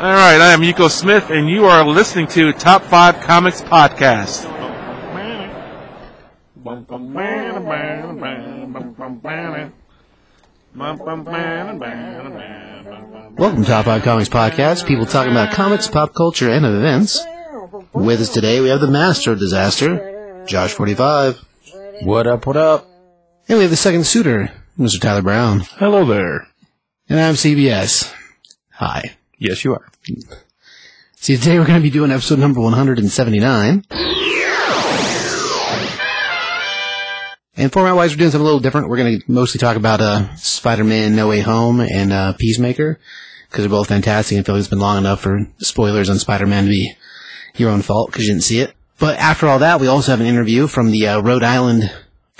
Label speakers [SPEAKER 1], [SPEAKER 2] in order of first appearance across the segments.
[SPEAKER 1] All right, I am Yuko Smith, and you are listening to Top 5 Comics Podcast.
[SPEAKER 2] Welcome to Top 5 Comics Podcast, people talking about comics, pop culture, and events. With us today, we have the master of disaster, Josh45.
[SPEAKER 3] What up, what up?
[SPEAKER 2] And we have the second suitor, Mr. Tyler Brown.
[SPEAKER 4] Hello there.
[SPEAKER 2] And I'm CBS. Hi.
[SPEAKER 3] Yes, you are.
[SPEAKER 2] See, today we're going to be doing episode number 179. And format wise, we're doing something a little different. We're going to mostly talk about uh, Spider Man No Way Home and uh, Peacemaker because they're both fantastic and I feel like it's been long enough for spoilers on Spider Man to be your own fault because you didn't see it. But after all that, we also have an interview from the uh, Rhode Island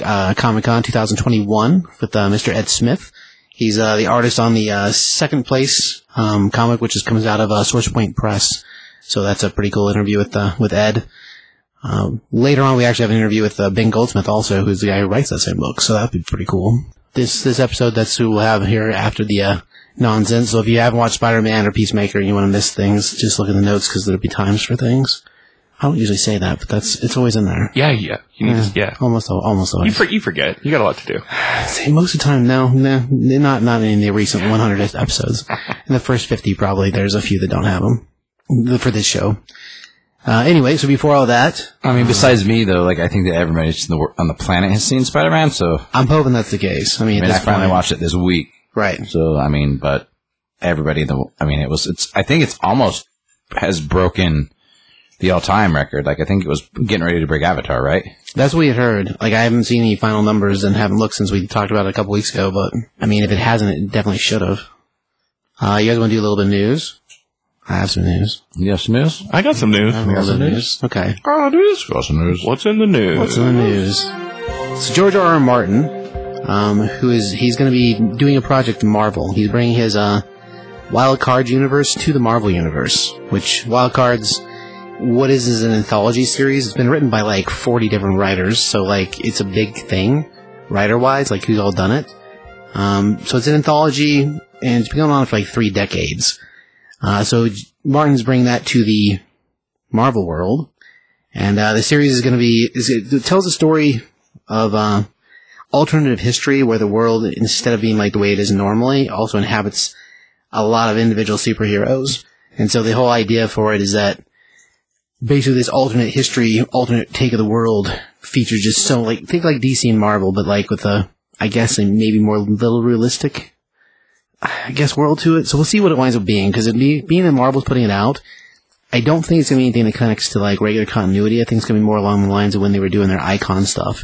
[SPEAKER 2] uh, Comic Con 2021 with uh, Mr. Ed Smith. He's uh, the artist on the uh, second place um, comic, which is, comes out of uh, SourcePoint Press. So that's a pretty cool interview with uh, with Ed. Um, later on, we actually have an interview with uh, Ben Goldsmith, also, who's the guy who writes that same book. So that'd be pretty cool. This this episode, that's who we'll have here after the uh, nonsense. So if you haven't watched Spider Man or Peacemaker and you want to miss things, just look in the notes because there'll be times for things. I don't usually say that, but that's it's always in there.
[SPEAKER 3] Yeah, yeah. You need to, yeah.
[SPEAKER 2] Almost al- almost
[SPEAKER 3] You,
[SPEAKER 2] always.
[SPEAKER 3] for, you forget. You got a lot to do.
[SPEAKER 2] Say most of the time, no, no, not not in the recent 100 episodes. In the first 50, probably there's a few that don't have them for this show. Uh, anyway, so before all that,
[SPEAKER 3] I mean,
[SPEAKER 5] Besides me, though, like I think that everybody just in the wor- on the planet has seen Spider-Man. So I
[SPEAKER 2] I'm hoping that's the case. I mean, at
[SPEAKER 5] mean, I
[SPEAKER 2] this
[SPEAKER 5] finally
[SPEAKER 2] point-
[SPEAKER 5] watched it this week.
[SPEAKER 2] right?
[SPEAKER 5] So I mean, but everybody, in the I mean, it was it's. I think it's almost has broken the all-time record. Like I think it was getting ready to break Avatar, right?
[SPEAKER 2] That's what we had heard. Like I haven't seen any final numbers and haven't looked since we talked about it a couple weeks ago. But I mean, if it hasn't, it definitely should have. Uh, you guys want to do a little bit of news? I have some news.
[SPEAKER 5] Yes, news.
[SPEAKER 4] I got some news.
[SPEAKER 2] A little bit of news. Okay.
[SPEAKER 4] Oh, news.
[SPEAKER 5] Got some news.
[SPEAKER 4] What's in the news?
[SPEAKER 2] What's in the news? So George R. R. Martin, um, who is he's going to be doing a project in Marvel. He's bringing his uh, Wild Card universe to the Marvel universe, which Wild Cards, what is is an anthology series. It's been written by like forty different writers, so like it's a big thing, writer wise. Like who's all done it? Um, so it's an anthology, and it's been going on for like three decades. Uh, so J- Martin's bringing that to the Marvel world. And uh, the series is going to be is it, it tells a story of uh, alternative history where the world, instead of being like the way it is normally, also inhabits a lot of individual superheroes. And so the whole idea for it is that basically this alternate history, alternate take of the world features just so like think like DC and Marvel, but like with a I guess a maybe more little realistic, I guess world to it. So we'll see what it winds up being because it be, being that Marvel's putting it out. I don't think it's gonna be anything that connects to like regular continuity. I think it's gonna be more along the lines of when they were doing their Icon stuff,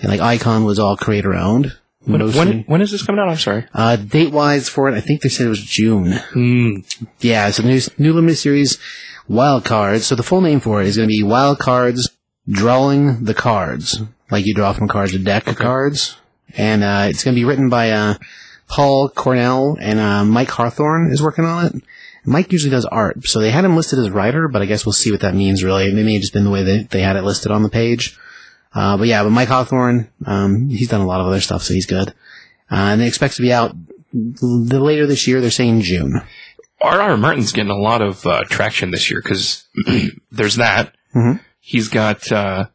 [SPEAKER 2] and like Icon was all creator owned.
[SPEAKER 3] when, when, when is this coming out? I'm sorry.
[SPEAKER 2] Uh, date wise for it, I think they said it was June.
[SPEAKER 3] Hmm.
[SPEAKER 2] Yeah, so the new, new limited series, Wild Cards. So the full name for it is going to be Wild Cards, Drawing the Cards. Like you draw from cards, a deck of cards. And uh, it's going to be written by uh, Paul Cornell and uh, Mike Hawthorne is working on it. Mike usually does art, so they had him listed as writer, but I guess we'll see what that means really. It may have just been the way that they had it listed on the page. Uh, but yeah, but Mike Hawthorne, um, he's done a lot of other stuff, so he's good. Uh, and it expects to be out the later this year. They're saying June.
[SPEAKER 3] R.R. Martin's getting a lot of uh, traction this year because there's that.
[SPEAKER 2] Mhm.
[SPEAKER 3] He's got uh,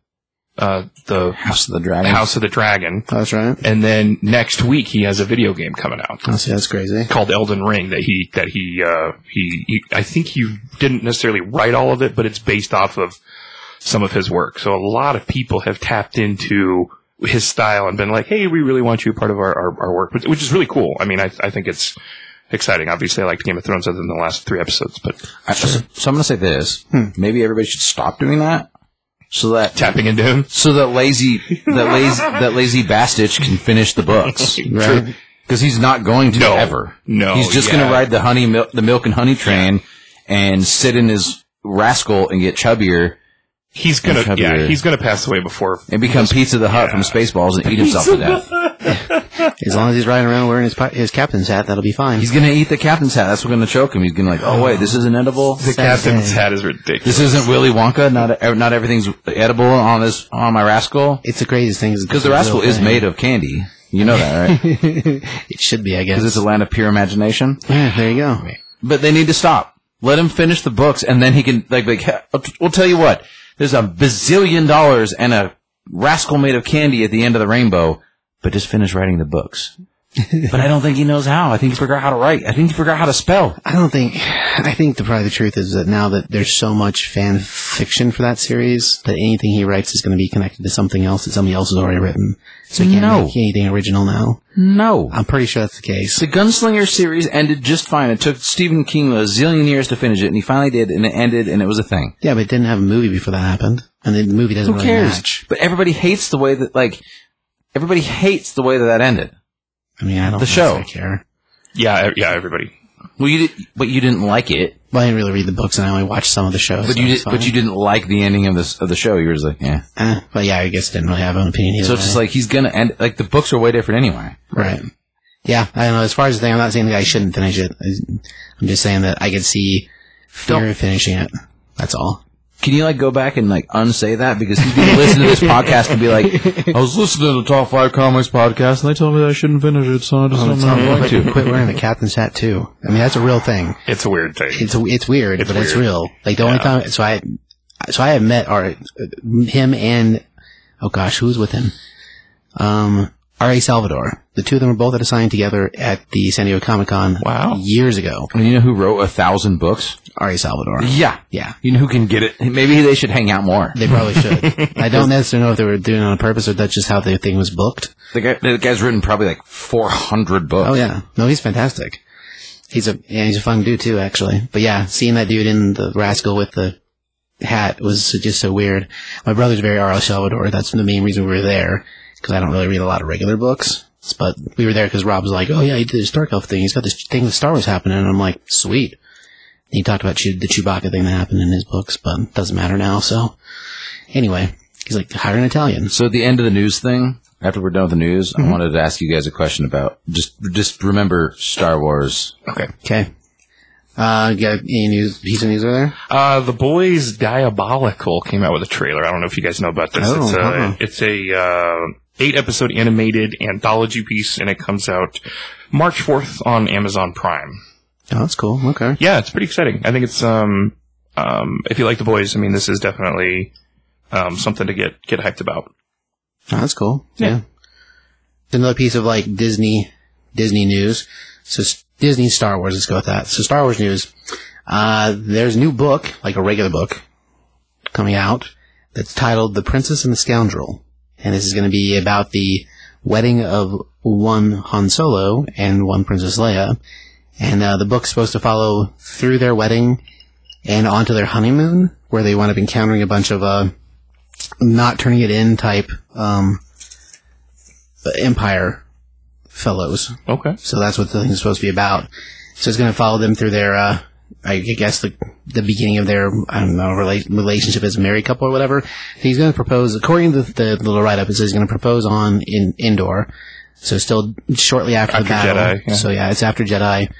[SPEAKER 3] uh, the
[SPEAKER 5] House of the Dragon.
[SPEAKER 3] House of the Dragon.
[SPEAKER 2] Oh, That's right.
[SPEAKER 3] And then next week he has a video game coming out
[SPEAKER 2] I see. That's crazy.
[SPEAKER 3] called Elden Ring that he that he uh, he, he I think he didn't necessarily write all of it, but it's based off of some of his work. So a lot of people have tapped into his style and been like, "Hey, we really want you a part of our our, our work," which, which is really cool. I mean, I I think it's exciting. Obviously, I liked Game of Thrones other than the last three episodes, but
[SPEAKER 5] I- so, so I'm gonna say this.
[SPEAKER 3] Hmm.
[SPEAKER 5] Maybe everybody should stop doing that. So that
[SPEAKER 3] tapping into him.
[SPEAKER 5] so that lazy that lazy that lazy bastich can finish the books.
[SPEAKER 2] Right.
[SPEAKER 5] Because he's not going to
[SPEAKER 3] No.
[SPEAKER 5] ever.
[SPEAKER 3] No,
[SPEAKER 5] he's just
[SPEAKER 3] yeah.
[SPEAKER 5] going to ride the honey mil- the milk and honey train and sit in his rascal and get chubbier
[SPEAKER 3] He's gonna
[SPEAKER 5] Chubby
[SPEAKER 3] yeah,
[SPEAKER 5] Bear.
[SPEAKER 3] he's gonna pass away before.
[SPEAKER 5] and become Pizza the Hut from Spaceballs and eat himself to death.
[SPEAKER 2] As long as he's riding around wearing his pi- his captain's hat, that'll be fine.
[SPEAKER 5] He's going to eat the captain's hat. That's what's going to choke him. He's going to like, oh wait, this isn't edible.
[SPEAKER 3] The captain's hat is ridiculous.
[SPEAKER 5] This isn't Willy Wonka. Not e- not everything's edible on this on my rascal
[SPEAKER 2] it's the craziest thing
[SPEAKER 5] because the rascal is made of candy. You know that, right?
[SPEAKER 2] it should be, I guess.
[SPEAKER 5] Because it's a land of pure imagination.
[SPEAKER 2] yeah, there you go.
[SPEAKER 5] But they need to stop. Let him finish the books, and then he can like like. "Hey, I'll t- We'll tell you what. There's a bazillion dollars and a rascal made of candy at the end of the rainbow, but just finish writing the books. but I don't think he knows how. I think he forgot how to write. I think he forgot how to spell.
[SPEAKER 2] I don't think. I think the probably the truth is that now that there's so much fan fiction for that series, that anything he writes is going to be connected to something else that somebody else has already written. So he can't
[SPEAKER 5] No.
[SPEAKER 2] make anything original now.
[SPEAKER 5] No.
[SPEAKER 2] I'm pretty sure that's the case.
[SPEAKER 5] The Gunslinger series ended just fine. It took Stephen King a zillion years to finish it, and he finally did, and it ended, and it was a thing.
[SPEAKER 2] Yeah, but it didn't have a movie before that happened, and the movie doesn't
[SPEAKER 5] Who
[SPEAKER 2] really
[SPEAKER 5] cares?
[SPEAKER 2] match.
[SPEAKER 5] But everybody hates the way that, like, everybody hates the way that that ended.
[SPEAKER 2] I mean, I don't
[SPEAKER 5] The
[SPEAKER 2] necessarily
[SPEAKER 5] show.
[SPEAKER 2] care.
[SPEAKER 3] Yeah, e- yeah, everybody.
[SPEAKER 5] Well, you did, but you didn't like it.
[SPEAKER 2] Well, I didn't really read the books, and I only watched some of the shows.
[SPEAKER 5] But
[SPEAKER 2] so
[SPEAKER 5] you
[SPEAKER 2] it's
[SPEAKER 5] did, but
[SPEAKER 2] fine.
[SPEAKER 5] you didn't like the ending of this of the show. You were just like, yeah.
[SPEAKER 2] Eh, but yeah, I guess I didn't really have an opinion. Either
[SPEAKER 5] So it's just
[SPEAKER 2] way.
[SPEAKER 5] like he's gonna end. Like the books are way different anyway.
[SPEAKER 2] right. Yeah, I don't know. As far as the thing, I'm not saying that I shouldn't finish it. I- I'm just saying that I could see fear
[SPEAKER 5] Don't-
[SPEAKER 2] of finishing it. That's all.
[SPEAKER 5] Can you like go back and like unsay that because he's gonna listen to this podcast and be like, I was listening to the Top Five Comics podcast and they told me I shouldn't finish it, so I just I'm not going
[SPEAKER 2] quit,
[SPEAKER 5] to.
[SPEAKER 2] quit wearing the captain's hat too. I mean, that's a real thing.
[SPEAKER 3] It's a weird thing.
[SPEAKER 2] It's it's weird,
[SPEAKER 3] It's
[SPEAKER 2] but it's
[SPEAKER 3] weird.
[SPEAKER 2] real. Like the only time, so I, so I have met our him and oh gosh, who's with him? Um, R.A. Salvador. The two of them were both at a signing together at the San Diego Comic Con.
[SPEAKER 3] Wow.
[SPEAKER 2] years ago.
[SPEAKER 5] And you know who wrote a thousand books?
[SPEAKER 2] R.A. Salvador.
[SPEAKER 5] Yeah,
[SPEAKER 2] Yeah.
[SPEAKER 5] You know who can get it? Maybe they should hang out more.
[SPEAKER 2] They probably should. I don't necessarily know if they were doing it on purpose or that's just how the thing was booked.
[SPEAKER 5] The, guy, the guy's written probably like 400 books.
[SPEAKER 2] Oh yeah, no, he's fantastic. He's a yeah, he's a fun dude too, actually. But yeah, seeing that dude in the rascal with the hat was just so weird. My brother's very R.L. Salvador. That's the main reason we were there because I don't really read a lot of regular books. But we were there because Rob was like, "Oh yeah, he did his Dark Elf thing. He's got this thing with Star Wars happening." And I'm like, "Sweet." And he talked about Chew- the Chewbacca thing that happened in his books, but it doesn't matter now. So anyway, he's like, "Hire an Italian."
[SPEAKER 5] So at the end of the news thing, after we're done with the news, I wanted to ask you guys a question about just just remember Star Wars.
[SPEAKER 3] Okay.
[SPEAKER 2] Okay. Uh, you got any news? Piece of news over there?
[SPEAKER 3] Uh, the Boys Diabolical came out with a trailer. I don't know if you guys know about this.
[SPEAKER 2] Oh,
[SPEAKER 3] it's a,
[SPEAKER 2] uh-uh.
[SPEAKER 3] it's a uh, eight episode animated anthology piece, and it comes out March fourth on Amazon Prime.
[SPEAKER 2] Oh, that's cool. Okay.
[SPEAKER 3] Yeah, it's pretty exciting. I think it's um um if you like the boys, I mean, this is definitely um something to get get hyped about.
[SPEAKER 2] Oh, that's cool. Yeah.
[SPEAKER 3] Yeah.
[SPEAKER 2] It's Another piece of like Disney, Disney news. So s- Disney Star Wars, let's go with that. So Star Wars news. Uh, there's a new book, like a regular book, coming out that's titled The Princess and the Scoundrel. And this is going to be about the wedding of one Han Solo and one Princess Leia. And uh, the book's supposed to follow through their wedding and onto their honeymoon, where they wind up encountering a bunch of uh, not turning it in type um, Empire fellows.
[SPEAKER 3] Okay.
[SPEAKER 2] So that's what the thing's supposed to be about. So it's going to follow them through their, uh, I guess the the beginning of their I don't know rela- relationship as a married couple or whatever. He's going to propose, according to the little write up, it says he's going to propose on in indoor. So still shortly after, the
[SPEAKER 3] After
[SPEAKER 2] battle.
[SPEAKER 3] Jedi, yeah.
[SPEAKER 2] So yeah, it's after Jedi.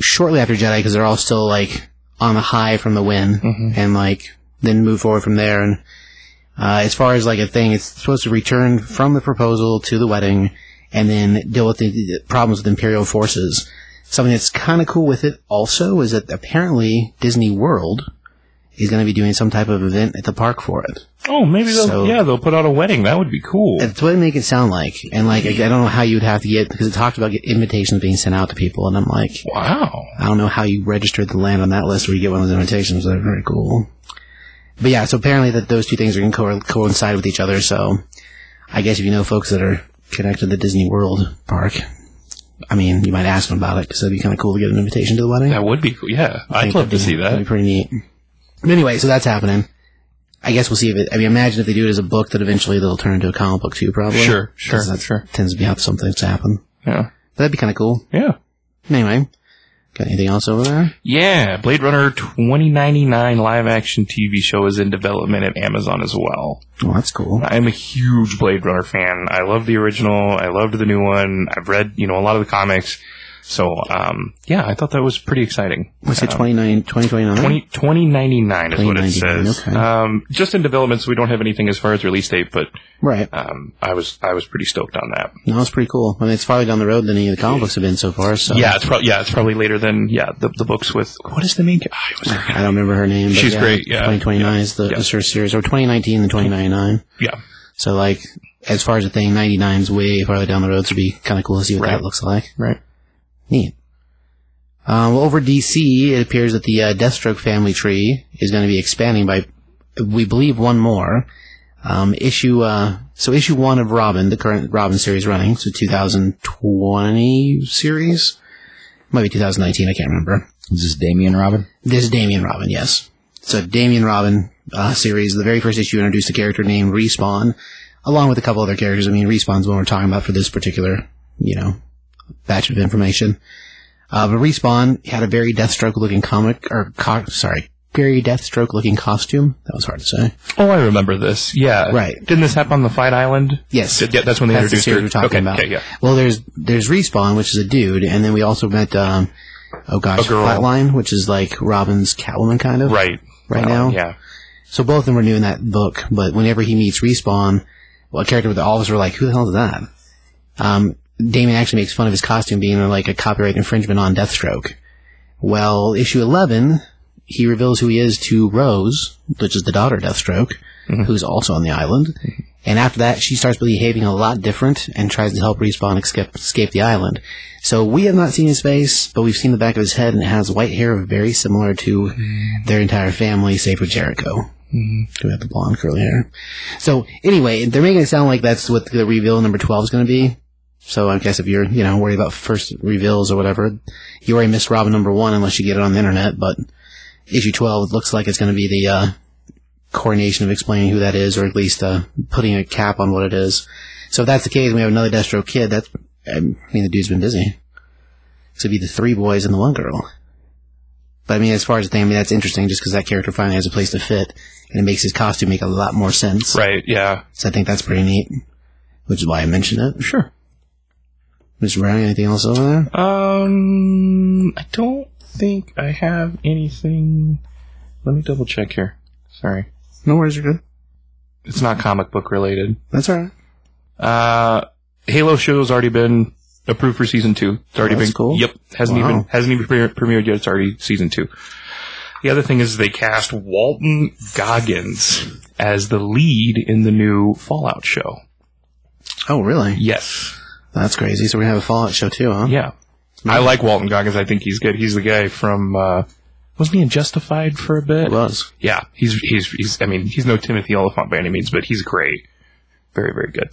[SPEAKER 2] Shortly after Jedi, because they're all still like on the high from the win,
[SPEAKER 3] Mm-hmm.
[SPEAKER 2] and like then move forward from there. And uh, as far as like a thing, it's supposed to return from the proposal to the wedding and then deal with the, the problems with Imperial forces. Something that's kind of cool with it also is that apparently Disney World is going to be doing some type of event at the park for it.
[SPEAKER 3] Oh, maybe they'll
[SPEAKER 2] So-
[SPEAKER 3] yeah they'll put out a wedding. That would be cool.
[SPEAKER 2] That's what they make it sound like. And like, I don't know how you'd have to get, because it talked about get invitations being sent out to people, and I'm like,
[SPEAKER 3] Wow.
[SPEAKER 2] I don't know how you registered the land on that list where you get one of those invitations. They're very cool. But yeah, so apparently that those two things are going to co- coincide with each other. So I guess if you know folks that are connected to the Disney World park, I mean, you might ask them about it because it'd be kind of cool to get an invitation to the wedding.
[SPEAKER 3] That would be cool. Yeah,
[SPEAKER 2] I
[SPEAKER 3] I'd
[SPEAKER 2] think that'd
[SPEAKER 3] love to
[SPEAKER 2] be-
[SPEAKER 3] see
[SPEAKER 2] That'd be
[SPEAKER 3] that.
[SPEAKER 2] pretty neat. But anyway, so that's happening. I guess we'll see if it. I mean, imagine if they do it as a book that eventually they'll turn into a comic book too, probably.
[SPEAKER 3] Sure, sure,
[SPEAKER 2] 'Cause that
[SPEAKER 3] sure.
[SPEAKER 2] Tends to be how some things happen.
[SPEAKER 3] Yeah.
[SPEAKER 2] But that'd be kind of cool.
[SPEAKER 3] Yeah.
[SPEAKER 2] Anyway, got anything else over there?
[SPEAKER 3] Yeah, Blade Runner 2099 live action TV show is in development at Amazon as well.
[SPEAKER 2] Well, that's cool.
[SPEAKER 3] I'm a huge Blade Runner fan. I love the original, I loved the new one. I've read, you know, a lot of the comics. So, um, yeah, I thought that was pretty exciting.
[SPEAKER 2] What's it, 29, 2029?
[SPEAKER 3] 20, 2099 is what it
[SPEAKER 2] 2099,
[SPEAKER 3] says.
[SPEAKER 2] okay.
[SPEAKER 3] Um, just in development, so we don't have anything as far as release date, but
[SPEAKER 2] Right.
[SPEAKER 3] um, I was I was pretty stoked on that.
[SPEAKER 2] No, it's pretty cool. I mean, it's farther down the road than any of the comic books have been so far, so.
[SPEAKER 3] Yeah, it's probably yeah, it's probably later than yeah the, the books with what is the main? ca- I was
[SPEAKER 2] I don't remember her name. But
[SPEAKER 3] She's great, yeah.
[SPEAKER 2] 2029 is the
[SPEAKER 3] Yeah.
[SPEAKER 2] is her series, or 2019 and 2099.
[SPEAKER 3] yeah
[SPEAKER 2] So, like, as far as the thing, 99 is way farther down the road, so it'd be kind of cool to see what
[SPEAKER 3] Right.
[SPEAKER 2] that looks like. Right. Neat. Um, well, over DC, it appears that the uh, Deathstroke family tree is going to be expanding by, we believe, one more. Um, issue, uh, so issue one of Robin, the current Robin series running, so 2020 series? Might be 2019, I can't remember.
[SPEAKER 5] Is this Damien Robin?
[SPEAKER 2] This is Damien Robin, yes. So Damien Robin uh, series, the very first issue introduced a character named Respawn, along with a couple other characters. I mean, Respawn's what we're talking about for this particular, you know, batch of information. Uh, but Respawn had a very Deathstroke looking comic, or co- sorry, very Deathstroke looking costume. That was hard to say.
[SPEAKER 3] Oh, I remember this. Yeah.
[SPEAKER 2] Right.
[SPEAKER 3] Didn't this happen on the Fight Island?
[SPEAKER 2] Yes.
[SPEAKER 3] Th- Yeah, that's when they
[SPEAKER 2] That's the
[SPEAKER 3] introduced
[SPEAKER 2] series
[SPEAKER 3] her.
[SPEAKER 2] we're talking
[SPEAKER 3] okay,
[SPEAKER 2] about.
[SPEAKER 3] okay, yeah.
[SPEAKER 2] Well, there's there's respawn, which is a dude, and then we also met um, oh gosh,
[SPEAKER 3] A girl.
[SPEAKER 2] Flatline, which is like Robin's Catwoman kind of.
[SPEAKER 3] Right.
[SPEAKER 2] Right
[SPEAKER 3] Uh,
[SPEAKER 2] now?
[SPEAKER 3] Yeah.
[SPEAKER 2] So both of them were new in that book, but whenever he meets Respawn, well, a character with the all of us were like, who the hell is that? Um, Damon actually makes fun of his costume being like a copyright infringement on Deathstroke. Well, issue 11, he reveals who he is to Rose, which is the daughter of Deathstroke, who's also on the island. And after that, she starts behaving a lot different and tries to help Respawn escape, escape the island. So we have not seen his face, but we've seen the back of his head and it has white hair very similar to their entire family, save for Jericho who had the blonde curly hair. So anyway, they're making it sound like that's what the reveal number twelve is going to be. So I guess if you're you know worried about first reveals or whatever, you already missed Robin number one unless you get it on the internet. But issue twelve looks like it's going to be the uh, coronation of explaining who that is, or at least uh, putting a cap on what it is. So if that's the case, and we have another Destro kid. That's I mean the dude's been busy. So it'd be the three boys and the one girl. But I mean, as far as the thing, I mean, that's interesting just because that character finally has a place to fit, and it makes his costume make a lot more sense.
[SPEAKER 3] Right. Yeah.
[SPEAKER 2] So I think that's pretty neat, which is why I mentioned it.
[SPEAKER 3] Sure.
[SPEAKER 2] Mr. Brown, anything else over there?
[SPEAKER 3] Um, I don't think I have anything. Let me double check here. Sorry,
[SPEAKER 2] No worries, you're good.
[SPEAKER 3] it's not comic book related.
[SPEAKER 2] That's all right.
[SPEAKER 3] Uh, Halo show's already been approved for season two. It's already
[SPEAKER 2] Oh,
[SPEAKER 3] been
[SPEAKER 2] that's cool.
[SPEAKER 3] Yep, hasn't
[SPEAKER 2] Wow.
[SPEAKER 3] even hasn't even premier- premiered yet. It's already season two. The other thing is they cast Walton Goggins as the lead in the new Fallout show.
[SPEAKER 2] Oh, really?
[SPEAKER 3] Yes,
[SPEAKER 2] That's crazy. So we have a Fallout show too, huh?
[SPEAKER 3] yeah, I like Walton Goggins. I think he's good. He's the guy from uh, wasn't he in Justified for a bit?
[SPEAKER 2] It was.
[SPEAKER 3] yeah, he's he's he's. I mean, he's no Timothy Oliphant by any means, but he's great. Very very good.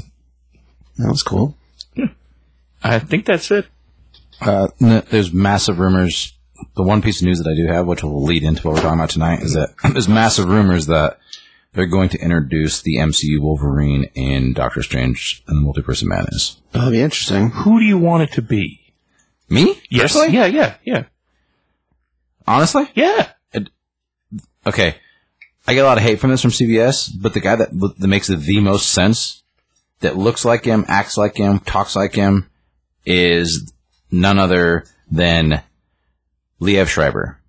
[SPEAKER 2] That was cool.
[SPEAKER 3] I think that's it.
[SPEAKER 5] Uh, n- there's massive rumors. The one piece of news that I do have, which will lead into what we're talking about tonight, is that there's massive rumors that they're going to introduce the MCU Wolverine in Doctor Strange and the Multiverse of Madness.
[SPEAKER 2] That'll be interesting.
[SPEAKER 3] Who do you want it to be?
[SPEAKER 5] Me?
[SPEAKER 3] Yes.
[SPEAKER 5] Personally?
[SPEAKER 3] Yeah, yeah, yeah.
[SPEAKER 5] Honestly?
[SPEAKER 3] Yeah.
[SPEAKER 5] Okay. I get a lot of hate from this from CBS, but the guy that, that makes the most sense, that looks like him, acts like him, talks like him, is none other than Liev Schreiber.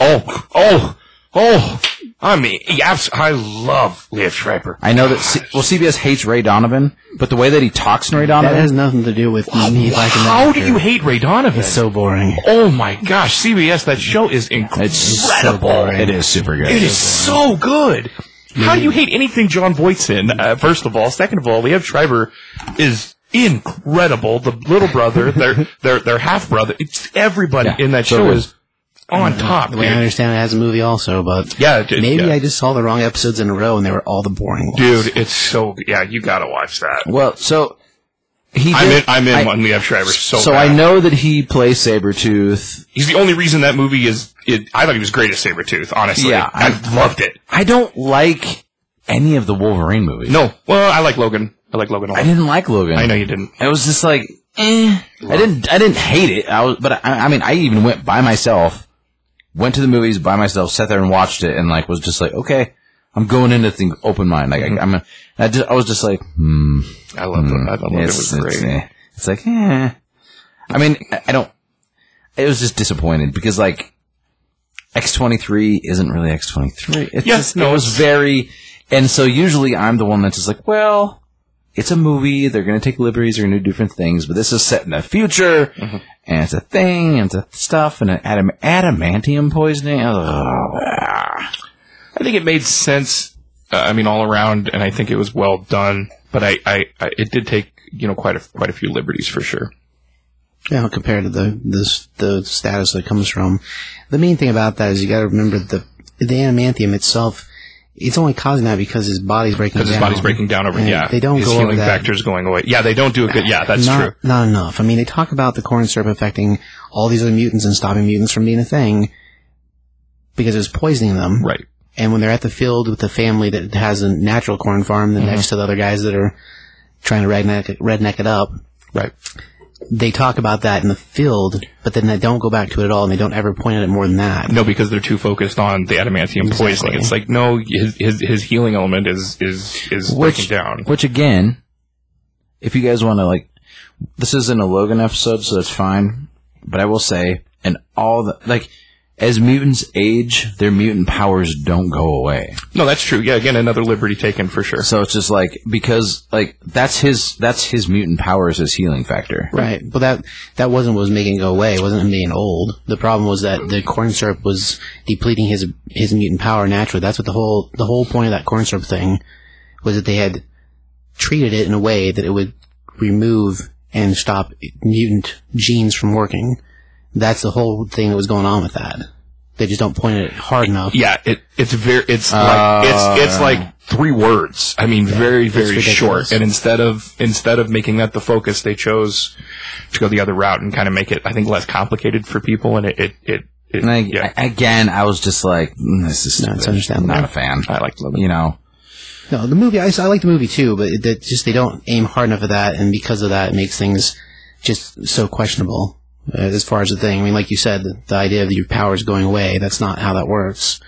[SPEAKER 3] Oh, oh, oh. I mean, yes, I love Liv Schreiber.
[SPEAKER 5] I know that, C- well, CBS hates Ray Donovan, but the way that he talks in Ray
[SPEAKER 2] That
[SPEAKER 5] Donovan,
[SPEAKER 2] has nothing to do with me liking that.
[SPEAKER 3] How do you hate Ray Donovan?
[SPEAKER 2] It's so boring.
[SPEAKER 3] oh my gosh, CBS, that show is incredible.
[SPEAKER 5] It's so boring. It is super good.
[SPEAKER 3] It is so good. How do you hate anything John Voight's in? Uh, first of all, second of all, Liev Schreiber is incredible. The little brother, their their their half brother. It's everybody
[SPEAKER 5] Yeah,
[SPEAKER 3] in that
[SPEAKER 5] so Mm-hmm.
[SPEAKER 3] show
[SPEAKER 5] good.
[SPEAKER 3] is on top.
[SPEAKER 2] I
[SPEAKER 3] dude.
[SPEAKER 2] understand it has a movie also, but
[SPEAKER 3] Yeah, it-
[SPEAKER 2] maybe
[SPEAKER 3] yeah.
[SPEAKER 2] I just saw the wrong episodes in a row and they were all the boring ones.
[SPEAKER 3] dude, it's so yeah. You gotta watch that.
[SPEAKER 5] Well, so he.
[SPEAKER 3] I'm in.
[SPEAKER 5] did-
[SPEAKER 3] I'm in
[SPEAKER 5] I-
[SPEAKER 3] on Liev Schreiber so.
[SPEAKER 5] so
[SPEAKER 3] bad.
[SPEAKER 5] I know that he plays Sabretooth.
[SPEAKER 3] He's the only reason that movie is. It, I thought he was great at Sabretooth, honestly.
[SPEAKER 5] Yeah,
[SPEAKER 3] I, loved it.
[SPEAKER 5] I don't like any of the Wolverine movies.
[SPEAKER 3] No, well, I like Logan. I like Logan a lot.
[SPEAKER 5] I didn't like Logan.
[SPEAKER 3] I know you didn't.
[SPEAKER 5] It was just like, eh. I didn't. I didn't hate it. I was, but I, I mean, I even went by myself, went to the movies by myself, sat there and watched it, and like was just like, okay, I'm going into things open mind. Like I, I'm, a, I, just, I was just like, hmm.
[SPEAKER 3] I loved Mm-hmm. it. I thought Logan was
[SPEAKER 5] It's,
[SPEAKER 3] great.
[SPEAKER 5] it's, eh. It's like, eh. I mean, I I don't it was just disappointed because like X twenty three isn't really X twenty three. It's
[SPEAKER 3] Yeah,
[SPEAKER 5] just,
[SPEAKER 3] no,
[SPEAKER 5] it was very, and so usually I'm the one that's just like, well, it's a movie. They're going to take liberties. They're going to do different things. But this is set in the future,
[SPEAKER 3] Mm-hmm.
[SPEAKER 5] and it's a thing, and it's a stuff, and an adam- adamantium poisoning. Ugh.
[SPEAKER 3] I think it made sense. Uh, I mean, all around, and I think it was well done. But I, I, I it did take you know quite a quite a few liberties for sure.
[SPEAKER 2] Yeah, compared to the this the status that it comes from. The main thing about that is you got to remember the the adamantium itself. It's only causing that because his body's breaking down.
[SPEAKER 3] because his body's breaking down over.
[SPEAKER 2] And
[SPEAKER 3] yeah,
[SPEAKER 2] they don't
[SPEAKER 3] his
[SPEAKER 2] go over
[SPEAKER 3] healing
[SPEAKER 2] that.
[SPEAKER 3] factor is going away. Yeah, they don't do a good. Yeah, that's
[SPEAKER 2] not,
[SPEAKER 3] true.
[SPEAKER 2] Not enough. I mean, they talk about the corn syrup affecting all these other mutants and stopping mutants from being a thing because it's poisoning them.
[SPEAKER 3] Right.
[SPEAKER 2] And when they're at the field with the family that has a natural corn farm,
[SPEAKER 3] Mm-hmm.
[SPEAKER 2] then next to the other guys that are trying to redneck, redneck it up,
[SPEAKER 3] Right.
[SPEAKER 2] they talk about that in the field, but then they don't go back to it at all, and they don't ever point at it more than that.
[SPEAKER 3] No, because they're too focused on the adamantium poisoning. It's like no, his, his his healing element is is is breaking down.
[SPEAKER 5] Which again, if you guys want to like, this isn't a Logan episode, so that's fine. But I will say, and all the like, as mutants age, their mutant powers don't go away.
[SPEAKER 3] No, that's true. Yeah, again, another liberty taken for sure.
[SPEAKER 5] So it's just like because like that's his that's his mutant powers as healing factor.
[SPEAKER 2] Right. Well, that that wasn't what was making it go away. It wasn't him being old. The problem was that the corn syrup was depleting his his mutant power naturally. That's what the whole the whole point of that corn syrup thing was that they had treated it in a way that it would remove and stop mutant genes from working. That's the whole thing that was going on with that. They just don't point at it hard enough.
[SPEAKER 3] Yeah, it it's very it's like
[SPEAKER 5] Uh.
[SPEAKER 3] it's it's like three words. I mean, very very
[SPEAKER 2] ridiculous.
[SPEAKER 3] short. And instead of instead of making that the focus, they chose to go the other route and kind of make it I think less complicated for people. And it it it, it
[SPEAKER 5] And I,
[SPEAKER 3] yeah.
[SPEAKER 5] I- again, I was just like, mm, this is
[SPEAKER 2] No,
[SPEAKER 5] stupid.
[SPEAKER 2] it's
[SPEAKER 5] I'm
[SPEAKER 2] understandable.
[SPEAKER 5] not a fan.
[SPEAKER 3] I like Logan.
[SPEAKER 5] You know,
[SPEAKER 2] No, the movie I, I like the movie too, but it, it just they don't aim hard enough at that, and because of that, it makes things just so questionable uh, as far as the thing. I mean, like you said, the, the idea of your powers going away—that's not how that works.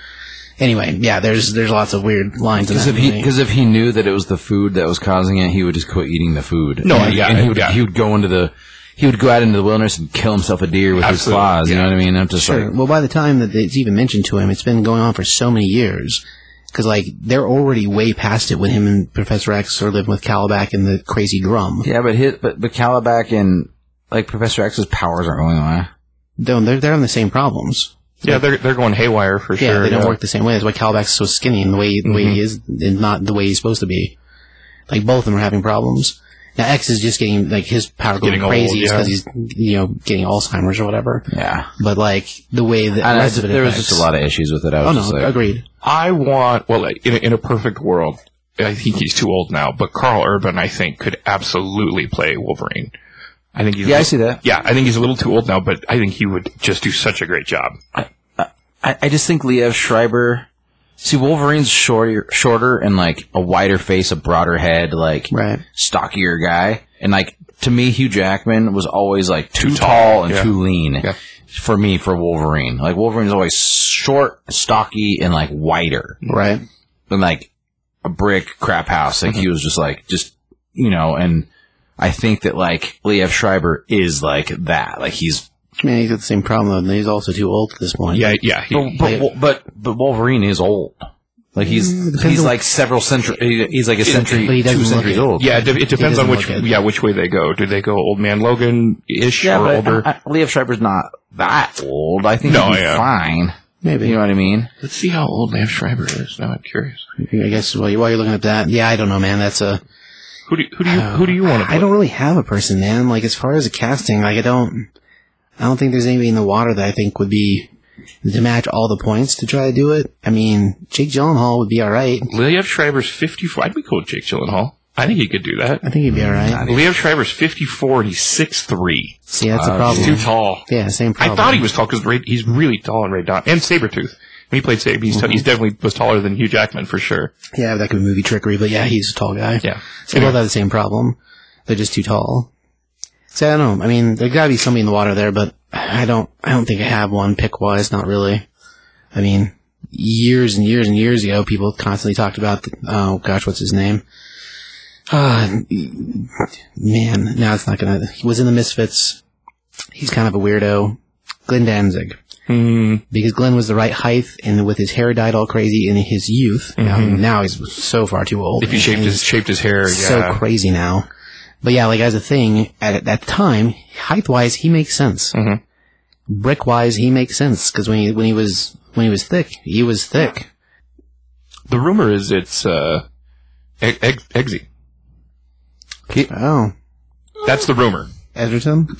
[SPEAKER 2] Anyway, yeah, there's there's lots of weird lines in
[SPEAKER 5] because
[SPEAKER 2] that
[SPEAKER 5] if he
[SPEAKER 2] movie.
[SPEAKER 5] because if he knew that it was the food that was causing it, he would just quit eating the food.
[SPEAKER 3] No,
[SPEAKER 5] and,
[SPEAKER 3] yeah,
[SPEAKER 5] and he would
[SPEAKER 3] yeah.
[SPEAKER 5] he would go into the he would go out into the wilderness and kill himself a deer with
[SPEAKER 3] Absolutely,
[SPEAKER 5] his claws. You
[SPEAKER 3] yeah.
[SPEAKER 5] know what I mean? I'm just
[SPEAKER 2] Sure.
[SPEAKER 5] like,
[SPEAKER 2] Well, by the time that it's even mentioned to him, it's been going on for so many years. Because like they're already way past it when him and Professor X are living with Calabac and the crazy Grum.
[SPEAKER 5] yeah, but his, but but Calabac and like Professor X's powers aren't going away.
[SPEAKER 2] No, they're they're on the same problems.
[SPEAKER 3] yeah, they're they're going haywire for
[SPEAKER 2] Yeah,
[SPEAKER 3] sure.
[SPEAKER 2] they don't
[SPEAKER 3] yeah.
[SPEAKER 2] work the same way. That's why Calabac's so skinny and the way the
[SPEAKER 5] Mm-hmm.
[SPEAKER 2] way he is, and not the way he's supposed to be. Like both of them are having problems. Now X is just getting like his power going
[SPEAKER 3] Getting old,
[SPEAKER 2] crazy
[SPEAKER 3] yeah.
[SPEAKER 2] because he's you know getting Alzheimer's or whatever.
[SPEAKER 5] Yeah,
[SPEAKER 2] But like the way that
[SPEAKER 5] and I,
[SPEAKER 2] rest of it
[SPEAKER 5] there was
[SPEAKER 2] affects-
[SPEAKER 5] just a lot of issues with it. I was
[SPEAKER 2] Oh
[SPEAKER 5] just
[SPEAKER 2] no,
[SPEAKER 5] like,
[SPEAKER 2] agreed.
[SPEAKER 3] I want well in a, in a perfect world. I think he's too old now, but Carl Urban I think could absolutely play Wolverine. I think he's
[SPEAKER 5] yeah, I see that.
[SPEAKER 3] Yeah, I think he's a little too old now, but I think he would just do such a great job.
[SPEAKER 5] I, I just think Liev Schreiber. See, Wolverine's shorter, shorter, and like a wider face, a broader head, like
[SPEAKER 2] Right.
[SPEAKER 5] stockier guy. And like to me, Hugh Jackman was always like too,
[SPEAKER 3] Too
[SPEAKER 5] tall,
[SPEAKER 3] tall,
[SPEAKER 5] and
[SPEAKER 3] yeah.
[SPEAKER 5] too lean
[SPEAKER 3] Yeah.
[SPEAKER 5] for me for Wolverine. Like Wolverine's always short, stocky, and like wider
[SPEAKER 2] Right.
[SPEAKER 5] than like a brick crap house. Like he was just like just you know. And I think that like Liev Schreiber is like that. Like he's
[SPEAKER 2] I mean, he's got the same problem. though. and He's also too old at this point.
[SPEAKER 3] Yeah, yeah, he,
[SPEAKER 5] But but, but but Wolverine is old. Like he's he's like several century. he- He's like a century,
[SPEAKER 2] but he doesn't
[SPEAKER 5] two
[SPEAKER 2] look
[SPEAKER 5] centuries
[SPEAKER 2] it.
[SPEAKER 5] old.
[SPEAKER 3] yeah. It, de- it depends on
[SPEAKER 2] doesn't
[SPEAKER 3] which
[SPEAKER 2] look good.
[SPEAKER 3] yeah which way they go. Do they go old man Logan ish
[SPEAKER 5] yeah.
[SPEAKER 3] or
[SPEAKER 5] But
[SPEAKER 3] older?
[SPEAKER 5] I, I, Liev Schreiber's not that old. I think
[SPEAKER 3] No,
[SPEAKER 5] he'd be
[SPEAKER 3] yeah.
[SPEAKER 5] fine.
[SPEAKER 2] Maybe.
[SPEAKER 5] You know what I mean?
[SPEAKER 3] Let's see how old Lamb Schreiber is. Now I'm curious.
[SPEAKER 2] I guess while you- while you're looking at that, yeah, I don't know, man. That's a
[SPEAKER 3] Who do you, who do you who do you want to?
[SPEAKER 2] I don't really have a person, man. Like as far as a casting, like I don't, I don't think there's anybody in the water that I think would be to match all the points to try to do it. I mean, Jake Gyllenhaal would be all right.
[SPEAKER 3] Liev Schreiber's 54. I'd be cool with Jake Gyllenhaal. I think he could do that.
[SPEAKER 2] I think he'd be all right.
[SPEAKER 3] Liev Schreiber's 54 and he's 6'3".
[SPEAKER 2] See, that's a
[SPEAKER 3] He's too
[SPEAKER 2] problem.
[SPEAKER 3] tall.
[SPEAKER 2] Yeah, same problem.
[SPEAKER 3] Uh, I thought he was tall because he's really tall in Ray Dawn and Sabretooth. When he played Saber, he's, t- he's definitely was taller than Hugh Jackman for sure.
[SPEAKER 2] Yeah, that could be movie trickery, but yeah, he's a tall guy.
[SPEAKER 3] Yeah.
[SPEAKER 2] so they both have the same problem. They're just too tall. So I don't know. I mean, there gotta be somebody in the water there, but I don't. I don't think I have one pick wise. Not really. I mean, years and years and years ago, people constantly talked about. The, oh gosh, what's his name? Ah, man. Now it's not gonna. He was in the Misfits. He's kind of a weirdo. Glenn Danzig.
[SPEAKER 3] Hmm.
[SPEAKER 2] Because Glenn was the right height, and with his hair dyed all crazy in his youth, now, now he's so far too old.
[SPEAKER 3] Mm-hmm. If you shaped his shaped his hair, yeah.
[SPEAKER 2] Mm-hmm. so crazy now. But yeah, like as a thing at that time, height wise, he makes sense.
[SPEAKER 3] Mhm.
[SPEAKER 2] Brick wise, he makes sense because when he when he was when he was thick, he was thick.
[SPEAKER 3] the rumor is it's uh, Egg- Egg- Eggsy.
[SPEAKER 2] Oh,
[SPEAKER 3] That's the rumor.
[SPEAKER 2] Edgerton.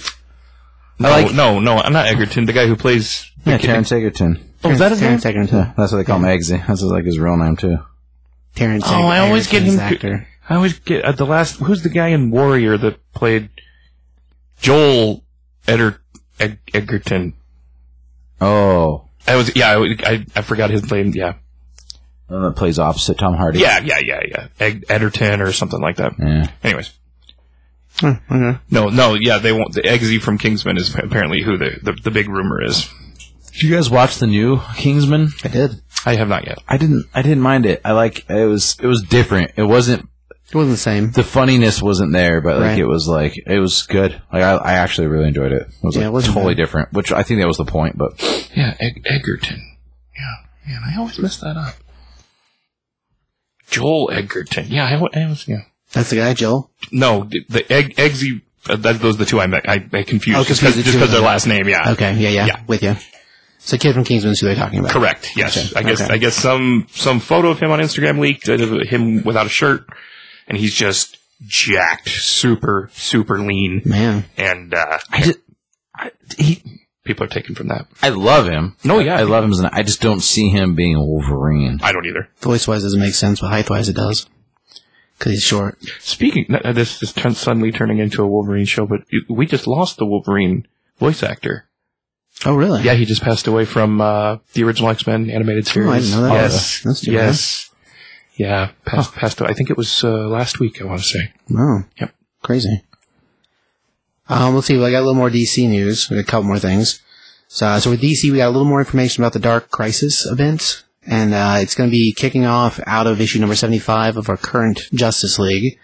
[SPEAKER 3] No,
[SPEAKER 5] like-
[SPEAKER 3] no, no, I'm not Egerton. The guy who plays. the
[SPEAKER 5] Yeah,
[SPEAKER 3] kid-
[SPEAKER 5] Terrence Egerton.
[SPEAKER 3] Oh, is that his name?
[SPEAKER 2] Terrence Egerton.
[SPEAKER 5] Yeah, that's what they call him, Eggsy. That's like his real name too.
[SPEAKER 2] Terrence.
[SPEAKER 3] Oh, I always get
[SPEAKER 2] Egerton's
[SPEAKER 3] him-
[SPEAKER 2] Actor.
[SPEAKER 3] I always get uh, the last. Who's the guy in Warrior that played Joel Eder, Eg- Egerton?
[SPEAKER 5] Oh,
[SPEAKER 3] I was yeah. I, was- I I forgot his name. Yeah,
[SPEAKER 5] the one that plays opposite Tom Hardy.
[SPEAKER 3] yeah, yeah, yeah, yeah. Eg- Ederton or something like that.
[SPEAKER 5] Yeah.
[SPEAKER 3] Anyways,
[SPEAKER 2] okay.
[SPEAKER 3] no, no, yeah. They won't. The Eggsy from Kingsman is apparently who the, the the big rumor is.
[SPEAKER 5] Did you guys watch the new Kingsman?
[SPEAKER 2] I did.
[SPEAKER 3] I have not yet.
[SPEAKER 5] I didn't. I didn't mind it. I like it was. It was different. It wasn't.
[SPEAKER 2] It wasn't the same.
[SPEAKER 5] The funniness wasn't there, but like
[SPEAKER 2] Right.
[SPEAKER 5] it was like it was good. Like I, I actually really enjoyed it. It was
[SPEAKER 2] Yeah,
[SPEAKER 5] like,
[SPEAKER 2] it wasn't
[SPEAKER 5] totally
[SPEAKER 2] bad.
[SPEAKER 5] different, which I think that was the point. But
[SPEAKER 3] Yeah, Eg- Egerton. Yeah, man, I always mess that up. Joel Egerton. Yeah, I, wa- I was. Yeah.
[SPEAKER 2] That's the guy, Joel.
[SPEAKER 3] No, the- the egg, eggsy. Uh, that, those are the two I met. I, I confused
[SPEAKER 2] Oh, confused
[SPEAKER 3] just because
[SPEAKER 2] the
[SPEAKER 3] just
[SPEAKER 2] two
[SPEAKER 3] 'cause
[SPEAKER 2] of
[SPEAKER 3] their
[SPEAKER 2] them.
[SPEAKER 3] last name. Yeah.
[SPEAKER 2] Okay, yeah, yeah,
[SPEAKER 3] Yeah.
[SPEAKER 2] with you. So, kid from Kingsman's who they're talking about.
[SPEAKER 3] Correct. Yes.
[SPEAKER 2] Okay,
[SPEAKER 3] I guess.
[SPEAKER 2] okay.
[SPEAKER 3] I guess some some photo of him on Instagram leaked of him without a shirt, and he's just jacked, super super lean,
[SPEAKER 2] Man,
[SPEAKER 3] and uh,
[SPEAKER 5] I just, I, he,
[SPEAKER 3] people are taken from that.
[SPEAKER 5] I love him.
[SPEAKER 3] No, yeah.
[SPEAKER 5] I, love him. As an, I just don't see him being Wolverine.
[SPEAKER 3] I don't either.
[SPEAKER 2] voice wise doesn't make sense, but height wise it does. Because he's short.
[SPEAKER 3] Speaking, uh, this is turn, suddenly turning into a Wolverine show, but you- we just lost the Wolverine voice actor.
[SPEAKER 2] Oh, really?
[SPEAKER 3] Yeah, he just passed away from uh, the original X Men animated series.
[SPEAKER 2] Oh, I didn't know that.
[SPEAKER 3] Yes,
[SPEAKER 2] That's too bad.
[SPEAKER 3] yes, yeah. Passed, passed away. I think it was uh, last week. I want to say.
[SPEAKER 2] Oh.
[SPEAKER 3] Yep.
[SPEAKER 2] Crazy. Um, let's see. Well, I got a little more DC news. We got a couple more things. So, uh, so with DC, we got a little more information about the Dark Crisis event, and uh, it's going to be kicking off out of issue number seventy-five of our current Justice League,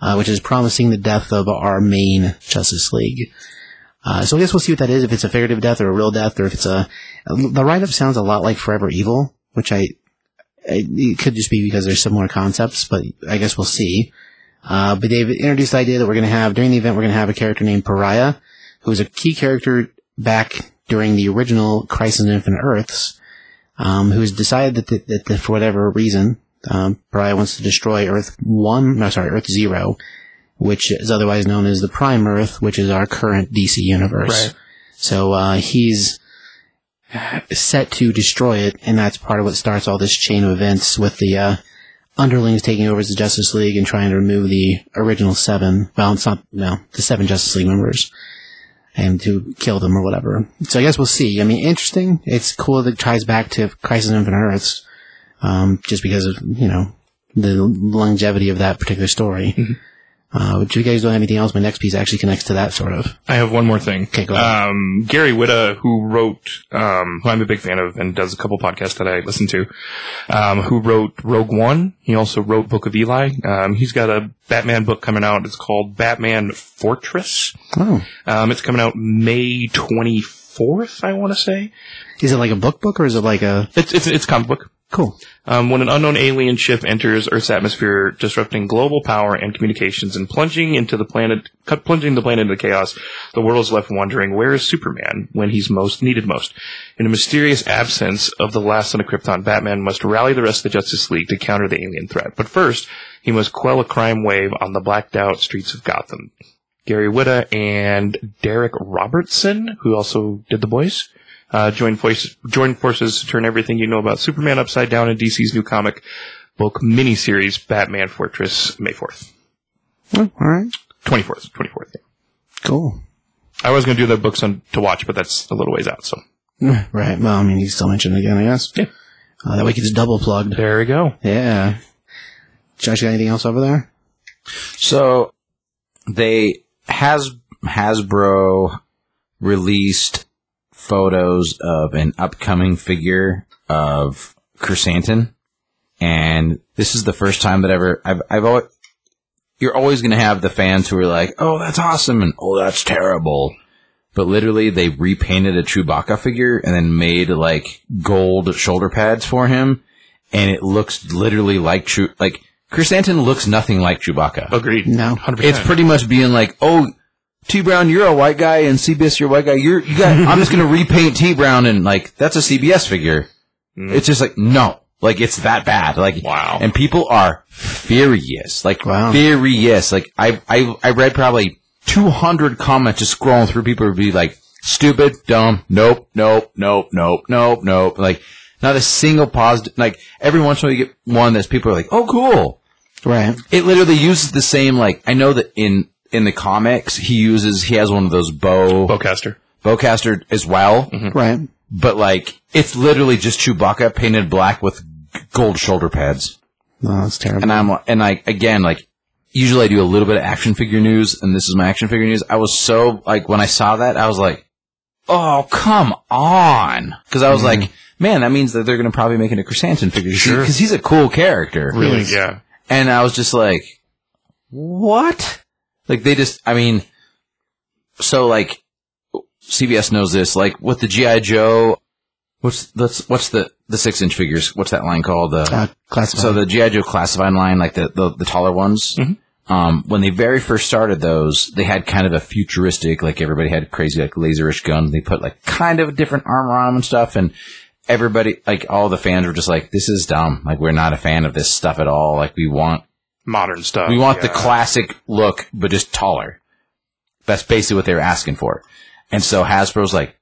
[SPEAKER 2] uh, which is promising the death of our main Justice League. Uh, so I guess we'll see what that is. If it's a figurative death or a real death, or if it's a the write-up sounds a lot like Forever Evil, which I it it could just be because they're similar concepts, but I guess we'll see. Uh, but they've introduced the idea that we're going to have, during the event, we're going to have a character named Pariah, who was a key character back during the original Crisis on Infinite Earths, um, who has decided that, that, that, that for whatever reason, um, Pariah wants to destroy Earth 1, no, sorry, Earth 0, which is otherwise known as the Prime Earth, which is our current DC universe.
[SPEAKER 3] Right.
[SPEAKER 2] So, uh, he's set to destroy it, and that's part of what starts all this chain of events with the, uh, underlings taking over as the Justice League and trying to remove the original seven. Well, it's not no, the seven Justice League members, and to kill them or whatever. So I guess we'll see. I mean, interesting. It's cool that it ties back to Crisis on Infinite Earths, um, just because of you know the longevity of that particular story. Uh, which if you guys don't have anything else, my next piece actually connects to that sort of.
[SPEAKER 3] I have one more thing.
[SPEAKER 2] Okay, go ahead.
[SPEAKER 3] Um, Gary Whitta, who wrote, um, who I'm a big fan of and does a couple podcasts that I listen to, um, who wrote Rogue One. He also wrote Book of Eli. Um, he's got a Batman book coming out. It's called Batman Fortress.
[SPEAKER 2] Oh,
[SPEAKER 3] Um, it's coming out May 24th, I want to say.
[SPEAKER 2] is it like a book book or is it like a
[SPEAKER 3] It's, it's, it's a comic book.
[SPEAKER 2] cool?
[SPEAKER 3] Um, when an unknown alien ship enters Earth's atmosphere, disrupting global power and communications and plunging into the planet, cu- plunging the planet into chaos, the world is left wondering where is Superman when he's most needed most. In a mysterious absence of the last son of Krypton, Batman must rally the rest of the Justice League to counter the alien threat. But first, he must quell a crime wave on the blacked out streets of Gotham. Gary Whitta and Derek Robertson, who also did The Boys, uh, joined, voice, joined forces to turn everything you know about Superman upside down in DC's new comic book miniseries, Batman Fortress, May 4th.
[SPEAKER 2] Oh, all right,
[SPEAKER 3] 24th. 24th. yeah.
[SPEAKER 2] cool.
[SPEAKER 3] I was going to do the books on, to watch, but that's a little ways out, so.
[SPEAKER 2] Right. Well, I mean, you can still mention it again, I guess.
[SPEAKER 3] Yeah.
[SPEAKER 2] Uh, that way, it's double plugged.
[SPEAKER 3] There we go.
[SPEAKER 2] Yeah. Josh, you got anything else over there?
[SPEAKER 5] So they has Hasbro released photos of an upcoming figure of Chrysanthemum, and this is the first time that ever I've I've always you're always going to have the fans who are like, "Oh, that's awesome," and "Oh, that's terrible." but literally they repainted a Chewbacca figure and then made like gold shoulder pads for him, and it looks literally like Chew like Chris Anton looks nothing like Chewbacca.
[SPEAKER 3] Agreed.
[SPEAKER 2] No.
[SPEAKER 3] 100%.
[SPEAKER 5] It's pretty much being like, oh, T Brown, you're a white guy, and CBS, you're a white guy. You're you got. I'm just gonna repaint T Brown, and like that's a CBS figure. It's just like no, like it's that bad. Like
[SPEAKER 3] Wow.
[SPEAKER 5] and people are furious, like
[SPEAKER 2] Wow.
[SPEAKER 5] furious. Like I I I read probably 200 comments just scrolling through. People would be like, stupid, dumb, nope, nope, nope, nope, nope, nope. Like not a single positive. Like every once in a while you get one that's people are like, oh, cool
[SPEAKER 2] Right.
[SPEAKER 5] it literally uses the same like I know that in in the comics he uses he has one of those bow
[SPEAKER 3] Bowcaster.
[SPEAKER 5] bowcaster as well,
[SPEAKER 2] Right.
[SPEAKER 5] but like it's literally just Chewbacca painted black with g- gold shoulder pads.
[SPEAKER 2] No, that's terrible.
[SPEAKER 5] And I'm and like again like usually I do a little bit of action figure news and this is my action figure news. I was so like when I saw that I was like, oh come on, because I was like. Man, that means that they're going to probably make it a Chrysanthemum figure
[SPEAKER 3] Sure.
[SPEAKER 5] because he's a cool character.
[SPEAKER 3] Really? Yeah.
[SPEAKER 5] And I was just like, what? Like they just, I mean, so like CBS knows this, like with the GI Joe, what's that's what's the the six inch figures? What's that line called? The
[SPEAKER 2] uh, classified.
[SPEAKER 5] so the GI Joe classified line, like the the, the taller ones. Um, when they very first started those, they had kind of a futuristic, like everybody had crazy, like laserish guns. They put like kind of a different armor on them and stuff. And everybody, like all the fans were just like, this is dumb. Like we're not a fan of this stuff at all. Like we want
[SPEAKER 3] Modern stuff.
[SPEAKER 5] we want the
[SPEAKER 3] yeah.
[SPEAKER 5] classic look, but just taller. That's basically what they were asking for. And so Hasbro's like,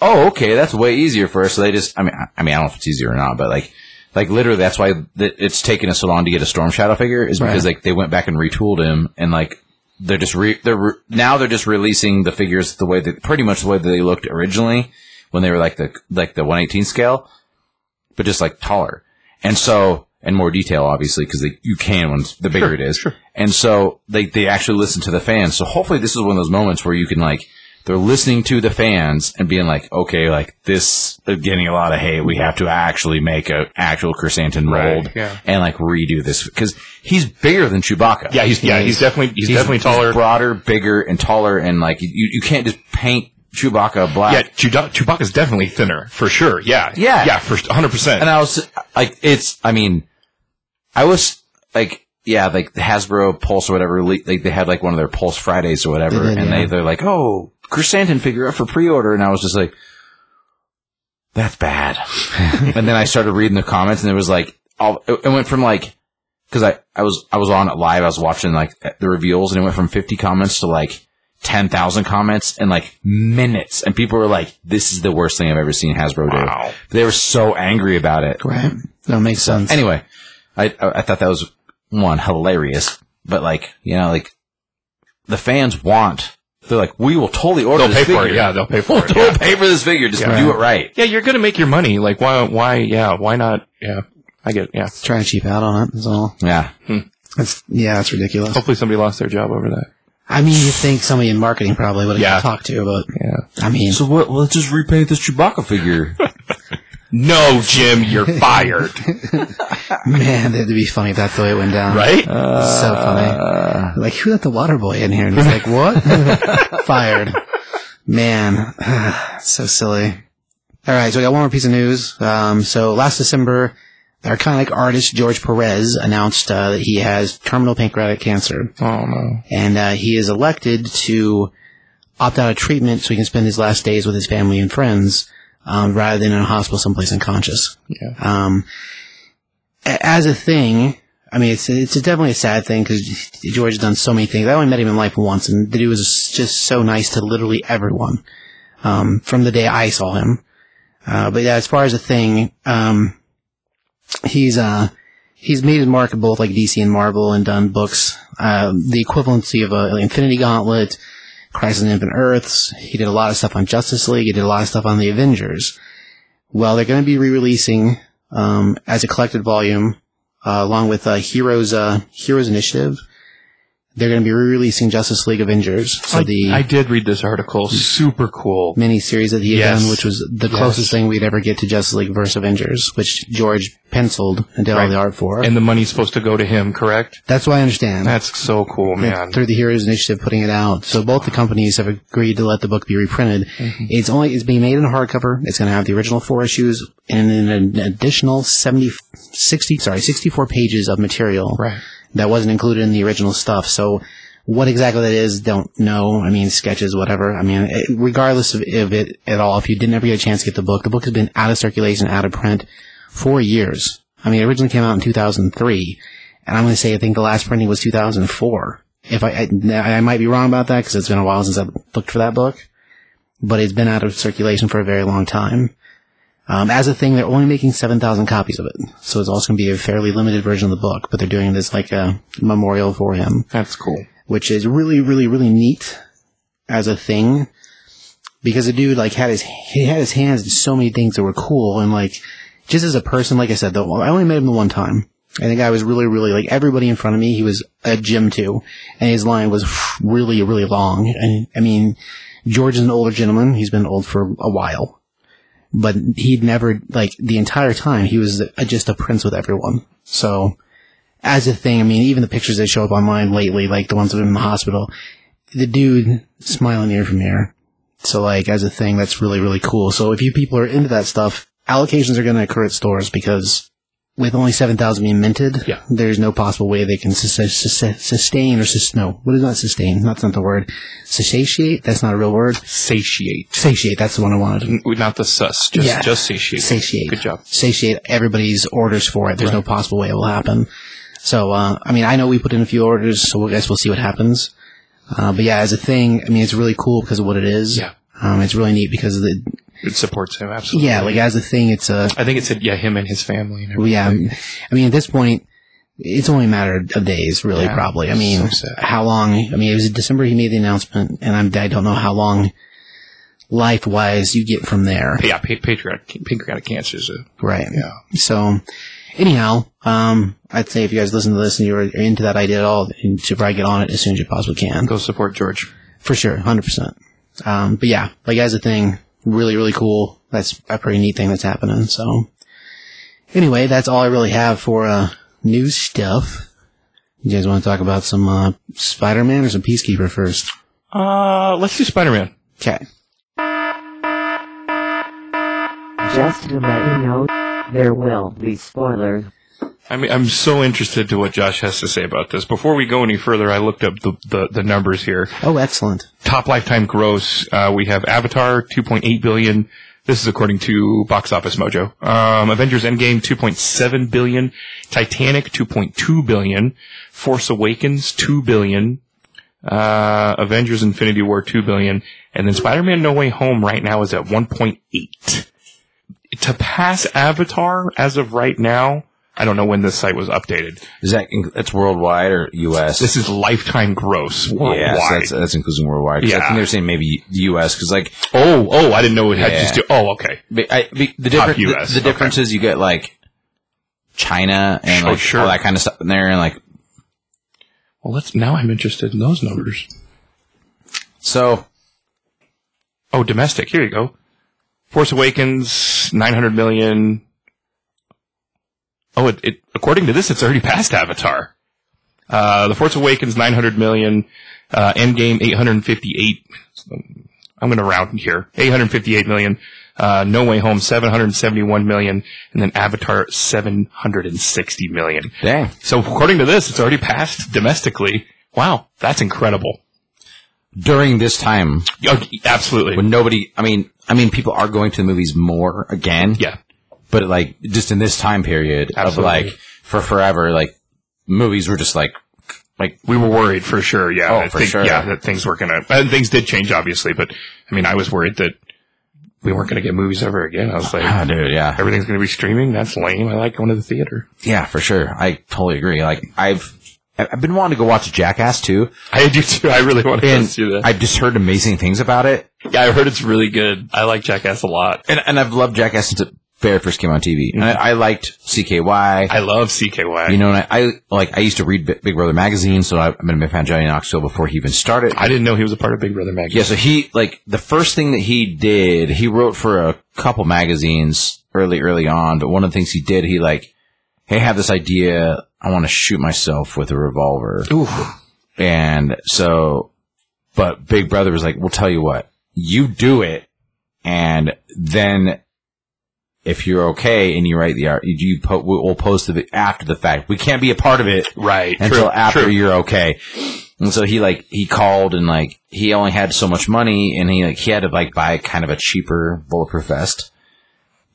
[SPEAKER 5] oh, okay, that's way easier for us. So they just, I mean, I, I mean, I don't know if it's easier or not, but like, like literally, that's why th- it's taken us so long to get a Storm Shadow figure is because like they went back and retooled him and like they're just re- they're re- now they're just releasing the figures the way that pretty much the way that they looked originally when they were like the like the 118 scale, but just like taller and so and more detail obviously because you can when the bigger it is. And so they they actually listen to the fans. So hopefully this is one of those moments where you can like they're listening to the fans and being like, okay, like this is getting a lot of hate. We have to actually make a actual chrysanthemum
[SPEAKER 3] Right,
[SPEAKER 5] mold
[SPEAKER 3] yeah.
[SPEAKER 5] and like redo this because he's bigger than Chewbacca.
[SPEAKER 3] Yeah, he's yeah, he's definitely he's, definitely taller.
[SPEAKER 5] broader, bigger, and taller, and like you, you can't just paint Chewbacca black.
[SPEAKER 3] Yeah, Chewba- Chewbacca's definitely thinner for sure. Yeah,
[SPEAKER 5] Yeah.
[SPEAKER 3] yeah, for 100. percent
[SPEAKER 5] and I was like, it's. I mean, I was like, yeah, like the Hasbro Pulse or whatever. le- Like they had like one of their Pulse Fridays or whatever,
[SPEAKER 2] They did,
[SPEAKER 5] and
[SPEAKER 2] yeah.
[SPEAKER 5] they they're like, oh, Chrysanthemum figure up for pre order, and I was just like, that's bad. and then I started reading the comments, and it was like, all, it, it went from like. Because I, I was I was on it live, I was watching like the reveals, and it went from fifty comments to like ten thousand comments in like minutes, and people were like, "This is the worst thing I've ever seen Hasbro do."
[SPEAKER 3] Wow.
[SPEAKER 5] They were so angry about it.
[SPEAKER 2] right. That makes sense.
[SPEAKER 5] Anyway, I I I thought that was one hilarious, but like you know, like the fans want. They're like, we will totally order.
[SPEAKER 3] They'll
[SPEAKER 5] this
[SPEAKER 3] pay
[SPEAKER 5] figure.
[SPEAKER 3] for it. Yeah, they'll pay for
[SPEAKER 5] we'll
[SPEAKER 3] it.
[SPEAKER 5] totally
[SPEAKER 3] Yeah.
[SPEAKER 5] pay for this figure. Just
[SPEAKER 3] Yeah.
[SPEAKER 5] do it right.
[SPEAKER 3] yeah, you're gonna make your money. Like why why yeah why not yeah I get it. yeah.
[SPEAKER 2] Trying to cheap out on it is all.
[SPEAKER 5] Yeah,
[SPEAKER 2] That's yeah, that's ridiculous.
[SPEAKER 3] Hopefully somebody lost their job over that.
[SPEAKER 2] I mean, you think somebody in marketing probably would have
[SPEAKER 3] Yeah.
[SPEAKER 2] talked to, but
[SPEAKER 3] Yeah.
[SPEAKER 2] I mean,
[SPEAKER 5] So what? Let's just repaint this Chewbacca figure.
[SPEAKER 3] No, Jim, you're fired.
[SPEAKER 2] man, that'd be funny if that's the way it went down. Uh,
[SPEAKER 3] right?
[SPEAKER 2] so funny. Like, who let the water boy in here? And he's like, what? Fired. Man, so silly. All right, so we got one more piece of news. Um, so last December, our comic artist George Perez announced uh, that he has terminal pancreatic cancer,
[SPEAKER 3] oh no.
[SPEAKER 2] and uh, he is elected to opt out of treatment so he can spend his last days with his family and friends um, rather than in a hospital someplace unconscious.
[SPEAKER 3] Yeah.
[SPEAKER 2] Um, a- as a thing, I mean, it's it's definitely a sad thing because George has done so many things. I only met him in life once, and the dude was just so nice to literally everyone um, from the day I saw him. Uh, but yeah, as far as a thing, um, he's uh, he's made his mark in both like DC and Marvel, and done books, uh, the equivalency of uh, Infinity Gauntlet, Crisis on Infinite Earths. He did a lot of stuff on Justice League. He did a lot of stuff on the Avengers. Well, they're going to be re-releasing um, as a collected volume, uh, along with uh, Heroes uh, Heroes Initiative. they're going to be re-releasing Justice League Avengers. So
[SPEAKER 3] I,
[SPEAKER 2] the
[SPEAKER 3] I did read this article. Super cool.
[SPEAKER 2] mini series that he had
[SPEAKER 3] Yes.
[SPEAKER 2] done, which was the closest thing we'd ever get to Justice League versus Avengers, which George penciled and did all the art for.
[SPEAKER 3] And the money's supposed to go to him, correct?
[SPEAKER 2] That's what I understand.
[SPEAKER 3] That's so cool, Oh, man.
[SPEAKER 2] Through the Heroes Initiative putting it out. So both the companies have agreed to let the book be reprinted.
[SPEAKER 3] Mm-hmm.
[SPEAKER 2] It's only it's being made in hardcover. It's going to have the original four issues and then an additional 70, 60, sorry, 64 pages of material
[SPEAKER 3] Right.
[SPEAKER 2] that wasn't included in the original stuff. So what exactly that is, don't know. I mean, sketches, whatever. I mean, it, regardless of, of it at all, if you didn't ever get a chance to get the book, the book has been out of circulation, out of print for years. I mean, it originally came out in 2003, and I'm going to say I think the last printing was 2004. If I, I, I might be wrong about that because it's been a while since I looked for that book, but it's been out of circulation for a very long time. Um, as a thing, they're only making 7,000 copies of it. So it's also going to be a fairly limited version of the book, but they're doing this like a memorial for him,
[SPEAKER 3] That's cool.
[SPEAKER 2] which is really, really, really neat as a thing. Because the dude like had his, he had his hands in so many things that were cool and like, just as a person, like I said, though, I only met him the one time. And the guy was really, really like everybody in front of me. He was a gym too, and his line was really, really long. And I mean, George is an older gentleman. He's been old for a while, but he'd never like the entire time he was a, just a prince with everyone. So, as a thing, I mean, even the pictures that show up online lately, like the ones of him in the hospital, the dude smiling ear from ear. So like as a thing, that's really really cool. So if you people are into that stuff, allocations are going to occur at stores because with only seven thousand being minted,
[SPEAKER 3] Yeah.
[SPEAKER 2] there's no possible way they can sus- sus- sus- sustain or sus- no. What is not sustain? That's not the word. Satiate. That's not a real word.
[SPEAKER 3] Satiate.
[SPEAKER 2] Satiate. That's the one I wanted.
[SPEAKER 3] N- Not the sus. Just,
[SPEAKER 2] Yeah.
[SPEAKER 3] just satiate.
[SPEAKER 2] Satiate.
[SPEAKER 3] Good job.
[SPEAKER 2] Satiate everybody's orders for it. There's no possible way it will happen. So uh, I mean, I know we put in a few orders, so I guess we'll see what happens. Uh, but yeah, as a thing, I mean, it's really cool because of what it is.
[SPEAKER 3] Yeah.
[SPEAKER 2] Um, it's really neat because of the
[SPEAKER 3] It supports him absolutely.
[SPEAKER 2] yeah, like as a thing, it's a
[SPEAKER 3] I think it said yeah, him and his family. And
[SPEAKER 2] Well,
[SPEAKER 3] everything.
[SPEAKER 2] yeah, I mean, at this point, it's only a matter of days, really,
[SPEAKER 3] Yeah,
[SPEAKER 2] probably. I mean,
[SPEAKER 3] so sad.
[SPEAKER 2] how long? I mean, it was December he made the announcement, and I'm, I don't know how long life wise you get from there.
[SPEAKER 3] yeah. Pa- pancreatic, pancreatic cancer is a
[SPEAKER 2] Right.
[SPEAKER 3] Yeah.
[SPEAKER 2] So, anyhow, um, I'd say if you guys listen to this and you're into that idea at all, you should probably get on it as soon as you possibly can.
[SPEAKER 3] go support George.
[SPEAKER 2] For sure, 100%. Um, but yeah, like as a thing, really, really cool. That's a pretty neat thing that's happening. So, anyway, that's all I really have for uh, news stuff. You guys want to talk about some uh, Spider Man or some Peacekeeper first?
[SPEAKER 3] Uh, let's do Spider Man.
[SPEAKER 2] Okay.
[SPEAKER 4] Just to let you know, there will be spoilers.
[SPEAKER 3] I mean, I'm so interested to what Josh has to say about this. Before we go any further, I looked up the, the, the numbers here.
[SPEAKER 2] Oh, excellent.
[SPEAKER 3] Top lifetime gross. Uh, we have Avatar 2.8 billion. This is according to Box Office Mojo. Um, Avengers Endgame 2.7 billion. Titanic 2.2 billion. Force Awakens 2 billion. Uh, Avengers Infinity War 2 billion. And then Spider-Man No Way Home right now is at 1.8. To pass Avatar as of right now, I don't know when this site was updated.
[SPEAKER 5] Is that inc- that's worldwide or U.S.?
[SPEAKER 3] This is lifetime gross worldwide.
[SPEAKER 5] yeah, so that's that's including worldwide. 'Cause I
[SPEAKER 3] Yeah.
[SPEAKER 5] think they're saying maybe U.S. because like
[SPEAKER 3] oh, oh, I didn't know it had
[SPEAKER 5] Yeah.
[SPEAKER 3] just. Do, oh, okay.
[SPEAKER 5] But I, be- the
[SPEAKER 3] Top
[SPEAKER 5] difference, the,
[SPEAKER 3] US,
[SPEAKER 5] the
[SPEAKER 3] okay.
[SPEAKER 5] difference is you get like China and
[SPEAKER 3] Oh,
[SPEAKER 5] like
[SPEAKER 3] sure.
[SPEAKER 5] all that kind of stuff in there, and like
[SPEAKER 3] Well, let's. Now I'm interested in those numbers.
[SPEAKER 5] so
[SPEAKER 3] Oh, domestic. Here you go. Force Awakens, nine hundred million. Oh, it, it. According to this, it's already past Avatar. Uh, the Force Awakens, nine hundred million. Uh, Endgame, eight hundred fifty-eight. I'm going to round here. Eight hundred fifty-eight million. Uh, no Way Home, seven hundred seventy-one million, and then Avatar, seven hundred and sixty million.
[SPEAKER 5] dang,
[SPEAKER 3] So according to this, it's already passed domestically. Wow, that's incredible.
[SPEAKER 5] during this time
[SPEAKER 3] Yeah, Oh, Absolutely.
[SPEAKER 5] when nobody, I mean, I mean, people are going to the movies more again,
[SPEAKER 3] yeah.
[SPEAKER 5] But like just in this time period
[SPEAKER 3] Absolutely.
[SPEAKER 5] of like for forever, like movies were just like like
[SPEAKER 3] We were worried for sure. Yeah.
[SPEAKER 5] Oh,
[SPEAKER 3] I
[SPEAKER 5] for
[SPEAKER 3] think-
[SPEAKER 5] sure.
[SPEAKER 3] Yeah, that things were going to, and things did change obviously, but I mean, I was worried that we weren't going to get movies ever again. I was
[SPEAKER 5] ah,
[SPEAKER 3] like,
[SPEAKER 5] dude, yeah,
[SPEAKER 3] everything's going to be streaming. That's lame. I like going to the theater.
[SPEAKER 5] yeah, for sure. I totally agree. Like I've I've been wanting to go watch Jackass too,
[SPEAKER 3] I do too. I really want to
[SPEAKER 5] and
[SPEAKER 3] see that.
[SPEAKER 5] I've just heard amazing things about it,
[SPEAKER 3] yeah, I heard it's really good. I like Jackass a lot.
[SPEAKER 5] and and I've loved Jackass since it fair first came on TV. And I, I liked CKY.
[SPEAKER 3] I love CKY.
[SPEAKER 5] you know, and I, I like I used to read B- Big Brother magazine, so I, I've been a big fan of Johnny Knoxville before he even started.
[SPEAKER 3] I didn't know he was a part of Big Brother magazine.
[SPEAKER 5] Yeah, so he like the first thing that he did, he wrote for a couple magazines early, early on. But one of the things he did, he like, hey, I have this idea. I want to shoot myself with a revolver. And so, but Big Brother was like, we'll tell you what, you do it, and then if you're okay and you write the art, you po- we'll post it after the fact. We can't be a part of it
[SPEAKER 3] Right.
[SPEAKER 5] until
[SPEAKER 3] true,
[SPEAKER 5] after
[SPEAKER 3] true.
[SPEAKER 5] you're okay. And so he like he called and like he only had so much money and he like he had to like buy kind of a cheaper bulletproof vest.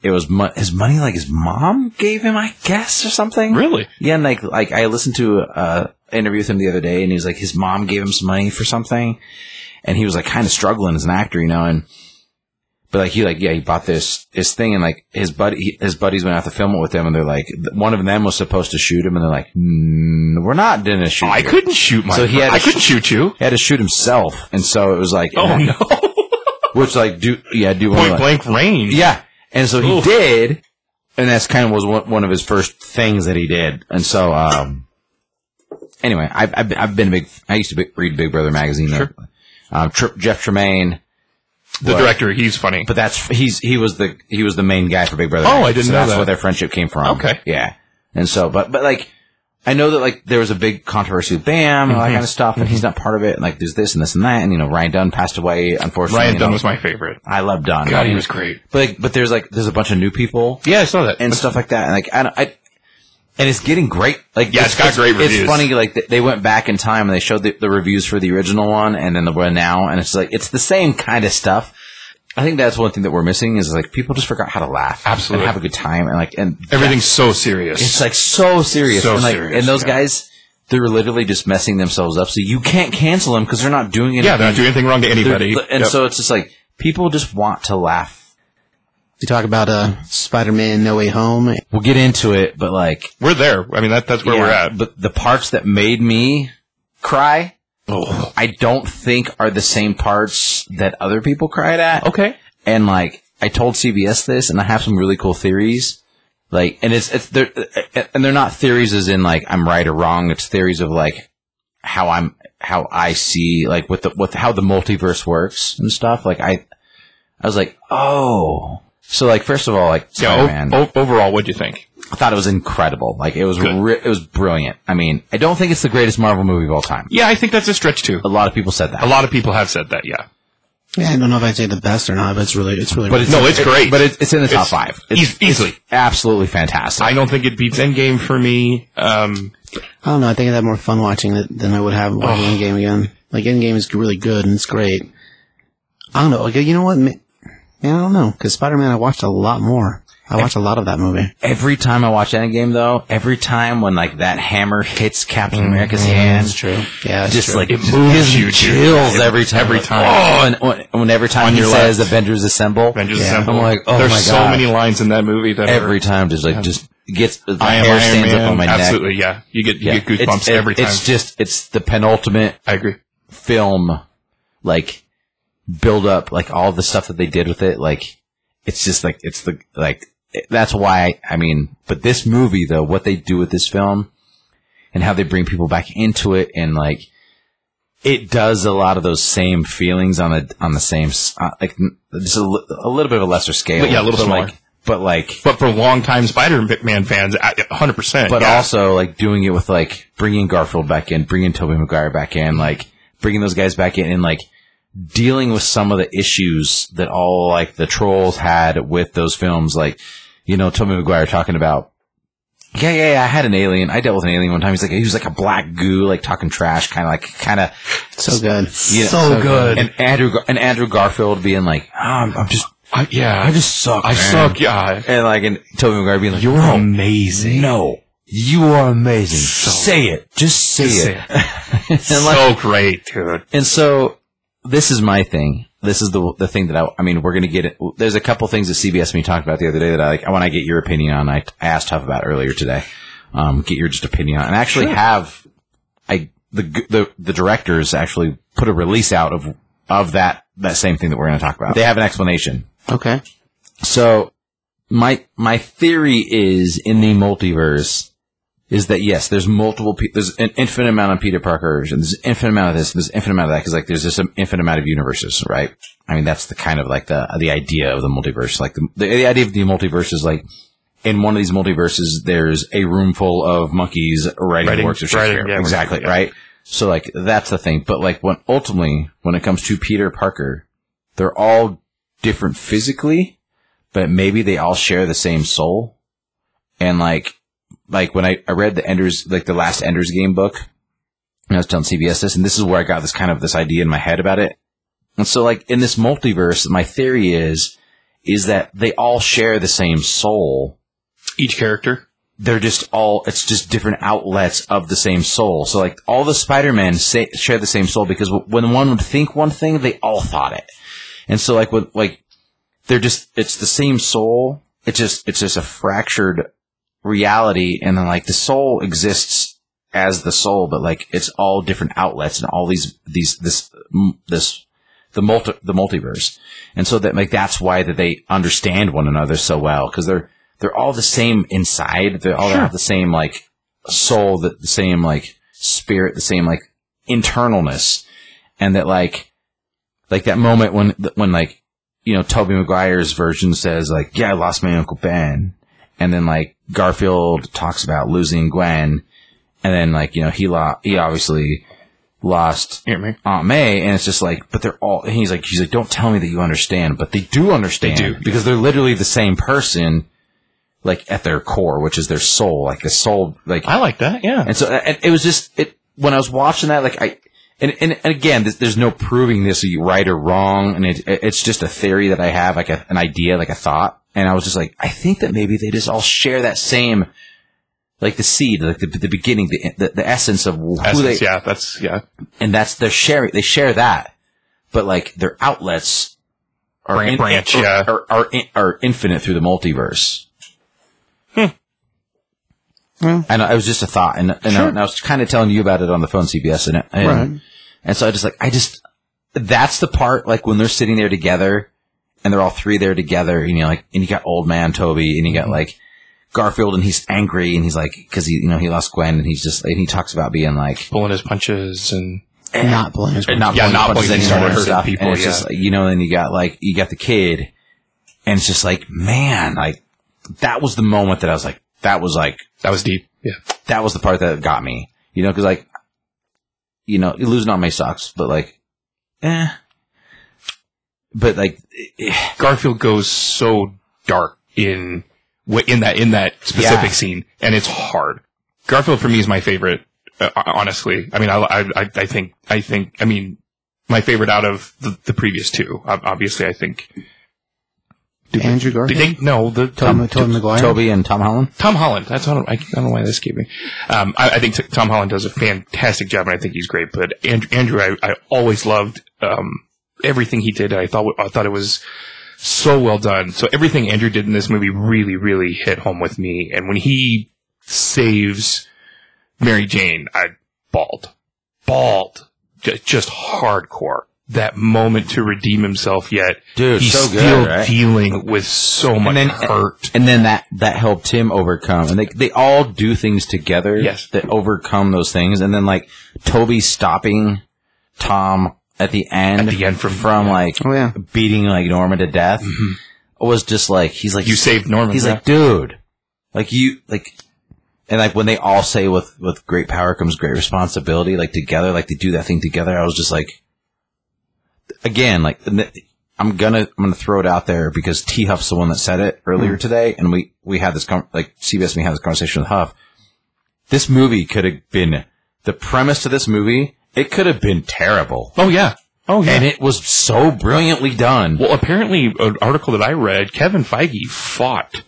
[SPEAKER 5] It was mo- his money like his mom gave him, I guess, or something.
[SPEAKER 3] Really?
[SPEAKER 5] Yeah, and like like I listened to uh interview with him the other day, and he was like his mom gave him some money for something, and he was like kind of struggling as an actor, you know, and but like he like yeah he bought this his thing, and like his buddy he- his buddies went out to film it with him, and they're like th- one of them was supposed to shoot him, and they're like mm, we're not gonna shoot.
[SPEAKER 3] I
[SPEAKER 5] you."
[SPEAKER 3] couldn't shoot my.
[SPEAKER 5] So he had
[SPEAKER 3] I
[SPEAKER 5] to
[SPEAKER 3] couldn't shoot you.
[SPEAKER 5] He had to shoot himself, and so it was like
[SPEAKER 3] Oh no!
[SPEAKER 5] which like do yeah do one of the-
[SPEAKER 3] Point blank range.
[SPEAKER 5] yeah, and so he
[SPEAKER 3] Oof.
[SPEAKER 5] did, and that's kind of was one, one of his first things that he did. And so, um, anyway, I've I've been, I've been a big. I used to be, read Big Brother magazine.
[SPEAKER 3] Sure.
[SPEAKER 5] Um, Tr- Jeff Tremaine,
[SPEAKER 3] The director, he's funny.
[SPEAKER 5] but that's he's he was the he was the main guy for Big Brother.
[SPEAKER 3] Oh, I
[SPEAKER 5] magazine,
[SPEAKER 3] didn't
[SPEAKER 5] so
[SPEAKER 3] know
[SPEAKER 5] that's
[SPEAKER 3] that.
[SPEAKER 5] where their friendship came from.
[SPEAKER 3] Okay.
[SPEAKER 5] yeah, and so, but but like. I know that like there was a big controversy with Bam and
[SPEAKER 3] Mm-hmm.
[SPEAKER 5] all that kind of stuff, and he's not part of it. And like there's this and this and that, and you know Ryan Dunn passed away unfortunately.
[SPEAKER 3] Ryan
[SPEAKER 5] and
[SPEAKER 3] Dunn
[SPEAKER 5] all-
[SPEAKER 3] was my favorite.
[SPEAKER 5] I love Dunn.
[SPEAKER 3] God, he
[SPEAKER 5] Like,
[SPEAKER 3] was great.
[SPEAKER 5] But like, but there's like there's a bunch of new people
[SPEAKER 3] Mm. Yeah, I saw that.
[SPEAKER 5] and stuff like that. And like I, don't, I and it's getting great. Like
[SPEAKER 3] Yeah, it's got great reviews.
[SPEAKER 5] It's funny. Like th- they went back in time and they showed the, the reviews for the original one and then the one now, and it's like it's the same kind of stuff. I think that's one thing that we're missing is like people just forgot how to laugh,
[SPEAKER 3] Absolutely.
[SPEAKER 5] and have a good time, and like and
[SPEAKER 3] Everything's so serious.
[SPEAKER 5] it's like so serious,
[SPEAKER 3] So
[SPEAKER 5] and like
[SPEAKER 3] serious,
[SPEAKER 5] and those
[SPEAKER 3] yeah.
[SPEAKER 5] guys. They're literally just messing themselves up, so you can't cancel them because they're not doing anything.
[SPEAKER 3] yeah, they're not doing anything wrong to
[SPEAKER 5] They're-
[SPEAKER 3] anybody.
[SPEAKER 5] and
[SPEAKER 3] Yep.
[SPEAKER 5] so it's just like people just want to laugh
[SPEAKER 2] We talk about uh, Spider-Man: No Way Home.
[SPEAKER 5] we'll get into it, but like
[SPEAKER 3] we're there. I mean, that, that's where
[SPEAKER 5] yeah,
[SPEAKER 3] we're at.
[SPEAKER 5] But the parts that made me cry,
[SPEAKER 3] Oh,
[SPEAKER 5] I don't think are the same parts that other people cried at.
[SPEAKER 3] okay.
[SPEAKER 5] And like I told CBS this, and I have some really cool theories. Like, and it's it's they're uh, and they're not theories as in like I'm right or wrong. It's theories of like how I'm how I see like what the what how the multiverse works and stuff. Like I, I was like, oh. So like first of all, like
[SPEAKER 3] Yeah.
[SPEAKER 5] Spider-Man.
[SPEAKER 3] o- o- overall, what'd you think?
[SPEAKER 5] I thought it was incredible. Like it was,
[SPEAKER 3] Good.
[SPEAKER 5] ri- it was brilliant. I mean, I don't think it's the greatest Marvel movie of all time.
[SPEAKER 3] Yeah, I think that's a stretch too.
[SPEAKER 5] A lot of people said that,
[SPEAKER 3] A lot of people have said that. Yeah,
[SPEAKER 2] Yeah, I don't know if I'd say the best or not, but it's really, it's really.
[SPEAKER 5] but it's
[SPEAKER 3] No, it's great.
[SPEAKER 5] But it's, it's in the top
[SPEAKER 3] It's
[SPEAKER 5] five.
[SPEAKER 3] eas-
[SPEAKER 5] It's
[SPEAKER 3] easily.
[SPEAKER 5] absolutely fantastic.
[SPEAKER 3] I don't think it beats Endgame for me. Um,
[SPEAKER 2] I don't know. I think I'd have more fun watching it than I would have watching Endgame again. Like Endgame is really good and it's great. I don't know. Like you know what? Man, I don't know because Spider-Man I watched a lot more. I watched a lot of that movie.
[SPEAKER 5] every time I watch Endgame, though, every time when like that hammer hits Captain America's hand,
[SPEAKER 2] Mm-hmm. true. Yeah, that's
[SPEAKER 5] just
[SPEAKER 2] true.
[SPEAKER 5] like
[SPEAKER 3] It moves
[SPEAKER 5] gives me
[SPEAKER 3] you, dude.
[SPEAKER 5] chills
[SPEAKER 3] It-
[SPEAKER 5] every time.
[SPEAKER 3] every time.
[SPEAKER 5] Oh, and, when- and every time he
[SPEAKER 3] your
[SPEAKER 5] says
[SPEAKER 3] left.
[SPEAKER 5] "Avengers Assemble,"
[SPEAKER 3] Avengers
[SPEAKER 2] Yeah.
[SPEAKER 3] Assemble.
[SPEAKER 5] I'm like, oh
[SPEAKER 3] there's
[SPEAKER 5] my
[SPEAKER 3] so
[SPEAKER 5] God.
[SPEAKER 3] many lines in that movie that
[SPEAKER 5] every
[SPEAKER 3] are,
[SPEAKER 5] time just like just gets the
[SPEAKER 3] I am
[SPEAKER 5] hair
[SPEAKER 3] Iron
[SPEAKER 5] stands
[SPEAKER 3] Man.
[SPEAKER 5] up on my neck.
[SPEAKER 3] Absolutely, yeah. You get you
[SPEAKER 5] Yeah.
[SPEAKER 3] get goosebumps
[SPEAKER 5] It's-
[SPEAKER 3] every time.
[SPEAKER 5] It's just it's the penultimate
[SPEAKER 3] I agree.
[SPEAKER 5] film like build up like all the stuff that they did with it like it's just like it's the like it- that's why I, mean but this movie though what they do with this film and how they bring people back into it and like it does a lot of those same feelings on the on the same s- uh, like n- just a, li- a little bit of a lesser scale
[SPEAKER 3] But yeah, a little
[SPEAKER 5] but
[SPEAKER 3] smaller.
[SPEAKER 5] like but like
[SPEAKER 3] But for longtime Spider-Man fans, 100. percent
[SPEAKER 5] but also like doing it with like bringing Garfield back in, bringing Tobey Maguire back in, like bringing those guys back in, and like dealing with some of the issues that all like the trolls had with those films, like you know Tobey Maguire talking about. Yeah, yeah, yeah. I had an alien. I dealt with an alien one time. He's like, he was like a black goo, like talking trash, kind of like, kind of
[SPEAKER 2] so good.
[SPEAKER 5] yeah, And Andrew Gar- and Andrew Garfield being like, "Ah, I'm, I'm just,
[SPEAKER 3] I, yeah,
[SPEAKER 5] I just suck.
[SPEAKER 3] I
[SPEAKER 5] man."
[SPEAKER 3] suck. Yeah,
[SPEAKER 5] And like, and Toby McGuire being like, "You're amazing." No, you are amazing. say it. Just say
[SPEAKER 3] Just
[SPEAKER 5] it. and, like-
[SPEAKER 3] so great, dude.
[SPEAKER 5] and so, this is my thing. This is the the thing that I. I mean, we're gonna get it. There's a couple things that CBS and me talked about the other day that I like. I want to get your opinion on. I, I asked Huff about earlier today. Um, get your just opinion on, and actually have I the g- the the directors actually put a release out of of that that same thing that we're gonna talk about. They have an explanation.
[SPEAKER 2] Okay.
[SPEAKER 5] So my my theory is in the multiverse is that yes, there's multiple pe- there's an infinite amount of Peter Parkers and there's an infinite amount of this and there's an infinite amount of that because like there's just an infinite amount of universes, right? I mean that's the kind of like the the idea of the multiverse, like the the, the idea of the multiverse is like. In one of these multiverses, there's a room full of monkeys writing,
[SPEAKER 3] Writing-
[SPEAKER 5] works of
[SPEAKER 3] writing,
[SPEAKER 5] Shakespeare.
[SPEAKER 3] yeah,
[SPEAKER 5] exactly,
[SPEAKER 3] yeah.
[SPEAKER 5] right? So, like, that's the thing. But, like, when ultimately, when it comes to Peter Parker, they're all different physically, but maybe they all share the same soul. And like, like when I, I read the Ender's, like the last Ender's Game book, and I was telling CBS this, and this is where I got this kind of this idea in my head about it. And so like in this multiverse, my theory is, is that they all share the same soul.
[SPEAKER 3] Each character.
[SPEAKER 5] They're just all, it's just different outlets of the same soul. So like all the Spider-Men say, share the same soul because when one would think one thing, they all thought it. And so like with like they're just it's the same soul. It's just it's just a fractured reality and then like the soul exists as the soul but like it's all different outlets and all these these this mm, this the multi the multiverse. And so that like that's why that they understand one another so well cuz they're they're all the same inside. They all have the same like soul, the, the same like spirit, the same like internalness and that like like that moment when when like you know Toby Maguire's version says like yeah I lost my uncle Ben and then like Garfield talks about losing Gwen and then like you know he lo- he obviously lost
[SPEAKER 3] Hear me?
[SPEAKER 5] Aunt May and it's just like but they're all and he's like he's like don't tell me that you understand but they do understand
[SPEAKER 3] They do,
[SPEAKER 5] because they're literally the same person like at their core which is their soul like the soul like
[SPEAKER 3] I like that. Yeah.
[SPEAKER 5] and so and it was just it when I was watching that, like I and and, and again, there's, there's no proving this are you right or wrong, and it, it's just a theory that I have, like a, an idea, like a thought, and I was just like, I think that maybe they just all share that same, like the seed, like the, the beginning, the, the the essence of who
[SPEAKER 3] Essence,
[SPEAKER 5] they,
[SPEAKER 3] yeah, that's yeah.
[SPEAKER 5] and that's their sharing. They share that, but like their outlets are
[SPEAKER 3] Bran- branch,
[SPEAKER 5] are,
[SPEAKER 3] yeah.
[SPEAKER 5] are are, in, are infinite through the multiverse.
[SPEAKER 3] Hmm.
[SPEAKER 2] Hmm.
[SPEAKER 5] And it was just a thought, and and, I, and I was kind of telling you about it on the phone, CBS, and and,
[SPEAKER 2] Right.
[SPEAKER 5] and so I just like I just that's the part like when they're sitting there together, and they're all three there together, and you know, like and you got old man Toby, and you got
[SPEAKER 2] Mm-hmm.
[SPEAKER 5] like Garfield, and he's angry, and he's like because he you know he lost Gwen, and he's just and he talks about being like
[SPEAKER 3] Pulling his punches and
[SPEAKER 2] not blowing his
[SPEAKER 5] and not
[SPEAKER 3] Yeah,
[SPEAKER 5] blowing
[SPEAKER 3] not
[SPEAKER 5] not punches
[SPEAKER 3] blowing
[SPEAKER 5] anymore
[SPEAKER 3] people,
[SPEAKER 5] and
[SPEAKER 3] hurting
[SPEAKER 5] stuff.
[SPEAKER 3] people,
[SPEAKER 5] and it's
[SPEAKER 3] yeah.
[SPEAKER 5] just like, you know, then you got like you got the kid, and it's just like man, like that was the moment that I was like, that was like
[SPEAKER 3] that was deep. Yeah.
[SPEAKER 5] that was the part that got me, you know, because like you know losing all my socks, but like, eh, but like
[SPEAKER 3] Garfield goes so dark in wi- in that in that specific
[SPEAKER 5] Yeah.
[SPEAKER 3] scene, and it's hard. Garfield for me is my favorite, uh, honestly. I mean, I, I I- I think I think I mean my favorite out of the, the previous two. Ob- Obviously, I think. Did we-
[SPEAKER 2] Andrew Garfield?
[SPEAKER 3] Did they, no, the
[SPEAKER 2] Tom,
[SPEAKER 3] um,
[SPEAKER 2] Tom McGuire.
[SPEAKER 5] Toby and Tom Holland.
[SPEAKER 3] Tom Holland. That's not, I, I don't know why that escaped me. Um, I, I think t- Tom Holland does a fantastic job, and I think he's great. But Andrew, Andrew I, I always loved um, everything he did. I thought I thought it was so well done. So everything Andrew did in this movie really, really hit home with me. And when he saves Mary Jane, I bawled, bawled, Ju- just hardcore. That moment to redeem himself, yet
[SPEAKER 5] Dude,
[SPEAKER 3] he's
[SPEAKER 5] so good,
[SPEAKER 3] still
[SPEAKER 5] right?
[SPEAKER 3] dealing with so much
[SPEAKER 5] then-
[SPEAKER 3] hurt.
[SPEAKER 5] And then that that helped him overcome. And they they all do things together
[SPEAKER 3] Yes.
[SPEAKER 5] that overcome those things. And then like Toby stopping Tom at the end
[SPEAKER 3] At the end from-
[SPEAKER 5] from
[SPEAKER 3] yeah.
[SPEAKER 5] like
[SPEAKER 3] Mm-hmm.
[SPEAKER 2] Oh, yeah.
[SPEAKER 5] beating like Norman to death was just like he's like
[SPEAKER 3] You saved Norman.
[SPEAKER 5] uh, he's
[SPEAKER 3] yeah.
[SPEAKER 5] like dude like you like and like when they all say with with great power comes great responsibility like together like they do that thing together I was just like again, like n- I'm gonna I'm gonna throw it out there because T Huff's the one that said it earlier today, and we we had this con like CBS and we had this conversation with Huff. This movie could have been the premise to this movie. It could have been terrible,
[SPEAKER 3] Oh yeah. Oh
[SPEAKER 5] and it was so brilliantly done.
[SPEAKER 3] well, apparently, an article that I read, Kevin Feige fought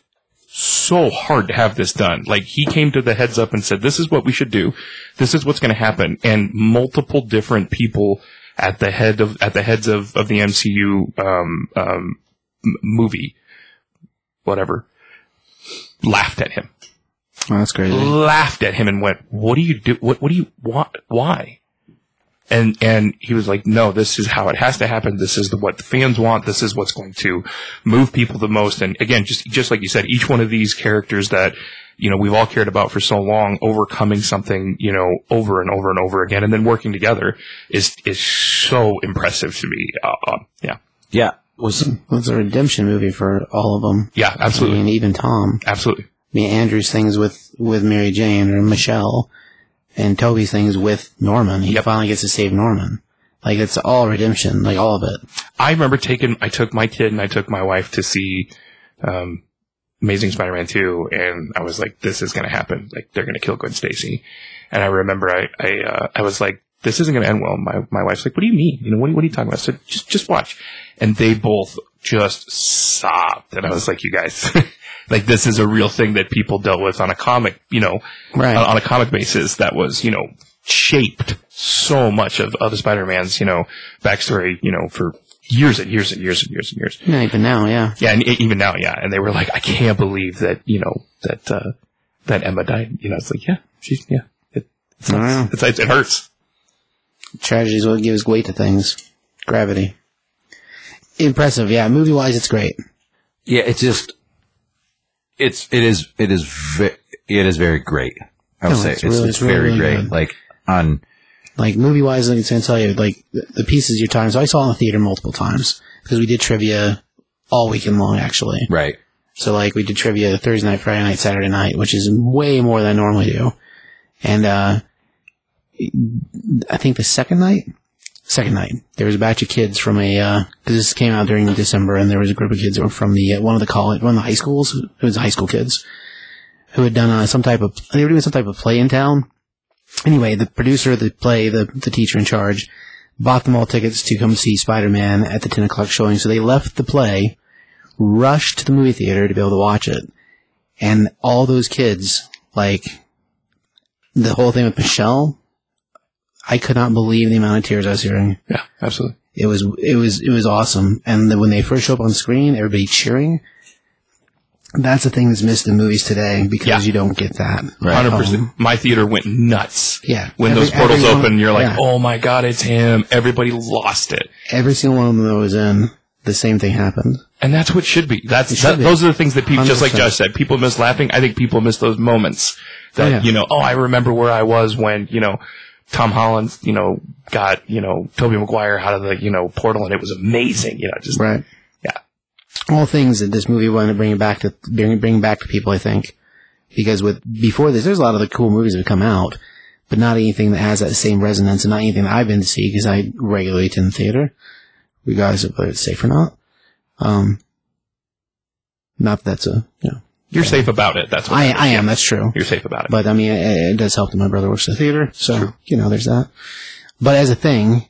[SPEAKER 3] so hard to have this done. Like he came to the heads up and said, "This is what we should do. This is what's going to happen." And multiple different people at the head of at the heads of of the MCU um, um, m- movie, whatever, laughed at him.
[SPEAKER 2] Oh, that's crazy.
[SPEAKER 3] Laughed at him and went, "What do you do? What what do you want? Why?" And and he was like, no, this is how it has to happen. This is the, what the fans want. This is what's going to move people the most. And again, just just like you said, each one of these characters that you know we've all cared about for so long, overcoming something you know over and over and over again, and then working together is is so impressive to me. Uh, um, yeah,
[SPEAKER 5] Yeah. Was
[SPEAKER 2] Well, it's a redemption movie for all of them.
[SPEAKER 3] yeah,
[SPEAKER 2] I
[SPEAKER 3] absolutely,
[SPEAKER 2] mean, even Tom.
[SPEAKER 3] absolutely.
[SPEAKER 2] I mean, Andrew's things with, with Mary Jane or Michelle, and Toby's things with Norman. He
[SPEAKER 3] Yep.
[SPEAKER 2] finally gets to save Norman. Like, it's all redemption, like, all of it.
[SPEAKER 3] I remember taking, I took my kid and I took my wife to see, um, Amazing Spider-Man 2 and I was like, this is going to happen. Like they're going to kill Gwen Stacy. And I remember I, I, uh, I was like, this isn't going to end well. My, my wife's like, what do you mean? You know, what, are you- what are you talking about? So just, just watch. And they both just sobbed. And I was like, you guys, like this is a real thing that people dealt with on a comic, you know,
[SPEAKER 2] Right.
[SPEAKER 3] on, on a comic basis that was, you know, shaped so much of, of Spider-Man's, you know, backstory, you know, for years and years and years and years and years.
[SPEAKER 2] Yeah, even now, yeah.
[SPEAKER 3] Yeah. And e- even now, yeah. And they were like, I can't believe that, you know, that, uh, that Emma died. You know, it's like, yeah, she's, yeah. It, it's,
[SPEAKER 2] I know.
[SPEAKER 3] it's, it's, it hurts.
[SPEAKER 2] Tragedy is what gives weight to things. Gravity. Impressive, yeah. Movie wise, it's great.
[SPEAKER 5] yeah, it's just it's it is it is ve- it is very great. I would
[SPEAKER 2] No,
[SPEAKER 5] say
[SPEAKER 2] Oh, it's
[SPEAKER 5] it's,
[SPEAKER 2] really-
[SPEAKER 5] it's
[SPEAKER 2] it's really,
[SPEAKER 5] very
[SPEAKER 2] really
[SPEAKER 5] great.
[SPEAKER 2] good.
[SPEAKER 5] Like on
[SPEAKER 2] Like movie wise, I'm gonna tell you, like the, the pieces you're talking. So I saw it in the theater multiple times because we did trivia all weekend long, actually.
[SPEAKER 5] right.
[SPEAKER 2] So like we did trivia Thursday night, Friday night, Saturday night, which is way more than I normally do. And uh I think the second night, second night, there was a batch of kids from a because this came out during December, and there was a group of kids that were from the uh, one of the college, one of the high schools. It was high school kids who had done uh, some type of they were doing some type of play in town. Anyway, the producer of the play, the the teacher in charge, bought them all tickets to come see Spider Man at the ten o'clock showing. So they left the play rushed to the movie theater to be able to watch it. And all those kids, like the whole thing with Michelle, I could not believe the amount of tears I was hearing.
[SPEAKER 3] Yeah, absolutely.
[SPEAKER 2] It was it was it was awesome. And then when they first show up on screen, everybody cheering. That's the thing that's missed in movies today because
[SPEAKER 3] Yeah.
[SPEAKER 2] you don't get that.
[SPEAKER 3] Hundred percent. My theater went nuts.
[SPEAKER 2] Yeah.
[SPEAKER 3] When
[SPEAKER 2] Every-
[SPEAKER 3] those portals
[SPEAKER 2] everyone-
[SPEAKER 3] open, you're like,
[SPEAKER 2] yeah.
[SPEAKER 3] oh my God, it's him. Everybody lost it.
[SPEAKER 2] Every single one of them that was in, the same thing happened.
[SPEAKER 3] And that's what should be. That's
[SPEAKER 2] should
[SPEAKER 3] that,
[SPEAKER 2] be.
[SPEAKER 3] those are the things that people, just like
[SPEAKER 2] 100%.
[SPEAKER 3] Josh said, people miss laughing. I think people miss those moments that
[SPEAKER 2] Oh, yeah.
[SPEAKER 3] you know. Oh, I remember where I was when you know Tom Holland, you know, got you know Toby Maguire out of the you know portal, and it was amazing. You know, just
[SPEAKER 2] Right.
[SPEAKER 3] Yeah.
[SPEAKER 2] All things that this movie wanted to bring back to bring bring back to people, I think, because with before this, there's a lot of the cool movies that have come out, but not anything that has that same resonance, and not anything that I've been to see because I regularly attend theater, regardless of whether it's safe or not. Um, not that that's a you know,
[SPEAKER 3] you're safe about it. That's what
[SPEAKER 2] I
[SPEAKER 3] matters.
[SPEAKER 2] I am
[SPEAKER 3] Yeah.
[SPEAKER 2] that's true,
[SPEAKER 3] You're safe about it.
[SPEAKER 2] but I mean it, it does help that my brother works in the theater, so you know there's that. But as a thing,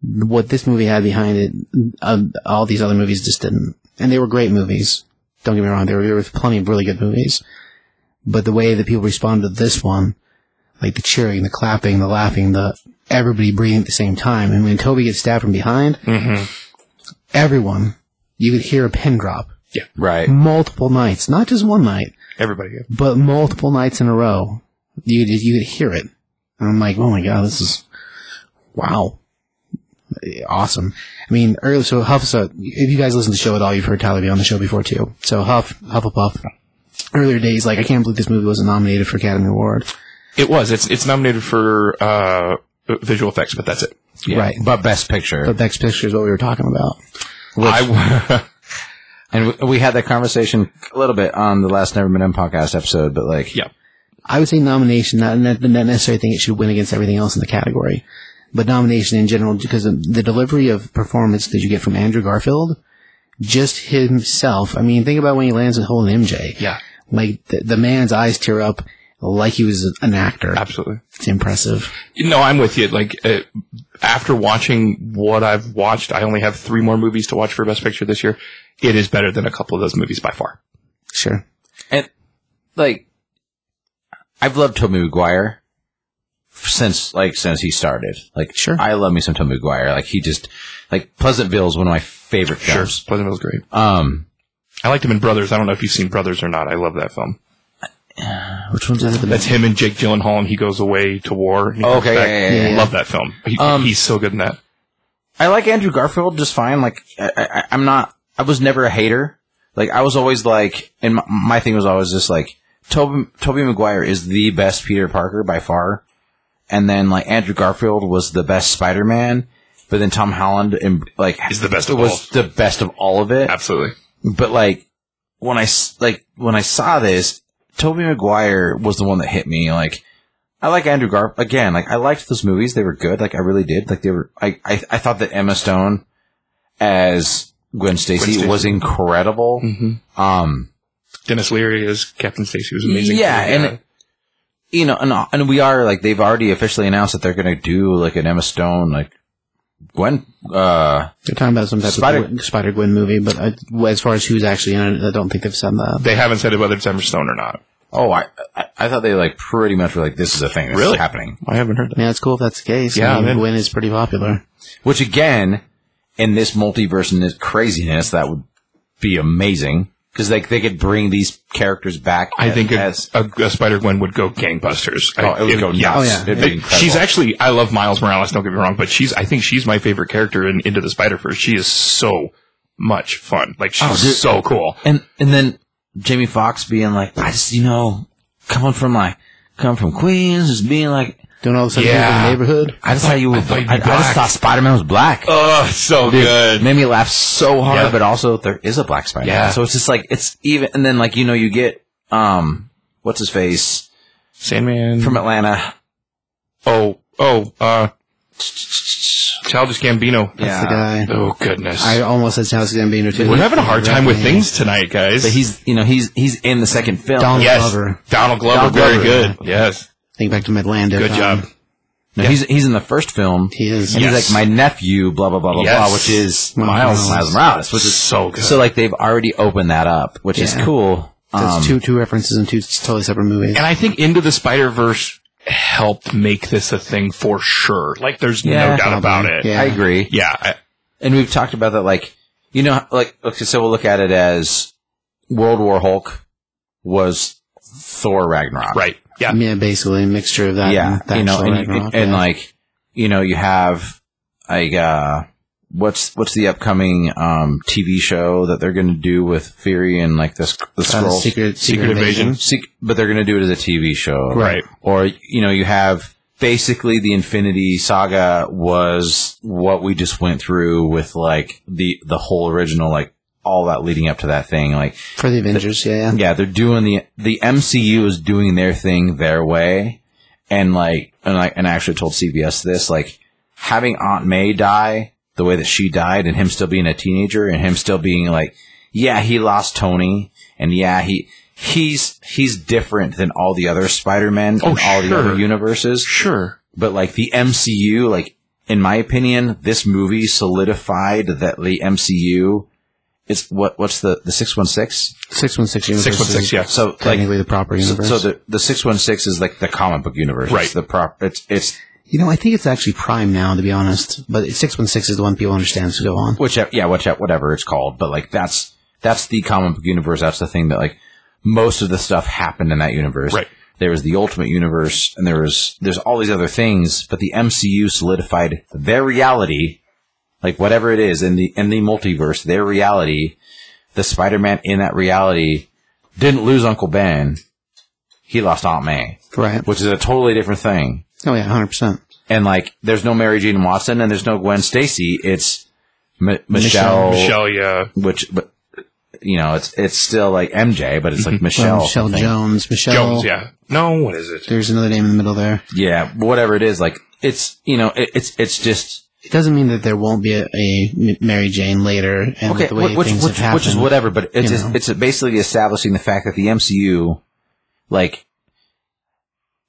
[SPEAKER 2] what this movie had behind it, uh, all these other movies just didn't. And they were great movies. Don't get me wrong. There were, there were plenty of really good movies. But the way that people responded to this one, like the cheering, the clapping, the laughing, the everybody breathing at the same time. And when Toby gets stabbed from behind, everyone, you could hear a pin drop.
[SPEAKER 5] Right.
[SPEAKER 2] Multiple nights, not just one night,
[SPEAKER 3] Everybody. yeah.
[SPEAKER 2] but multiple nights in a row. You could- you could hear it. And I'm like, oh my god, this is wow, awesome. I mean, earlier so Huff's a, if you guys listen to the show at all, you've heard Tyler be on the show before too. So Huff, Hufflepuff. Earlier days, like I can't believe this movie wasn't nominated for Academy Award.
[SPEAKER 3] It was. It's it's nominated for uh, visual effects, but that's it.
[SPEAKER 5] Yeah.
[SPEAKER 2] Right.
[SPEAKER 5] But best picture.
[SPEAKER 2] But Beck's picture is what we were talking about.
[SPEAKER 3] I w-
[SPEAKER 5] and w- we had that conversation a little bit on the last Never Been In podcast episode, but like
[SPEAKER 3] yeah.
[SPEAKER 2] I would say nomination, not, not, not necessarily think it should win against everything else in the category, but nomination in general because of the delivery of performance that you get from Andrew Garfield, just himself. I mean, think about when he lands with holding MJ.
[SPEAKER 3] Yeah.
[SPEAKER 2] Like the, the man's eyes tear up like he was an actor.
[SPEAKER 3] Absolutely.
[SPEAKER 2] It's impressive.
[SPEAKER 3] No, I'm with you. Like uh, after watching what I've watched, I only have three more movies to watch for Best Picture this year. It is better than a couple of those movies by far.
[SPEAKER 2] Sure.
[SPEAKER 5] and like I've loved Toby Maguire since like since he started. Like
[SPEAKER 2] Sure.
[SPEAKER 5] I love me some Toby Maguire. Like he just like Pleasantville is one of my favorite films.
[SPEAKER 3] Pleasantville's great.
[SPEAKER 5] Um
[SPEAKER 3] I liked him in Brothers. I don't know if you've seen Brothers or not. I love that film.
[SPEAKER 2] Which one's that?
[SPEAKER 3] That's him and Jake Gyllenhaal, and he goes away to war. and he comes
[SPEAKER 5] Okay,
[SPEAKER 3] back.
[SPEAKER 5] yeah, yeah,
[SPEAKER 2] yeah, yeah.
[SPEAKER 3] love that film. He,
[SPEAKER 5] Um,
[SPEAKER 3] he's so good in that.
[SPEAKER 5] I like Andrew Garfield just fine. Like I, I, I'm not. I was never a hater. Like I was always like, and my, my thing was always just like, Toby, Toby Maguire is the best Peter Parker by far, and then like Andrew Garfield was the best Spider Man, but then Tom Holland and like
[SPEAKER 3] He's the best of
[SPEAKER 5] was the best of all of it.
[SPEAKER 3] Absolutely.
[SPEAKER 5] But like when I s- like when I saw this, Toby Maguire was the one that hit me. Like I like Andrew Garf again. Like I liked those movies; they were good. Like I really did. Like they were. I I, I thought that Emma Stone as Gwen Stacy,
[SPEAKER 3] Gwen Stacy. Mm-hmm.
[SPEAKER 5] was incredible. Um,
[SPEAKER 3] Dennis Leary as Captain Stacy was amazing.
[SPEAKER 5] Yeah, and you know, and and we are like they've already officially announced that they're going to do like an Emma Stone like Gwen. Uh,
[SPEAKER 2] They're talking about some type
[SPEAKER 5] Spider-
[SPEAKER 2] of Spider Gwen movie, but I, as far as who's actually in it, I don't think um, uh, they've said that.
[SPEAKER 3] they haven't said whether it's Emma Stone or not.
[SPEAKER 5] oh, I, I I thought they like pretty much were like this is a thing. This
[SPEAKER 3] Really?
[SPEAKER 5] is happening.
[SPEAKER 3] I haven't heard that.
[SPEAKER 2] Man, it's cool if that's the case.
[SPEAKER 3] Yeah,
[SPEAKER 2] I mean,
[SPEAKER 3] I'm in.
[SPEAKER 2] Gwen is pretty popular.
[SPEAKER 5] Which again, in this multiverse and this craziness, that would be amazing because like they could bring these characters back.
[SPEAKER 3] I
[SPEAKER 5] as-
[SPEAKER 3] think a,
[SPEAKER 5] as,
[SPEAKER 3] a, a Spider Gwen would go gangbusters.
[SPEAKER 5] oh,
[SPEAKER 3] I-
[SPEAKER 5] it would go nuts.
[SPEAKER 2] yeah.
[SPEAKER 5] It'd be
[SPEAKER 3] It-
[SPEAKER 5] incredible.
[SPEAKER 3] she's actually I love Miles Morales, don't get me wrong, but she's I think she's my favorite character in Into the Spider Verse. She is so much fun. Like she's
[SPEAKER 5] Oh, dude.
[SPEAKER 3] so cool.
[SPEAKER 5] and and then Jamie Foxx being like, I just you know coming from like coming from Queens, just being like,
[SPEAKER 2] Doing all the stuff
[SPEAKER 3] Yeah.
[SPEAKER 2] in the neighborhood.
[SPEAKER 5] I just thought you were. I,
[SPEAKER 3] thought you'd be
[SPEAKER 5] I just
[SPEAKER 3] black.
[SPEAKER 5] thought Spider Man was black.
[SPEAKER 3] Oh, so
[SPEAKER 5] It made me laugh so hard,
[SPEAKER 3] Yeah.
[SPEAKER 5] but also there is a black spider.
[SPEAKER 3] Yeah.
[SPEAKER 5] So it's just like it's even, and then like you know you get um what's his face
[SPEAKER 3] Sandman
[SPEAKER 5] from Atlanta.
[SPEAKER 3] Oh, oh, uh Childish Gambino.
[SPEAKER 2] That's the guy.
[SPEAKER 3] Oh goodness.
[SPEAKER 2] I almost said House Gambino too.
[SPEAKER 3] We're having a hard time with things tonight, guys.
[SPEAKER 5] But he's, you know, he's he's in the second film.
[SPEAKER 2] Donald
[SPEAKER 3] yes.
[SPEAKER 2] Glover.
[SPEAKER 3] Donald Glover,
[SPEAKER 2] Donald
[SPEAKER 3] very
[SPEAKER 2] Glover.
[SPEAKER 3] good. Yes.
[SPEAKER 2] Think back to Midlander.
[SPEAKER 3] Good
[SPEAKER 2] um,
[SPEAKER 3] job.
[SPEAKER 5] No, he's he's in the first film.
[SPEAKER 2] He is.
[SPEAKER 5] And
[SPEAKER 3] Yes.
[SPEAKER 5] he's like my nephew, blah blah blah blah
[SPEAKER 3] Yes.
[SPEAKER 5] blah, which is
[SPEAKER 2] Miles.
[SPEAKER 5] Miles Miles Morales, which is
[SPEAKER 3] so good.
[SPEAKER 5] so like they've already opened that up, which is
[SPEAKER 2] Yeah.
[SPEAKER 5] cool.
[SPEAKER 2] That's
[SPEAKER 5] Um,
[SPEAKER 2] two two references in two totally separate movies.
[SPEAKER 3] And I think Into the Spider Verse helped make this a thing for sure. Like, there's
[SPEAKER 5] Yeah.
[SPEAKER 3] no doubt about it.
[SPEAKER 2] Yeah.
[SPEAKER 5] I agree,
[SPEAKER 3] Yeah, I-
[SPEAKER 5] and we've talked about that. Like you know, like okay, so we'll look at it as World War Hulk was Thor Ragnarok,
[SPEAKER 3] right. Yeah.
[SPEAKER 2] Yeah, basically a mixture of that.
[SPEAKER 5] yeah,
[SPEAKER 2] and that
[SPEAKER 5] you know,
[SPEAKER 2] actual
[SPEAKER 5] and,
[SPEAKER 2] Ragnarok,
[SPEAKER 5] and
[SPEAKER 2] yeah.
[SPEAKER 5] like you know, you have like uh, what's what's the upcoming um, TV show that they're going to do with Fury and like this the
[SPEAKER 2] Uh,
[SPEAKER 5] scroll,
[SPEAKER 2] secret, secret
[SPEAKER 3] Secret Invasion.
[SPEAKER 5] Sec- but they're going to do it as a TV show,
[SPEAKER 3] Right.
[SPEAKER 5] Or you know, you have basically the Infinity Saga was what we just went through with like the the whole original like all that leading up to that thing like
[SPEAKER 2] for the Avengers. Yeah, yeah.
[SPEAKER 5] yeah, they're doing the the MCU is doing their thing their way, and like and I and I actually told CBS this like having Aunt May die the way that she died, and him still being a teenager, and him still being like, yeah, he lost Tony, and yeah, he he's he's different than all the other Spider Men
[SPEAKER 3] Oh,
[SPEAKER 5] and all the other
[SPEAKER 3] sure.
[SPEAKER 5] universes
[SPEAKER 3] Sure.
[SPEAKER 5] but like the MCU, like in my opinion, this movie solidified that the MCU is what what's the the six one six.
[SPEAKER 2] Six one six universe.
[SPEAKER 3] 616,
[SPEAKER 2] is
[SPEAKER 3] yeah.
[SPEAKER 5] So like
[SPEAKER 2] Technically, the proper
[SPEAKER 5] so,
[SPEAKER 2] universe.
[SPEAKER 5] so the the six one six is like the comic book universe,
[SPEAKER 3] Right.
[SPEAKER 5] It's the prop. It's it's
[SPEAKER 2] you know, I think it's actually Prime now, to be honest. But six one six is the one people understand. So go on.
[SPEAKER 5] whichever yeah whichever whatever it's called, but like that's that's the comic book universe. That's the thing that like most of the stuff happened in that universe.
[SPEAKER 3] Right.
[SPEAKER 5] There was the Ultimate Universe, and there was there's all these other things, but the MCU solidified their reality like whatever it is in the in the multiverse, their reality, the Spider-Man in that reality didn't lose Uncle Ben. He lost Aunt May,
[SPEAKER 2] Right.
[SPEAKER 5] which is a totally different thing.
[SPEAKER 2] Oh yeah, hundred percent.
[SPEAKER 5] And like, there's no Mary Jane Watson and there's no Gwen Stacy. It's M- Michelle,
[SPEAKER 3] Michelle, yeah.
[SPEAKER 5] which, but you know, it's it's still like MJ, but it's like Michelle,
[SPEAKER 2] Mm-hmm. Michelle
[SPEAKER 5] something.
[SPEAKER 2] Jones. Michelle.
[SPEAKER 3] Jones, yeah. No, what is it?
[SPEAKER 2] There's another name in the middle there.
[SPEAKER 5] yeah, whatever it is. Like, it's you know, it, it's it's just
[SPEAKER 2] It doesn't mean that there won't be a, a M- Mary Jane later, and
[SPEAKER 5] okay,
[SPEAKER 2] the way
[SPEAKER 5] wh- which,
[SPEAKER 2] things
[SPEAKER 5] which,
[SPEAKER 2] have happened.
[SPEAKER 5] which is whatever, but it's
[SPEAKER 2] you
[SPEAKER 5] just-
[SPEAKER 2] know.
[SPEAKER 5] it's basically establishing the fact that the MCU, like,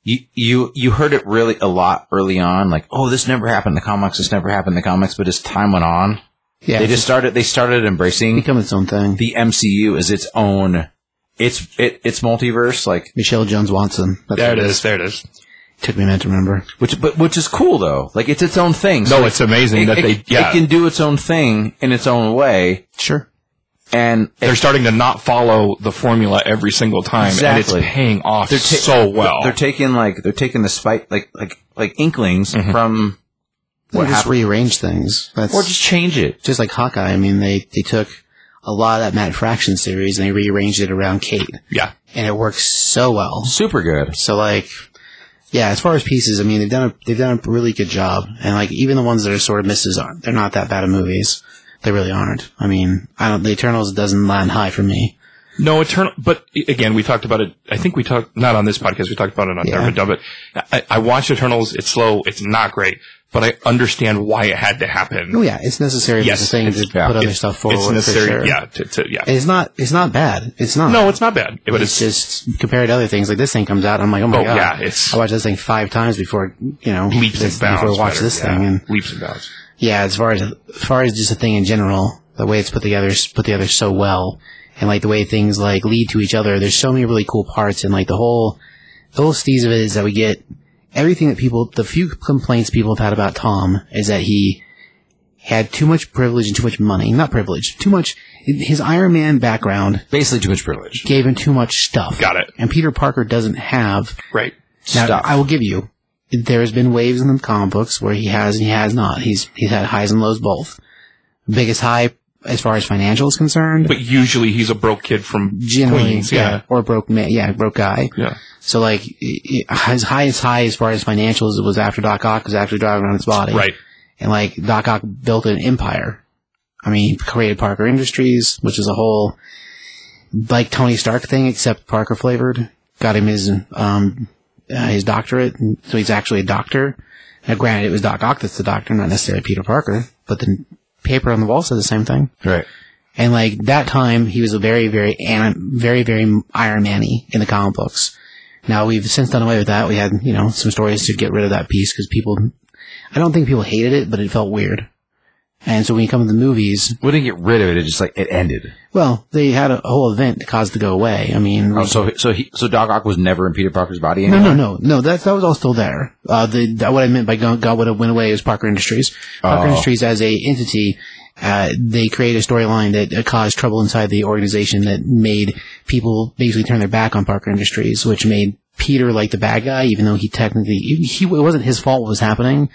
[SPEAKER 5] you you you heard it really a lot early on, like, oh, this never happened in the comics, this never happened in the comics, but as time went on,
[SPEAKER 2] Yeah,
[SPEAKER 5] they
[SPEAKER 2] it's
[SPEAKER 5] just started they started embracing
[SPEAKER 2] become its own thing.
[SPEAKER 5] the MCU as its own, it's it, it's multiverse, like,
[SPEAKER 2] Michelle Jones Watson. That's
[SPEAKER 3] There
[SPEAKER 2] what
[SPEAKER 3] it is. There it is.
[SPEAKER 2] Took me a minute to remember.
[SPEAKER 5] which but which is cool though, like it's its own thing.
[SPEAKER 3] No, it's amazing
[SPEAKER 5] it,
[SPEAKER 3] that
[SPEAKER 5] it-
[SPEAKER 3] they.
[SPEAKER 5] it
[SPEAKER 3] Yeah.
[SPEAKER 5] can do its own thing in its own way,
[SPEAKER 2] Sure.
[SPEAKER 5] and
[SPEAKER 3] They're starting to not follow the formula every single time,
[SPEAKER 5] Exactly.
[SPEAKER 3] and it's paying off
[SPEAKER 5] They're ta-
[SPEAKER 3] so well.
[SPEAKER 5] they're taking like they're taking the spike like like like inklings from
[SPEAKER 2] What
[SPEAKER 5] what
[SPEAKER 2] just
[SPEAKER 5] happened,
[SPEAKER 2] rearrange things. That's
[SPEAKER 5] or just change it.
[SPEAKER 2] just like Hawkeye. I mean, they they took a lot of that Matt Fraction series and they rearranged it around Kate,
[SPEAKER 3] yeah,
[SPEAKER 2] and it works so well.
[SPEAKER 5] Super good.
[SPEAKER 2] So like, yeah, as far as pieces, I mean, they've done a, they've done a really good job, and like even the ones that are sort of misses aren't they're not that bad of movies. They really aren't. I mean, I don't. The Eternals doesn't land high for me.
[SPEAKER 3] no eternal. But i- again, we talked about it. I think we talked not on this podcast. We talked about it on
[SPEAKER 2] Yeah.
[SPEAKER 3] yeah. Dumb It. I, I watched Eternals. It's slow. It's not great, but I understand why it had to happen.
[SPEAKER 2] Oh yeah, it's necessary
[SPEAKER 3] Yes,
[SPEAKER 2] for the thing to
[SPEAKER 3] it's- yeah,
[SPEAKER 2] put other
[SPEAKER 3] it's-
[SPEAKER 2] stuff forward.
[SPEAKER 3] it's
[SPEAKER 2] for
[SPEAKER 3] necessary.
[SPEAKER 2] sure.
[SPEAKER 3] Yeah, to, to, yeah.
[SPEAKER 2] And it's not. It's not bad. It's not.
[SPEAKER 3] no, it's not bad, but
[SPEAKER 2] it's,
[SPEAKER 3] it's,
[SPEAKER 2] just compared to other things. Like this thing comes out, I'm like, oh my
[SPEAKER 3] Oh,
[SPEAKER 2] god,
[SPEAKER 3] yeah, it's-
[SPEAKER 2] I watched this thing five times before you know
[SPEAKER 3] leaps
[SPEAKER 2] this-
[SPEAKER 3] and bounds.
[SPEAKER 2] before I watched
[SPEAKER 3] better,
[SPEAKER 2] this
[SPEAKER 3] yeah.
[SPEAKER 2] thing. And
[SPEAKER 3] leaps and bounds.
[SPEAKER 2] yeah, as far as as far as just a thing in general, the way it's put together is put together so well, and like the way things like lead to each other. There's so many really cool parts, and like the whole the whole steez of it is that we get everything that people, the few complaints people have had about Tom is that he had too much privilege and too much money. Not privilege, too much. His Iron Man background
[SPEAKER 5] Basically, too much privilege.
[SPEAKER 2] gave him too much stuff.
[SPEAKER 3] Got it.
[SPEAKER 2] And Peter Parker doesn't have
[SPEAKER 3] Right.
[SPEAKER 2] now,
[SPEAKER 5] Stuff.
[SPEAKER 2] I will give you. There has been waves in the comic books where he has and he has not. He's he's had highs and lows both. Biggest high as far as financial is concerned.
[SPEAKER 3] But usually he's a broke kid from
[SPEAKER 2] generally,
[SPEAKER 3] Queens. Yeah.
[SPEAKER 2] or broke man, yeah, broke guy.
[SPEAKER 3] Yeah.
[SPEAKER 2] So like i- i- his highest high as far as financials was after Doc Ock was actually driving around his body,
[SPEAKER 3] Right.
[SPEAKER 2] And like Doc Ock built an empire. I mean, he created Parker Industries, which is a whole like Tony Stark thing, except Parker flavored. Got him his um uh, his doctorate, and so he's actually a doctor. Now, granted, it was Doc Ock that's the doctor, not necessarily Peter Parker, but the paper on the wall said the same thing.
[SPEAKER 5] Right.
[SPEAKER 2] And like that time, he was a very, very, anim- very, very Iron Man-y in the comic books. Now we've since done away with that. We had, you know, some stories to get rid of that piece because people, I don't think people hated it, but it felt weird. And so when you come to the movies,
[SPEAKER 5] We didn't get rid of it. It just like it ended.
[SPEAKER 2] well, they had a whole event that caused it to go away. I mean,
[SPEAKER 5] Oh, so so he so Doc Ock was never in Peter Parker's body
[SPEAKER 2] no,
[SPEAKER 5] anymore.
[SPEAKER 2] no, no, no, that, that was all still there. Uh, the, that, what I meant by God, God would have went away was Parker Industries. Parker
[SPEAKER 5] Oh.
[SPEAKER 2] Industries as a entity, uh, they created a storyline that uh, caused trouble inside the organization that made people basically turn their back on Parker Industries, which made Peter like the bad guy, even though he technically, he, he- it wasn't his fault what was happening,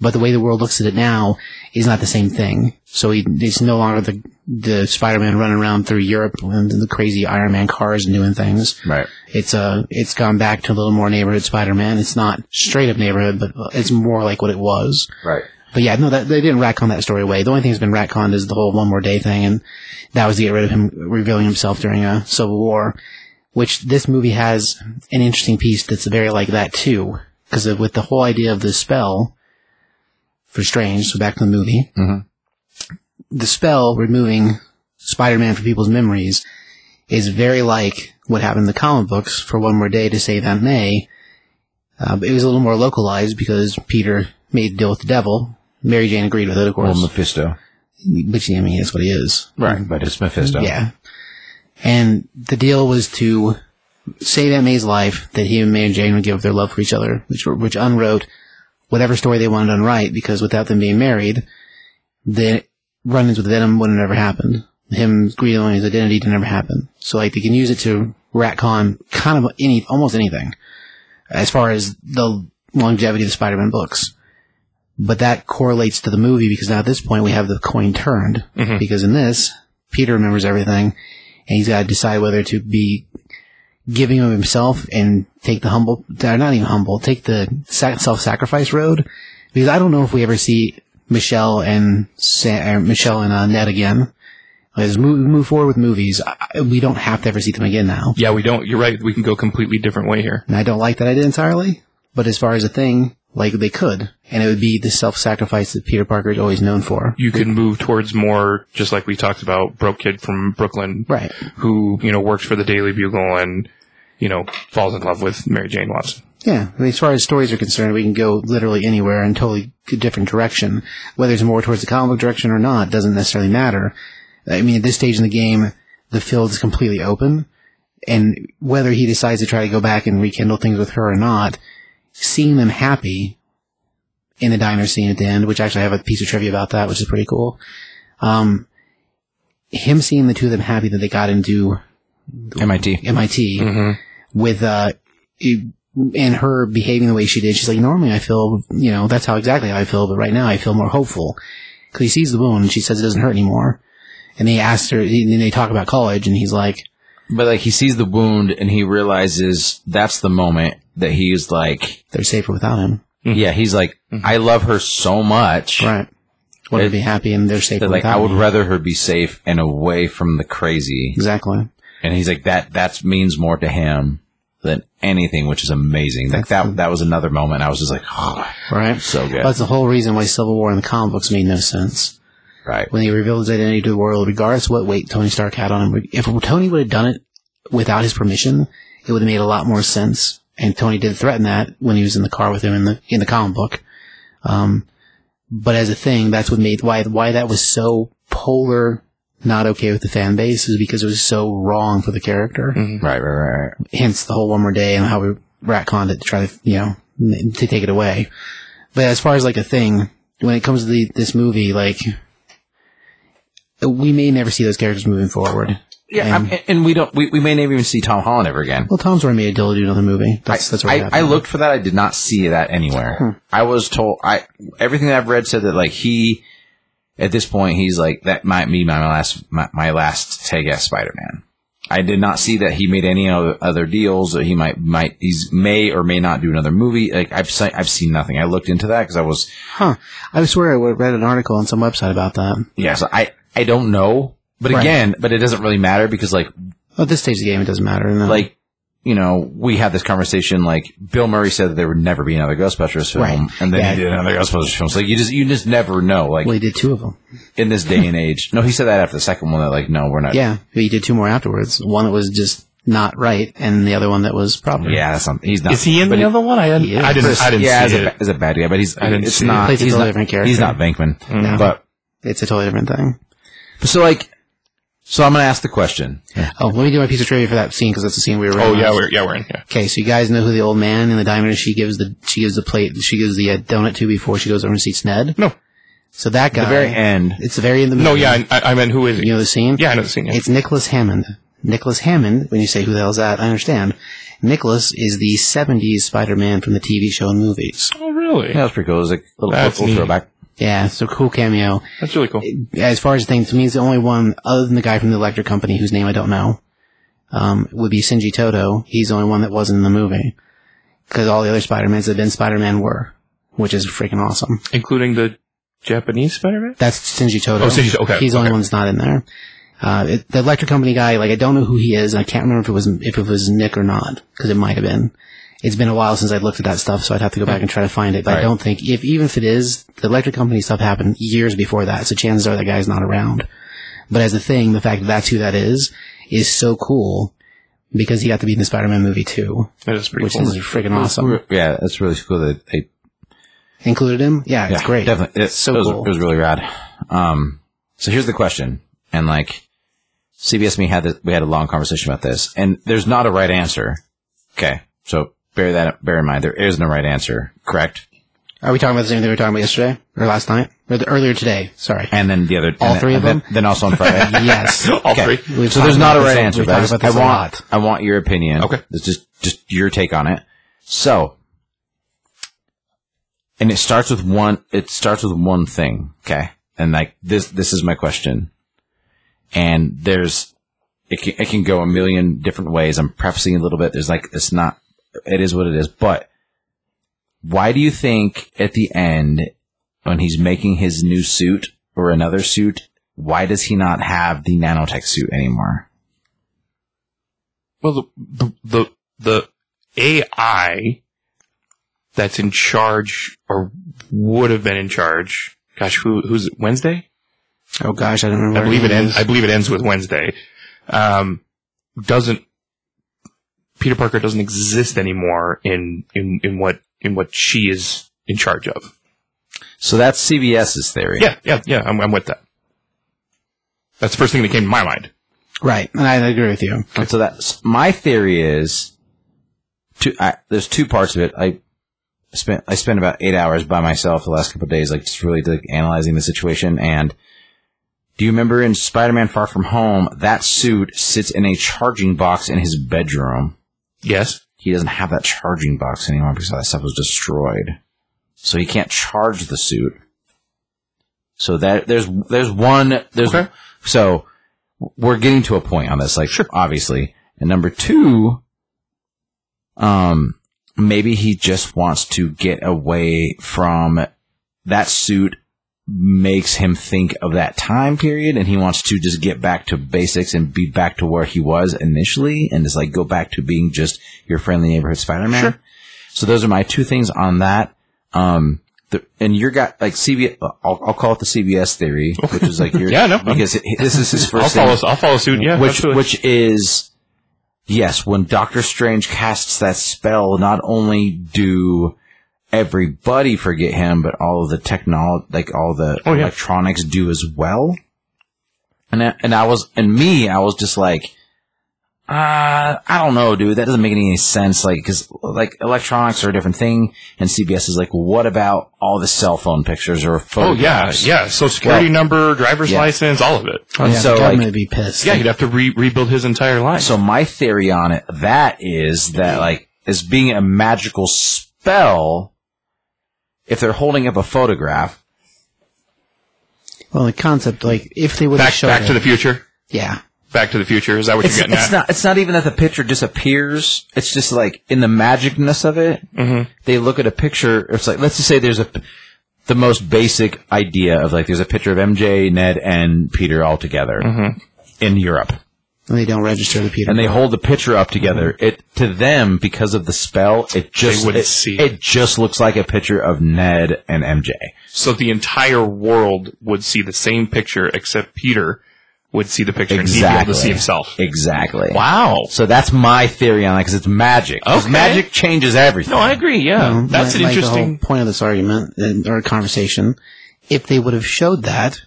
[SPEAKER 2] but the way the world looks at it now is not the same thing. So he, it's no longer the, the Spider-Man running around through Europe in the crazy Iron Man cars and doing things.
[SPEAKER 5] Right.
[SPEAKER 2] It's uh, it's gone back to a little more neighborhood Spider-Man. It's not straight up neighborhood, but it's more like what it was.
[SPEAKER 5] Right.
[SPEAKER 2] But yeah, no, that, they didn't retcon that story away. The only thing that's been retconned is the whole one more day thing, and that was to get rid of him revealing himself during a Civil War, which this movie has an interesting piece that's very like that too, because with the whole idea of the spell for Strange. So back to the movie,
[SPEAKER 5] Mhm.
[SPEAKER 2] the spell removing Spider-Man from people's memories is very like what happened in the comic books for One More Day to Save Aunt May. Uh, but it was a little more localized because Peter made a deal with the devil. Mary Jane agreed with it, of
[SPEAKER 5] Well,
[SPEAKER 2] course.
[SPEAKER 5] Mephisto.
[SPEAKER 2] But I mean, that's what he is.
[SPEAKER 5] Right. But it's Mephisto.
[SPEAKER 2] Mm, Yeah. And the deal was to save Aunt May's life, that he and Mary Jane would give up their love for each other, which, which unwrote whatever story they wanted to unwrite, because without them being married, the run-ins with Venom wouldn't have ever happened. Him revealing his identity didn't ever happen. So, like, they can use it to retcon kind of any, almost anything, as far as the longevity of the Spider-Man books but that correlates to the movie because now at this point we have the coin turned because in this Peter remembers everything and he's got to decide whether to be giving of himself and take the humble or not even humble take the sac- self-sacrifice road because I don't know if we ever see Michelle and Sa- or Michelle and uh, Ned again as we move forward with movies I, I- we don't have to ever see them again now
[SPEAKER 3] Yeah, we don't. You're right. We can go completely different way here.
[SPEAKER 2] and I don't like that idea entirely. But as far as a thing, like they could, and it would be the self-sacrifice that Peter Parker is always known for.
[SPEAKER 3] You can move towards more, just like we talked about, broke kid from Brooklyn,
[SPEAKER 2] Right.
[SPEAKER 3] who you know works for the Daily Bugle and you know falls in love with Mary Jane Watson.
[SPEAKER 2] Yeah. I mean, as far as stories are concerned, we can go literally anywhere and totally a different direction. Whether it's more towards the comic book direction or not doesn't necessarily matter. I mean, at this stage in the game, the field is completely open, and whether he decides to try to go back and rekindle things with her or not, seeing them happy in the diner scene at the end, which actually I have a piece of trivia about that, which is pretty cool. Um, him seeing the two of them happy that they got into
[SPEAKER 5] MIT.
[SPEAKER 2] MIT
[SPEAKER 5] Mm-hmm.
[SPEAKER 2] with uh it- and her behaving the way she did. She's like, normally I feel, you know, that's how exactly how I feel, but right now I feel more hopeful because he sees the wound and she says it doesn't hurt anymore. And they asked her, and then they talk about college, and he's like,
[SPEAKER 5] But like he sees the wound and he realizes that's the moment that he's like,
[SPEAKER 2] they're safer without him,
[SPEAKER 5] yeah, he's like, I love her so much.
[SPEAKER 2] Mm-hmm. right? Want to be happy, and they're safer
[SPEAKER 5] That like
[SPEAKER 2] without
[SPEAKER 5] I would
[SPEAKER 2] him.
[SPEAKER 5] rather her be safe and away from the crazy.
[SPEAKER 2] Exactly.
[SPEAKER 5] And he's like that that means more to him than anything, which is amazing. Like that that was another moment I was just like, oh,
[SPEAKER 2] Right.
[SPEAKER 5] so good.
[SPEAKER 2] That's the whole reason why Civil War in the comic books made no sense.
[SPEAKER 5] right.
[SPEAKER 2] When they revealed his identity to the world, regardless of what weight Tony Stark had on him, if Tony would have done it without his permission, it would have made a lot more sense. And Tony did threaten that when he was in the car with him in the in the comic book. Um, but as a thing, that's what made why why that was so polar, not okay with the fan base, is because it was so wrong for the character.
[SPEAKER 5] Right, right, right, right.
[SPEAKER 2] hence the whole one more day and how we retconned it to try to you know n- to take it away. But as far as like a thing, when it comes to the, this movie, like we may never see those characters moving forward.
[SPEAKER 5] Yeah, I'm- and, and we don't. We, we may never even see Tom Holland ever again.
[SPEAKER 2] Well, Tom's already made a deal to do another movie. That's that's Hmm. right.
[SPEAKER 5] I, I looked for that. I did not see that anywhere. I was told. I everything that I've read said that like he, at this point, he's like that might be my last my, my last take as Spider Man. I did not see that he made any other, other deals that he might might he's may or may not do another movie. Like I've se- I've seen nothing. I looked into that because I was
[SPEAKER 2] Huh? I swear I would- read an article on some website about that.
[SPEAKER 5] yeah. So I I don't know. But
[SPEAKER 2] Right.
[SPEAKER 5] again, but it doesn't really matter because like
[SPEAKER 2] At this stage of the game, it doesn't matter. No.
[SPEAKER 5] like you know, we had this conversation. Like Bill Murray said that there would never be another Ghostbusters film,
[SPEAKER 2] Right.
[SPEAKER 5] and then
[SPEAKER 2] Yeah.
[SPEAKER 5] he did another Ghostbusters film. So like, you just you just never know. Like
[SPEAKER 2] well, he did two of them.
[SPEAKER 5] in this day and age, no, he said that after the second one. That like, no, we're not.
[SPEAKER 2] Yeah, but he did two more afterwards. One that was just not right, and the other one that was proper.
[SPEAKER 5] yeah, that's not, he's not.
[SPEAKER 3] Is he in
[SPEAKER 5] but
[SPEAKER 3] the
[SPEAKER 5] he-
[SPEAKER 3] other one? I didn't.
[SPEAKER 2] Yeah.
[SPEAKER 3] I didn't. I didn't
[SPEAKER 5] yeah, as
[SPEAKER 3] see
[SPEAKER 5] a,
[SPEAKER 3] it.
[SPEAKER 5] ba- as a bad guy, but he's
[SPEAKER 3] I didn't
[SPEAKER 5] it's
[SPEAKER 3] see it. Mm-hmm.
[SPEAKER 5] not.
[SPEAKER 2] Plays a
[SPEAKER 5] He's
[SPEAKER 2] totally
[SPEAKER 5] not,
[SPEAKER 2] different character.
[SPEAKER 5] he's not Bankman,
[SPEAKER 2] No.
[SPEAKER 5] but
[SPEAKER 2] it's a totally different thing.
[SPEAKER 5] so like, so I'm gonna ask the question.
[SPEAKER 2] Oh, let me do my piece of trivia for that scene because that's the scene we were.
[SPEAKER 3] Oh
[SPEAKER 2] in
[SPEAKER 3] yeah,
[SPEAKER 2] last.
[SPEAKER 3] we're yeah we're in. Yeah.
[SPEAKER 2] Okay, so you guys know who the old man in the diamond is? She gives the she gives the plate she gives the uh, donut to before she goes over and sees Ned.
[SPEAKER 3] No.
[SPEAKER 2] So that guy.
[SPEAKER 5] The very end.
[SPEAKER 2] It's the very end of the movie.
[SPEAKER 3] No, yeah, I, I- I meant who is he?
[SPEAKER 2] You know the scene?
[SPEAKER 3] Yeah, I know the scene. Yeah.
[SPEAKER 2] It's Nicholas Hammond. Nicholas Hammond. When you say who the hell's that, I understand. Nicholas is the '70s Spider-Man from the TV show and movies.
[SPEAKER 3] Oh really?
[SPEAKER 5] Yeah, that was pretty cool. It was like a little,
[SPEAKER 3] That's
[SPEAKER 5] little
[SPEAKER 3] neat.
[SPEAKER 5] throwback.
[SPEAKER 2] Yeah, so cool cameo.
[SPEAKER 3] That's really cool.
[SPEAKER 2] As far as things, to me, it's the only one other than the guy from the electric company whose name I don't know. Um, would be Shinji Toto. He's the only one that wasn't in the movie because all the other Spider-Mans that have been Spider-Man were, which is freaking awesome.
[SPEAKER 3] Including the Japanese Spider-Man.
[SPEAKER 2] That's Shinji Toto.
[SPEAKER 3] Oh, Shinji- okay,
[SPEAKER 2] He's the only
[SPEAKER 3] okay.
[SPEAKER 2] one that's not in there. Uh, it, the electric company guy, like I don't know who he is, and I can't remember if it was if it was Nick or not because it might have been. It's been a while since I looked at that stuff, so I'd have to go back and try to find it. But I
[SPEAKER 5] Right.
[SPEAKER 2] don't think if even if it is the electric company stuff happened years before that, so chances are that guy's not around. But as a thing, the fact that that's who that is is so cool because he got to be in the Spider-Man movie too,
[SPEAKER 3] That is pretty
[SPEAKER 2] which
[SPEAKER 3] cool.
[SPEAKER 2] is freaking awesome.
[SPEAKER 5] Yeah, that's really cool. That they
[SPEAKER 2] Included him, yeah, it's
[SPEAKER 5] Yeah,
[SPEAKER 2] great.
[SPEAKER 5] Definitely, it,
[SPEAKER 2] it's so
[SPEAKER 5] it was,
[SPEAKER 2] cool.
[SPEAKER 5] It was really rad. Um, so here's the question, and like CBS, and me had this, we had a long conversation about this, and there's not a right answer. Okay, so bear that bear in mind. There is no right answer, correct?
[SPEAKER 2] Are we talking about the same thing we were talking about yesterday or last night or the, earlier today? Sorry.
[SPEAKER 5] And then the other,
[SPEAKER 2] All
[SPEAKER 5] and then-
[SPEAKER 2] three of
[SPEAKER 5] and then, Then also on Friday.
[SPEAKER 2] yes.
[SPEAKER 3] All
[SPEAKER 5] Okay.
[SPEAKER 3] three.
[SPEAKER 2] We've
[SPEAKER 5] so there's
[SPEAKER 2] talked
[SPEAKER 5] not a
[SPEAKER 2] about
[SPEAKER 5] right
[SPEAKER 2] this a-
[SPEAKER 5] answer.
[SPEAKER 2] we've
[SPEAKER 5] But I,
[SPEAKER 2] talked
[SPEAKER 5] just,
[SPEAKER 2] about
[SPEAKER 5] I
[SPEAKER 2] this a
[SPEAKER 5] want
[SPEAKER 2] lot.
[SPEAKER 5] I want your opinion.
[SPEAKER 3] Okay.
[SPEAKER 5] it's just just your take on it. So, and it starts with one. It starts with one thing. Okay, and like this this is my question. And there's it can, it can go a million different ways. I'm prefacing a little bit. There's like it's not. It is what it is. But why do you think at the end when he's making his new suit or another suit? Why does he not have the nanotech suit anymore?
[SPEAKER 3] Well, the, the the the AI that's in charge or would have been in charge. Gosh, who who's it? Wednesday?
[SPEAKER 2] Oh gosh, I don't remember.
[SPEAKER 3] I believe it
[SPEAKER 2] her name.
[SPEAKER 3] ends. I believe it ends with Wednesday. Um, doesn't Peter Parker doesn't exist anymore in in in what in what she is in charge of?
[SPEAKER 5] So that's CBS's theory.
[SPEAKER 3] Yeah, yeah, yeah. I'm, I'm with that. That's the first thing that came to my mind.
[SPEAKER 2] Right, and I agree with you.
[SPEAKER 5] And so that's my theory is two, I, there's two parts of it. I spent I spent about eight hours by myself the last couple of days, like just really like analyzing the situation. And Do you remember in Spider-Man: Far From Home that suit sits in a charging box in his bedroom?
[SPEAKER 3] Yes.
[SPEAKER 5] He doesn't have that charging box anymore because all that stuff was destroyed, so he can't charge the suit. So that there's there's one there's
[SPEAKER 3] Okay.
[SPEAKER 5] so we're getting to a point on this, like obviously. And number two, um, maybe he just wants to get away from that suit makes him think of that time period and he wants to just get back to basics and be back to where he was initially and just like go back to being just your friendly neighborhood Spider-Man. So those are my two things on that. Um, the, and your guy, like CBS, I'll, I'll call it the CBS theory, which is like your,
[SPEAKER 3] Yeah, no, I'm-
[SPEAKER 5] because it- this is his 1st
[SPEAKER 3] I'll
[SPEAKER 5] thing
[SPEAKER 3] follow. I'll follow suit. Yeah.
[SPEAKER 5] which
[SPEAKER 3] absolutely.
[SPEAKER 5] which is yes, when Doctor Strange casts that spell, not only do everybody forget him, but all of the technology, like all the
[SPEAKER 3] Oh, yeah.
[SPEAKER 5] electronics, do as well. And I, and I was and me, I was just like. Uh, I don't know, dude. That doesn't make any sense. Like, cause like electronics are a different thing, and CBS is like, what about all the cell phone pictures or
[SPEAKER 3] Oh
[SPEAKER 5] photographs?
[SPEAKER 3] yeah, yeah. Social security
[SPEAKER 5] Well-
[SPEAKER 3] number, driver's
[SPEAKER 5] Yeah.
[SPEAKER 3] license, all of it.
[SPEAKER 5] And
[SPEAKER 2] yeah,
[SPEAKER 5] so like,
[SPEAKER 2] the government would be pissed.
[SPEAKER 3] Yeah, you'd have to re- rebuild his entire life.
[SPEAKER 5] So my theory on it that is that like as being a magical spell, if they're holding up a photograph,
[SPEAKER 2] Well, the concept, like, if they would have
[SPEAKER 3] back
[SPEAKER 2] showed
[SPEAKER 3] back to
[SPEAKER 2] it-
[SPEAKER 3] the future.
[SPEAKER 2] yeah,
[SPEAKER 3] Back to the future. Is that what
[SPEAKER 5] it's,
[SPEAKER 3] you're getting
[SPEAKER 5] it's
[SPEAKER 3] at?
[SPEAKER 5] not it's not even that the picture disappears. It's just like in the magicness of it,
[SPEAKER 3] Mhm.
[SPEAKER 5] they look at a picture. It's like let's just say there's a the most basic idea of like there's a picture of MJ, Ned, and Peter all together
[SPEAKER 3] Mm-hmm.
[SPEAKER 5] in Europe.
[SPEAKER 2] and they don't register the Peter.
[SPEAKER 5] and they hold the picture up together. It to them because of the spell, it just
[SPEAKER 3] wouldn't
[SPEAKER 5] it,
[SPEAKER 3] see
[SPEAKER 5] it just looks like a picture of Ned and MJ.
[SPEAKER 3] So the entire world would see the same picture, except Peter would see the picture and he'd be able to see himself.
[SPEAKER 5] Exactly.
[SPEAKER 3] Wow.
[SPEAKER 5] So that's my theory on that because it's magic. 'Cause
[SPEAKER 3] Okay.
[SPEAKER 5] Magic changes everything.
[SPEAKER 3] No, I agree. Yeah,
[SPEAKER 2] Um, like-
[SPEAKER 3] that's an
[SPEAKER 2] like
[SPEAKER 3] interesting.
[SPEAKER 2] the whole point of this argument uh, or conversation. If they would have showed that,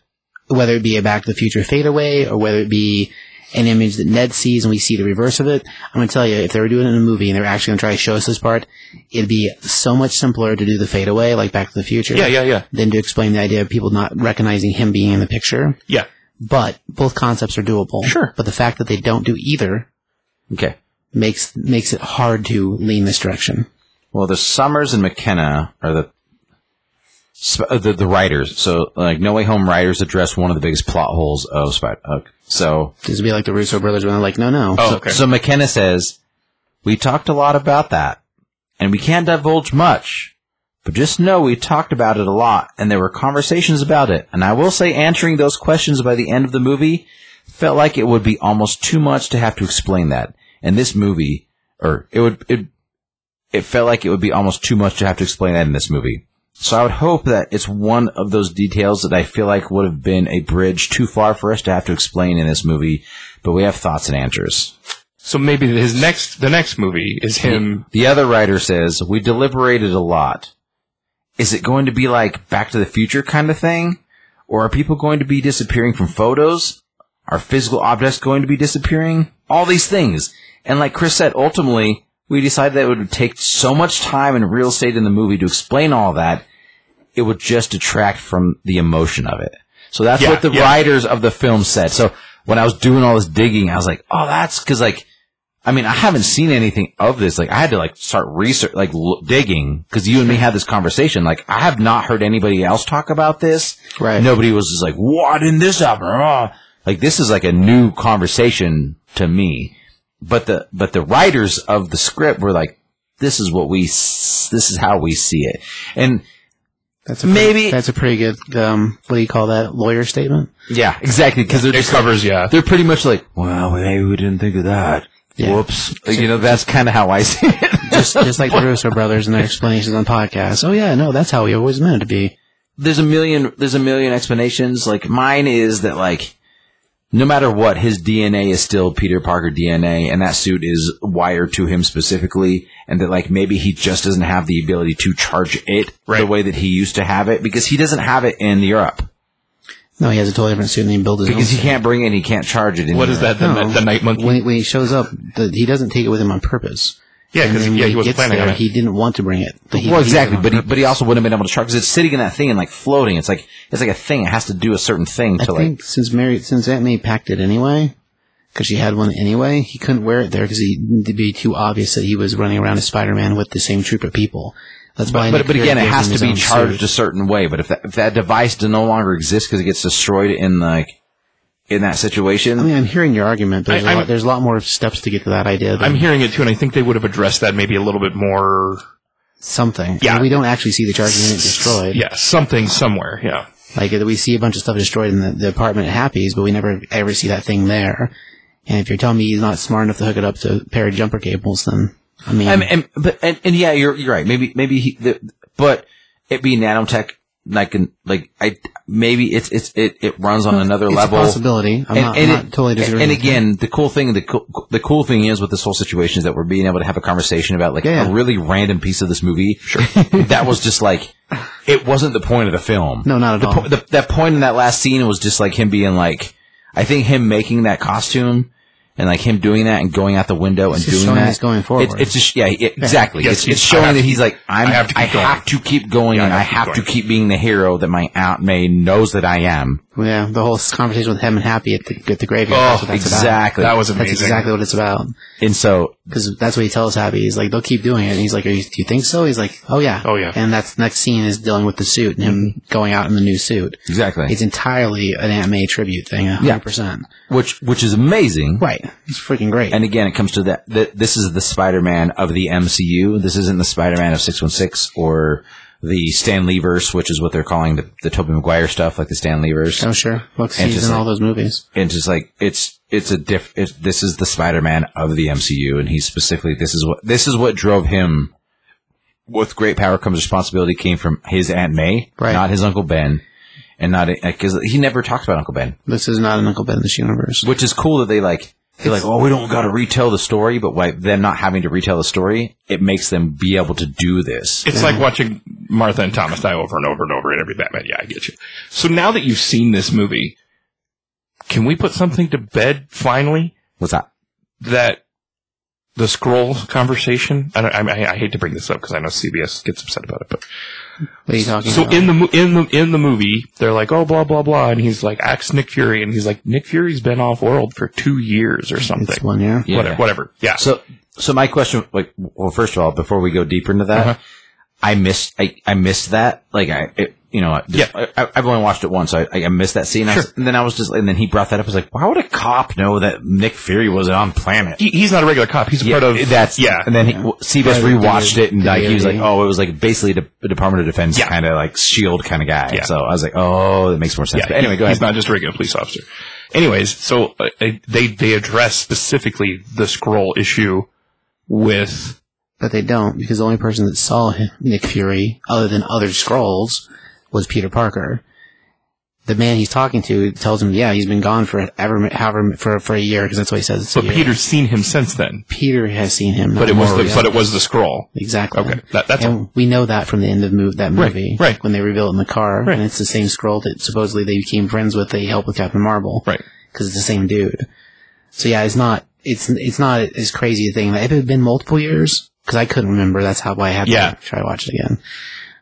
[SPEAKER 2] whether it be a Back to the Future fadeaway or whether it be an image that Ned sees and we see the reverse of it, I'm going to tell you, if they were doing it in a movie and they were actually going to try to show us this part, it'd be so much simpler to do the fadeaway like Back to the Future
[SPEAKER 3] yeah, yeah, yeah,
[SPEAKER 2] than to explain the idea of people not recognizing him being in the picture.
[SPEAKER 3] yeah.
[SPEAKER 2] But both concepts are doable.
[SPEAKER 3] Sure.
[SPEAKER 2] But the fact that they don't do either
[SPEAKER 5] Okay.
[SPEAKER 2] makes makes it hard to lean this direction.
[SPEAKER 5] Well, the Summers and McKenna are the sp- uh, the, the writers. So like No Way Home writers address one of the biggest plot holes of Spider. Okay. So
[SPEAKER 2] This would be like the Russo brothers when they're like, no, no.
[SPEAKER 3] Oh,
[SPEAKER 5] So,
[SPEAKER 3] okay.
[SPEAKER 5] so McKenna says, We talked a lot about that, and we can't divulge much, but just know we talked about it a lot, and there were conversations about it. And I will say, answering those questions by the end of the movie felt like it would be almost too much to have to explain that. And this movie, or it would, it, it felt like it would be almost too much to have to explain that in this movie. So I would hope that it's one of those details that I feel like would have been a bridge too far for us to have to explain in this movie, but we have thoughts and answers.
[SPEAKER 3] So maybe his next, the next movie is him.
[SPEAKER 5] The other writer says, We deliberated a lot. Is it going to be like Back to the Future kind of thing? Or are people going to be disappearing from photos? Are physical objects going to be disappearing? All these things. And like Chris said, ultimately, we decided that it would take so much time and real estate in the movie to explain all that, it would just detract from the emotion of it. So that's
[SPEAKER 3] Yeah,
[SPEAKER 5] what the
[SPEAKER 3] yeah.
[SPEAKER 5] writers of the film said. So when I was doing all this digging, I was like, oh, that's because like, I mean, I haven't seen anything of this. Like, I had to like start research, like l- digging, because you and me had this conversation. Like, I have not heard anybody else talk about this.
[SPEAKER 2] Right.
[SPEAKER 5] Nobody was just like, "What didn't this happen?" Ah. Like, this is like a new conversation to me. But the but the writers of the script were like, "This is what we, s- this is how we see it." And
[SPEAKER 2] That's a pretty-
[SPEAKER 5] Maybe-
[SPEAKER 2] that's a pretty good um, what do you call that lawyer statement?
[SPEAKER 5] yeah, exactly, because they're
[SPEAKER 3] It
[SPEAKER 5] just
[SPEAKER 3] covers, yeah.
[SPEAKER 5] they're pretty much like, "Well, maybe we didn't think of that."
[SPEAKER 2] Yeah.
[SPEAKER 5] Whoops. Like, you know, that's kind of how I see it.
[SPEAKER 2] Just just like the Russo brothers and their explanations on podcasts. Oh yeah, no, that's how we always meant it to be.
[SPEAKER 5] there's a million there's a million explanations. Like mine is that like no matter what, his DNA is still Peter Parker DNA, and that suit is wired to him specifically, and that like maybe he just doesn't have the ability to charge it the
[SPEAKER 3] Right.
[SPEAKER 5] way that he used to have it because he doesn't have it in Europe
[SPEAKER 2] No, he has a totally different suit and he builds his
[SPEAKER 5] because he
[SPEAKER 2] own.
[SPEAKER 5] can't bring it, and he can't charge it. In
[SPEAKER 3] What is
[SPEAKER 5] Europe.
[SPEAKER 3] that? The,
[SPEAKER 2] No.
[SPEAKER 3] the night monkey.
[SPEAKER 2] When, when he shows up, the, he doesn't take it with him on purpose.
[SPEAKER 3] Yeah,
[SPEAKER 2] And
[SPEAKER 3] because
[SPEAKER 2] then
[SPEAKER 3] yeah,
[SPEAKER 2] when
[SPEAKER 3] he wasn't
[SPEAKER 2] gets
[SPEAKER 3] planning on
[SPEAKER 2] there,
[SPEAKER 3] it.
[SPEAKER 2] He didn't want to bring it. But he-
[SPEAKER 5] well,
[SPEAKER 2] he
[SPEAKER 5] exactly,
[SPEAKER 2] did.
[SPEAKER 5] but he, but he also wouldn't have been able to try because it's sitting in that thing and like floating. It's like it's like a thing. It has to do a certain thing
[SPEAKER 2] I
[SPEAKER 5] to like.
[SPEAKER 2] think since Mary, since Aunt May packed it anyway, because she had one anyway, he couldn't wear it there because it'd be too obvious that he was running around as Spider-Man with the same troop of people. That's why.
[SPEAKER 5] But,
[SPEAKER 2] Nick
[SPEAKER 5] but again,
[SPEAKER 2] Fury
[SPEAKER 5] it
[SPEAKER 2] gave
[SPEAKER 5] has
[SPEAKER 2] him
[SPEAKER 5] to
[SPEAKER 2] his
[SPEAKER 5] be
[SPEAKER 2] own
[SPEAKER 5] charged a
[SPEAKER 2] suit.
[SPEAKER 5] certain way. But if that, if that device does no longer exist because it gets destroyed in like in that situation,
[SPEAKER 2] I mean, I'm hearing your argument, but
[SPEAKER 3] I-
[SPEAKER 2] there's, a
[SPEAKER 3] I'm-
[SPEAKER 2] lot, there's a lot more steps to get to that idea than
[SPEAKER 3] I'm hearing it too, and I think they would have addressed that maybe a little bit more.
[SPEAKER 2] something.
[SPEAKER 3] Yeah.
[SPEAKER 2] And we don't actually see the charging unit destroyed.
[SPEAKER 3] Yeah, something somewhere. Yeah,
[SPEAKER 2] Like we see a bunch of stuff destroyed in the, the apartment at Happy's, but we never ever see that thing there. And if you're telling me he's not smart enough to hook it up to a pair of jumper cables, then I mean,
[SPEAKER 5] I mean, and, but and, and yeah, you're you're right. Maybe maybe he, the, but it be nanotech like an, like I maybe it's it's it, it runs on another
[SPEAKER 2] it's
[SPEAKER 5] level.
[SPEAKER 2] a possibility. I'm not, I'm not
[SPEAKER 5] it-
[SPEAKER 2] totally disagreeing.
[SPEAKER 5] And
[SPEAKER 2] with you.
[SPEAKER 5] again, the cool thing the cool, the cool thing is with this whole situation is that we're being able to have a conversation about like
[SPEAKER 2] Yeah.
[SPEAKER 5] a really random piece of this movie. Sure, that was just like it wasn't the point of the film.
[SPEAKER 2] no, not at
[SPEAKER 5] the,
[SPEAKER 2] all.
[SPEAKER 5] po- the, that point in that last scene was just like him being like, I think him making that costume and like him doing that and going out the window and
[SPEAKER 2] just
[SPEAKER 5] doing
[SPEAKER 2] showing
[SPEAKER 5] that.
[SPEAKER 2] he's going forward.
[SPEAKER 5] It's, it's just yeah, it- exactly.
[SPEAKER 3] Yes,
[SPEAKER 5] it's, it's
[SPEAKER 3] he's- I
[SPEAKER 5] showing
[SPEAKER 3] have
[SPEAKER 5] that
[SPEAKER 3] to-
[SPEAKER 5] he's like I'm.
[SPEAKER 3] I have to keep going.
[SPEAKER 5] have to keep going,
[SPEAKER 3] Yeah, I
[SPEAKER 5] and I
[SPEAKER 3] have
[SPEAKER 5] have
[SPEAKER 3] to
[SPEAKER 5] to
[SPEAKER 3] keep
[SPEAKER 5] keep being the hero that my aunt May knows that I am.
[SPEAKER 2] yeah, the whole s- conversation with him and Happy at the, at the
[SPEAKER 3] Oh,
[SPEAKER 2] graveyard. that's what that's About.
[SPEAKER 5] Oh, exactly.
[SPEAKER 3] that was
[SPEAKER 2] That's
[SPEAKER 3] amazing.
[SPEAKER 2] exactly what it's about.
[SPEAKER 5] and so
[SPEAKER 2] Because that's what he tells Happy. He's like, they'll keep doing it. And he's like, Are you, do you think so? He's like, oh yeah.
[SPEAKER 3] Oh, yeah.
[SPEAKER 2] And that's next scene is dealing with the suit and him going out in the new suit.
[SPEAKER 5] exactly.
[SPEAKER 2] It's entirely an Aunt May tribute thing, 100%.
[SPEAKER 5] which which is amazing.
[SPEAKER 2] Right. It's freaking great.
[SPEAKER 5] And again, it comes to that, that this is the Spider-Man of the MCU. This isn't the Spider-Man of 616 or the Stan Leverse, which is what they're calling the, the Tobey Maguire stuff, like the Stan Leverse.
[SPEAKER 2] oh, sure. Look,
[SPEAKER 5] And
[SPEAKER 2] he's
[SPEAKER 5] just
[SPEAKER 2] in
[SPEAKER 5] like-
[SPEAKER 2] all those movies.
[SPEAKER 5] And just like, it's, it's a diff, it's, this is the Spider-Man of the MCU. And he's specifically, this is what, this is what drove him. With great power comes responsibility came from his Aunt May,
[SPEAKER 2] Right.
[SPEAKER 5] not his Uncle Ben. And not, because he never talks about Uncle Ben.
[SPEAKER 2] This is not an Uncle Ben in this universe.
[SPEAKER 5] which is cool that they like they're like, oh, we don't got to retell the story, but by them not having to retell the story, it makes them be able to do this.
[SPEAKER 3] It's like watching Martha and Thomas die over and over and over in every Batman. Yeah, I get you. So now that you've seen this movie, can we put something to bed finally?
[SPEAKER 5] What's that?
[SPEAKER 3] That the scroll conversation. I, don't, I, mean, I, I hate to bring this up because I know CBS gets upset about it, but
[SPEAKER 2] What are you talking
[SPEAKER 3] so
[SPEAKER 2] about?
[SPEAKER 3] in the mo- in the in the movie, they're like, oh, blah blah blah, and he's like, axe Nick Fury, and he's like, Nick Fury's been off world for two years or something.
[SPEAKER 2] it's one, yeah.
[SPEAKER 5] Yeah.
[SPEAKER 3] Whatever, whatever. Yeah.
[SPEAKER 5] So, so my question, like, well, first of all, before we go deeper into that,
[SPEAKER 3] Uh-huh.
[SPEAKER 5] I missed, I, I missed that. Like, I, it, you know, just, I, I've only watched it once. So I, I missed that scene. I was- and then I was just, and then he brought that up. I was like, why would a cop know that Nick Fury was on planet?
[SPEAKER 3] he, he's not a regular cop. He's a part of
[SPEAKER 5] that's
[SPEAKER 3] yeah.
[SPEAKER 5] And then he, well, CBS
[SPEAKER 2] Right,
[SPEAKER 5] rewatched
[SPEAKER 2] the-
[SPEAKER 5] it, and
[SPEAKER 2] the
[SPEAKER 5] like he was like,
[SPEAKER 2] DoD.
[SPEAKER 5] "Oh, it was like basically the the Department of Defense
[SPEAKER 3] Yeah.
[SPEAKER 5] kind of like shield kind of guy."
[SPEAKER 3] Yeah.
[SPEAKER 5] So I was like, "Oh, that makes more sense."
[SPEAKER 3] Yeah,
[SPEAKER 5] but anyway,
[SPEAKER 3] he-
[SPEAKER 5] go ahead.
[SPEAKER 3] He's not just a regular police officer. Anyways, so uh, they they address specifically the scroll issue with
[SPEAKER 2] But they don't, because the only person that saw him, Nick Fury, other than other Skrulls, was Peter Parker. The man he's talking to tells him, "Yeah, he's been gone for ever, however, for for a year, because that's what he says." It's a
[SPEAKER 3] but
[SPEAKER 2] year.
[SPEAKER 3] Peter's seen him since then.
[SPEAKER 2] Peter has seen him,
[SPEAKER 3] But it was the
[SPEAKER 2] Mario.
[SPEAKER 3] but it was the scroll.
[SPEAKER 2] exactly
[SPEAKER 3] Okay, that, that's
[SPEAKER 2] And we know that from the end of move, that
[SPEAKER 3] Right,
[SPEAKER 2] movie,
[SPEAKER 3] right.
[SPEAKER 2] When they reveal it in the car,
[SPEAKER 3] Right.
[SPEAKER 2] and it's the same scroll that supposedly they became friends with. They helped with Captain Marvel,
[SPEAKER 3] right.
[SPEAKER 2] Because it's the same dude. So yeah, it's not it's it's not as crazy a thing. If it had been multiple years, because I couldn't remember. That's how why I had
[SPEAKER 3] Yeah.
[SPEAKER 2] to try to watch it again.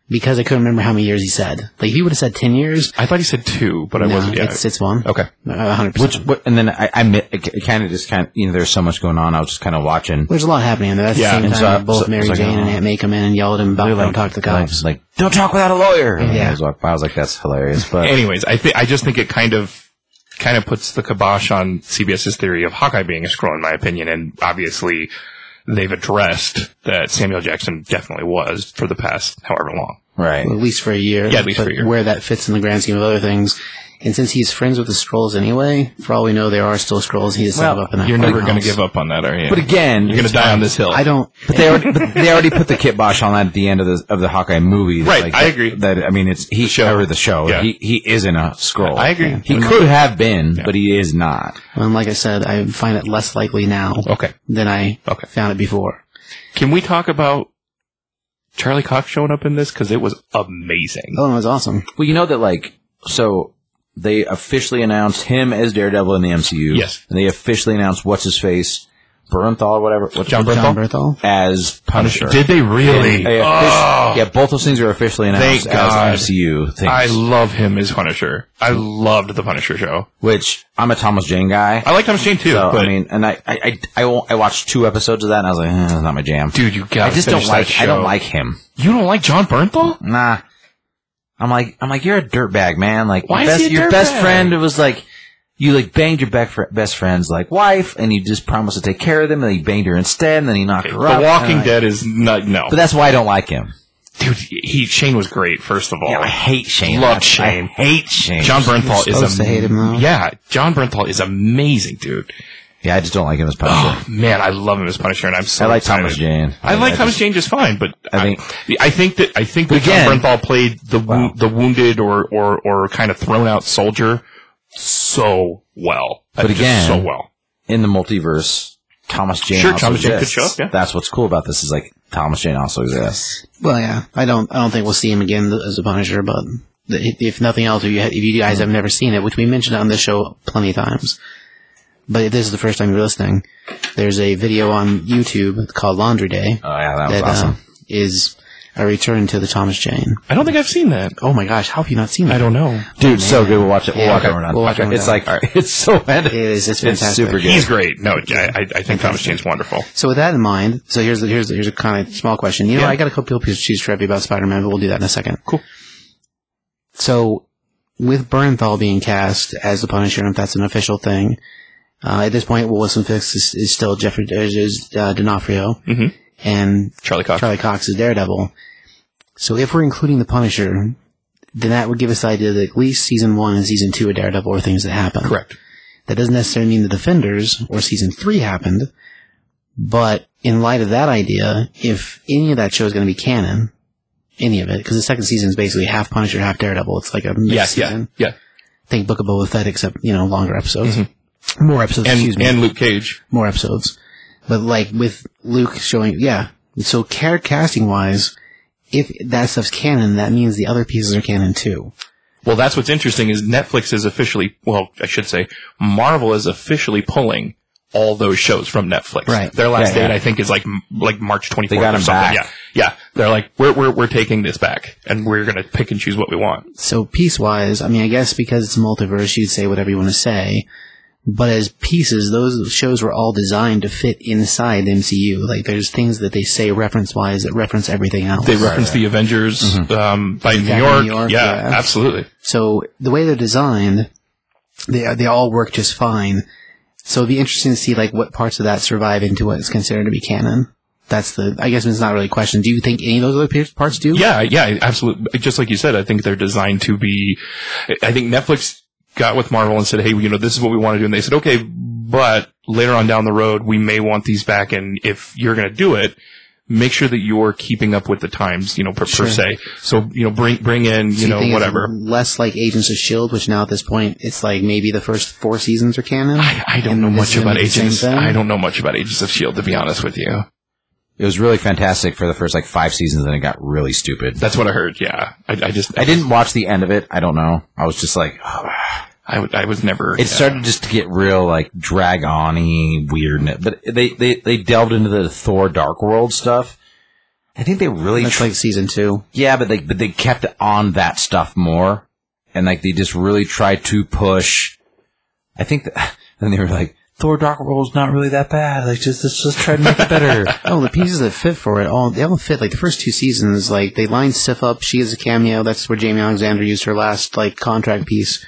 [SPEAKER 2] Because I couldn't remember how many years he said. Like if he would have said ten years,
[SPEAKER 3] I thought he said two, but I
[SPEAKER 2] no,
[SPEAKER 3] wasn't. Yeah.
[SPEAKER 2] it's it's one.
[SPEAKER 3] okay.
[SPEAKER 2] hundred
[SPEAKER 5] Which,
[SPEAKER 2] percent.
[SPEAKER 5] what, and then I, I, kind of just kind of, you know, there's so much going on. I was just kind of watching.
[SPEAKER 2] There's a lot happening in there. That's
[SPEAKER 3] Yeah,
[SPEAKER 2] the same
[SPEAKER 5] and
[SPEAKER 2] time
[SPEAKER 5] so I-
[SPEAKER 2] that both
[SPEAKER 5] so-
[SPEAKER 2] Mary
[SPEAKER 5] so I go,
[SPEAKER 2] Jane and
[SPEAKER 5] "Oh."
[SPEAKER 2] Aunt May come in and yell at him about don't talk to the
[SPEAKER 5] like,
[SPEAKER 2] cops.
[SPEAKER 5] just like, don't talk without a lawyer. And
[SPEAKER 2] Yeah.
[SPEAKER 5] I was like, I was like, that's hilarious. But
[SPEAKER 3] Anyways, I think I just think it kind of kind of puts the kibosh on CBS's theory of Hawkeye being a scroll, in my opinion, and obviously they've addressed that Samuel Jackson definitely was for the past however long.
[SPEAKER 5] right,
[SPEAKER 2] at least for a year.
[SPEAKER 3] Yeah, at least
[SPEAKER 2] but
[SPEAKER 3] for a year.
[SPEAKER 2] Where that fits in the grand scheme of other things. And since he's friends with the Skrulls anyway, for all we know, there are still Skrulls. He just
[SPEAKER 5] Well,
[SPEAKER 2] up in that.
[SPEAKER 3] You're never going to
[SPEAKER 2] farmhouse.
[SPEAKER 3] give up on that, are you?
[SPEAKER 5] but again,
[SPEAKER 3] you're going to die on this hill.
[SPEAKER 2] I don't.
[SPEAKER 5] But they already, but they already put the kitbosh on that at the end of the of the Hawkeye movie. That,
[SPEAKER 3] Right, I
[SPEAKER 5] that-
[SPEAKER 3] agree.
[SPEAKER 5] That I mean, it's he the
[SPEAKER 3] show.
[SPEAKER 5] the show.
[SPEAKER 3] Yeah.
[SPEAKER 5] He he is in a scroll.
[SPEAKER 3] I agree.
[SPEAKER 5] He could have been, but he is not.
[SPEAKER 2] And like I said, I find it less likely now
[SPEAKER 3] Okay.
[SPEAKER 2] than I
[SPEAKER 3] Okay.
[SPEAKER 2] found it before.
[SPEAKER 3] Can we talk about Charlie Cox showing up in this? Because it was amazing.
[SPEAKER 2] Oh, it was awesome.
[SPEAKER 5] Well, you know that like so they officially announced him as Daredevil in the MCU.
[SPEAKER 3] Yes.
[SPEAKER 5] and they officially announced what's his face Bernthal or whatever. What's
[SPEAKER 3] John
[SPEAKER 5] Bernthal?
[SPEAKER 2] John Berthal.
[SPEAKER 5] as Punisher.
[SPEAKER 3] Did they really?
[SPEAKER 5] They offici-
[SPEAKER 3] Oh.
[SPEAKER 5] Yeah, both those things are officially announced
[SPEAKER 3] Thank God.
[SPEAKER 5] as MCU things.
[SPEAKER 3] I love him as Punisher. I loved the Punisher show.
[SPEAKER 5] which I'm a Thomas Jane guy.
[SPEAKER 3] I like Thomas Jane too,
[SPEAKER 5] so,
[SPEAKER 3] but
[SPEAKER 5] I mean, and I I, I, I, won't- I watched two episodes of that, and I was like, eh, that's not my jam.
[SPEAKER 3] dude, you
[SPEAKER 5] I
[SPEAKER 3] got.
[SPEAKER 5] just don't like. I don't like him.
[SPEAKER 3] You don't like John Bernthal?
[SPEAKER 5] Nah. I'm like, I'm like, you're a dirtbag, man. Like,
[SPEAKER 3] Why
[SPEAKER 5] your
[SPEAKER 3] is
[SPEAKER 5] best,
[SPEAKER 3] he a
[SPEAKER 5] your best
[SPEAKER 3] dirtbag?
[SPEAKER 5] friend was like, you like banged your back fr- best friend's like wife, and you just promised to take care of them, and then you banged her instead, and then you knocked
[SPEAKER 3] The
[SPEAKER 5] her up.
[SPEAKER 3] Walking
[SPEAKER 5] and I-
[SPEAKER 3] Dead is not no.
[SPEAKER 5] But that's why I don't like him.
[SPEAKER 3] dude, he Shane was great. First of all,
[SPEAKER 5] Yeah, I hate Shane.
[SPEAKER 3] Oh, Love
[SPEAKER 5] I,
[SPEAKER 3] Shane.
[SPEAKER 5] I hate Shane.
[SPEAKER 3] John Bernthal is
[SPEAKER 2] supposed to hate him, though.
[SPEAKER 3] yeah. John Bernthal is amazing, dude.
[SPEAKER 5] yeah, I just don't like him as Punisher.
[SPEAKER 3] Man, I love him as Punisher, and I'm Oh, so
[SPEAKER 5] I like
[SPEAKER 3] excited.
[SPEAKER 5] Thomas Jane.
[SPEAKER 3] I like Thomas
[SPEAKER 5] just-
[SPEAKER 3] Jane just fine, but
[SPEAKER 5] I
[SPEAKER 3] I
[SPEAKER 5] think-
[SPEAKER 3] think I think that I think that
[SPEAKER 5] Again-
[SPEAKER 3] John Bernthal played the wo- the wounded or, or or kind of thrown out soldier so well,
[SPEAKER 5] But
[SPEAKER 3] Just
[SPEAKER 5] again-
[SPEAKER 3] so well.
[SPEAKER 5] in the multiverse, Thomas Jane.
[SPEAKER 3] Sure,
[SPEAKER 5] also
[SPEAKER 3] Thomas Jane could
[SPEAKER 5] exists.
[SPEAKER 3] show up, yeah.
[SPEAKER 5] That's what's cool about this is like Thomas Jane also exists.
[SPEAKER 2] Well, yeah, I don't, I don't think we'll see him again th- as a Punisher, but th- if nothing else, if you, ha- if you guys have never seen it, which we mentioned on this show plenty of times, but if this is the first time you're listening, there's a video on YouTube called Laundry Day
[SPEAKER 5] Oh yeah, that was
[SPEAKER 2] that uh,
[SPEAKER 5] awesome.
[SPEAKER 2] is a return to the Thomas Jane.
[SPEAKER 3] I don't think I've seen that.
[SPEAKER 2] Oh my gosh, how have you not seen that?
[SPEAKER 3] I don't know.
[SPEAKER 5] Dude, so good. We'll watch it. We'll
[SPEAKER 2] Yeah,
[SPEAKER 5] watch it.
[SPEAKER 2] okay.
[SPEAKER 5] when we're done.
[SPEAKER 2] We'll watch it when we're
[SPEAKER 5] It's
[SPEAKER 2] done.
[SPEAKER 5] like it's so bad.
[SPEAKER 2] It is. It's
[SPEAKER 5] It's
[SPEAKER 2] fantastic.
[SPEAKER 5] super good.
[SPEAKER 3] He's great. No, I, I, I think Thomas Jane's wonderful.
[SPEAKER 2] So with that in mind, so here's the, here's the, here's a kind of small question. You know,
[SPEAKER 3] Yeah.
[SPEAKER 2] I got a couple pieces of cheese trivia about Spider-Man, but we'll do that in a second.
[SPEAKER 3] Cool.
[SPEAKER 2] So with Bernthal being cast as the Punisher, if that's an official thing, uh, at this point, Wilson Fix is, is still Jeffrey is, is uh, D'Onofrio,
[SPEAKER 3] Mhm.
[SPEAKER 2] and
[SPEAKER 3] Charlie Cox.
[SPEAKER 2] Charlie Cox is Daredevil. So if we're including the Punisher, then that would give us the idea that at least season one and season two of Daredevil are things that happen.
[SPEAKER 3] Correct.
[SPEAKER 2] That doesn't necessarily mean the Defenders or season three happened, but in light of that idea, if any of that show is going to be canon, any of it, because the second season is basically half Punisher, half Daredevil. It's like a mixed
[SPEAKER 3] Yes.
[SPEAKER 2] season.
[SPEAKER 3] Yeah. Yeah.
[SPEAKER 2] Think Book of Boba Fett, except you know longer episodes, more episodes. excuse
[SPEAKER 3] Mm-hmm. And
[SPEAKER 2] me,
[SPEAKER 3] and Luke Cage.
[SPEAKER 2] more episodes. But like with Luke showing, yeah. So care casting wise, if that stuff's canon, that means the other pieces are canon too.
[SPEAKER 3] Well, that's what's interesting is Netflix is officially, well, I should say, Marvel is officially pulling all those shows from Netflix.
[SPEAKER 2] Right.
[SPEAKER 3] Their last
[SPEAKER 5] Yeah,
[SPEAKER 3] date,
[SPEAKER 5] yeah.
[SPEAKER 3] I think, is like m- like March 24th
[SPEAKER 5] They got
[SPEAKER 3] or
[SPEAKER 5] them
[SPEAKER 3] something.
[SPEAKER 5] back.
[SPEAKER 3] Yeah. Yeah. They're like, we're, we're, we're taking this back and we're going to pick and choose what we want.
[SPEAKER 2] So piece wise, I mean, I guess because it's multiverse, you'd say whatever you want to say. But as pieces, those shows were all designed to fit inside the MCU. Like there's things that they say reference wise that reference everything else.
[SPEAKER 3] They reference the Avengers um, by New
[SPEAKER 2] Attack
[SPEAKER 3] York.
[SPEAKER 2] on New York,
[SPEAKER 3] Yeah,
[SPEAKER 2] yeah.
[SPEAKER 3] absolutely.
[SPEAKER 2] So the way they're designed, they they all work just fine. So it'd be interesting to see like what parts of that survive into what's considered to be canon. That's the I guess it's not really a question. Do you think any of those other pe- parts do?
[SPEAKER 3] Yeah, yeah, absolutely. Just like you said, I think they're designed to be. I think Netflix got with Marvel and said, "Hey, you know, this is what we want to do," and they said, "Okay, but later on down the road, we may want these back, and if you're going to do it." Make sure that you're keeping up with the times, you know, per, per se. So, you know, bring bring in, you
[SPEAKER 2] Do
[SPEAKER 3] know,
[SPEAKER 2] think it's
[SPEAKER 3] whatever.
[SPEAKER 2] Less like Agents of Shield, E which now at this point it's like maybe the first four seasons are canon.
[SPEAKER 3] I, I don't
[SPEAKER 2] and
[SPEAKER 3] know
[SPEAKER 2] this
[SPEAKER 3] much
[SPEAKER 2] is gonna
[SPEAKER 3] about
[SPEAKER 2] be the same
[SPEAKER 3] Agents.
[SPEAKER 2] thing?
[SPEAKER 3] I don't know much about Agents of Shield, to be honest with you.
[SPEAKER 5] It was really fantastic for the first like five seasons, and it got really stupid.
[SPEAKER 3] That's what I heard. Yeah, I, I just
[SPEAKER 5] I didn't watch the end of it. I don't know. I was just like, oh,
[SPEAKER 3] I, w- I was never.
[SPEAKER 5] it started just to get real like drag on y weirdness. But they, they they delved into the Thor Dark World stuff. I think they really
[SPEAKER 2] That's
[SPEAKER 5] tr-
[SPEAKER 2] like season two.
[SPEAKER 5] Yeah, but they but they kept on that stuff more, and like they just really tried to push. I think, that, and they were like, "Thor: Dark World is not really that bad. Like, just let's just try to make it better."
[SPEAKER 2] Oh, the pieces that fit for it all they all fit. Like the first two seasons, like they lined Sif up. She is a cameo. That's where Jamie Alexander used her last like contract piece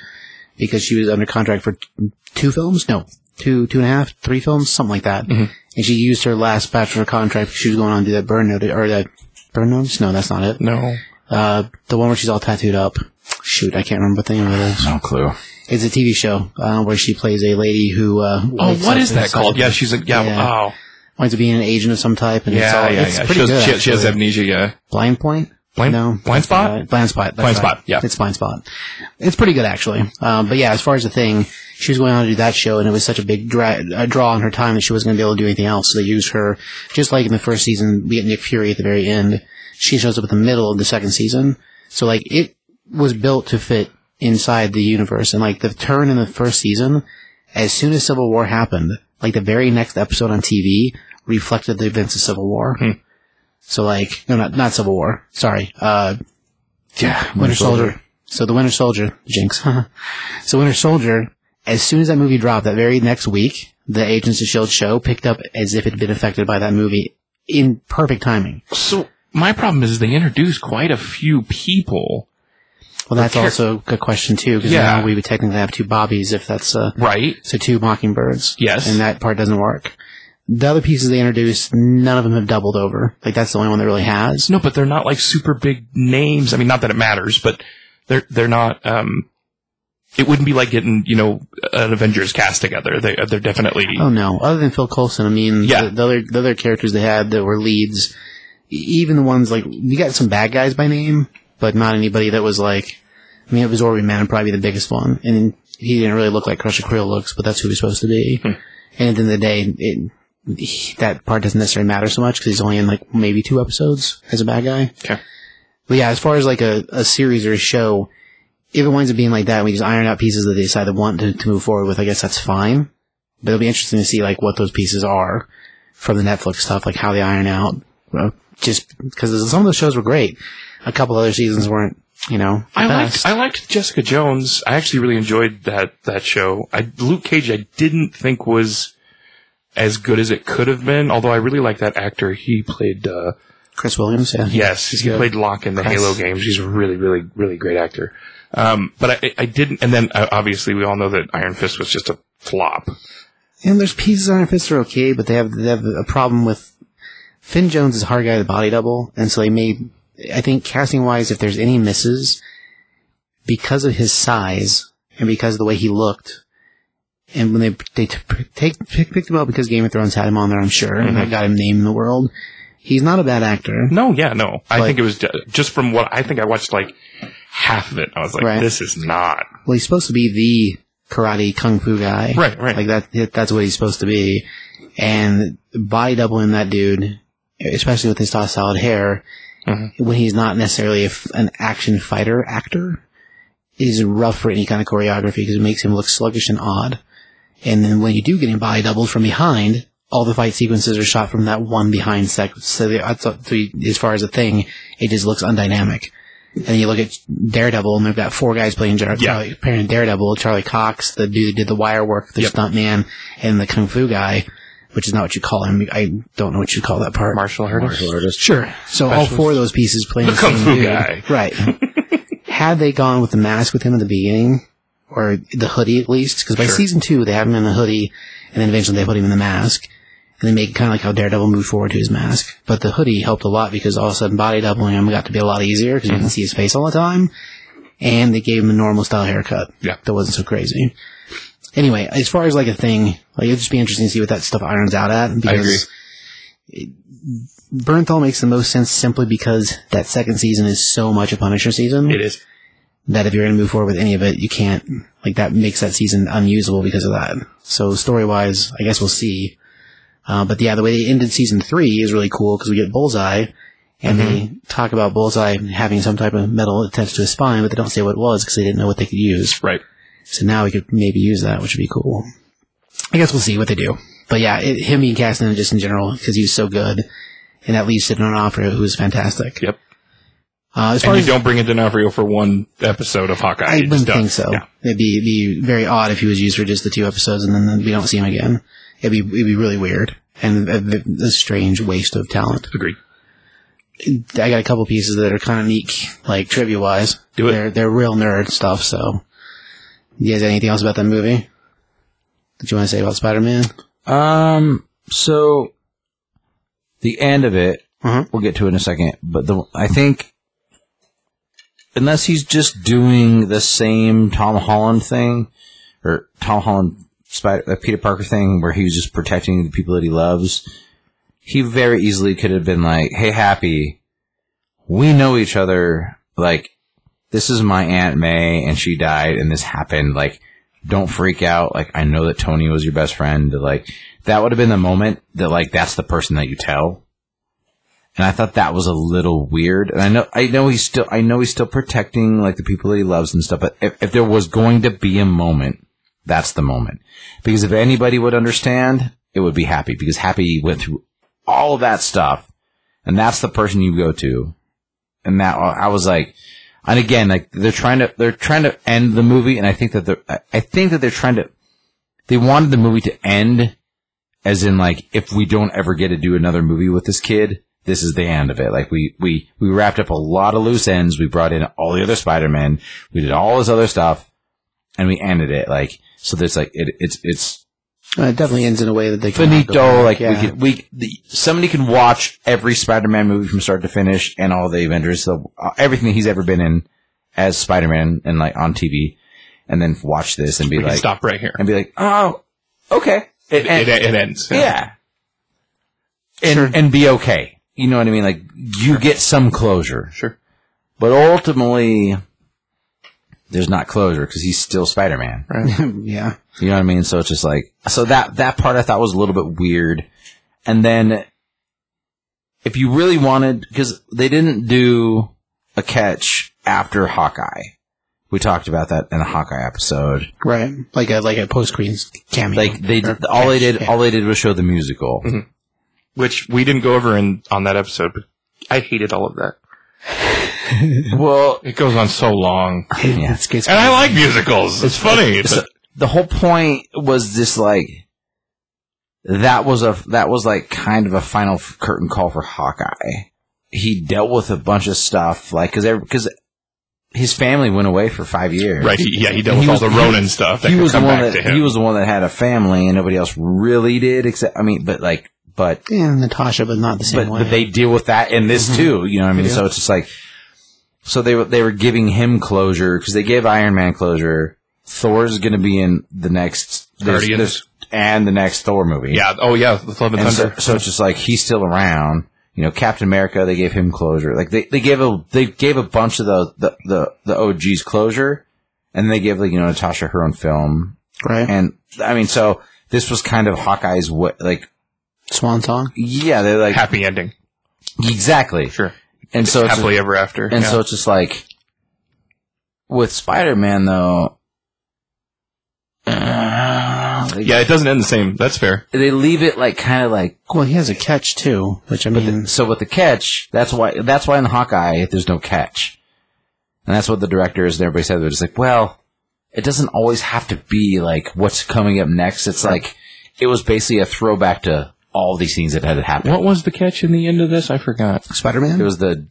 [SPEAKER 2] because she was under contract for t- two films. No, two, two and a half, three films, something like that.
[SPEAKER 3] Mm-hmm.
[SPEAKER 2] And she used her last batch of her contract. She was going on to do that burn notice or that burn notice. No, that's not it.
[SPEAKER 3] no.
[SPEAKER 2] Uh, the one where she's all tattooed up. Shoot, I can't remember the name of it. is.
[SPEAKER 5] no clue.
[SPEAKER 2] It's a TV show uh, where she plays a lady who. Uh,
[SPEAKER 3] Oh,
[SPEAKER 2] wakes
[SPEAKER 3] what
[SPEAKER 2] up
[SPEAKER 3] is that
[SPEAKER 2] inside-
[SPEAKER 3] called? Yeah, she's a yeah.
[SPEAKER 2] Yeah.
[SPEAKER 3] Oh,
[SPEAKER 2] Winds up being an agent of some type, and it's, all, it's pretty
[SPEAKER 3] She has,
[SPEAKER 2] good.
[SPEAKER 3] she, she has
[SPEAKER 2] actually.
[SPEAKER 3] amnesia. Yeah.
[SPEAKER 2] Blind Point?
[SPEAKER 3] Blind-
[SPEAKER 2] no.
[SPEAKER 3] Blind Spot?
[SPEAKER 2] Uh, blind Spot. that's right.
[SPEAKER 3] Blind Spot, yeah.
[SPEAKER 2] It's Blind Spot. It's pretty good, actually. Um, but yeah, as far as the thing, she was going on to do that show, and it was such a big dra- a draw on her time that she wasn't going to be able to do anything else. So they used her, just like in the first season, we get Nick Fury at the very end. She shows up at the middle of the second season. So, like, it was built to fit inside the universe. And, like, the turn in the first season, as soon as Civil War happened, like the very next episode on TV reflected the events of Civil War.
[SPEAKER 3] Hmm.
[SPEAKER 2] So like, no, not not Civil War. Sorry, uh,
[SPEAKER 5] Yeah,
[SPEAKER 2] Winter Soldier. So the Winter Soldier, Jinx. so Winter Soldier. As soon as that movie dropped, that very next week, the Agents of Shield E show picked up as if it had been affected by that movie in perfect timing.
[SPEAKER 3] So my problem is they introduced quite a few people,
[SPEAKER 2] Well, that's
[SPEAKER 3] Okay.
[SPEAKER 2] also a question too, because
[SPEAKER 3] Yeah.
[SPEAKER 2] now we would technically have two Bobbies if that's uh,
[SPEAKER 3] right?
[SPEAKER 2] so two Mockingbirds.
[SPEAKER 3] Yes.
[SPEAKER 2] and that part doesn't work. The other pieces they introduced, none of them have doubled over. Like that's the only one that really has.
[SPEAKER 3] No, but they're not like super big names. I mean, not that it matters, but they're they're not. Um, it wouldn't be like getting you know an Avengers cast together. They uh, they're definitely
[SPEAKER 2] Oh no! Other than Phil Coulson, I mean,
[SPEAKER 3] Yeah.
[SPEAKER 2] the, the other the other characters they had that were leads, e- even the ones like we got some bad guys by name, but not anybody that was like. I mean, it was Orby Man, probably the biggest one, and he didn't really look like Crusher Creel looks, but that's who he's supposed to be. And at the end of the day, it, he- that part doesn't necessarily matter so much because he's only in like maybe two episodes as a bad guy.
[SPEAKER 3] Okay.
[SPEAKER 2] But yeah, as far as like a, a series or a show, if it winds up being like that, and we just iron out pieces that they decide to want to, to move forward with, I guess that's fine. But it'll be interesting to see like what those pieces are from the Netflix stuff, like how they iron out. Well, just because some of those shows were great, a couple other seasons weren't. You know, the
[SPEAKER 3] I
[SPEAKER 2] best.
[SPEAKER 3] liked I liked Jessica Jones. I actually really enjoyed that that show. I, Luke Cage, I didn't think was as good as it could have been. Although I really like that actor. He played uh,
[SPEAKER 2] Chris Williams. Yeah.
[SPEAKER 3] yes, he played Locke in the
[SPEAKER 2] Nice.
[SPEAKER 3] Halo games. He's a really really really great actor. Um, but I, I didn't. And then uh, obviously we all know that Iron Fist was just a flop.
[SPEAKER 2] And there's pieces on Iron Fist that are okay, but they have they have a problem with Finn Jones is a hard guy to body double, and so they made I think casting wise, if there's any misses, because of his size and because of the way he looked, and when they they t- take pick, picked him up because Game of Thrones had him on there, I'm sure, and that got him named in the world. He's not a bad actor.
[SPEAKER 3] No, yeah, no. I
[SPEAKER 2] Like-
[SPEAKER 3] think it was ju- just from what I think I watched like half of it. I was like,
[SPEAKER 2] Right.
[SPEAKER 3] this is not
[SPEAKER 2] Well, he's supposed to be the karate kung fu guy,
[SPEAKER 3] Right, right.
[SPEAKER 2] Like that. That's what he's supposed to be. And body doubling that dude, especially with his tossed solid hair,
[SPEAKER 3] Mm-hmm.
[SPEAKER 2] when he's not necessarily a f an action fighter actor, is rough for any kind of choreography because it makes him look sluggish and odd. And then when you do get him body doubled from behind, all the fight sequences are shot from that one behind sec. So they, that's up to- as far as a thing, it just looks undynamic. And you look at Daredevil, and they've got four guys playing Jar-
[SPEAKER 3] Yeah.
[SPEAKER 2] Charlie, playing Daredevil, Charlie Cox, the dude that did the wire work, the
[SPEAKER 3] Yep.
[SPEAKER 2] stunt man, and the kung fu guy, which is not what you call him. I don't know what you call that part.
[SPEAKER 3] martial artist.
[SPEAKER 5] Martial artist.
[SPEAKER 2] Sure. So all four of those pieces playing the,
[SPEAKER 3] Kung
[SPEAKER 2] same
[SPEAKER 3] Fu
[SPEAKER 2] dude.
[SPEAKER 3] guy.
[SPEAKER 2] Right. Had they gone with the mask with him at the beginning, or the hoodie at least, because by
[SPEAKER 3] Sure.
[SPEAKER 2] season two they have him in the hoodie, and then eventually they put him in the mask, and they make it kind of like how Daredevil moved forward to his mask. But the hoodie helped a lot because all of a sudden body doubling him got to be a lot easier because
[SPEAKER 3] Mm-hmm.
[SPEAKER 2] you can see his face all the time, and they gave him a normal style haircut.
[SPEAKER 3] Yeah.
[SPEAKER 2] that wasn't so crazy. Anyway, as far as like a thing, like it'd just be interesting to see what that stuff irons out at. Because
[SPEAKER 3] agree.
[SPEAKER 2] Bernthal makes the most sense simply because that second season is so much a Punisher season
[SPEAKER 3] It is.
[SPEAKER 2] that if you're going to move forward with any of it, you can't. Like that makes that season unusable because of that. So story wise, I guess we'll see. Uh, but yeah, the way they ended season three is really cool because we get Bullseye, and
[SPEAKER 3] Mm-hmm.
[SPEAKER 2] they talk about Bullseye having some type of metal attached to his spine, but they don't say what it was because they didn't know what they could use.
[SPEAKER 3] Right.
[SPEAKER 2] So now we could maybe use that, which would be cool. I guess we'll see what they do. But yeah, it, him being cast in it just in general because he was so good, and that leads to D'Onofrio, who was fantastic.
[SPEAKER 3] Yep.
[SPEAKER 2] Uh, as far
[SPEAKER 3] And you
[SPEAKER 2] as
[SPEAKER 3] don't bring in D'Onofrio for one episode of Hawkeye.
[SPEAKER 2] I
[SPEAKER 3] You
[SPEAKER 2] wouldn't
[SPEAKER 3] just don't.
[SPEAKER 2] think so.
[SPEAKER 3] Yeah.
[SPEAKER 2] It'd be, it'd be very odd if he was used for just the two episodes and then we don't see him again. It'd be it'd be really weird and a, a strange waste of talent.
[SPEAKER 3] Agreed.
[SPEAKER 2] I got a couple pieces that are kind of neat, like trivia wise.
[SPEAKER 3] Do it.
[SPEAKER 2] They're they're real nerd stuff. So, you guys, got anything else about that movie that you want to say about Spider Man?
[SPEAKER 5] Um. So the end of it,
[SPEAKER 2] Uh-huh.
[SPEAKER 5] we'll get to it in a second. But the I think unless he's just doing the same Tom Holland thing or Tom Holland Spider uh, Peter Parker thing, where he was just protecting the people that he loves, he very easily could have been like, "Hey, Happy, we know each other. Like, this is my Aunt May, and she died, and this happened. Like." don't freak out. Like, I know that Tony was your best friend. Like, that would have been the moment that, like, that's the person that you tell. And I thought that was a little weird. And I know, I know he's still, I know he's still protecting, like, the people that he loves and stuff. But if, if there was going to be a moment That's the moment. Because if anybody would understand, it would be Happy because Happy went through all of that stuff and that's the person you go to. And that I was like, and again, like they're trying to, they're trying to end the movie. And I think that they're, I- I think that they're trying to, they wanted the movie to end as in like, if we don't ever get to do another movie with this kid, this is the end of it. Like we, we, we wrapped up a lot of loose ends. We brought in all the other Spider-Man. We did all this other stuff and we ended it. Like, so there's like, it, it's, it's,
[SPEAKER 2] Uh, it definitely ends in a way that they can
[SPEAKER 5] finito. Like
[SPEAKER 2] yeah.
[SPEAKER 5] we, can, we the, somebody can watch every Spider-Man movie from start to finish and all the Avengers, so uh, everything that he's ever been in as Spider-Man and like on TV, and then watch this and be
[SPEAKER 3] We can
[SPEAKER 5] like,
[SPEAKER 3] stop right here.
[SPEAKER 5] and be like, oh, okay, it, ends.
[SPEAKER 3] It, it ends.
[SPEAKER 5] yeah, and and be okay. You know what I mean? Like you get some closure,
[SPEAKER 3] Sure.
[SPEAKER 5] but ultimately. There's not closure because he's still Spider-Man.
[SPEAKER 2] yeah.
[SPEAKER 5] You know what I mean? So it's just like so that that part I thought was a little bit weird. And then if you really wanted because they didn't do a catch after Hawkeye. We talked about that in the Hawkeye episode.
[SPEAKER 2] Right. Like a like a post screens cameo.
[SPEAKER 5] Like they
[SPEAKER 2] Or
[SPEAKER 5] did, all they
[SPEAKER 2] catch,
[SPEAKER 5] did
[SPEAKER 2] yeah.
[SPEAKER 5] all they did was show the musical.
[SPEAKER 3] Which we didn't go over in on that episode, but I hated all of that.
[SPEAKER 5] Well,
[SPEAKER 3] It goes on so long.
[SPEAKER 2] It-
[SPEAKER 5] yeah.
[SPEAKER 2] it's- it's-
[SPEAKER 3] And I like musicals. It's funny.
[SPEAKER 5] So
[SPEAKER 3] but-
[SPEAKER 5] the whole point was this like that was a that was like kind of a final f- curtain call for Hawkeye. He dealt with a bunch of stuff like because because his family went away for five years.
[SPEAKER 3] right. He, yeah, he dealt
[SPEAKER 5] He
[SPEAKER 3] with
[SPEAKER 5] was-
[SPEAKER 3] all the
[SPEAKER 5] he-
[SPEAKER 3] Ronin stuff that
[SPEAKER 5] he
[SPEAKER 3] could
[SPEAKER 5] was the
[SPEAKER 3] come
[SPEAKER 5] one
[SPEAKER 3] back
[SPEAKER 5] that
[SPEAKER 3] to him.
[SPEAKER 5] he was the one that had a family and nobody else really did except I mean, but like but
[SPEAKER 2] yeah, Natasha, but not the same
[SPEAKER 5] but,
[SPEAKER 2] way.
[SPEAKER 5] but they deal with that in this
[SPEAKER 3] Mm-hmm.
[SPEAKER 5] too. You know what I mean? So it's just like, so they were they were giving him closure because they gave Iron Man closure. Thor's going to be in the next there's-
[SPEAKER 3] Guardians.
[SPEAKER 5] there's- and the next Thor movie.
[SPEAKER 3] yeah. Oh, yeah. The Love and
[SPEAKER 5] and so,
[SPEAKER 3] Thunder.
[SPEAKER 5] so it's just like he's still around. You know, Captain America, they gave him closure. Like they, they gave a they gave a bunch of the the the, the OGs closure, and they gave like you know Natasha her own film.
[SPEAKER 2] right.
[SPEAKER 5] And I mean, so this was kind of Hawkeye's what like
[SPEAKER 2] Swan song.
[SPEAKER 5] yeah they're like
[SPEAKER 3] Happy ending.
[SPEAKER 5] exactly
[SPEAKER 3] Sure.
[SPEAKER 5] and so it's just-
[SPEAKER 3] Happily ever after.
[SPEAKER 5] and
[SPEAKER 3] yeah.
[SPEAKER 5] so it's just like with Spider Man though. uh, they,
[SPEAKER 3] yeah, it doesn't end the same. That's fair.
[SPEAKER 5] they leave it like kind of like
[SPEAKER 2] Well, he has a catch too, which I mean,
[SPEAKER 5] so with the catch. That's why that's why in Hawkeye there's no catch, and that's what the directors and everybody said. They're just like, well, it doesn't always have to be like what's coming up next. It's like it was basically a throwback to all these things that had happened.
[SPEAKER 3] was the catch in the end of this? I forgot.
[SPEAKER 2] Spider
[SPEAKER 5] It
[SPEAKER 2] Man.
[SPEAKER 5] was the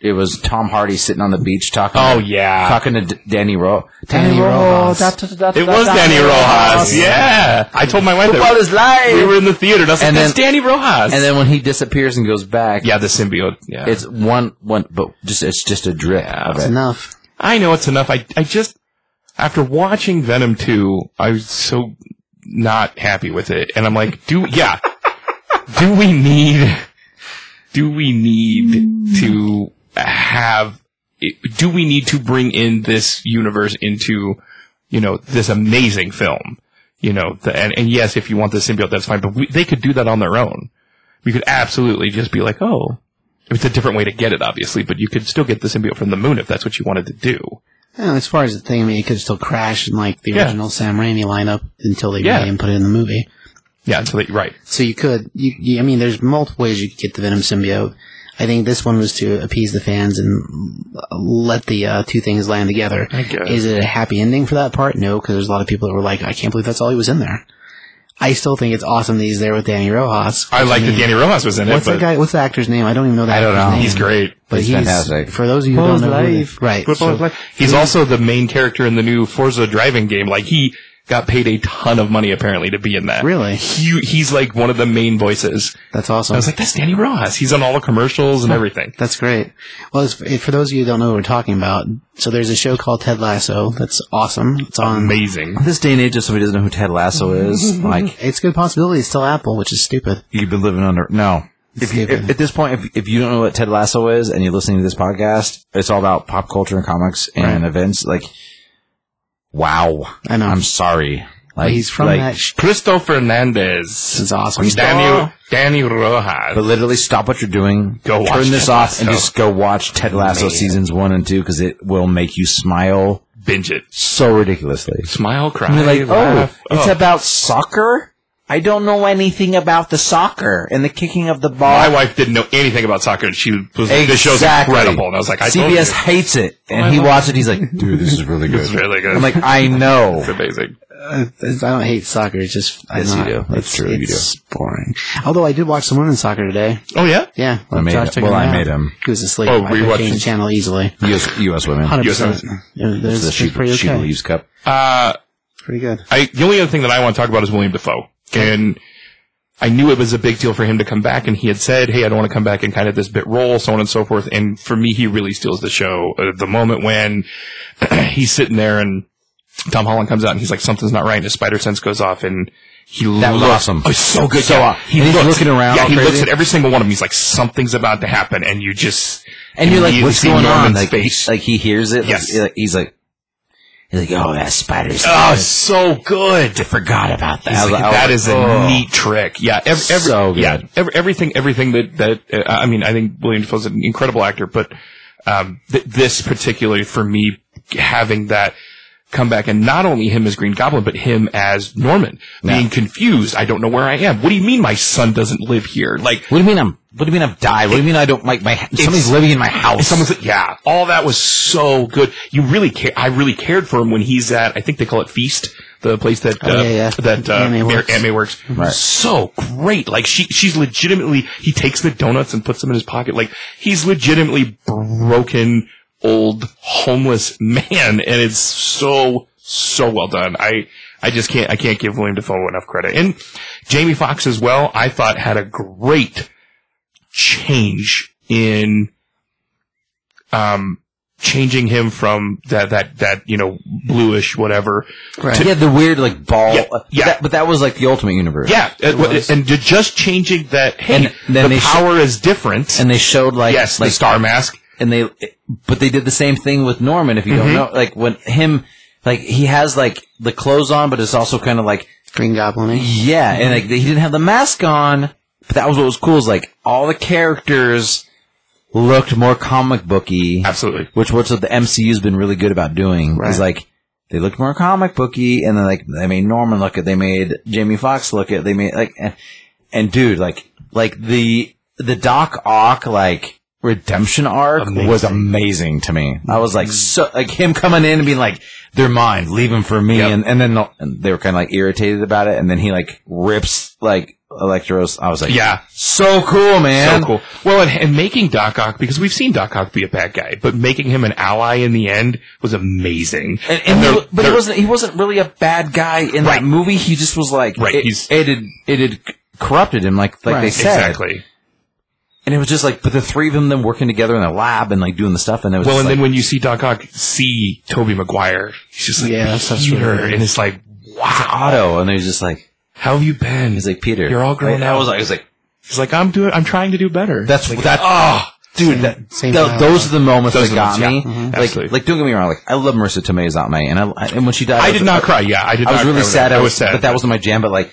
[SPEAKER 5] it was Tom Hardy sitting on the beach talking.
[SPEAKER 3] Oh,
[SPEAKER 5] to-
[SPEAKER 3] yeah.
[SPEAKER 5] talking to D- Danny Rowe.
[SPEAKER 2] Danny Rojas.
[SPEAKER 3] It was Danny Rojas. Yeah. I told my wife
[SPEAKER 5] Football
[SPEAKER 3] that
[SPEAKER 5] is life.
[SPEAKER 3] we were in the theater. And I was like,
[SPEAKER 5] And then-
[SPEAKER 3] that's Danny Rojas.
[SPEAKER 5] and then when he disappears and goes back,
[SPEAKER 3] yeah, the symbiote. Yeah.
[SPEAKER 5] it's one one, but just it's just a drip. of
[SPEAKER 2] That's
[SPEAKER 5] it.
[SPEAKER 2] enough.
[SPEAKER 3] I know it's enough. I, I just, after watching Venom 2, I was so not happy with it. And I'm like, do, yeah, do we need, do we need to have, do we need to bring in this universe into, you know, this amazing film? You know, the, and, and yes, if you want the symbiote, that's fine, but we, they could do that on their own. We could absolutely just be like, oh, it's a different way to get it, obviously, but you could still get the symbiote from the moon if that's what you wanted to do.
[SPEAKER 2] Yeah, as far as the thing, I mean, it could still crash in like the
[SPEAKER 3] Yeah.
[SPEAKER 2] original Sam Raimi lineup until they
[SPEAKER 3] Yeah.
[SPEAKER 2] made and put it in the movie.
[SPEAKER 3] Yeah, so that, right.
[SPEAKER 2] So you could, you, you, I mean, there's multiple ways you could get the Venom symbiote. I think this one was to appease the fans and let the uh, two things land together.
[SPEAKER 3] I get it.
[SPEAKER 2] Is it a happy ending for that part? No, because there's a lot of people that were like, I can't believe that's all he was in there. I still think it's awesome that he's there with Danny Rojas.
[SPEAKER 3] I like
[SPEAKER 2] mean,
[SPEAKER 3] that Danny Rojas was in it,
[SPEAKER 2] What's that
[SPEAKER 3] but
[SPEAKER 2] guy? What's the actor's name? I don't even know that.
[SPEAKER 5] I don't
[SPEAKER 2] actor's
[SPEAKER 5] know.
[SPEAKER 2] name.
[SPEAKER 3] he's great.
[SPEAKER 2] But
[SPEAKER 5] He's
[SPEAKER 2] he's,
[SPEAKER 5] fantastic.
[SPEAKER 2] For those of you who
[SPEAKER 5] Paul's
[SPEAKER 2] don't know, who he-
[SPEAKER 5] life.
[SPEAKER 2] right?
[SPEAKER 3] Football
[SPEAKER 2] so-
[SPEAKER 3] is life. He's also the main character in the new Forza driving game. Like he got paid a ton of money apparently to be in that.
[SPEAKER 2] Really?
[SPEAKER 3] He, he's like one of the main voices.
[SPEAKER 2] That's
[SPEAKER 3] I
[SPEAKER 2] awesome.
[SPEAKER 3] was like, that's Danny Rojas. He's on all the commercials and everything.
[SPEAKER 2] That's great. Well, it's, if, for those of you who don't know what we're talking about, so there's a show called Ted Lasso that's awesome. It's on.
[SPEAKER 3] Amazing.
[SPEAKER 5] This day and age, if somebody doesn't know who Ted Lasso is, like
[SPEAKER 2] It's a good possibility. It's still Apple, which is stupid.
[SPEAKER 5] you've been living under no. If you,
[SPEAKER 2] Stupid.
[SPEAKER 5] if, at this point, if, if you don't know what Ted Lasso is and you're listening to this podcast, it's all about pop culture and comics and events. Like, wow,
[SPEAKER 2] I know.
[SPEAKER 5] I'm sorry. Like
[SPEAKER 2] He's from
[SPEAKER 5] like,
[SPEAKER 2] that. Sh-
[SPEAKER 3] Cristo Fernandez.
[SPEAKER 2] is awesome.
[SPEAKER 3] Danny, Danny Rojas.
[SPEAKER 5] But literally, stop what you're doing.
[SPEAKER 3] Go watch
[SPEAKER 5] turn this
[SPEAKER 3] Ted
[SPEAKER 5] off and
[SPEAKER 3] Lasso.
[SPEAKER 5] just go watch Ted Lasso seasons one and two because it will make you smile.
[SPEAKER 3] binge it.
[SPEAKER 5] so ridiculously.
[SPEAKER 3] Smile, cry,
[SPEAKER 5] I mean, like, oh,
[SPEAKER 3] laugh.
[SPEAKER 5] it's
[SPEAKER 3] Oh,
[SPEAKER 5] about soccer. I don't know anything about the soccer and the kicking of the ball.
[SPEAKER 3] my wife didn't know anything about soccer, and she was like, "This show's
[SPEAKER 5] Exactly.
[SPEAKER 3] incredible." And I was like, "I told you,
[SPEAKER 5] CBS hates it, and he watched it. He's like, dude, this is really good.
[SPEAKER 3] it's really good."
[SPEAKER 5] I'm like, I
[SPEAKER 3] "It's
[SPEAKER 5] know.
[SPEAKER 3] amazing."
[SPEAKER 2] uh, I don't hate soccer. It's just I'm
[SPEAKER 5] Yes, you
[SPEAKER 2] not-
[SPEAKER 5] do. That's
[SPEAKER 2] it's,
[SPEAKER 5] true, you
[SPEAKER 2] It's boring. Although I did watch some women's soccer today.
[SPEAKER 3] Oh yeah,
[SPEAKER 2] Yeah,
[SPEAKER 5] I made him-
[SPEAKER 2] took
[SPEAKER 5] well, I
[SPEAKER 2] out.
[SPEAKER 5] made him.
[SPEAKER 2] He was asleep.
[SPEAKER 3] Oh,
[SPEAKER 2] I
[SPEAKER 3] we
[SPEAKER 2] could
[SPEAKER 3] watched-
[SPEAKER 2] change the channel easily.
[SPEAKER 5] U.S. U.S. women.
[SPEAKER 2] Hundred
[SPEAKER 3] Yes,
[SPEAKER 2] percent. It
[SPEAKER 5] It's
[SPEAKER 2] was
[SPEAKER 5] the
[SPEAKER 2] it's
[SPEAKER 5] she,
[SPEAKER 2] pretty
[SPEAKER 5] she
[SPEAKER 2] okay.
[SPEAKER 5] believes cup.
[SPEAKER 3] uh,
[SPEAKER 2] Pretty good.
[SPEAKER 3] I, the only other thing that I want to talk about is William Defoe. And I knew it was a big deal for him to come back, and he had said, "Hey, I don't want to come back in kind of this bit role, so on and so forth." And for me, he really steals the show. Uh, the moment when he's sitting there and Tom Holland comes out, and he's like, "Something's not right," and his spider sense goes off, and he
[SPEAKER 5] That was
[SPEAKER 3] looks,
[SPEAKER 5] awesome.
[SPEAKER 3] Oh, it's so good.
[SPEAKER 5] So,
[SPEAKER 3] yeah.
[SPEAKER 5] uh, and he's looking around
[SPEAKER 3] Yeah,
[SPEAKER 5] all
[SPEAKER 3] he looks
[SPEAKER 5] crazy.
[SPEAKER 3] at every single one of them. He's like, "Something's about to happen," and you just
[SPEAKER 5] And you're like,
[SPEAKER 3] immediately
[SPEAKER 5] what's
[SPEAKER 3] see
[SPEAKER 5] going on?
[SPEAKER 3] Norman's
[SPEAKER 5] Like, he,
[SPEAKER 3] face.
[SPEAKER 5] like he hears it.
[SPEAKER 3] Yes.
[SPEAKER 5] Like, he's like, he's like, oh, that spider's.
[SPEAKER 2] Ah.
[SPEAKER 3] oh, so good.
[SPEAKER 5] I forgot about that. I was
[SPEAKER 3] He's like,
[SPEAKER 5] like- I was
[SPEAKER 3] that
[SPEAKER 5] like,
[SPEAKER 3] is a
[SPEAKER 5] oh.
[SPEAKER 3] neat trick. Yeah, every, every,
[SPEAKER 5] So good.
[SPEAKER 3] yeah, every, everything, everything that that uh, I mean, I think William Defoe's an incredible actor, but um, th- this particularly for me, having that comeback and not only him as Green Goblin, but him as Norman being confused. I don't know where I am. What do you mean my son doesn't live here? Like
[SPEAKER 5] What do you mean I'm? What do you mean I've died? What do you mean I don't like my? Somebody's living in my house.
[SPEAKER 3] Someone's like, yeah, all that was so good. You really care. I really cared for him when he's at, I think they call it Feast, the place that, uh,
[SPEAKER 2] Oh, yeah, yeah.
[SPEAKER 3] that, uh,
[SPEAKER 2] Anime
[SPEAKER 3] Mary-
[SPEAKER 2] Works.
[SPEAKER 3] Anime works.
[SPEAKER 5] Right.
[SPEAKER 3] So great. Like she, she's legitimately, he takes the donuts and puts them in his pocket. Like he's legitimately broken old homeless man. And it's so, so well done. I, I just can't, I can't give William Defoe enough credit. And Jamie Foxx as well, I thought had a great change in um, changing him from that that that you know bluish whatever.
[SPEAKER 5] He had the weird like ball.
[SPEAKER 3] Yeah, yeah.
[SPEAKER 5] That- but that was like the ultimate universe.
[SPEAKER 3] Yeah, and- and ju- just changing that. Hey,
[SPEAKER 5] And then
[SPEAKER 3] the
[SPEAKER 5] they sh-
[SPEAKER 3] power is different.
[SPEAKER 5] And they showed like
[SPEAKER 3] yes,
[SPEAKER 5] like
[SPEAKER 3] the star mask.
[SPEAKER 5] and they but they did the same thing with Norman. If you don't know, like when him like he has like the clothes on, but it's also kind of like
[SPEAKER 2] Green Goblin.
[SPEAKER 5] yeah, and like he didn't have the mask on. But that was what was cool is like all the characters looked more comic booky.
[SPEAKER 3] Absolutely.
[SPEAKER 5] which what's what the MCU's been really good about doing
[SPEAKER 2] Right.
[SPEAKER 5] is like they looked more comic booky, and then like they made Norman look it, they made Jamie Foxx look it, they made like and, and dude like like the the Doc Ock like redemption arc was amazing to me. I was like so like him coming in and being like they're mine, leave him for me,
[SPEAKER 3] Yep.
[SPEAKER 5] and and then the- and they were kind of like irritated about it, and then he like rips like Electros. I was like
[SPEAKER 3] Yeah,
[SPEAKER 5] so cool man,
[SPEAKER 3] so cool. Well, and, and making Doc Ock because we've seen Doc Ock be a bad guy, but making him an ally in the end was amazing.
[SPEAKER 5] And, and
[SPEAKER 3] they're-
[SPEAKER 5] he, but he
[SPEAKER 3] they're-
[SPEAKER 5] wasn't he wasn't really a bad guy in
[SPEAKER 3] Right.
[SPEAKER 5] that movie. He just was like
[SPEAKER 3] Right,
[SPEAKER 5] It,
[SPEAKER 3] he's-
[SPEAKER 5] it had it had c- corrupted him like like they
[SPEAKER 2] Right.
[SPEAKER 5] said.
[SPEAKER 3] exactly.
[SPEAKER 5] And it was just like, but the three of them then working together in a lab and like doing the stuff, and it was
[SPEAKER 3] Well,
[SPEAKER 5] just
[SPEAKER 3] and then
[SPEAKER 5] like,
[SPEAKER 3] when you see Doc Ock see Toby Maguire, he's just like
[SPEAKER 2] Yeah, that's- that's
[SPEAKER 3] Peter,
[SPEAKER 2] really-
[SPEAKER 3] and it's like, wow,
[SPEAKER 5] Otto, and it was just like
[SPEAKER 3] how have you been?
[SPEAKER 5] he's like Peter,
[SPEAKER 3] You're all grown
[SPEAKER 5] Like, I
[SPEAKER 3] up.
[SPEAKER 5] was like, I was like,
[SPEAKER 3] He's like, I'm doing, I'm trying to do better.
[SPEAKER 5] that's that.
[SPEAKER 3] Ah,
[SPEAKER 5] oh, Dude, that,
[SPEAKER 2] same
[SPEAKER 5] tho-
[SPEAKER 2] dialogue.
[SPEAKER 5] those are the moments
[SPEAKER 3] Those
[SPEAKER 5] that
[SPEAKER 3] are
[SPEAKER 5] got me.
[SPEAKER 3] the moments, yeah. Mhm. Absolutely.
[SPEAKER 5] Like, like, don't get me wrong. Like, I love Marissa Tomei's Aunt May, and I and when she died,
[SPEAKER 3] I
[SPEAKER 5] was-
[SPEAKER 3] did not cry. Yeah, I did.
[SPEAKER 5] I was
[SPEAKER 3] not
[SPEAKER 5] really
[SPEAKER 3] cry when
[SPEAKER 5] sad.
[SPEAKER 3] I
[SPEAKER 5] I
[SPEAKER 3] was,
[SPEAKER 5] was,
[SPEAKER 3] sad,
[SPEAKER 5] but that wasn't my jam. But like,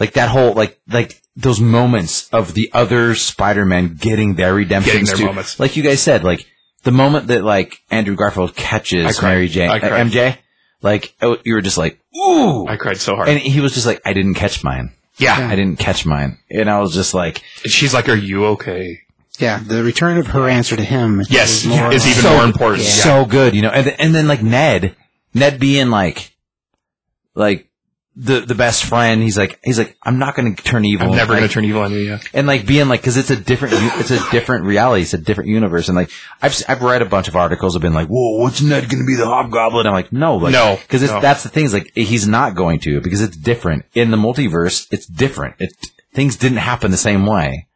[SPEAKER 5] like that whole like like those moments of the other Spider-Man getting their redemption,
[SPEAKER 3] Getting their
[SPEAKER 5] too.
[SPEAKER 3] moments.
[SPEAKER 5] Like you guys said, like the moment that like Andrew Garfield
[SPEAKER 3] I
[SPEAKER 5] catches
[SPEAKER 3] cried.
[SPEAKER 5] Mary Jane,
[SPEAKER 3] I
[SPEAKER 5] like,
[SPEAKER 3] cried.
[SPEAKER 5] MJ, like oh, you were just like ooh,
[SPEAKER 3] I cried so hard.
[SPEAKER 5] and he was just like, I didn't catch mine.
[SPEAKER 3] yeah,
[SPEAKER 5] I didn't catch mine, and I was just like,
[SPEAKER 3] she's like, "Are you okay?"
[SPEAKER 2] Yeah, the return of her answer to him.
[SPEAKER 3] Yes,
[SPEAKER 2] is more
[SPEAKER 3] is
[SPEAKER 2] like-
[SPEAKER 3] even more important. Yeah.
[SPEAKER 5] so good, you know. And and then like Ned, Ned being like, like the the best friend. He's like he's like I'm not going to turn evil.
[SPEAKER 3] I'm never
[SPEAKER 5] Like,
[SPEAKER 3] gonna turn evil on you. Yeah,
[SPEAKER 5] and like being like because it's a different it's a different reality it's a different universe and like I've s- I've read a bunch of articles have been like whoa what's Ned gonna be the Hobgoblin I'm like no like,
[SPEAKER 3] No,
[SPEAKER 5] because
[SPEAKER 3] no.
[SPEAKER 5] that's the thing is like he's not going to because it's different in the multiverse it's different it things didn't happen the same way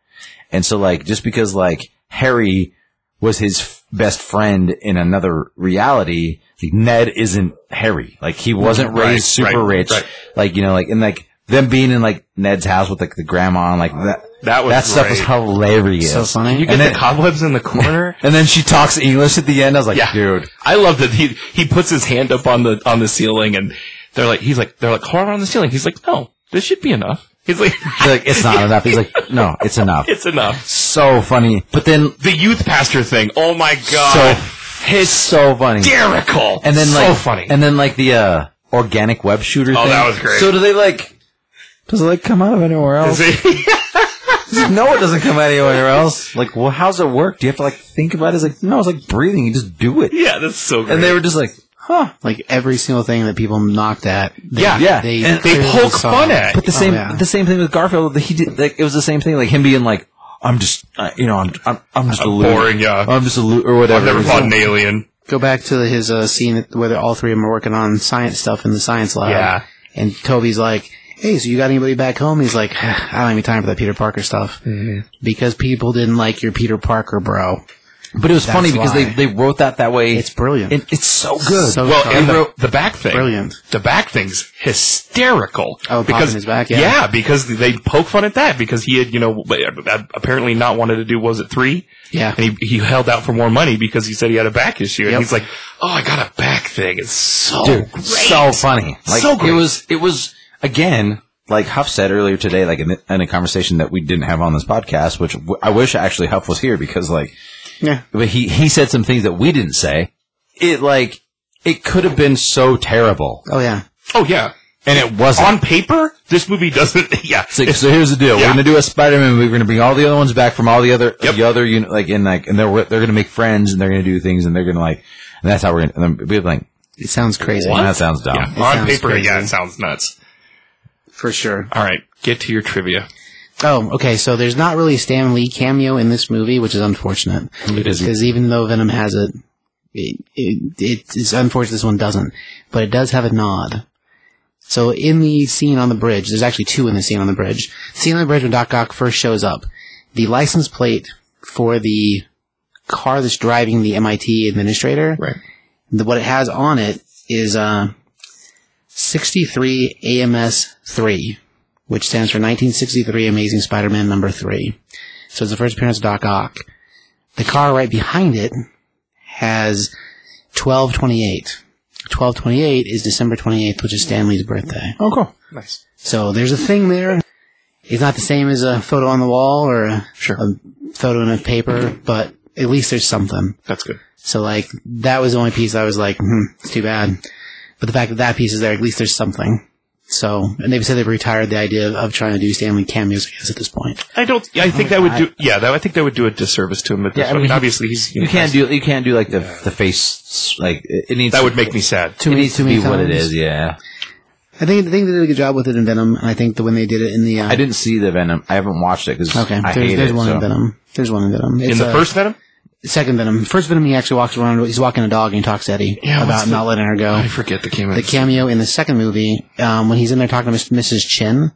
[SPEAKER 5] and so like just because like Harry was his f- best friend in another reality like, Ned isn't Harry like he wasn't
[SPEAKER 3] Right,
[SPEAKER 5] raised super
[SPEAKER 3] right,
[SPEAKER 5] rich
[SPEAKER 3] right.
[SPEAKER 5] like you know like and like them being in like Ned's house with like the grandma and like that
[SPEAKER 3] that was
[SPEAKER 5] that stuff was
[SPEAKER 3] great.
[SPEAKER 5] hilarious.
[SPEAKER 2] so funny.
[SPEAKER 3] You get the cobwebs in the corner.
[SPEAKER 5] and then she talks English at the end. I was like,
[SPEAKER 3] Yeah.
[SPEAKER 5] dude,
[SPEAKER 3] I love that he he puts his hand up on the on the ceiling, and they're like, he's like, they're like, "Carve on the ceiling." He's like, "No, this should be enough." He's like,
[SPEAKER 5] She's like it's not enough. He's like, no, it's enough.
[SPEAKER 3] "It's enough."
[SPEAKER 5] so funny. But then
[SPEAKER 3] The youth pastor thing. Oh my god.
[SPEAKER 5] so It's so funny.
[SPEAKER 3] hysterical.
[SPEAKER 5] And then
[SPEAKER 3] so
[SPEAKER 5] like
[SPEAKER 3] funny.
[SPEAKER 5] And then like the uh organic web shooter
[SPEAKER 3] Oh,
[SPEAKER 5] thing.
[SPEAKER 3] that was great.
[SPEAKER 5] So do they like does it like come out of anywhere else?
[SPEAKER 3] See?
[SPEAKER 5] no, it doesn't come out anywhere else. Like, well, how's it work? Do you have to like think about it? It's like no, it's like breathing. You just do it.
[SPEAKER 3] yeah, that's so great.
[SPEAKER 5] And they were just like, huh.
[SPEAKER 2] Like every single thing that people knocked at. They,
[SPEAKER 3] Yeah.
[SPEAKER 5] Yeah.
[SPEAKER 2] They,
[SPEAKER 5] And
[SPEAKER 3] they
[SPEAKER 2] clearly
[SPEAKER 3] poke
[SPEAKER 2] saw.
[SPEAKER 3] fun at.
[SPEAKER 5] But the
[SPEAKER 2] Oh,
[SPEAKER 5] same
[SPEAKER 2] yeah.
[SPEAKER 5] the same thing with Garfield. He did like it was the same thing. Like him being like, I'm just uh, you know I'm I'm, I'm just a loser.
[SPEAKER 3] boring, yeah.
[SPEAKER 5] I'm just a loser or Oh, whatever.
[SPEAKER 3] I've never
[SPEAKER 5] It's
[SPEAKER 3] fought
[SPEAKER 5] like-
[SPEAKER 3] an alien.
[SPEAKER 2] Go back to his uh, scene where they're- all three of them are working on science stuff in the science lab.
[SPEAKER 3] Yeah.
[SPEAKER 2] And Toby's like, hey, so you got anybody back home? He's like, I don't have any time for that Peter Parker stuff.
[SPEAKER 3] Mm-hmm.
[SPEAKER 2] Because people didn't like your Peter Parker, bro.
[SPEAKER 5] But it was funny because
[SPEAKER 2] why.
[SPEAKER 5] they, they wrote that that way.
[SPEAKER 2] It's brilliant.
[SPEAKER 5] It, it's so good.
[SPEAKER 2] So
[SPEAKER 3] Well,
[SPEAKER 2] good.
[SPEAKER 3] and the, the back thing.
[SPEAKER 2] Brilliant.
[SPEAKER 3] The back thing's hysterical.
[SPEAKER 2] Oh, popping his back, yeah.
[SPEAKER 3] because they poke fun at that because he had, you know, apparently not wanted to do, was it three?
[SPEAKER 2] Yeah.
[SPEAKER 3] And he, he held out for more money because he said he had a back issue.
[SPEAKER 2] Yep.
[SPEAKER 3] And he's like, oh, I got a back thing. It's so
[SPEAKER 5] Dude,
[SPEAKER 3] great.
[SPEAKER 5] so funny. Like
[SPEAKER 3] So great.
[SPEAKER 5] it was it was again like Huff said earlier today like in, the- in a conversation that we didn't have on this podcast which w- I wish actually Huff was here because like
[SPEAKER 2] yeah.
[SPEAKER 5] but he he said some things that we didn't say. It like it could have been so terrible.
[SPEAKER 2] Oh, yeah.
[SPEAKER 3] oh, yeah.
[SPEAKER 5] And it wasn't.
[SPEAKER 3] On paper, this movie doesn't, yeah.
[SPEAKER 5] It's like, so here's the deal. We're
[SPEAKER 3] Yeah.
[SPEAKER 5] gonna do a Spider-Man. movie. We're gonna bring all the other ones back from all the other
[SPEAKER 3] Yep.
[SPEAKER 5] the other unit, like and like, and they're they're gonna make friends and they're gonna do things and they're gonna like, and that's how we're gonna. And then we're like,
[SPEAKER 2] It sounds crazy.
[SPEAKER 5] "Man, that sounds dumb.
[SPEAKER 3] yeah.
[SPEAKER 2] sounds
[SPEAKER 3] On paper,
[SPEAKER 2] crazy.
[SPEAKER 3] yeah, it sounds nuts.
[SPEAKER 2] For sure.
[SPEAKER 3] All right, get to your trivia.
[SPEAKER 2] Oh, okay. So there's not really a Stan Lee cameo in this movie, which is unfortunate.
[SPEAKER 5] It isn't.
[SPEAKER 2] Because even though Venom has it, it, it, it's unfortunate this one doesn't. But it does have a nod. So in the scene on the bridge, there's actually two in the scene on the bridge. The scene on the bridge when Doc Ock first shows up, the license plate for the car that's driving the MIT administrator,
[SPEAKER 3] Right.
[SPEAKER 2] the, what it has on it is uh, 63 AMS 3 which stands for 1963 Amazing Spider-Man number three. So it's the first appearance of Doc Ock. The car right behind it has 1228. 1228 is December 28th, which is Stanley's birthday.
[SPEAKER 5] Oh, cool.
[SPEAKER 2] So there's a thing there. It's not the same as a photo on the wall or a, a photo in a paper, but at least there's something.
[SPEAKER 3] That's good.
[SPEAKER 2] So like that was the only piece I was like, hmm, it's too bad. But the fact that that piece is there, at least there's something. So, and they've said they've retired the idea of, of trying to do Stanley cameos, I guess, at this point.
[SPEAKER 3] I don't. I think that would do. Yeah, that, I think that would do a disservice to him. At this
[SPEAKER 5] Yeah, I
[SPEAKER 3] point.
[SPEAKER 5] mean, he-
[SPEAKER 3] obviously he's.
[SPEAKER 5] You can't do you can't do like the the face like it it needs
[SPEAKER 3] That
[SPEAKER 5] to-
[SPEAKER 3] would make me sad.
[SPEAKER 5] it needs to be what it
[SPEAKER 2] times.
[SPEAKER 5] is. Yeah,
[SPEAKER 2] I think, I think they did a good job with it in Venom, and I think the when they did it in the, uh,
[SPEAKER 5] I didn't see the Venom. I haven't watched it because
[SPEAKER 2] okay,
[SPEAKER 5] I
[SPEAKER 2] there's,
[SPEAKER 5] hate
[SPEAKER 2] there's
[SPEAKER 5] it.
[SPEAKER 2] one
[SPEAKER 5] so.
[SPEAKER 2] in Venom. There's one in Venom.
[SPEAKER 3] In
[SPEAKER 2] It's,
[SPEAKER 3] the
[SPEAKER 2] uh,
[SPEAKER 3] first Venom,
[SPEAKER 2] second Venom. First Venom, he actually walks around, he's walking a dog and he talks to Eddie about not letting her go.
[SPEAKER 3] forget the cameo.
[SPEAKER 2] Oh, the cameo in the second movie um, when he's in there talking to Mr. Mrs. Chin.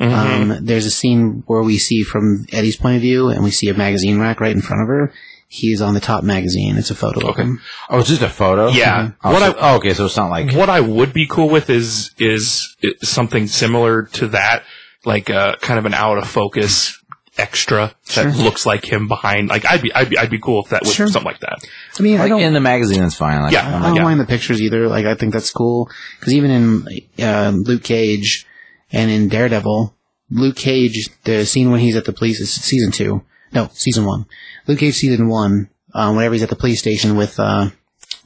[SPEAKER 2] Um, there's a scene where we see from Eddie's point of view, and we see a magazine rack right in front of her. He's on the top magazine. It's a photo of him.
[SPEAKER 5] Oh, it's just a photo.
[SPEAKER 3] Yeah.
[SPEAKER 5] Oh,
[SPEAKER 3] What
[SPEAKER 5] so-
[SPEAKER 3] I-
[SPEAKER 5] oh, okay, so it's not like
[SPEAKER 3] what I would be cool with is is is something similar to that, like uh, kind of an out of focus extra that looks like him behind. Like I'd be I'd be, I'd be cool if that was
[SPEAKER 2] Sure.
[SPEAKER 3] something like that.
[SPEAKER 2] I mean, I
[SPEAKER 5] like
[SPEAKER 2] don't,
[SPEAKER 5] in the magazine. It's fine. Like,
[SPEAKER 3] Yeah.
[SPEAKER 5] I'm
[SPEAKER 2] I
[SPEAKER 5] like,
[SPEAKER 2] don't
[SPEAKER 3] yeah.
[SPEAKER 2] mind the pictures either. Like, I think that's cool because even in uh, Luke Cage and in Daredevil, Luke Cage, the scene when he's at the police is season two. No, season one. Luke Cage season one. Um, whenever he's at the police station with, uh,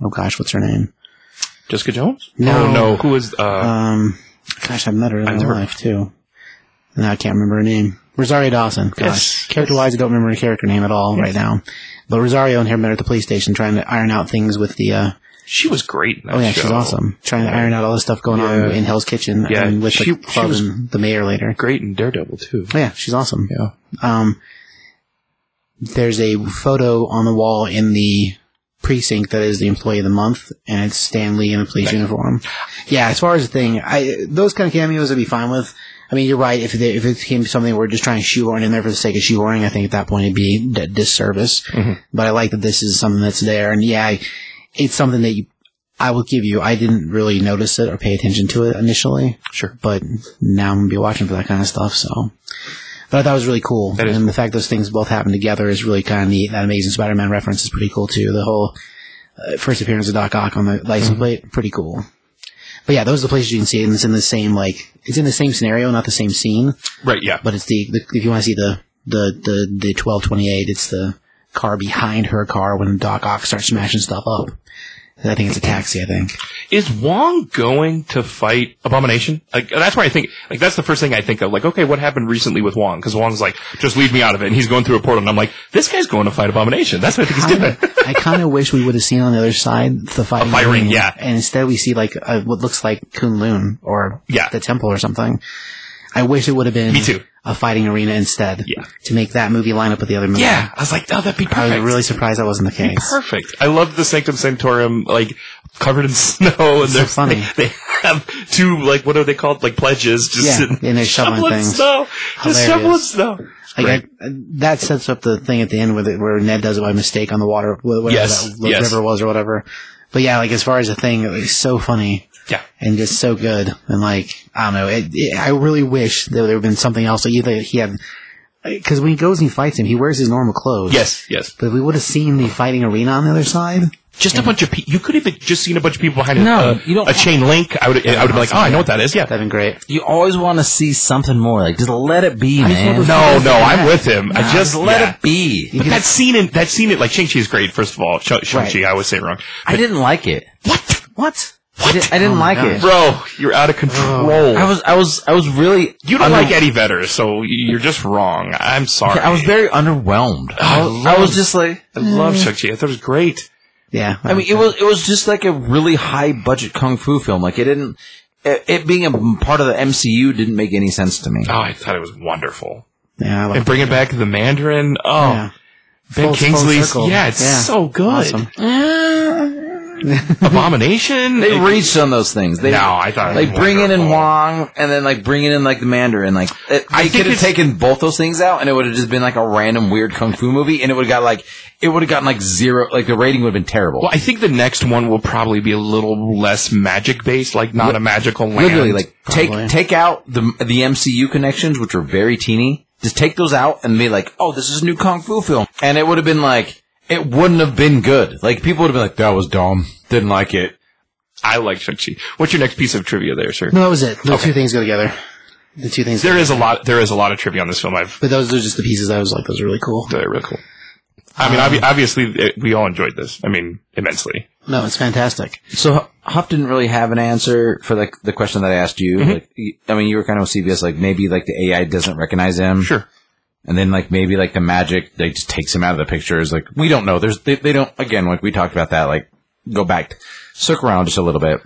[SPEAKER 2] oh gosh, what's her name?
[SPEAKER 3] Jessica Jones?
[SPEAKER 2] No.
[SPEAKER 3] oh, no. Who is? Uh,
[SPEAKER 2] Um, gosh, I've met her in real
[SPEAKER 3] never-
[SPEAKER 2] life too. No, I can't remember her name. Rosario Dawson. Gosh,
[SPEAKER 3] Yes,
[SPEAKER 2] character-wise, I don't remember her character name at all right now. But Rosario and her met at the police station trying to iron out things with the. Uh,
[SPEAKER 3] she was great. In that
[SPEAKER 2] oh yeah,
[SPEAKER 3] show.
[SPEAKER 2] she's awesome. Trying to iron out all the stuff going on in Hell's Kitchen
[SPEAKER 3] Yeah,
[SPEAKER 2] and with
[SPEAKER 3] she-
[SPEAKER 2] the club
[SPEAKER 3] she was-
[SPEAKER 2] and the mayor later.
[SPEAKER 3] Great in Daredevil too.
[SPEAKER 2] Oh, yeah, she's awesome.
[SPEAKER 3] Yeah.
[SPEAKER 2] Um, there's a photo on the wall in the precinct that is the employee of the month, and it's Stan Lee in a police uniform. Yeah, as far as the thing, I those kind of cameos I'd be fine with. I mean, you're right. If they, if it became something we're just trying to shoehorn in there for the sake of shoehorning, I think at that point it'd be d- disservice.
[SPEAKER 3] Mm-hmm.
[SPEAKER 2] But I like that this is something that's there, and yeah, I, it's something that you, I will give you. I didn't really notice it or pay attention to it initially,
[SPEAKER 3] Sure.
[SPEAKER 2] but now I'm gonna be watching for that kind of stuff. So, but I thought it was really cool,
[SPEAKER 3] That
[SPEAKER 2] and
[SPEAKER 3] is
[SPEAKER 2] the fact those things both happen together is really kind of neat. That Amazing Spider-Man reference is pretty cool too. The whole uh, first appearance of Doc Ock on the license
[SPEAKER 3] Mm-hmm.
[SPEAKER 2] plate, pretty cool. But yeah, those are the places you can see it, and it's in the same like it's in the same scenario, not the same scene,
[SPEAKER 3] Right. Yeah.
[SPEAKER 2] but it's the, the if you want to see the the the the twelve twenty eight, it's the car behind her car when Doc Ock starts smashing stuff up. And I think it's a taxi. I think.
[SPEAKER 3] Is Wong going to fight Abomination? Like that's why I think like that's the first thing I think of. Like, okay, what happened recently with Wong? Because Wong's like, just leave me out of it, and he's going through a portal, and I'm like, this guy's going to fight Abomination. That's what I think he's doing.
[SPEAKER 2] I kind of wish we would have seen on the other side the fighting.
[SPEAKER 3] firing,
[SPEAKER 2] ring,
[SPEAKER 3] yeah.
[SPEAKER 2] And instead we see like uh what looks like Kunlun or
[SPEAKER 3] Yeah.
[SPEAKER 2] the temple or something. I wish it would have been
[SPEAKER 3] Me too.
[SPEAKER 2] a fighting arena instead.
[SPEAKER 3] Yeah.
[SPEAKER 2] To make that movie line up with the other movie.
[SPEAKER 3] yeah, I was like, oh, that'd be
[SPEAKER 2] I
[SPEAKER 3] perfect.
[SPEAKER 2] was really surprised that wasn't the case.
[SPEAKER 3] perfect. I love the Sanctum Sanctorum, like covered in snow, and
[SPEAKER 2] so
[SPEAKER 3] they're
[SPEAKER 2] funny.
[SPEAKER 3] They, they have two like what are they called? Like pledges, just
[SPEAKER 2] Yeah,
[SPEAKER 3] sitting,
[SPEAKER 2] and they're shoveling things.
[SPEAKER 3] snow, just
[SPEAKER 2] Hilarious.
[SPEAKER 3] shoveling snow.
[SPEAKER 2] Like I, that sets up the thing at the end with it, where Ned does it by mistake on the water, wh- whatever
[SPEAKER 3] Yes,
[SPEAKER 2] that lo-
[SPEAKER 3] yes.
[SPEAKER 2] river was or whatever. But yeah, like as far as the thing, it was so funny
[SPEAKER 3] Yeah,
[SPEAKER 2] and just so good. And like I don't know, it, it, I really wish that there would have been something else. Like either he had, because when he goes and he fights him, he wears his normal clothes.
[SPEAKER 3] yes, yes.
[SPEAKER 2] But if we would have seen the fighting arena on the other side.
[SPEAKER 3] Just a bunch of people. You could have just seen a bunch of people behind
[SPEAKER 5] No,
[SPEAKER 3] a, uh,
[SPEAKER 5] you don't-
[SPEAKER 3] a chain link. I would. I would be like, oh, I know what that is. Yeah.
[SPEAKER 2] That'd been great.
[SPEAKER 5] You always want to see something more. Like, just let it be,
[SPEAKER 2] just
[SPEAKER 5] man.
[SPEAKER 2] want to-
[SPEAKER 3] No, no, I'm with him. I just
[SPEAKER 5] just let
[SPEAKER 3] yeah.
[SPEAKER 5] it be.
[SPEAKER 3] But that scene in that scene in like Shang Chi is great. First of all, Shang Chi.
[SPEAKER 2] Right.
[SPEAKER 3] I always say it wrong.
[SPEAKER 5] I didn't like it.
[SPEAKER 3] What,
[SPEAKER 2] What?
[SPEAKER 5] I, did, I didn't like it.
[SPEAKER 3] Oh bro? You're out of control.
[SPEAKER 5] Oh, I was, I was, I was really.
[SPEAKER 3] you don't
[SPEAKER 5] under-
[SPEAKER 3] like Eddie Vedder, so you're just wrong. I'm sorry.
[SPEAKER 5] I was very underwhelmed. I, was, I was just like,
[SPEAKER 3] I love Shang Chi. I thought it was great.
[SPEAKER 2] Yeah.
[SPEAKER 5] I mean, it was, it was just like a really high budget kung fu film. Like, it didn't. It, it being a part of the MCU didn't make any sense to me.
[SPEAKER 3] Oh, I thought it was wonderful.
[SPEAKER 2] yeah. I like-
[SPEAKER 3] And bringing back the Mandarin. Oh,
[SPEAKER 2] yeah.
[SPEAKER 3] Ben
[SPEAKER 2] Full- full
[SPEAKER 3] Kingsley's.
[SPEAKER 2] circle.
[SPEAKER 3] yeah, it's
[SPEAKER 2] Yeah.
[SPEAKER 3] so good.
[SPEAKER 2] Awesome.
[SPEAKER 3] Abomination.
[SPEAKER 5] They
[SPEAKER 3] It-
[SPEAKER 5] reached on those things. They,
[SPEAKER 3] no, I thought it was
[SPEAKER 5] like bringing in
[SPEAKER 3] wonderful.
[SPEAKER 5] Wong and then like bringing in like the Mandarin. Like it,
[SPEAKER 3] I
[SPEAKER 5] I
[SPEAKER 3] think
[SPEAKER 5] could have
[SPEAKER 3] it's-
[SPEAKER 5] taken both those things out, and it would have just been like a random weird kung fu movie, and it would have got like it would have gotten like zero. Like the rating would have been terrible.
[SPEAKER 3] Well, I think the next one will probably be a little less magic based, like not a magical land.
[SPEAKER 5] Literally, like
[SPEAKER 2] probably.
[SPEAKER 5] take take out the the MCU connections, which are very teeny. Just take those out and be like, oh, this is a new kung fu film, and it would have been like it wouldn't have been good. Like people would have been like, that was dumb, didn't like it.
[SPEAKER 3] I like Shang-Chi. What's your next piece of trivia there, sir?
[SPEAKER 2] No, that was it. The two things go together. The two things.
[SPEAKER 3] There is a lot. There is a lot of trivia on this film. I've
[SPEAKER 2] but those are just the pieces I was like, those are really cool.
[SPEAKER 3] they're really cool. I mean, obvi- obviously, it, we all enjoyed this. I mean, immensely.
[SPEAKER 2] No, it's fantastic.
[SPEAKER 5] So Hu- Huff didn't really have an answer for like the question that I asked you. Like, y- I mean, you were kind of with CBS, like maybe like the AI doesn't recognize him,
[SPEAKER 3] Sure.
[SPEAKER 5] and then like maybe like the magic like just takes him out of the picture. Is like we don't know. There's they, they don't again like we talked about that. Like go back, circle around just a little bit.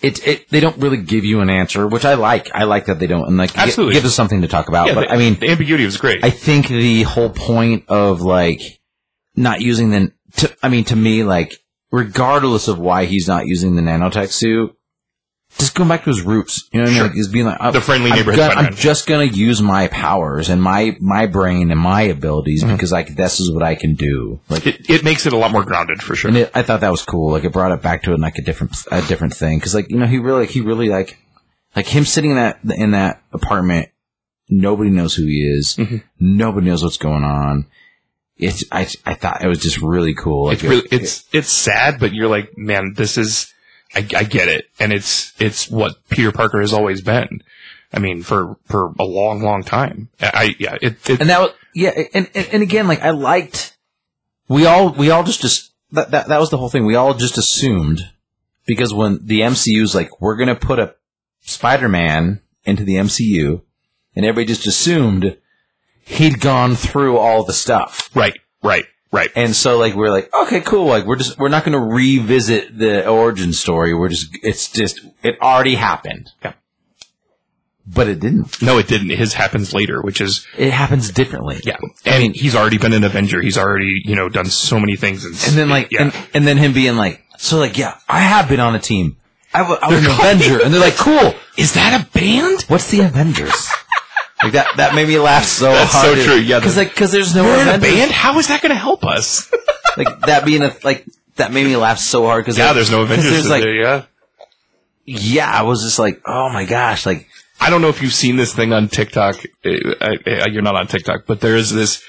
[SPEAKER 5] It, it they don't really give you an answer, which I like. I like that they don't and like gi-
[SPEAKER 3] Absolutely.
[SPEAKER 5] gives us something to talk about.
[SPEAKER 3] Yeah,
[SPEAKER 5] but
[SPEAKER 3] the-
[SPEAKER 5] I mean,
[SPEAKER 3] the ambiguity was great.
[SPEAKER 5] I think the whole point of like not using the, to, I mean, to me, like regardless of why he's not using the nanotech suit, just going back to his roots. You know what I mean?
[SPEAKER 3] Sure.
[SPEAKER 5] Like, he's being like I'm-
[SPEAKER 3] The friendly
[SPEAKER 5] I'm
[SPEAKER 3] neighborhood
[SPEAKER 5] gonna- I'm
[SPEAKER 3] Spider-Man.
[SPEAKER 5] just gonna use my powers and my my brain and my abilities
[SPEAKER 3] Mm-hmm.
[SPEAKER 5] because like this is what I can do. Like.
[SPEAKER 3] it, it makes it a lot more grounded for sure.
[SPEAKER 5] and it, I thought that was cool. Like it brought it back to like a different, a different thing. Cause like, you know, he really, he really like, like him sitting in that, in that apartment, nobody knows who he is. Nobody knows what's going on. It's, I, I thought it was just really cool. Like
[SPEAKER 3] it's really it's it's sad, but you're like, man, this is I, I get it, and it's it's what Peter Parker has always been. I mean, for for a long, long time. I, I yeah, it, it
[SPEAKER 5] and that was, yeah. And, and, and again, like I liked, we all, we all just, just, that, that, that was the whole thing. We all just assumed because when the MCU's like, we're going to put a Spider-Man into the MCU and everybody just assumed he'd gone through all the stuff.
[SPEAKER 3] right, right, right.
[SPEAKER 5] And so like we're like, okay, cool. Like we're just we're not going to revisit the origin story. We're just it's just it already happened.
[SPEAKER 3] Yeah.
[SPEAKER 5] But it didn't.
[SPEAKER 3] No, it didn't. His happens later, which is
[SPEAKER 5] It happens differently.
[SPEAKER 3] yeah. And he's already been an Avenger. He's already you know done so many things. And,
[SPEAKER 5] And then like
[SPEAKER 3] yeah.
[SPEAKER 5] and, and then him being like, so like yeah, I have been on a team. I wa- I was an Avenger, and they're like, cool.
[SPEAKER 3] is that a band?
[SPEAKER 5] What's the Avengers? like that that made me laugh so
[SPEAKER 3] That's
[SPEAKER 5] hard.
[SPEAKER 3] so true, yeah,
[SPEAKER 5] Because
[SPEAKER 3] the-
[SPEAKER 5] like because there's no
[SPEAKER 3] We're in a
[SPEAKER 5] Avengers.
[SPEAKER 3] band. How is that going to help us?
[SPEAKER 5] Like that being a like that made me laugh so hard because
[SPEAKER 3] yeah, there's no Avengers.
[SPEAKER 5] There's
[SPEAKER 3] is
[SPEAKER 5] like
[SPEAKER 3] there, yeah.
[SPEAKER 5] yeah, I was just like oh my gosh like.
[SPEAKER 3] I don't know if you've seen this thing on TikTok. Uh, I, I, you're not on TikTok, but there is this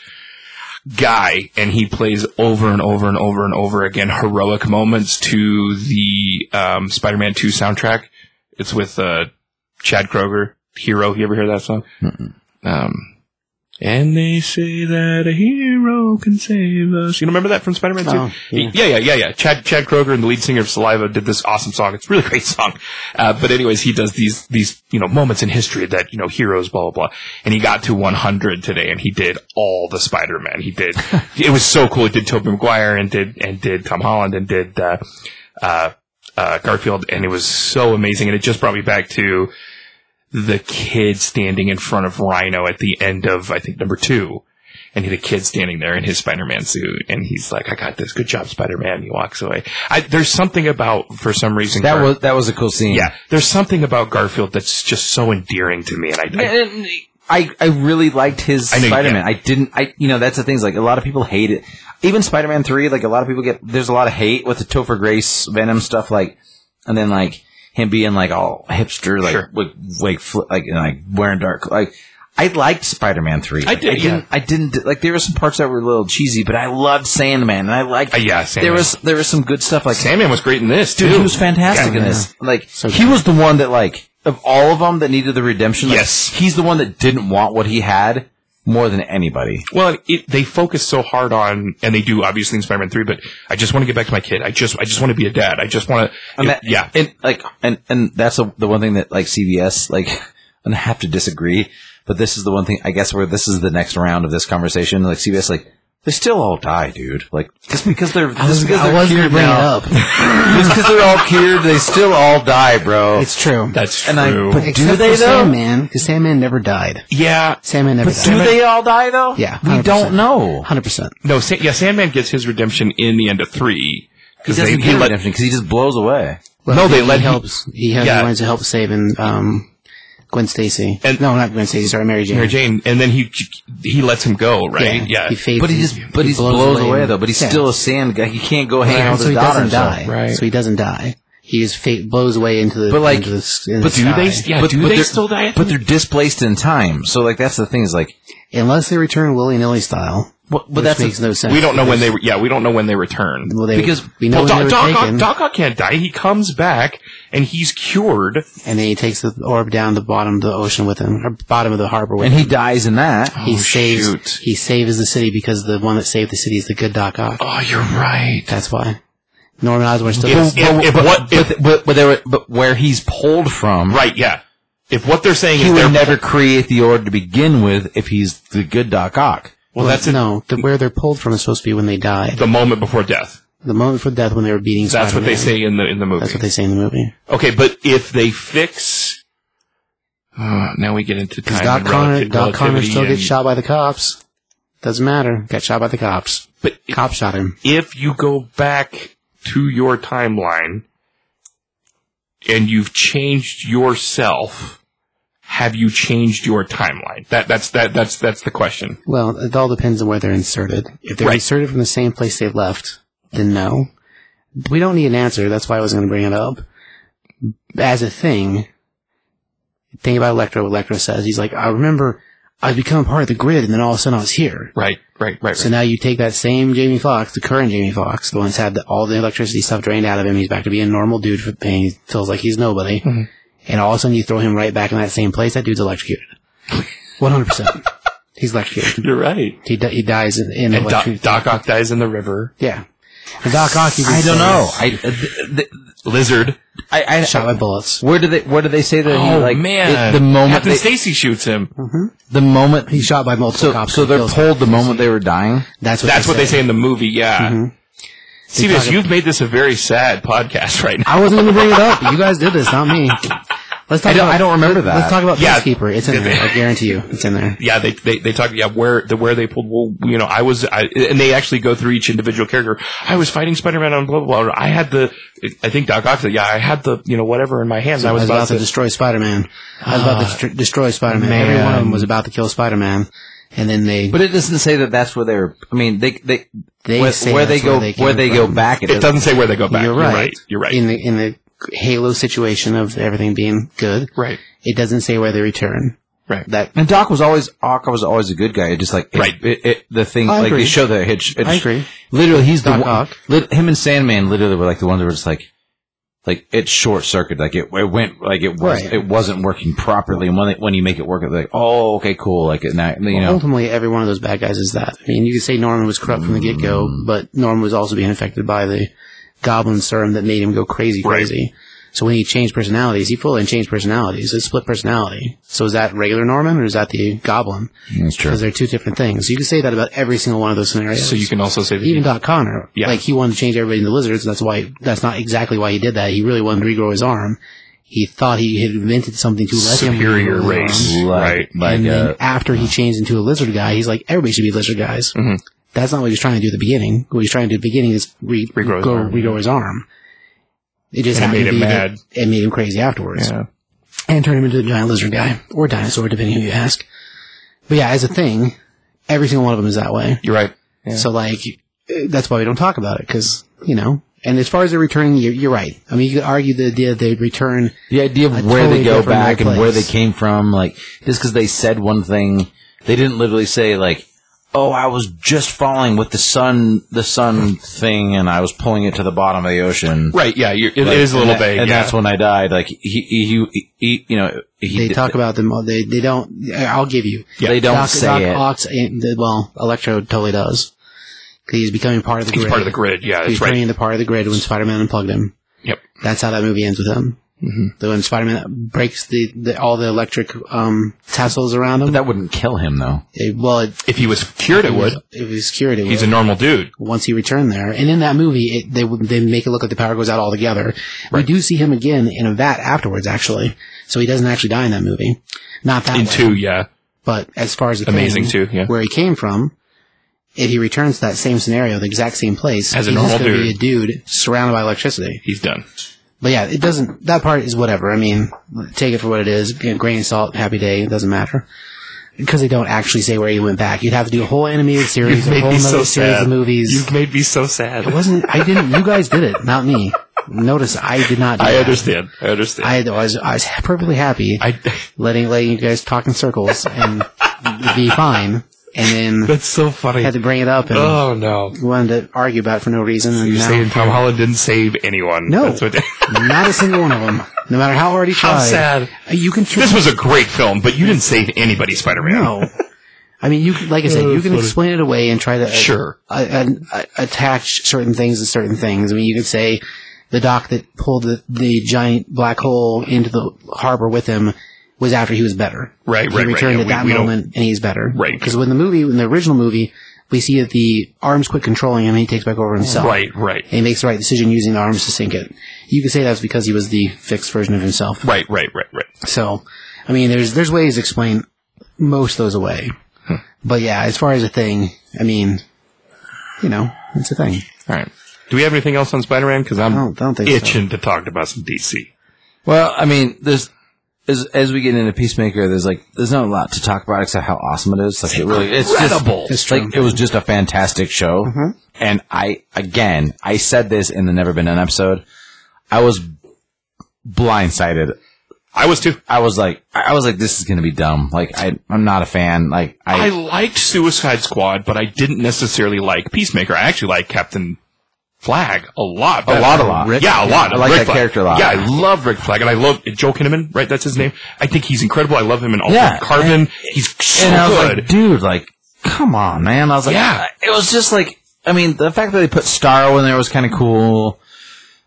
[SPEAKER 3] guy, and he plays over and over and over and over again heroic moments to the um, Spider-Man 2 soundtrack. It's with uh, Chad Kroger, Hero. You ever hear that song? Um, And they say that a hero can save us. You remember that from Spider-Man 2?
[SPEAKER 2] Oh, yeah.
[SPEAKER 3] yeah. yeah, yeah, yeah, Chad, Chad Kroger and the lead singer of Saliva did this awesome song. It's a really great song. Uh, but anyways, he does these, these, you know, moments in history that, you know, heroes, blah, blah, blah. And he got to 100 today and he did all the Spider-Man. He did, it was so cool. He did Tobey Maguire and did, and did Tom Holland and did, uh, uh, uh, Garfield, and it was so amazing. And it just brought me back to the kid standing in front of Rhino at the end of, I think, number two. And he had a kid standing there in his Spider-Man suit, and he's like, "I got this. Good job, Spider-Man." And he walks away. I, there's something about, for some reason,
[SPEAKER 5] That
[SPEAKER 3] Gar-
[SPEAKER 5] was that was a cool scene.
[SPEAKER 3] yeah. There's something about Garfield that's just so endearing to me, and I, I
[SPEAKER 5] And I I really liked his
[SPEAKER 3] I know you
[SPEAKER 5] Spider Man.
[SPEAKER 3] can.
[SPEAKER 5] I didn't. I you know that's the thing. Is like a lot of people hate it. Even Spider Man three, like a lot of people get. There's a lot of hate with the Topher Grace Venom stuff. Like and then like him being like all hipster, like
[SPEAKER 3] Sure.
[SPEAKER 5] with like fl- like and, like wearing dark like. I liked Spider Man three.
[SPEAKER 3] I did,
[SPEAKER 5] I didn't, I didn't like. There were some parts that were a little cheesy, but I loved Sandman, and I liked.
[SPEAKER 3] Uh, yeah,
[SPEAKER 5] there
[SPEAKER 3] Sandman.
[SPEAKER 5] was there was some good stuff like
[SPEAKER 3] Sandman was great in this
[SPEAKER 5] dude,
[SPEAKER 3] too.
[SPEAKER 5] he was fantastic
[SPEAKER 3] Yeah.
[SPEAKER 5] in this. Like he was the one that like of all of them that needed the redemption. like,
[SPEAKER 3] Yes.
[SPEAKER 5] he's the one that didn't want what he had more than anybody.
[SPEAKER 3] Well, it, they focus so hard on, and they do obviously in Spider-Man Three. But I just want to get back to my kid. I just, I just want to be a dad. I just want to,
[SPEAKER 5] And that,
[SPEAKER 3] yeah.
[SPEAKER 5] and like and and that's a, the one thing that like CBS like and I have to disagree, but this is the one thing I guess where this is the next round of this conversation. Like CBS, like they still all die, dude. Like just because they're
[SPEAKER 2] I was,
[SPEAKER 5] just because
[SPEAKER 2] I
[SPEAKER 5] they're
[SPEAKER 2] was gonna
[SPEAKER 5] cured
[SPEAKER 2] bring
[SPEAKER 5] now,
[SPEAKER 2] it up.
[SPEAKER 5] just because they're all cured, they still all die, bro.
[SPEAKER 2] It's true.
[SPEAKER 3] That's
[SPEAKER 5] and I-
[SPEAKER 3] true.
[SPEAKER 5] but-
[SPEAKER 2] Except
[SPEAKER 5] Oh. do they,
[SPEAKER 2] for
[SPEAKER 5] though?
[SPEAKER 2] Sandman, because Sandman never died.
[SPEAKER 3] yeah,
[SPEAKER 2] Sandman never
[SPEAKER 5] but
[SPEAKER 2] died.
[SPEAKER 5] do they all die though?
[SPEAKER 2] Yeah,
[SPEAKER 5] we
[SPEAKER 2] 100%.
[SPEAKER 5] don't know.
[SPEAKER 2] Hundred percent.
[SPEAKER 3] no, Sa- yeah. Sandman gets his redemption in the end of three
[SPEAKER 5] He
[SPEAKER 3] because
[SPEAKER 5] doesn't
[SPEAKER 3] they
[SPEAKER 5] get
[SPEAKER 3] he let,
[SPEAKER 5] redemption because he just blows away.
[SPEAKER 3] no,
[SPEAKER 2] he,
[SPEAKER 3] they let
[SPEAKER 2] he
[SPEAKER 3] him-
[SPEAKER 2] helps. He, has,
[SPEAKER 3] Yeah.
[SPEAKER 2] he wanted to help saving um, Gwen Stacy.
[SPEAKER 3] And-
[SPEAKER 2] no, not Gwen Stacy. Sorry, Mary Jane.
[SPEAKER 3] Mary Jane, and then he he lets him go. Right? Yeah.
[SPEAKER 2] He fades.
[SPEAKER 5] But he just but he, blows, away, though. But he's
[SPEAKER 2] Yeah.
[SPEAKER 5] still a sand guy. He can't go hang
[SPEAKER 2] Right,
[SPEAKER 5] out with
[SPEAKER 2] so
[SPEAKER 5] his
[SPEAKER 2] he
[SPEAKER 5] daughter.
[SPEAKER 2] doesn't
[SPEAKER 5] and
[SPEAKER 2] die.
[SPEAKER 5] stuff.
[SPEAKER 2] So he doesn't die. He just fade, blows away into the.
[SPEAKER 5] But like,
[SPEAKER 2] into the, s- in the
[SPEAKER 5] but do
[SPEAKER 2] sky.
[SPEAKER 3] they- yeah, do they
[SPEAKER 5] they're-
[SPEAKER 3] still die at
[SPEAKER 5] But they're displaced in time. So like that's the thing is like,
[SPEAKER 2] Unless they return willy nilly style.
[SPEAKER 5] but, but
[SPEAKER 2] which
[SPEAKER 5] that's
[SPEAKER 2] makes no sense.
[SPEAKER 3] we don't know when they. Re- yeah, we don't know when they return.
[SPEAKER 2] Well, they,
[SPEAKER 5] because-
[SPEAKER 2] we know
[SPEAKER 3] well,
[SPEAKER 2] when
[SPEAKER 3] Doc,
[SPEAKER 2] they were
[SPEAKER 3] Doc,
[SPEAKER 2] taken,
[SPEAKER 3] Ock, Doc Ock can't die. He comes back and he's cured.
[SPEAKER 2] and then he takes the orb down the bottom of the ocean with him, or bottom of the harbor with
[SPEAKER 5] and
[SPEAKER 2] him.
[SPEAKER 5] he dies in that.
[SPEAKER 2] He
[SPEAKER 3] Oh,
[SPEAKER 2] saves.
[SPEAKER 3] shoot.
[SPEAKER 2] He saves the city because the one that saved the city is the good Doc Ock.
[SPEAKER 3] Oh, you're right.
[SPEAKER 2] That's why Norman Osborn still.
[SPEAKER 3] If- if- if what- if-
[SPEAKER 5] But, but, but, there were, but where he's pulled from,
[SPEAKER 3] Right? Yeah. If what they're saying
[SPEAKER 5] he
[SPEAKER 3] is they're
[SPEAKER 5] would never create the order to begin with if he's the good Doc Ock.
[SPEAKER 3] well, that's it.
[SPEAKER 2] no. The, where they're pulled from is supposed to be when they die.
[SPEAKER 3] the moment before death.
[SPEAKER 2] The moment for death when they were beating.
[SPEAKER 3] That's what they
[SPEAKER 2] Spider-Man.
[SPEAKER 3] say in the in the movie.
[SPEAKER 2] That's what they say in the movie.
[SPEAKER 3] Okay, but if they fix, Uh, now we get into
[SPEAKER 2] Because
[SPEAKER 3] time.
[SPEAKER 2] Doc
[SPEAKER 3] and
[SPEAKER 2] Connor,
[SPEAKER 3] relati-
[SPEAKER 2] Doc Connor
[SPEAKER 3] relativity
[SPEAKER 2] still
[SPEAKER 3] and-
[SPEAKER 2] gets shot by the cops. Doesn't matter. Got shot by the cops.
[SPEAKER 3] But i-
[SPEAKER 2] Cop shot him.
[SPEAKER 3] if you go back to your timeline and you've changed yourself, have you changed your timeline? That that's that that's that's the question.
[SPEAKER 2] Well, it all depends on where they're inserted. If they're
[SPEAKER 3] Right.
[SPEAKER 2] inserted from the same place they left, then no. We don't need an answer. That's why I was going to bring it up. As a thing, think about Electro. What Electro says, he's like, I remember I become part of the grid, and then all of a sudden I was here.
[SPEAKER 3] Right, right, right.
[SPEAKER 2] So now you take that same Jamie Foxx, the current Jamie Foxx, the one that's had the, all the electricity stuff drained out of him. He's back to being a normal dude for pain. He feels like he's nobody. And all of a sudden you throw him right back in that same place. That dude's electrocuted. 100%. he's electrocuted.
[SPEAKER 3] You're right.
[SPEAKER 2] He, di- he dies in, in
[SPEAKER 3] And Doc,
[SPEAKER 2] electrocution.
[SPEAKER 3] Doc Ock dies in the river.
[SPEAKER 2] yeah. And Doc Ock, you can
[SPEAKER 5] I don't
[SPEAKER 2] say,
[SPEAKER 5] know. I, uh, th- th-
[SPEAKER 3] Lizard.
[SPEAKER 5] I, I,
[SPEAKER 2] uh, Shot by bullets.
[SPEAKER 5] where do they where do they say that he
[SPEAKER 3] Oh
[SPEAKER 5] like
[SPEAKER 3] man!
[SPEAKER 5] it- the moment
[SPEAKER 3] Captain
[SPEAKER 5] they,
[SPEAKER 3] Stacy shoots him.
[SPEAKER 5] the moment
[SPEAKER 2] He's shot by multiple
[SPEAKER 5] so,
[SPEAKER 2] cops.
[SPEAKER 5] so
[SPEAKER 2] and
[SPEAKER 5] they're
[SPEAKER 2] kills-
[SPEAKER 5] pulled the moment they were dying.
[SPEAKER 2] That's what
[SPEAKER 3] That's
[SPEAKER 2] they
[SPEAKER 3] what they say in the movie. Yeah.
[SPEAKER 5] Mm-hmm.
[SPEAKER 3] See
[SPEAKER 2] They
[SPEAKER 3] this?
[SPEAKER 2] talk-
[SPEAKER 3] You've made this a very sad podcast right now.
[SPEAKER 2] I wasn't going to bring it up. You guys did this, not me. Let's talk
[SPEAKER 5] I don't-
[SPEAKER 2] about,
[SPEAKER 5] I don't remember that.
[SPEAKER 2] Let's talk about
[SPEAKER 3] Yeah.
[SPEAKER 2] Peacekeeper. It's in there. I guarantee you. It's in there.
[SPEAKER 3] yeah, they, they they talk yeah where the where they pulled. Well, you know, I was I, and they actually go through each individual character. I was fighting Spider Man on blah blah blah. I had the I think Doc Ock said yeah I had the you know whatever in my hand. and I
[SPEAKER 2] I
[SPEAKER 3] was about to. Ah,
[SPEAKER 2] destroy Spider Man. I was about to destro- destroy Spider Man. Every one of them was about to kill Spider Man, and then they
[SPEAKER 5] But it doesn't say that that's where they're. I mean, they they,
[SPEAKER 2] They
[SPEAKER 5] where,
[SPEAKER 2] say
[SPEAKER 5] where they
[SPEAKER 2] that's
[SPEAKER 5] go
[SPEAKER 2] where
[SPEAKER 5] where
[SPEAKER 2] they
[SPEAKER 5] they,
[SPEAKER 2] came
[SPEAKER 5] go
[SPEAKER 2] from.
[SPEAKER 5] back. It
[SPEAKER 3] it
[SPEAKER 5] doesn't.
[SPEAKER 3] doesn't say where they go back.
[SPEAKER 2] you're, right.
[SPEAKER 3] You're right.
[SPEAKER 2] In the in the Halo situation of everything being good,
[SPEAKER 3] right.
[SPEAKER 2] it doesn't say where they return.
[SPEAKER 3] Right.
[SPEAKER 2] That
[SPEAKER 5] And Doc was always Ock was always a good guy. It just like it-
[SPEAKER 3] Right.
[SPEAKER 5] It, it, the thing
[SPEAKER 2] I
[SPEAKER 5] like
[SPEAKER 2] agree.
[SPEAKER 5] they show the hitch.
[SPEAKER 2] I agree.
[SPEAKER 5] Literally, he's
[SPEAKER 2] Doc
[SPEAKER 5] the one.
[SPEAKER 2] Ock.
[SPEAKER 5] Lit, him and Sandman literally were like the ones that were just like like it short circuited. Like it, it went like it was
[SPEAKER 2] Right.
[SPEAKER 5] it wasn't working properly. And when it, when you make it work, it's like oh okay cool. Like it now you know
[SPEAKER 2] Ultimately, every one of those bad guys is that. I mean, you could say Norman was corrupt from the
[SPEAKER 3] Mm-hmm.
[SPEAKER 2] get go, but Norman was also being affected by the goblin serum that made him go crazy,
[SPEAKER 3] Right.
[SPEAKER 2] crazy. So when he changed personalities, he fully changed personalities. It's split personality. So is that regular Norman or is that the goblin?
[SPEAKER 5] that's true.
[SPEAKER 2] Because they're two different things. You can say that about every single one of those scenarios.
[SPEAKER 3] So you can also say that
[SPEAKER 2] even
[SPEAKER 3] he-
[SPEAKER 2] Doc Connor,
[SPEAKER 3] Yeah.
[SPEAKER 2] like he wanted to change everybody into lizards. And that's why. That's not exactly why he did that. He really wanted to regrow his arm. He thought he had invented something to let him
[SPEAKER 3] superior
[SPEAKER 2] regrow his arm.
[SPEAKER 3] race, right?
[SPEAKER 5] Like, like
[SPEAKER 2] and then
[SPEAKER 5] uh,
[SPEAKER 2] after he changed into a lizard guy, he's like, everybody should be lizard guys.
[SPEAKER 3] Mhm.
[SPEAKER 2] That's not what he was trying to do at the beginning. What he was trying to do at the beginning is re-
[SPEAKER 3] Regrow
[SPEAKER 2] regrow,
[SPEAKER 3] his
[SPEAKER 2] go,
[SPEAKER 3] arm.
[SPEAKER 2] regrow his arm. It just
[SPEAKER 3] And it
[SPEAKER 2] happened
[SPEAKER 3] made
[SPEAKER 2] to
[SPEAKER 3] him
[SPEAKER 2] be that
[SPEAKER 3] mad.
[SPEAKER 2] It made him crazy afterwards.
[SPEAKER 3] Yeah.
[SPEAKER 2] And turned him into a giant lizard guy. Or dinosaur, depending who you ask. But yeah, as a thing, every single one of them is that way.
[SPEAKER 3] You're right. Yeah.
[SPEAKER 2] So like, uh, that's why we don't talk about it, because, you know. And as far as they're returning, you're, you're right. I mean, you could argue the idea that they return
[SPEAKER 5] the idea of
[SPEAKER 2] a
[SPEAKER 5] where
[SPEAKER 2] totally
[SPEAKER 5] they go
[SPEAKER 2] different
[SPEAKER 5] back and where they
[SPEAKER 2] place.
[SPEAKER 5] came from. Like just because they said one thing, they didn't literally say like. Oh, I was just falling with the sun, the sun thing, and I was pulling it to the bottom of the ocean.
[SPEAKER 3] Right. Yeah. You're, it
[SPEAKER 5] Like,
[SPEAKER 3] is a little
[SPEAKER 5] and that-
[SPEAKER 3] vague.
[SPEAKER 5] and
[SPEAKER 3] yeah.
[SPEAKER 5] that's when I died. Like he, he, he, he- you know, he
[SPEAKER 2] they
[SPEAKER 5] did-
[SPEAKER 2] talk about them. all- They they don't. I'll give you.
[SPEAKER 5] Yeah. They don't
[SPEAKER 2] Doc,
[SPEAKER 5] say
[SPEAKER 2] Doc
[SPEAKER 5] it.
[SPEAKER 2] Ock's ain't- the- well, Electro totally does. 'Cause He's becoming part of the
[SPEAKER 3] he's
[SPEAKER 2] grid.
[SPEAKER 3] part of the grid. Yeah.
[SPEAKER 2] He's
[SPEAKER 3] That's right.
[SPEAKER 2] turning into part of the grid when Spider-Man unplugged him.
[SPEAKER 3] Yep.
[SPEAKER 2] That's how that movie ends with him. Mm-hmm. The when Spider-Man breaks the, the all the electric um, tassels around him.
[SPEAKER 5] But that wouldn't kill him though.
[SPEAKER 2] it, well, it,
[SPEAKER 3] If he was cured, it would.
[SPEAKER 2] It was cured. It
[SPEAKER 3] He's
[SPEAKER 2] would.
[SPEAKER 3] a normal dude.
[SPEAKER 2] once he returned there. And in that movie, it, they would- they make it look like the power goes out altogether. We do see him again in a vat afterwards, actually. So he doesn't actually die in that movie. Not that
[SPEAKER 3] In
[SPEAKER 2] way.
[SPEAKER 3] two, yeah.
[SPEAKER 2] But as far as the
[SPEAKER 3] Amazing
[SPEAKER 2] thing,
[SPEAKER 3] too, yeah.
[SPEAKER 2] where he came from, if he returns to that same scenario, the exact same place,
[SPEAKER 3] As a
[SPEAKER 2] he's
[SPEAKER 3] normal
[SPEAKER 2] just gonna be a dude surrounded by electricity.
[SPEAKER 3] He's done.
[SPEAKER 2] But yeah, it doesn't. That part is whatever. I mean, take it for what it is. you know, Grain of salt. Happy day. It doesn't matter because they don't actually say where he went back. You'd have to do a whole animated series, a whole other series of movies.
[SPEAKER 3] You've made me so sad.
[SPEAKER 2] It wasn't. I didn't. You guys did it, not me. Notice I did not. Do
[SPEAKER 3] I
[SPEAKER 2] that.
[SPEAKER 3] understand. I understand.
[SPEAKER 2] I was I was perfectly happy
[SPEAKER 3] I-
[SPEAKER 2] letting letting you guys talk in circles and be fine, and then
[SPEAKER 3] that's so funny.
[SPEAKER 2] had to bring it up and
[SPEAKER 3] Oh no!
[SPEAKER 2] wanted to argue about it for no reason. And
[SPEAKER 3] You're
[SPEAKER 2] now
[SPEAKER 3] saying Tom Holland didn't save anyone?
[SPEAKER 2] No.
[SPEAKER 3] That's what.
[SPEAKER 2] not a single one of them, no matter how hard he tried. uh,
[SPEAKER 3] How sad.
[SPEAKER 2] You can try.
[SPEAKER 3] This was a great film, but you didn't save anybody, Spider-Man.
[SPEAKER 2] No. I mean, you like I said, you can explain it away and try to uh,
[SPEAKER 3] Sure.
[SPEAKER 2] uh, and, uh, attach certain things to certain things. I mean, you could say the doc that pulled the, the giant black hole into the harbor with him was after he was better.
[SPEAKER 3] Right,
[SPEAKER 2] He
[SPEAKER 3] right, right.
[SPEAKER 2] returned
[SPEAKER 3] Yeah,
[SPEAKER 2] at
[SPEAKER 3] we-
[SPEAKER 2] that
[SPEAKER 3] we don't-
[SPEAKER 2] moment and he's better.
[SPEAKER 3] Right.
[SPEAKER 2] Because when the movie, in the original movie, we see that the arms quit controlling him and he takes back over himself.
[SPEAKER 3] Right, right,
[SPEAKER 2] And he makes the right decision using the arms to sink it. You could say that's because he was the fixed version of himself.
[SPEAKER 3] right, right, right, right.
[SPEAKER 2] So, I mean, there's there's ways to explain most of those away,
[SPEAKER 3] Hmm.
[SPEAKER 2] but yeah, as far as a thing, I mean, you know, it's a thing.
[SPEAKER 3] All right. Do we have anything else on Spider-Man? Because I'm
[SPEAKER 2] I don't, I don't think so.
[SPEAKER 3] itching to talk about some DC.
[SPEAKER 5] Well, I mean, there's as as we get into Peacemaker, there's like there's not a lot to talk about except how awesome it is. Like it really, it's
[SPEAKER 3] incredible.
[SPEAKER 5] Just, like it was just a fantastic show. And I again, I said this in the Never Been Done episode. I was blindsided.
[SPEAKER 3] I was too.
[SPEAKER 5] I was like, I was like, this is gonna be dumb. Like I, I'm not a fan. Like
[SPEAKER 3] I
[SPEAKER 5] I,
[SPEAKER 3] liked Suicide Squad, but I didn't necessarily like Peacemaker. I actually like Captain Flag a lot. better.
[SPEAKER 5] lot, a lot.
[SPEAKER 3] Rick- yeah, a lot.
[SPEAKER 5] I like
[SPEAKER 3] Rick
[SPEAKER 5] that
[SPEAKER 3] Flag.
[SPEAKER 5] character a lot.
[SPEAKER 3] Yeah, I love Rick Flag, and I love Joe Kinnaman. Right, that's his name. I think he's incredible. I love him in Altered
[SPEAKER 5] Yeah,
[SPEAKER 3] Carbon.
[SPEAKER 5] and-
[SPEAKER 3] he's so
[SPEAKER 5] and I was
[SPEAKER 3] good.
[SPEAKER 5] like, dude, like, come on, man. I was like,
[SPEAKER 3] Yeah.
[SPEAKER 5] It was just like, I mean, the fact that they put Starro in there was kind of cool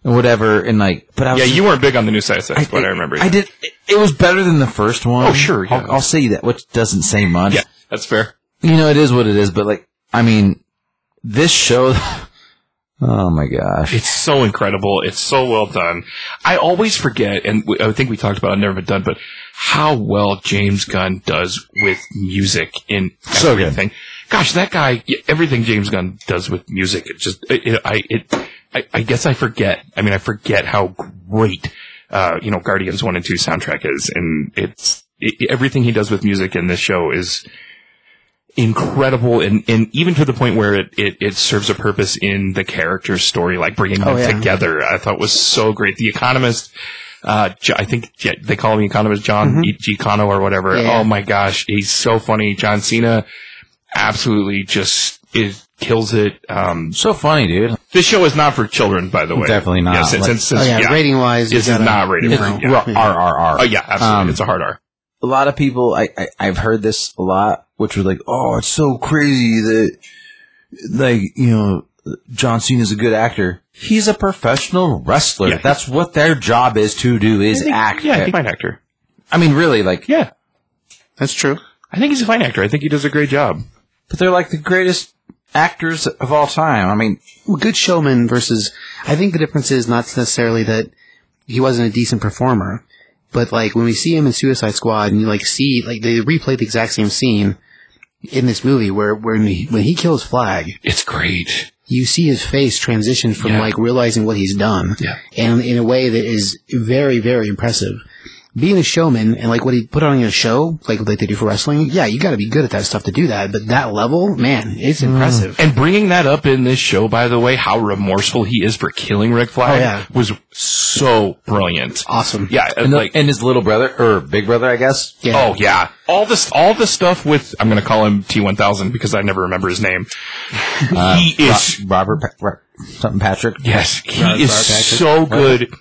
[SPEAKER 5] and whatever. And like, but I was
[SPEAKER 3] yeah,
[SPEAKER 5] just-
[SPEAKER 3] you weren't big on the new side side, but I
[SPEAKER 5] it-
[SPEAKER 3] remember.
[SPEAKER 5] I did. It, it was better than the first one.
[SPEAKER 3] Oh, sure, yeah.
[SPEAKER 5] I'll, I'll say that, which doesn't say much.
[SPEAKER 3] Yeah, that's fair.
[SPEAKER 5] You know, it is what it is. But like, I mean, this show. Oh my gosh!
[SPEAKER 3] It's so incredible. It's so well done. I always forget, and we, I think we talked about it, never been done, but how well James Gunn does with music in
[SPEAKER 5] So good.
[SPEAKER 3] everything. Gosh, that guy, y- everything James Gunn does with music, it just, it, it, I, it, I, I guess I forget. I mean, I forget how great, uh, you know, Guardians 1 and 2 soundtrack is. And it's, it, everything he does with music in this show is, incredible and, and even to the point where it, it, it serves a purpose in the character's story, like bringing
[SPEAKER 2] Oh,
[SPEAKER 3] them
[SPEAKER 2] yeah.
[SPEAKER 3] together. I thought was so great. The Economist, uh, J- I think yeah, they call him Economist John E- Gicano or whatever.
[SPEAKER 2] Mm-hmm. Yeah.
[SPEAKER 3] Oh my gosh. He's so funny. John Cena absolutely just is kills it. Um,
[SPEAKER 5] So funny, dude.
[SPEAKER 3] this show is not for children, by the way.
[SPEAKER 5] Definitely not.
[SPEAKER 3] Yeah, since,
[SPEAKER 5] Like-
[SPEAKER 3] since, since-
[SPEAKER 2] oh yeah, rating wise,
[SPEAKER 3] This is not rated
[SPEAKER 2] No.
[SPEAKER 3] for-
[SPEAKER 5] R R R.
[SPEAKER 3] Oh yeah, absolutely.
[SPEAKER 5] Um,
[SPEAKER 3] it's a hard R.
[SPEAKER 5] a lot of people I, I I've heard this a lot, which was like, oh, it's so crazy that like you know John Cena is a good actor. He's a professional wrestler.
[SPEAKER 3] Yeah.
[SPEAKER 5] That's what their job is to do is act.
[SPEAKER 3] Yeah, I think fine actor.
[SPEAKER 5] I mean, really, like,
[SPEAKER 3] Yeah,
[SPEAKER 2] That's true.
[SPEAKER 3] I think he's a fine actor. I think he does a great job.
[SPEAKER 5] but they're like the greatest actors of all time. I mean,
[SPEAKER 2] Well, Good showman versus. I think the difference is not necessarily that he wasn't a decent performer, but like when we see him in Suicide Squad and you like see like they replay the exact same scene in this movie where where when he, when he kills Flag,
[SPEAKER 3] It's great.
[SPEAKER 2] you see his face transition from
[SPEAKER 3] Yeah.
[SPEAKER 2] like realizing what he's done,
[SPEAKER 3] Yeah.
[SPEAKER 2] and in a way that is very very impressive. Being a showman and like what he put on in a show, like what they do for wrestling, yeah, you got to be good at that stuff to do that. But that level, man, it's
[SPEAKER 3] Mm.
[SPEAKER 2] impressive.
[SPEAKER 3] And bringing that up in this show, by the way, how remorseful he is for killing Rick Flag
[SPEAKER 2] Oh, yeah.
[SPEAKER 3] was so brilliant.
[SPEAKER 2] Awesome.
[SPEAKER 3] Yeah,
[SPEAKER 5] and, the-
[SPEAKER 3] like
[SPEAKER 5] and his little brother or big brother, I guess.
[SPEAKER 2] Yeah.
[SPEAKER 3] oh yeah, all this all the stuff with I'm going to call him T1000 because I never remember his name.
[SPEAKER 5] Uh,
[SPEAKER 3] he is
[SPEAKER 5] Ro- Robert pa- Ro- something Patrick.
[SPEAKER 3] yes, he
[SPEAKER 5] Robert
[SPEAKER 3] is
[SPEAKER 5] Patrick.
[SPEAKER 3] so good.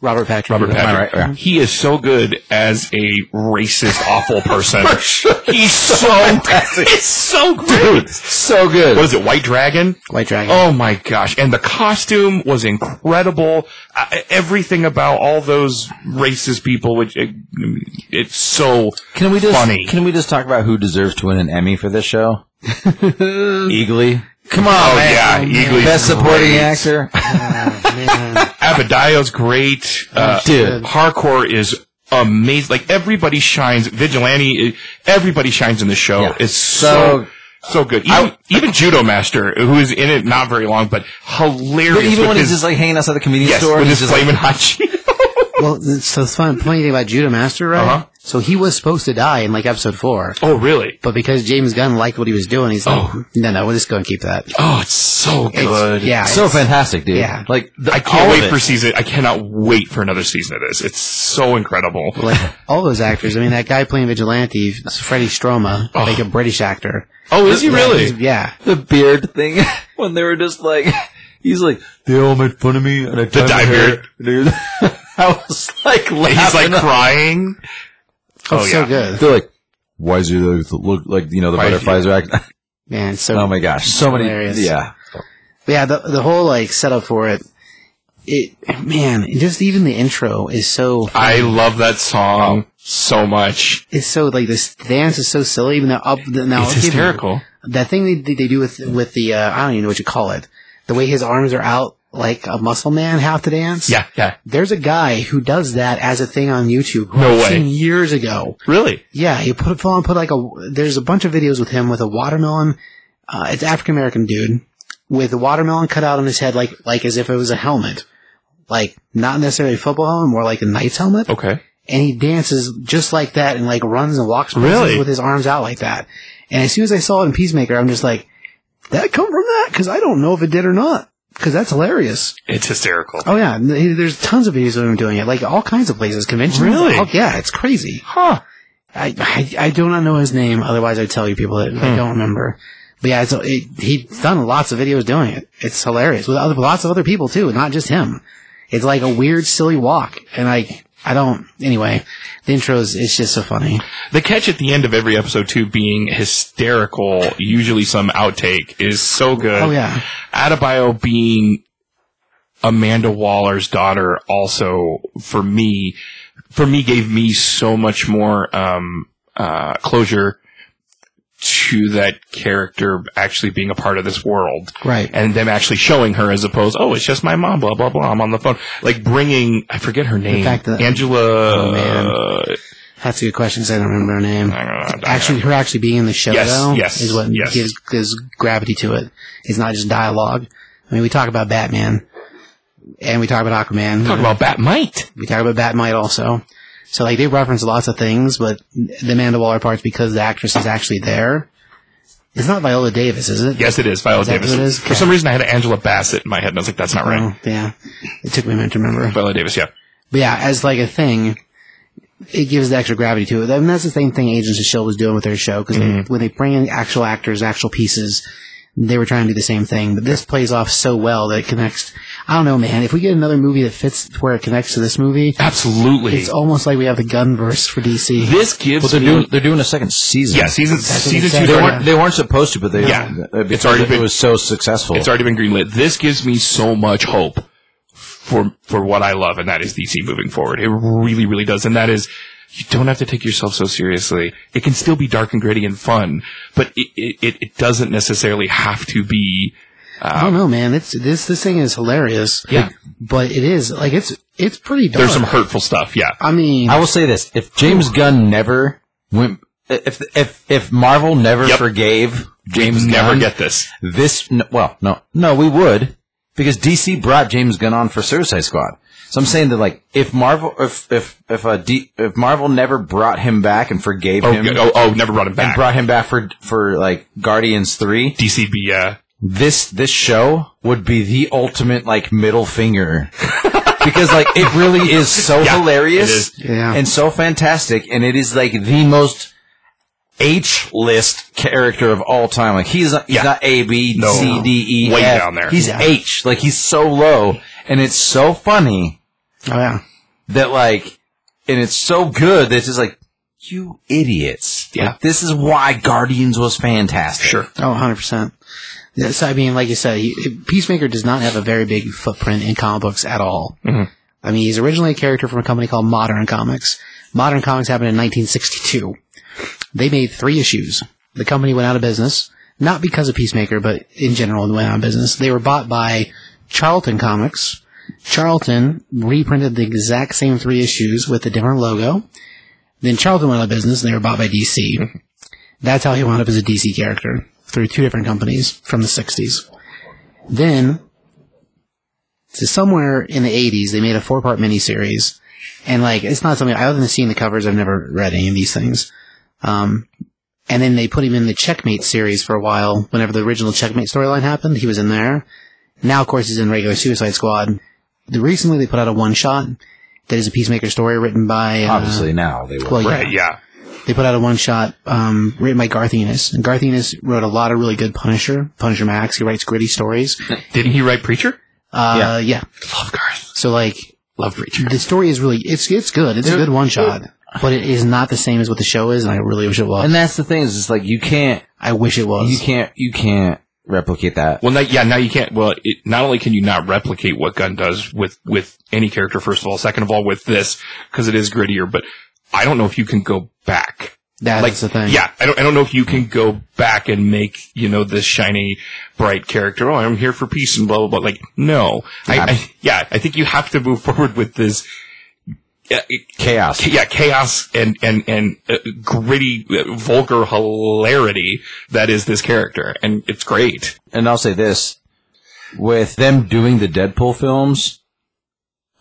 [SPEAKER 2] Robert Patrick.
[SPEAKER 3] Robert
[SPEAKER 5] Am I
[SPEAKER 3] Patrick.
[SPEAKER 5] right? Yeah.
[SPEAKER 3] He is so good as a racist, awful person. He's so it's so great.
[SPEAKER 5] So good.
[SPEAKER 3] What is it? White Dragon.
[SPEAKER 2] White Dragon.
[SPEAKER 3] Oh my gosh! And the costume was incredible. Uh, everything about all those racist people, which it, it's so
[SPEAKER 5] Can we just
[SPEAKER 3] funny.
[SPEAKER 5] Can we just talk about who deserves to win an Emmy for this show? Eagly. Come on,
[SPEAKER 3] oh
[SPEAKER 5] man.
[SPEAKER 3] yeah, Eagly's
[SPEAKER 5] Best supporting
[SPEAKER 3] great.
[SPEAKER 5] actor.
[SPEAKER 3] Abadayo's great. Uh,
[SPEAKER 5] Dude.
[SPEAKER 3] Hardcore is amazing. Like everybody shines. Vigilante. i- Everybody shines in the show.
[SPEAKER 5] Yeah.
[SPEAKER 3] It's
[SPEAKER 5] So-
[SPEAKER 3] so. So good. Even, even Judo Master, who is in it not very long, but hilarious.
[SPEAKER 5] But even
[SPEAKER 3] with
[SPEAKER 5] when
[SPEAKER 3] his,
[SPEAKER 5] he's just like hanging outside the convenience
[SPEAKER 3] yes,
[SPEAKER 5] store, and
[SPEAKER 3] with his
[SPEAKER 5] he's just like,
[SPEAKER 3] flaming hot Cheetos.
[SPEAKER 2] Well, so the fun, funny thing about Judah Master, right?
[SPEAKER 3] Uh-huh.
[SPEAKER 2] So he was supposed to die in like episode four,
[SPEAKER 3] Oh, really?
[SPEAKER 2] but because James Gunn liked what he was doing, he's like,
[SPEAKER 3] Oh.
[SPEAKER 2] "No, no, we'll just go and keep that."
[SPEAKER 3] Oh, it's so
[SPEAKER 2] It's-
[SPEAKER 3] good.
[SPEAKER 2] yeah.
[SPEAKER 5] so
[SPEAKER 2] it's-
[SPEAKER 5] fantastic, dude.
[SPEAKER 2] Yeah.
[SPEAKER 5] Like the,
[SPEAKER 3] I
[SPEAKER 5] all
[SPEAKER 3] can't
[SPEAKER 5] of
[SPEAKER 3] wait
[SPEAKER 5] it.
[SPEAKER 3] for season. I cannot wait for another season of this. It's so incredible.
[SPEAKER 2] Like all those actors. I mean, that guy playing Vigilante, Freddie Stroma, like a British actor.
[SPEAKER 3] Oh, is he really?
[SPEAKER 2] He's- yeah.
[SPEAKER 5] the beard thing when they were just like he's like they all made fun of me and I dyed my
[SPEAKER 3] dye
[SPEAKER 5] hair,
[SPEAKER 3] beard.
[SPEAKER 5] dude. I was like laughing.
[SPEAKER 3] He's like crying. Oh,
[SPEAKER 2] It's
[SPEAKER 3] yeah.
[SPEAKER 2] so good.
[SPEAKER 5] they're like why is it look like you know the
[SPEAKER 3] Why is he-
[SPEAKER 5] butterflies are acting?
[SPEAKER 2] Man, it's so
[SPEAKER 5] Oh my gosh, so many.
[SPEAKER 2] Hilarious.
[SPEAKER 5] Yeah,
[SPEAKER 2] yeah, the the whole like setup for it. It man, just even the intro is so
[SPEAKER 3] I love that song so much.
[SPEAKER 2] it's so like this dance is so silly. Even though up now
[SPEAKER 3] It's
[SPEAKER 2] I'll give you-
[SPEAKER 3] hysterical.
[SPEAKER 2] that thing they, they do with with the uh, I don't even know what you call it. The way his arms are out like a muscle man half to dance.
[SPEAKER 3] Yeah, yeah.
[SPEAKER 2] There's a guy who does that as a thing on YouTube. who
[SPEAKER 3] No
[SPEAKER 2] I've
[SPEAKER 3] way.
[SPEAKER 2] seen years ago.
[SPEAKER 3] Really?
[SPEAKER 2] Yeah, he put full on put like a. There's a bunch of videos with him with a watermelon. Uh, it's African American dude with a watermelon cut out on his head, like like as if it was a helmet, like not necessarily a football helmet, more like a knight's helmet
[SPEAKER 3] Okay.
[SPEAKER 2] and he dances just like that and like runs and walks places
[SPEAKER 3] Really?
[SPEAKER 2] with his arms out like that. And as soon as I saw it in Peacemaker, I'm just like, "Did that come from that? Because I don't know if it did or not. Because that's hilarious.
[SPEAKER 3] It's hysterical.
[SPEAKER 2] Oh yeah, and th- there's tons of videos of him doing it, like all kinds of places, conventions.
[SPEAKER 3] Really?
[SPEAKER 2] Oh, yeah, it's crazy.
[SPEAKER 3] Huh.
[SPEAKER 2] I, I I do not know his name, otherwise I'd tell you people that
[SPEAKER 3] Hmm.
[SPEAKER 2] I don't remember. But yeah, it's, it, he's done lots of videos doing it. It's hilarious with other lots of other people too, not just him. It's like a weird, silly walk, and like I don't. Anyway, the intros it's just so funny.
[SPEAKER 3] The catch at the end of every episode too being hysterical, usually some outtake, is so good.
[SPEAKER 2] Oh yeah,
[SPEAKER 3] Adebayo being Amanda Waller's daughter also for me for me gave me so much more um uh closure to that character actually being a part of this world
[SPEAKER 2] right.
[SPEAKER 3] and them actually showing her as opposed oh it's just my mom blah blah blah I'm on the phone like bringing I forget her name
[SPEAKER 2] fact that-
[SPEAKER 3] Angela
[SPEAKER 2] Oh, man.
[SPEAKER 3] uh,
[SPEAKER 2] That's a good question. 'cause I don't remember her name.
[SPEAKER 3] I don't know.
[SPEAKER 2] Actually, her actually being in the show
[SPEAKER 3] Yes,
[SPEAKER 2] though
[SPEAKER 3] yes,
[SPEAKER 2] is what
[SPEAKER 3] yes.
[SPEAKER 2] gives gives gravity to it. It's not just dialogue. I mean, we talk about Batman, and we talk about Aquaman.
[SPEAKER 3] talk about Batmite
[SPEAKER 2] We talk about Batmite also. So like they reference lots of things, but the Amanda Waller part's because the actress is actually there. It's not Viola Davis, is it?
[SPEAKER 3] yes it is Viola
[SPEAKER 2] Is that
[SPEAKER 3] Davis
[SPEAKER 2] who it is?
[SPEAKER 3] for some reason I had Angela Bassett in my head and I was like that's not right
[SPEAKER 2] Oh, yeah. It took me a minute to remember.
[SPEAKER 3] Viola Davis yeah
[SPEAKER 2] But yeah, as like a thing, it gives the extra gravity to it. E
[SPEAKER 3] Mm-hmm.
[SPEAKER 2] I mean, that's the same thing Agents of Shield was doing with their show because when they bring in actual actors, actual pieces, They were trying to do the same thing, but this plays off so well that it connects. I don't know, man. If we get another movie that fits to where it connects to this movie,
[SPEAKER 3] Absolutely.
[SPEAKER 2] it's almost like we have the Gunverse for DC.
[SPEAKER 3] this gives
[SPEAKER 5] Well, they're
[SPEAKER 3] me-
[SPEAKER 5] doing they're doing a second season.
[SPEAKER 3] yeah, season
[SPEAKER 2] what he
[SPEAKER 3] season two.
[SPEAKER 2] said.
[SPEAKER 3] they
[SPEAKER 5] They
[SPEAKER 2] Yeah.
[SPEAKER 3] want-
[SPEAKER 5] weren't, they weren't supposed to, but they
[SPEAKER 3] Yeah.
[SPEAKER 5] uh, because
[SPEAKER 3] already
[SPEAKER 5] it
[SPEAKER 3] been-
[SPEAKER 5] was so successful.
[SPEAKER 3] It's already been greenlit. This gives me so much hope for for what I love, and that is DC moving forward. It really, really does, and that is you don't have to take yourself so seriously. It can still be dark and gritty and fun, but it it- it, it doesn't necessarily have to be.
[SPEAKER 2] I don't know, man. It's this this thing is hilarious.
[SPEAKER 3] Yeah.
[SPEAKER 2] but it is like it's it's pretty dark.
[SPEAKER 3] There's some hurtful stuff. Yeah,
[SPEAKER 2] I mean,
[SPEAKER 5] I will say this: if James Gunn never went, if if if Marvel never
[SPEAKER 3] Yep.
[SPEAKER 5] forgave James
[SPEAKER 3] James never
[SPEAKER 5] Gunn,
[SPEAKER 3] get this.
[SPEAKER 5] this n well no no we would because DC brought James Gunn on for Suicide Squad. So I'm saying that like if Marvel if if if uh, D, if Marvel never brought him back and forgave
[SPEAKER 3] Oh,
[SPEAKER 5] him
[SPEAKER 3] oh, oh, never brought him
[SPEAKER 5] and
[SPEAKER 3] back.
[SPEAKER 5] brought him back for for like Guardians 3,
[SPEAKER 3] DCB. Uh,
[SPEAKER 5] this this show would be the ultimate like middle finger. because like it really is so
[SPEAKER 3] Yeah,
[SPEAKER 5] hilarious
[SPEAKER 3] it is.
[SPEAKER 2] Yeah.
[SPEAKER 5] and so fantastic and it is like the most H list character of all time. Like he's not, he's
[SPEAKER 3] Yeah.
[SPEAKER 5] not A B
[SPEAKER 3] No.
[SPEAKER 5] C D E
[SPEAKER 3] Way
[SPEAKER 5] F.
[SPEAKER 3] down there.
[SPEAKER 5] He's
[SPEAKER 2] Yeah.
[SPEAKER 5] H. Like he's so low, and it's so funny
[SPEAKER 2] oh, yeah.
[SPEAKER 5] that like, and it's so good that it's just like, you idiots.
[SPEAKER 3] Yeah.
[SPEAKER 5] Like, this is why Guardians was fantastic.
[SPEAKER 3] sure.
[SPEAKER 2] Oh, 100%. Yeah, So, I mean, like you said, he, Peacemaker does not have a very big footprint in comic books at all. I mean, he's originally a character from a company called Modern Comics. Modern Comics happened in 1962. They made three issues. The company went out of business, not because of Peacemaker, but in general, they went out of business. They were bought by Charlton Comics. Charlton reprinted the exact same three issues with a different logo. Then Charlton went out of business and they were bought by DC. That's how he wound up as a DC character through two different companies from the 60s. Then, to somewhere in the 80s, they made a four part miniseries. And, like, it's not something, other than seeing the covers, I've never read any of these things. Um, and then they put him in the Checkmate series for a while. Whenever the original Checkmate storyline happened, he was in there. Now, of course, he's in regular Suicide Squad. The, recently, they put out a one shot that is a Peacemaker story written by. uh,
[SPEAKER 5] Obviously now they
[SPEAKER 2] well,
[SPEAKER 5] will.
[SPEAKER 2] yeah
[SPEAKER 3] Right. Yeah.
[SPEAKER 2] um,
[SPEAKER 3] Didn't he write Preacher?
[SPEAKER 2] Uh, yeah.
[SPEAKER 5] Yeah.
[SPEAKER 3] Love Garth.
[SPEAKER 2] So like
[SPEAKER 3] Love Preacher.
[SPEAKER 2] the story is really it's it's good. It's a good one shot, but it is not the same as what the show is. And I really wish it was.
[SPEAKER 5] And that's the thing is, it's like you can't,
[SPEAKER 2] I wish it was.
[SPEAKER 5] you can't, you can't replicate that.
[SPEAKER 3] Well, now, yeah, now you can't. Well, it, not only can you not replicate what Gunn does with with any character, first of all, second of all, with this because it is grittier. But I don't know if you can go back.
[SPEAKER 2] That's
[SPEAKER 3] like
[SPEAKER 2] the thing.
[SPEAKER 3] Yeah, I don't. I don't know if you can go back and make you know this shiny, bright character. Oh, I'm here for peace and blah blah blah. Like, no, I, I yeah, I think you have to move forward with this. Yeah, it-
[SPEAKER 5] Chaos.
[SPEAKER 3] yeah, chaos and and and uh, gritty, uh, vulgar hilarity that is this character, and it's great.
[SPEAKER 5] and I'll say this with them doing the Deadpool films,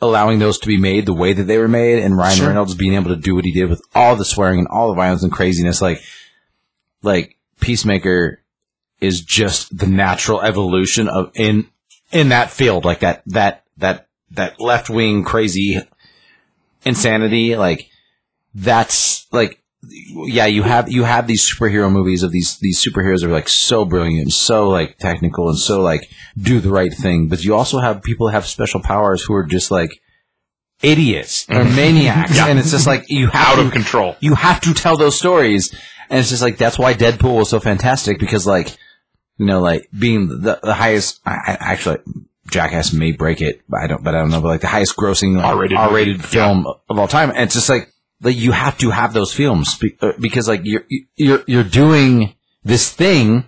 [SPEAKER 5] allowing those to be made the way that they were made, and Ryan
[SPEAKER 2] Sure.
[SPEAKER 5] Reynolds being able to do what he did with all the swearing and all the violence and craziness, like, like Peacemaker is just the natural evolution of in in that field, like that that that that left wing crazy insanity, like that's like yeah, you have you have these superhero movies of these these superheroes that are like so brilliant, and so like technical, and so like do the right thing. But you also have people that have special powers who are just like idiots or maniacs, and it's just like you have
[SPEAKER 3] Mm-hmm. Out of
[SPEAKER 5] to-
[SPEAKER 3] control.
[SPEAKER 5] You have to tell those stories, and it's just like that's why Deadpool was so fantastic because like you know like being the, the highest. I, I actually. Jackass may break it, but I don't. But I don't know. But like the highest grossing like,
[SPEAKER 3] R-rated movie.
[SPEAKER 5] R-rated film of all time, and it's just like like you have to have those films be- uh, because like you're you're you're doing this thing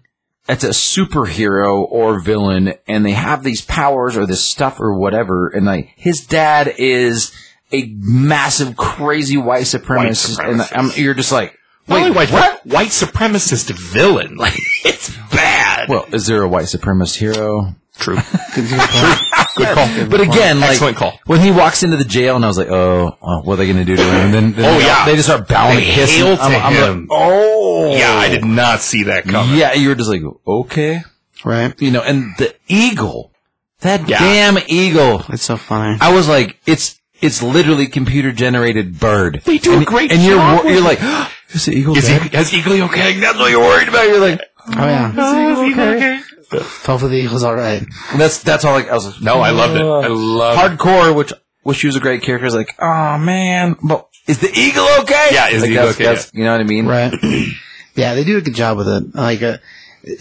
[SPEAKER 5] that's a superhero or villain, and they have these powers or this stuff or whatever, and like his dad is a massive crazy white supremacist, and
[SPEAKER 3] supremacist.
[SPEAKER 5] I'm, you're just like.
[SPEAKER 3] Not
[SPEAKER 5] Wait,
[SPEAKER 3] only white,
[SPEAKER 5] what?
[SPEAKER 3] White supremacist villain. Like it's bad.
[SPEAKER 5] Well, is there a white supremacist hero?
[SPEAKER 3] true. Good call.
[SPEAKER 5] But again, like
[SPEAKER 3] Excellent call.
[SPEAKER 5] when he walks into the jail, and I was like, "Oh, oh, what are they going to do to him?" And then, then
[SPEAKER 3] Oh,
[SPEAKER 5] they,
[SPEAKER 3] yeah.
[SPEAKER 5] they just start bowing,
[SPEAKER 3] They
[SPEAKER 5] kissing.
[SPEAKER 3] hail to
[SPEAKER 5] like,
[SPEAKER 3] him.
[SPEAKER 5] oh,
[SPEAKER 3] yeah, I did not see that coming.
[SPEAKER 5] Yeah, you were just like, okay,
[SPEAKER 2] right?
[SPEAKER 5] you know. And the eagle, that
[SPEAKER 3] Yeah.
[SPEAKER 5] damn eagle.
[SPEAKER 2] It's so funny.
[SPEAKER 5] I was like, it's it's literally computer generated bird.
[SPEAKER 3] They do a
[SPEAKER 5] and,
[SPEAKER 3] great
[SPEAKER 5] and you're
[SPEAKER 3] job
[SPEAKER 5] wor-
[SPEAKER 3] with
[SPEAKER 5] you're
[SPEAKER 3] it.
[SPEAKER 5] like, is the eagle
[SPEAKER 3] Is
[SPEAKER 5] dead?
[SPEAKER 3] he, is Eagle okay? That's what you're worried about. You're like,
[SPEAKER 2] Oh yeah.
[SPEAKER 3] oh, is Eagle okay?
[SPEAKER 2] Fell for the Eagles, all right.
[SPEAKER 5] That's that's all. Like, I was like,
[SPEAKER 3] No, I loved it. I loved it.
[SPEAKER 5] hardcore, which which she was a great character. Is like, oh man, but is the eagle okay?
[SPEAKER 3] Yeah, is
[SPEAKER 5] Like,
[SPEAKER 3] the eagle
[SPEAKER 5] that's-
[SPEAKER 3] okay,
[SPEAKER 5] that's- You know what I mean?
[SPEAKER 2] Right. yeah, they do a good job with it. Like uh,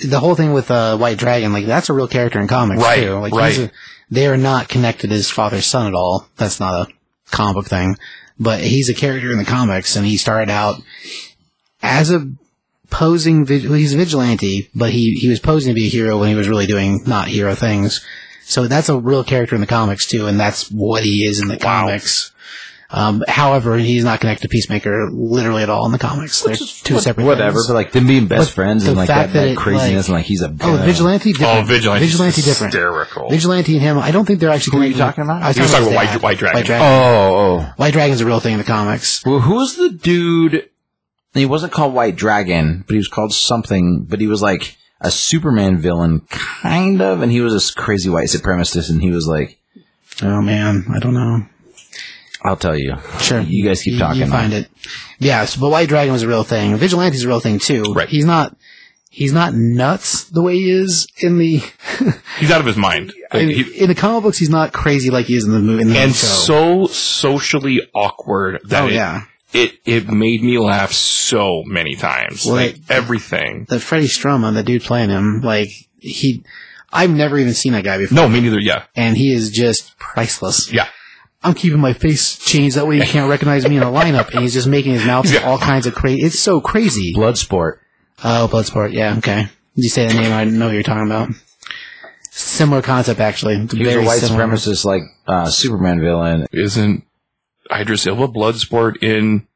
[SPEAKER 2] the whole thing with uh, White Dragon, like that's a real character in comics
[SPEAKER 3] Right,
[SPEAKER 2] too. Like
[SPEAKER 3] right.
[SPEAKER 2] he's a- they are not connected as father son at all. That's not a comic book thing. But he's a character in the comics, and he started out as a posing. vig- He's a vigilante, but he he was posing to be a hero when he was really doing not hero things. So that's a real character in the comics too, and that's what he is in the comics. Um, however, he's not connected to Peacemaker literally at all in the comics. They're two separate
[SPEAKER 5] Whatever,
[SPEAKER 2] things.
[SPEAKER 5] but like them being best
[SPEAKER 2] But
[SPEAKER 5] friends
[SPEAKER 2] the
[SPEAKER 5] and like that,
[SPEAKER 2] fact that
[SPEAKER 5] that
[SPEAKER 2] it,
[SPEAKER 5] craziness
[SPEAKER 2] like-
[SPEAKER 5] and like he's a
[SPEAKER 2] Oh, vigilante different.
[SPEAKER 3] Oh, vigilante.
[SPEAKER 2] Vigilante different.
[SPEAKER 3] Hysterical.
[SPEAKER 2] Vigilante and him. I don't think they're actually.
[SPEAKER 5] Who are you
[SPEAKER 2] connected.
[SPEAKER 5] talking about?
[SPEAKER 2] I was
[SPEAKER 3] You were
[SPEAKER 2] talking
[SPEAKER 3] talking
[SPEAKER 2] about
[SPEAKER 3] about
[SPEAKER 2] his
[SPEAKER 3] White-
[SPEAKER 2] dad.
[SPEAKER 3] White Dragon.
[SPEAKER 2] White,
[SPEAKER 5] Oh, oh.
[SPEAKER 2] White Dragon's a real thing in the comics.
[SPEAKER 5] Well, who was the dude? He wasn't called White Dragon, but he was called something. But he was like a Superman villain, kind of, and he was this crazy white supremacist, and he was like,
[SPEAKER 2] Oh man, I don't know.
[SPEAKER 5] "I'll tell you,
[SPEAKER 2] Sure.
[SPEAKER 5] you guys keep
[SPEAKER 2] You-
[SPEAKER 5] talking."
[SPEAKER 2] You find it. Yeah, so, but White Dragon was a real thing. Vigilante's a real thing too.
[SPEAKER 3] Right.
[SPEAKER 2] He's not. He's not nuts the way he is in the
[SPEAKER 3] He's out of his mind. Like,
[SPEAKER 2] in,
[SPEAKER 3] he-
[SPEAKER 2] in the comic books. He's not crazy like he is in the movie. In the
[SPEAKER 3] and
[SPEAKER 2] show.
[SPEAKER 3] so socially awkward that
[SPEAKER 2] Oh,
[SPEAKER 3] it,
[SPEAKER 2] yeah.
[SPEAKER 3] it it made me laugh so many times.
[SPEAKER 2] Well,
[SPEAKER 3] like
[SPEAKER 2] it-
[SPEAKER 3] everything.
[SPEAKER 2] that Freddie Stroma, the dude playing him, like he, I've never even seen that guy before,
[SPEAKER 3] No, me neither. Yeah,
[SPEAKER 2] and he is just priceless.
[SPEAKER 3] yeah.
[SPEAKER 2] I'm keeping my face changed that way you can't recognize me in a lineup, and he's just making his mouth
[SPEAKER 3] Yeah.
[SPEAKER 2] all kinds of crazy. It's so crazy.
[SPEAKER 5] Bloodsport.
[SPEAKER 2] Oh, Bloodsport. Yeah, okay. You say the name, I know what you're talking about. Similar concept, actually. It's
[SPEAKER 5] He was a
[SPEAKER 2] very
[SPEAKER 5] white
[SPEAKER 2] similar.
[SPEAKER 5] supremacist, like uh, Superman villain.
[SPEAKER 3] Isn't Idris Elba Bloodsport in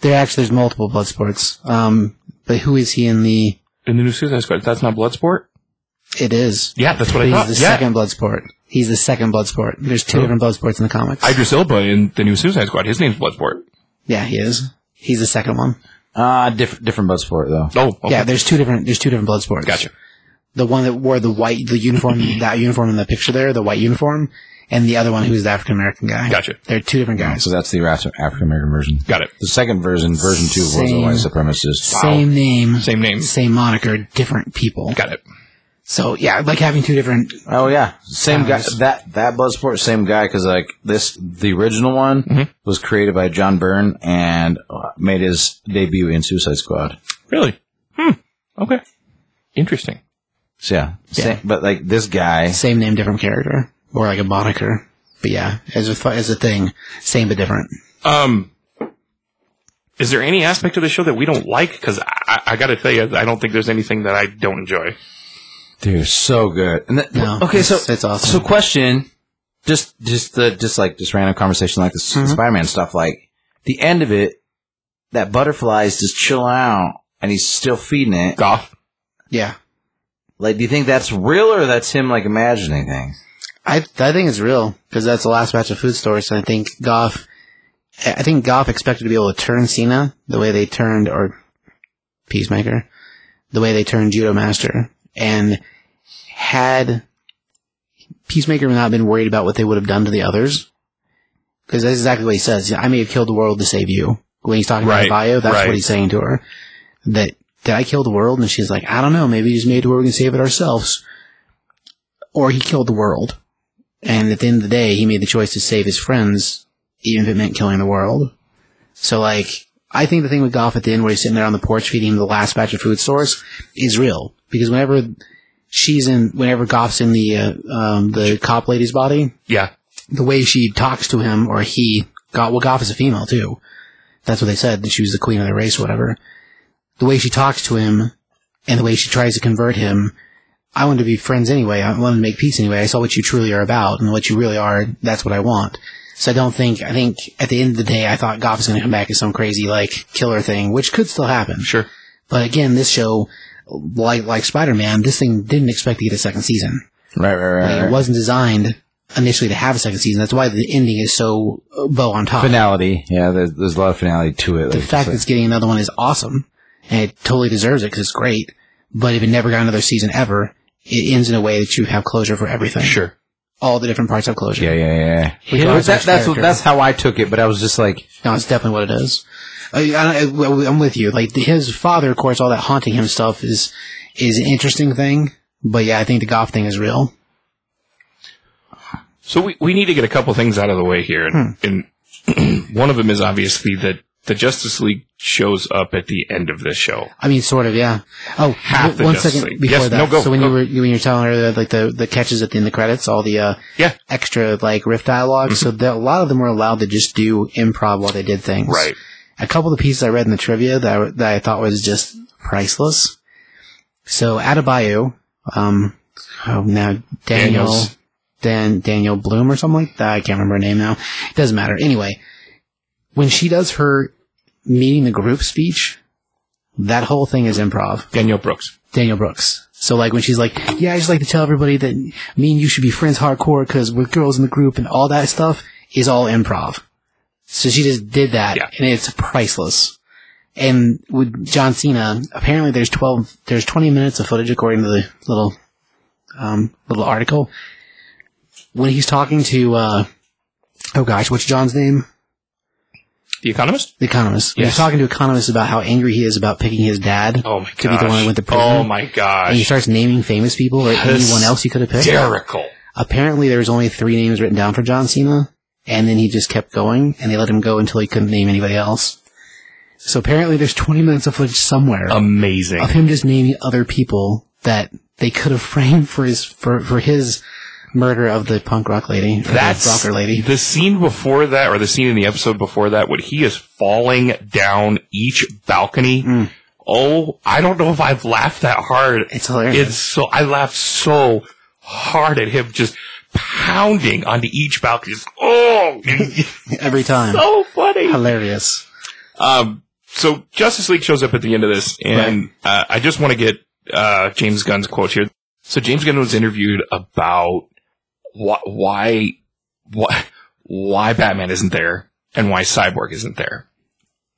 [SPEAKER 2] There actually there's multiple Bloodsports. Um, but who is he in the?
[SPEAKER 3] in the new Suicide Squad? That's not Bloodsport.
[SPEAKER 2] It is.
[SPEAKER 3] Yeah, that's what
[SPEAKER 2] But
[SPEAKER 3] I
[SPEAKER 2] he's
[SPEAKER 3] thought.
[SPEAKER 2] the
[SPEAKER 3] yeah,
[SPEAKER 2] second Bloodsport. He's the second Bloodsport. There's two different Bloodsports in the comics.
[SPEAKER 3] Idris Elba in the new Suicide Squad. His name's Bloodsport.
[SPEAKER 2] yeah, he is. He's the second one.
[SPEAKER 5] Uh different different Bloodsport though.
[SPEAKER 3] Oh, okay.
[SPEAKER 2] Yeah, there's two different there's two different blood sports.
[SPEAKER 3] Gotcha.
[SPEAKER 2] The one that wore the white the uniform that uniform in the picture there, the white uniform, and the other one who's the African American guy.
[SPEAKER 3] Gotcha.
[SPEAKER 2] They're two different guys.
[SPEAKER 5] So that's the African American version.
[SPEAKER 3] Got it.
[SPEAKER 5] The second version, version two, was a
[SPEAKER 2] Same.
[SPEAKER 5] white supremacist.
[SPEAKER 2] Same name,
[SPEAKER 3] Same name.
[SPEAKER 2] same moniker, different people.
[SPEAKER 3] Got it.
[SPEAKER 2] So yeah, like having two different.
[SPEAKER 5] Oh yeah, same guy. That that Bloodsport, same guy. Because like this, the original one was created by John Byrne and uh, made his debut in Suicide Squad.
[SPEAKER 3] Really? Hmm. Okay. Interesting.
[SPEAKER 5] So yeah, same, but like this guy,
[SPEAKER 2] Same name, different character, or like a moniker. But yeah, as a fu- as a thing, same but different.
[SPEAKER 3] Um, is there any aspect of the show that we don't like? Because I, I, I got to tell you, I don't think there's anything that I don't enjoy.
[SPEAKER 5] dude, so good. And that,
[SPEAKER 2] No,
[SPEAKER 5] okay, so
[SPEAKER 2] it's- it's awesome.
[SPEAKER 5] So question, just just the just like just random conversation like this Spider-Man stuff. Like the end of it, that butterfly is just chilling out, and he's still feeding it.
[SPEAKER 3] Goff.
[SPEAKER 2] Yeah,
[SPEAKER 5] Like, do you think that's real or that's him like imagining things?
[SPEAKER 2] I I think it's real because that's the last batch of food stores, and I think Goff, I I think Goff expected to be able to turn Cena the way they turned or Peacemaker, the way they turned Judo Master, and had Peacemaker not been worried about what they would have done to the others, because that's exactly what he says. I may have killed the world to save you. When he's talking
[SPEAKER 3] Right,
[SPEAKER 2] to Bio, that's
[SPEAKER 3] right.
[SPEAKER 2] what he's saying to her. That did I kill the world? And she's like, I don't know. Maybe he's made to where we can save it ourselves, or he killed the world. And at the end of the day, he made the choice to save his friends, even if it meant killing the world. So, like, I think the thing with Goff at the end, where he's sitting there on the porch feeding him the last batch of food stores, is real because whenever she's in, whenever Goff's in the uh, um, the cop lady's body,
[SPEAKER 3] Yeah.
[SPEAKER 2] the way she talks to him or he, Goff, well, Goff is a female too. That's what they said that she was the queen of the race, or whatever. The way she talks to him and the way she tries to convert him. I wanted to be friends anyway. I wanted to make peace anyway. I saw what you truly are about and what you really are. That's what I want. So I don't think, I think at the end of the day, I thought Goff was going to come back as some crazy, like, killer thing, which could still happen.
[SPEAKER 3] Sure.
[SPEAKER 2] But again, this show, like, like Spider-Man, this thing didn't expect to get a second season.
[SPEAKER 5] Right, right, right.
[SPEAKER 2] Like,
[SPEAKER 5] right.
[SPEAKER 2] It wasn't designed initially to have a second season. That's why the ending is so uh, bow on
[SPEAKER 3] Ah.
[SPEAKER 2] top.
[SPEAKER 5] finality. Yeah, there's, there's a lot of finality to it.
[SPEAKER 2] The fact that it's getting another one is awesome, and it totally deserves it because it's great. But if it never got another season ever, it ends in a way that you have closure for everything.
[SPEAKER 3] Sure.
[SPEAKER 2] All the different parts have closure.
[SPEAKER 5] yeah, yeah, yeah.
[SPEAKER 2] Regardless
[SPEAKER 5] That-
[SPEAKER 2] of
[SPEAKER 5] that's
[SPEAKER 2] character.
[SPEAKER 5] that's how I took it, but I was just like,
[SPEAKER 2] No, it's definitely what it is. I, I, I, am with you. Like his father, of course, all that haunting him stuff is is an interesting thing. But yeah, I think the golf thing is real.
[SPEAKER 3] So we, we need to get a couple things out of the way here, and,
[SPEAKER 2] Hmm.
[SPEAKER 3] and one of them is obviously that the Justice League shows up at the end of this show.
[SPEAKER 2] I mean, sort of, yeah. Oh,
[SPEAKER 3] Half
[SPEAKER 2] w- one
[SPEAKER 3] the Justice
[SPEAKER 2] second
[SPEAKER 3] League.
[SPEAKER 2] before
[SPEAKER 3] Yes,
[SPEAKER 2] that.
[SPEAKER 3] no, go,
[SPEAKER 2] so when
[SPEAKER 3] go.
[SPEAKER 2] you were you- when you were telling her that, like the the catches at the end of the credits, all the uh,
[SPEAKER 3] Yeah.
[SPEAKER 2] extra like riff
[SPEAKER 3] Mm-hmm.
[SPEAKER 2] dialogue. So the, a lot of them were allowed to just do improv while they did things.
[SPEAKER 3] Right.
[SPEAKER 2] A couple of the pieces I read in the trivia that I, w- that I thought was just priceless. So Adebayo, um, oh now Daniel,
[SPEAKER 3] Daniels.
[SPEAKER 2] Dan Daniel Bloom or something like that. I can't remember her name now. It doesn't matter. Anyway, when she does her meeting the group speech, that whole thing is improv.
[SPEAKER 3] Daniel Brooks.
[SPEAKER 2] Daniel Brooks. So like when she's like, yeah, I just like to tell everybody that me and you should be friends hardcore because we're girls in the group and all that stuff is all improv. So she just did that
[SPEAKER 3] Yeah.
[SPEAKER 2] and it's priceless. And with John Cena, apparently there's 12, there's 20 minutes of footage according to the little, um, little article. When he's talking to, uh, oh gosh, what's John's name?
[SPEAKER 3] The Economist?
[SPEAKER 2] The economist. When
[SPEAKER 3] Yes.
[SPEAKER 2] He's talking to economists about how angry he is about picking his dad
[SPEAKER 3] Oh my gosh.
[SPEAKER 2] to be the one who went to prison
[SPEAKER 3] Oh my
[SPEAKER 2] and he
[SPEAKER 3] gosh.
[SPEAKER 2] starts naming famous people or anyone else he could have picked.
[SPEAKER 3] Hysterical.
[SPEAKER 2] Apparently, there was only three names written down for John Cena, and then he just kept going, and they let him go until he couldn't name anybody else. So apparently, there's 20 minutes of footage somewhere
[SPEAKER 3] Um, Amazing.
[SPEAKER 2] of him just naming other people that they could have framed for his for, for his murder of the punk rock lady. or the
[SPEAKER 3] That's
[SPEAKER 2] rocker lady.
[SPEAKER 3] the scene before that, or the scene in the episode before that, when he is falling down each balcony.
[SPEAKER 2] Hmm.
[SPEAKER 3] Oh, I don't know if I've laughed that hard.
[SPEAKER 2] It's hilarious.
[SPEAKER 3] It's so I laughed so hard at him just pounding onto each balcony. Just, oh,
[SPEAKER 2] Every time,
[SPEAKER 3] so funny.
[SPEAKER 2] hilarious.
[SPEAKER 3] Um, so Justice League shows up at the end of this, and uh, I just want to get uh, James Gunn's quote here. So James Gunn was interviewed about wh- why why why Batman isn't there and why Cyborg isn't there.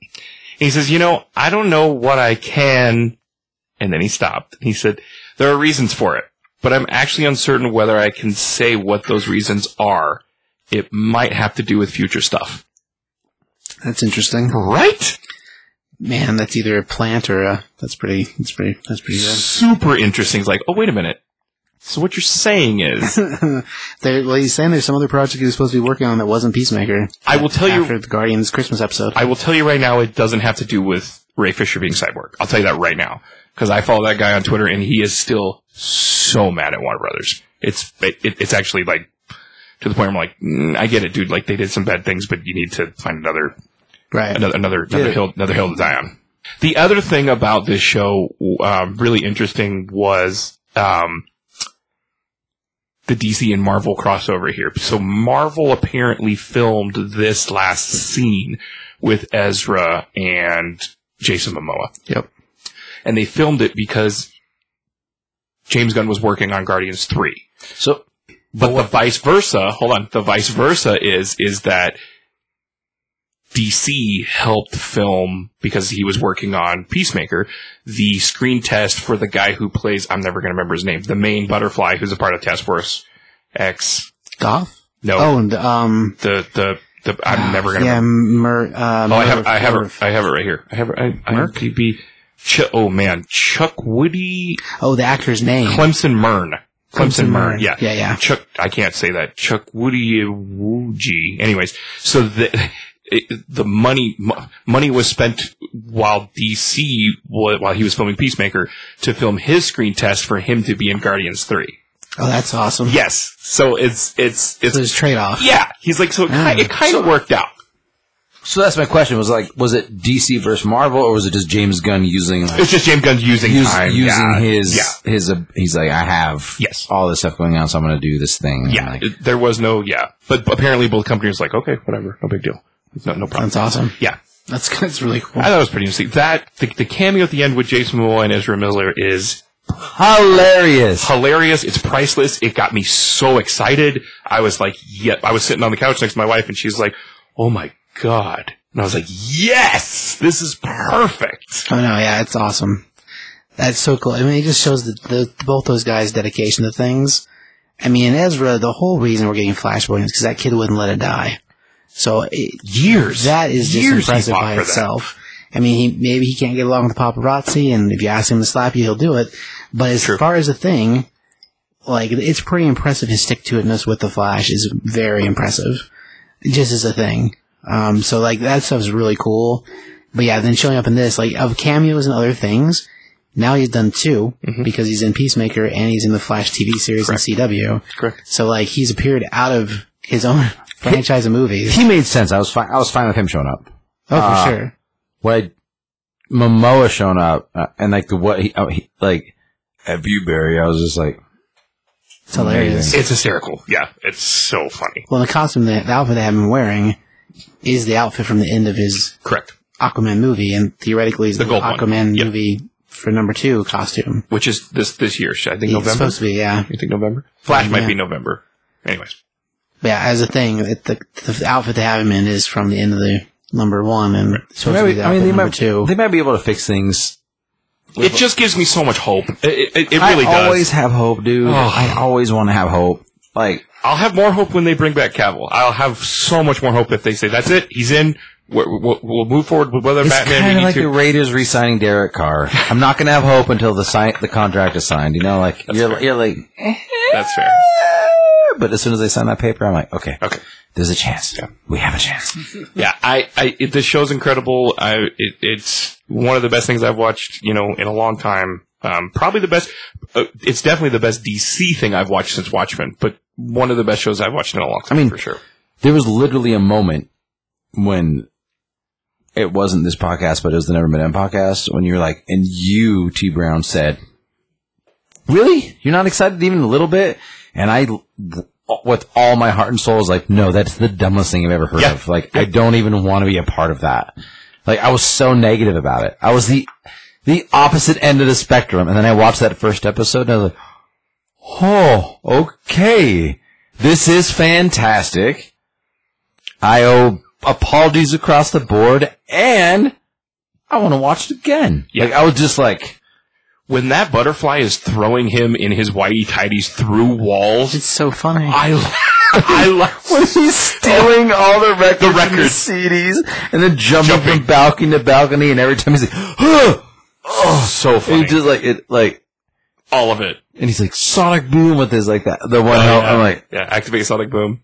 [SPEAKER 3] And he says, "You know, I don't know what I can." And then he stopped. He said, "There are reasons for it, but I'm actually uncertain whether I can say what those reasons are. It might have to do with future stuff,
[SPEAKER 2] That's interesting,
[SPEAKER 3] right?"
[SPEAKER 2] man. That's either a plant or a. That's pretty. That's pretty. That's pretty good.
[SPEAKER 3] super interesting. It's like, oh, wait a minute. So what you're saying is,
[SPEAKER 2] there, well, he's saying there's some other project he was supposed to be working on that wasn't Peacemaker.
[SPEAKER 3] I will tell you,
[SPEAKER 2] after the Guardians Christmas episode.
[SPEAKER 3] I will tell you right now, it doesn't have to do with Ray Fisher being cyborg. I'll tell you that right now because I follow that guy on Twitter and he is still so mad at Warner Brothers. It's it, it- it's actually like to the point where I'm like, mm, I get it, dude. Like they did some bad things, but you need to find another
[SPEAKER 2] right.
[SPEAKER 3] another another, another hill another hill to die on. The other thing about this show, um, really interesting, was um, the DC and Marvel crossover here. So Marvel apparently filmed this last scene with Ezra and Jason Momoa.
[SPEAKER 2] Yep.
[SPEAKER 3] and they filmed it because James Gunn was working on Guardians Three.
[SPEAKER 5] So
[SPEAKER 3] But the vice versa, hold on, the vice versa is is that DC helped film because he was working on Peacemaker the screen test for the guy who plays I'm never going to remember his name, the main butterfly who's a part of Task Force X.
[SPEAKER 2] Goff?
[SPEAKER 3] No,
[SPEAKER 2] Oh, and um,
[SPEAKER 3] the the the I'm never going to.
[SPEAKER 2] yeah,
[SPEAKER 3] remember.
[SPEAKER 2] Mer. Uh,
[SPEAKER 3] Oh, I have I have
[SPEAKER 2] Merv.
[SPEAKER 3] it I have it right here. I have it. I,
[SPEAKER 2] Merc?
[SPEAKER 3] IMDb. Ch- oh man, Chuck Woody
[SPEAKER 2] Oh, the actor's name.
[SPEAKER 3] Clemson Mern. Clemson,
[SPEAKER 2] Clemson
[SPEAKER 3] Mern.
[SPEAKER 2] Mern.
[SPEAKER 3] Yeah.
[SPEAKER 2] Yeah, yeah.
[SPEAKER 3] Chuck, I can't say that. Chuck Woody Wooji. Anyways, so the, it, the money, mo- money was spent while DC, wa- while he was filming Peacemaker to film his screen test for him to be in Guardians 3.
[SPEAKER 2] oh, that's awesome.
[SPEAKER 3] Yes. So it's, it's,
[SPEAKER 2] So
[SPEAKER 3] it's,
[SPEAKER 2] there's trade off.
[SPEAKER 3] yeah. He's like, so it, ki- it kind of worked out.
[SPEAKER 5] so that's my question was like was it DC versus Marvel or was it just James Gunn using like
[SPEAKER 3] It's just James Gunn's using
[SPEAKER 5] use-
[SPEAKER 3] time.
[SPEAKER 5] using
[SPEAKER 3] yeah.
[SPEAKER 5] his
[SPEAKER 3] Yeah.
[SPEAKER 5] his uh, he's like I have
[SPEAKER 3] Yes.
[SPEAKER 5] all this stuff going on so I'm going to do this thing And,
[SPEAKER 3] Yeah.
[SPEAKER 5] like,
[SPEAKER 3] it- there was no, yeah. But apparently both companies were like, okay, whatever. No big deal. No, no problem.
[SPEAKER 2] That's awesome.
[SPEAKER 3] Yeah.
[SPEAKER 2] That's that's really cool.
[SPEAKER 3] I thought it was pretty interesting. That the, the cameo at the end with Jason Momoa and Ezra Miller is
[SPEAKER 5] hilarious
[SPEAKER 3] hilarious. It's priceless. It got me so excited. I was like, yeah. I was sitting on the couch next to my wife, and she's like, "Oh my god!" And I was like, "Yes, this is perfect."
[SPEAKER 2] Oh no, yeah, it's awesome. That's so cool. I mean, it just shows the, the both those guys' dedication to things. I mean, Ezra, the whole reason we're getting Flash Williams because that kid wouldn't let it die. So it,
[SPEAKER 3] Years.
[SPEAKER 2] That is just
[SPEAKER 3] Years he
[SPEAKER 2] impressive
[SPEAKER 3] fought
[SPEAKER 2] by
[SPEAKER 3] for that.
[SPEAKER 2] itself. I mean, he maybe he can't get along with the paparazzi, and if you ask him to slap you, he'll do it. But as
[SPEAKER 3] True.
[SPEAKER 2] far as a thing, like it's pretty impressive. His stick to itness with the Flash is very impressive, just as a thing. Um, so like that stuff's really cool. But yeah, then showing up in this, like of cameos and other things. Now he's done 2
[SPEAKER 3] Mm-hmm.
[SPEAKER 2] because he's in Peacemaker and he's in the Flash TV series and CW.
[SPEAKER 3] Correct.
[SPEAKER 2] So like he's appeared out of his own franchise of movies.
[SPEAKER 5] He made sense. I was fine. I was fine with him showing up.
[SPEAKER 2] Oh, for
[SPEAKER 5] Uh,
[SPEAKER 2] sure.
[SPEAKER 5] like Momoa showing up uh, and like the what he, oh, he like at Barry, I was just like
[SPEAKER 2] It's hilarious.
[SPEAKER 3] It's hysterical. Yeah, it's so funny.
[SPEAKER 2] Well, the costume, that, the outfit they have him wearing, is the outfit from the end of his
[SPEAKER 3] Correct.
[SPEAKER 2] Aquaman movie, and theoretically is the,
[SPEAKER 3] The gold one.
[SPEAKER 2] Aquaman
[SPEAKER 3] Yep.
[SPEAKER 2] movie for number two costume.
[SPEAKER 3] Which is this this year? Should I think
[SPEAKER 2] It's
[SPEAKER 3] November?
[SPEAKER 2] supposed to be, yeah.
[SPEAKER 3] You think November? Flash might
[SPEAKER 2] Yeah.
[SPEAKER 3] be November. Anyways,
[SPEAKER 2] But yeah, as a thing, it, the, the outfit they have him in is from the end of the number one, and it's supposed to be the outfit number two.
[SPEAKER 5] they might be able to fix things.
[SPEAKER 3] it just gives me so much hope. It, it, it really
[SPEAKER 5] I
[SPEAKER 3] does.
[SPEAKER 5] always have hope, dude.
[SPEAKER 3] Ugh.
[SPEAKER 5] I always want to have hope. Like
[SPEAKER 3] I'll have more hope when they bring back Cavill. I'll have so much more hope if they say that's it. He's in. We're, we'll, we'll move forward with whether
[SPEAKER 5] it's
[SPEAKER 3] Batman
[SPEAKER 5] kind
[SPEAKER 3] we
[SPEAKER 5] of
[SPEAKER 3] need
[SPEAKER 5] like the
[SPEAKER 3] to.
[SPEAKER 5] Raiders re-signing Derek Carr. I'm not gonna have hope until the sign the contract is signed. You know, like you're
[SPEAKER 3] fair.
[SPEAKER 5] you're like, eh,
[SPEAKER 3] That's fair.
[SPEAKER 5] but as soon as they sign that paper, I'm like, okay,
[SPEAKER 3] Okay.
[SPEAKER 5] there's a chance. We have a chance.
[SPEAKER 3] Yeah, I, I it, this show's incredible. I, it, it's one of the best things I've watched, you know, in a long time. Um, probably the best. Uh, it's definitely the best DC thing I've watched since Watchmen, but one of the best shows I've watched in a long time.
[SPEAKER 5] I mean-
[SPEAKER 3] for sure.
[SPEAKER 5] There was literally a moment when it wasn't this podcast, but it was the Never Been Done podcast when you were like, and you, T Brown, said, Really? You're not excited even a little bit? And I, with all my heart and soul, was like, No, that's the dumbest thing I've ever heard
[SPEAKER 3] Yeah.
[SPEAKER 5] of. Like, I don't even want to be a part of that. Like, I was so negative about it. I was the, the opposite end of the spectrum. And then I watched that first episode and I was like, Oh, okay. This is fantastic. I owe apologies across the board, and I want to watch it again.
[SPEAKER 3] Yeah.
[SPEAKER 5] Like I was just like,
[SPEAKER 3] When that butterfly is throwing him in his whitey tidies through walls,
[SPEAKER 2] It's so funny.
[SPEAKER 3] I I laughed.
[SPEAKER 5] when he's stealing all the records,
[SPEAKER 3] The
[SPEAKER 5] and
[SPEAKER 3] records.
[SPEAKER 5] CDs, and then jumping,
[SPEAKER 3] Jumping.
[SPEAKER 5] from balcony to balcony, and every time he's like, "Huh!"
[SPEAKER 3] Oh, so funny.
[SPEAKER 5] and just like it, like,
[SPEAKER 3] All of it.
[SPEAKER 5] and he's like Sonic Boom with his like that. The one
[SPEAKER 3] Oh,
[SPEAKER 5] note,
[SPEAKER 3] yeah.
[SPEAKER 5] I'm like,
[SPEAKER 3] yeah, activate Sonic Boom.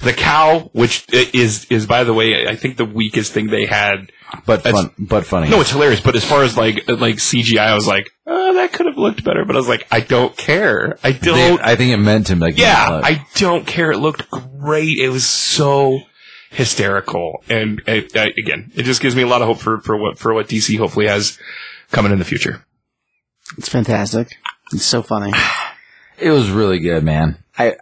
[SPEAKER 3] The cow, which i- is is by the way, I think the weakest thing they had.
[SPEAKER 5] but
[SPEAKER 3] That's-
[SPEAKER 5] fun, but funny.
[SPEAKER 3] No, it's hilarious, but as far as like like CGI, I was like, oh, that could have looked better, but I was like, I don't care. I
[SPEAKER 5] They-
[SPEAKER 3] don't.
[SPEAKER 5] I think it meant him. Like,
[SPEAKER 3] yeah,
[SPEAKER 5] like,
[SPEAKER 3] I don't care. It looked great. It was so hysterical, and uh, uh, again, it just gives me a lot of hope for for what for what DC hopefully has coming in the future.
[SPEAKER 2] it's fantastic. It's so funny.
[SPEAKER 5] It was really good, man. I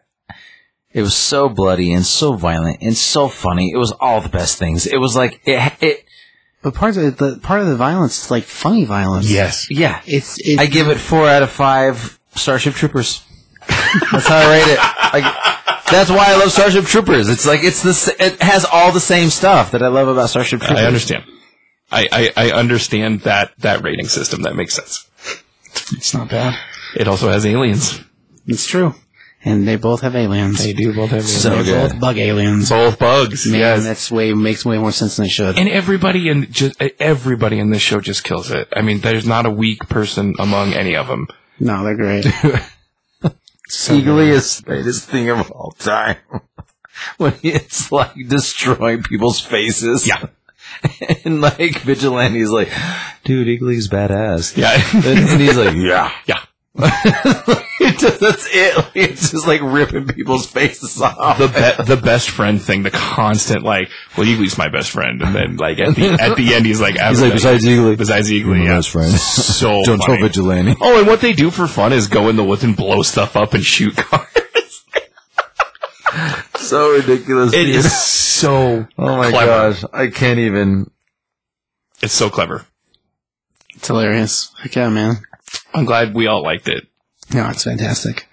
[SPEAKER 5] it was so bloody and so violent and so funny. It was all the best things. It was like it, it
[SPEAKER 2] But part of it, the part of the violence is like funny violence.
[SPEAKER 3] Yes,
[SPEAKER 5] yeah.
[SPEAKER 2] It's it,
[SPEAKER 5] I give it 4 out of 5 Starship Troopers. That's how I rate it. Like that's why I love Starship Troopers. It's like it's the s- it has all the same stuff that I love about Starship Troopers.
[SPEAKER 3] I understand. I, I I understand that that rating system. That makes sense.
[SPEAKER 2] it's not bad.
[SPEAKER 3] It also has aliens.
[SPEAKER 2] It's true. And they both have aliens. They do both have aliens. So
[SPEAKER 5] So
[SPEAKER 2] they're
[SPEAKER 5] good.
[SPEAKER 2] both bug aliens.
[SPEAKER 3] Both bugs.
[SPEAKER 2] Man,
[SPEAKER 3] yes.
[SPEAKER 2] that's way makes way more sense than it should.
[SPEAKER 3] and everybody in just everybody in this show just kills it. I mean, there's not a weak person among any of them.
[SPEAKER 2] No, they're great.
[SPEAKER 5] Eagerly is the greatest thing of all time. when it's like destroying people's faces.
[SPEAKER 3] Yeah.
[SPEAKER 5] and like Vigilante's like, dude, Eagly's badass.
[SPEAKER 3] Yeah,
[SPEAKER 5] And, and he's like, yeah.
[SPEAKER 3] yeah.
[SPEAKER 5] It just, that's it. Like, It's just like ripping people's faces off.
[SPEAKER 3] The be- the best friend thing, the constant like, well, Eagly's my best friend, and then like at the at the end, he's like,
[SPEAKER 5] He's like, besides Eagly,
[SPEAKER 3] besides
[SPEAKER 5] my
[SPEAKER 3] Eagly, yeah.
[SPEAKER 5] best friend.
[SPEAKER 3] So
[SPEAKER 5] don't tell
[SPEAKER 3] funny.
[SPEAKER 5] Vigilante.
[SPEAKER 3] Oh, and what they do for fun is go in the woods and blow stuff up and shoot cars.
[SPEAKER 5] So ridiculous.
[SPEAKER 3] It
[SPEAKER 5] dude.
[SPEAKER 3] is so
[SPEAKER 5] Oh my
[SPEAKER 3] clever.
[SPEAKER 5] gosh. I can't even.
[SPEAKER 3] It's so clever.
[SPEAKER 2] It's hilarious. Heck yeah, man.
[SPEAKER 3] I'm glad we all liked it.
[SPEAKER 2] No, it's fantastic.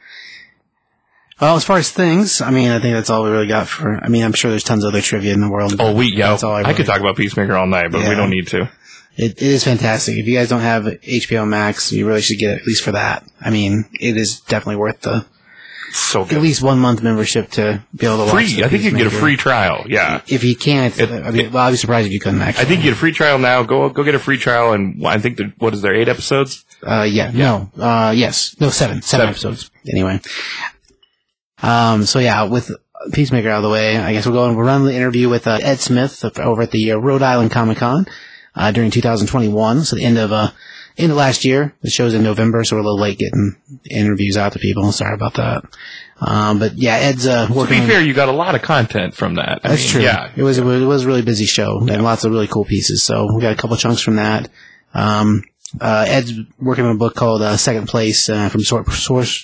[SPEAKER 2] Well, as far as things, I mean, I think that's all we really got for. I mean, I'm sure there's tons of other trivia in the world.
[SPEAKER 3] Oh, we yeah.
[SPEAKER 2] That's all I
[SPEAKER 3] I, could
[SPEAKER 2] really-
[SPEAKER 3] talk about Peacemaker all night, but
[SPEAKER 2] Yeah.
[SPEAKER 3] we don't need to.
[SPEAKER 2] It, it is fantastic. If you guys don't have HBO Max, you really should get it at least for that. I mean, it is definitely worth the
[SPEAKER 3] So
[SPEAKER 2] at
[SPEAKER 3] good.
[SPEAKER 2] least one month membership to be able to watch.
[SPEAKER 3] Free.
[SPEAKER 2] The
[SPEAKER 3] I think you can get a
[SPEAKER 2] Peacemaker.
[SPEAKER 3] free trial. Yeah.
[SPEAKER 2] If you can't,
[SPEAKER 3] It-
[SPEAKER 2] I mean, well, I'd be surprised if you couldn't. Actually,
[SPEAKER 3] I think you get a free trial now. Go go get a free trial, and I think there, what is there eight episodes?
[SPEAKER 2] Uh, yeah, no, uh, yes, no, seven, seven, episodes. Anyway, um, so yeah, with Peacemaker out of the way, I guess we'll go and we'll run the interview with uh, Ed Smith of- over at the uh, Rhode Island Comic Con uh, during 2021. So the end of uh, end of last year. The show's in November, so we're a little late getting interviews out to people. Sorry about that. Um, but yeah, Ed's uh,
[SPEAKER 3] To be
[SPEAKER 2] working. on-
[SPEAKER 3] fair, you got a lot of content from that. I
[SPEAKER 2] that's
[SPEAKER 3] mean,
[SPEAKER 2] true.
[SPEAKER 3] Yeah.
[SPEAKER 2] it was it was a really busy show and lots of really cool pieces. So we got a couple chunks from that. Um, uh, Ed's working on a book called uh, Second Place uh, from Sor- Source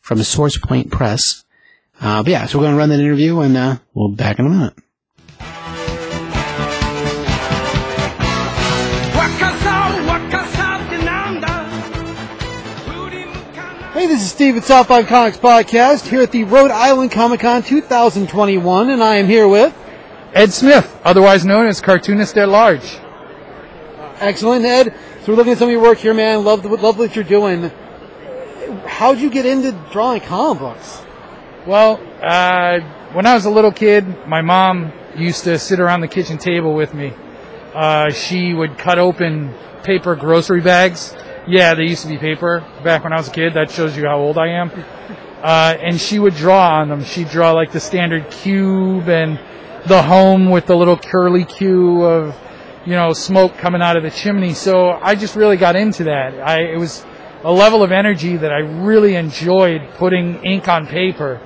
[SPEAKER 2] from Source Point Press. Uh, but yeah, so we're going to run that interview and uh, we'll be back in a minute.
[SPEAKER 6] Hey, this is Steve at South Five Comics Podcast here at the Rhode Island Comic Con 2021, and I am here with
[SPEAKER 7] Ed Smith, otherwise known as Cartoonist at Large.
[SPEAKER 6] excellent Ed. So we're looking at some of your work here, man. Love the, love what you're doing. How'd you get into drawing comic books?
[SPEAKER 7] Well, uh, when I was a little kid, my mom used to sit around the kitchen table with me. Uh, she would cut open paper grocery bags. Yeah, they used to be paper back when I was a kid. That shows you how old I am. Uh, and she would draw on them. She'd draw like the standard cube and the home with the little curly cue of, you know, smoke coming out of the chimney. So I just really got into that. I, it was a level of energy that I really enjoyed putting ink on paper.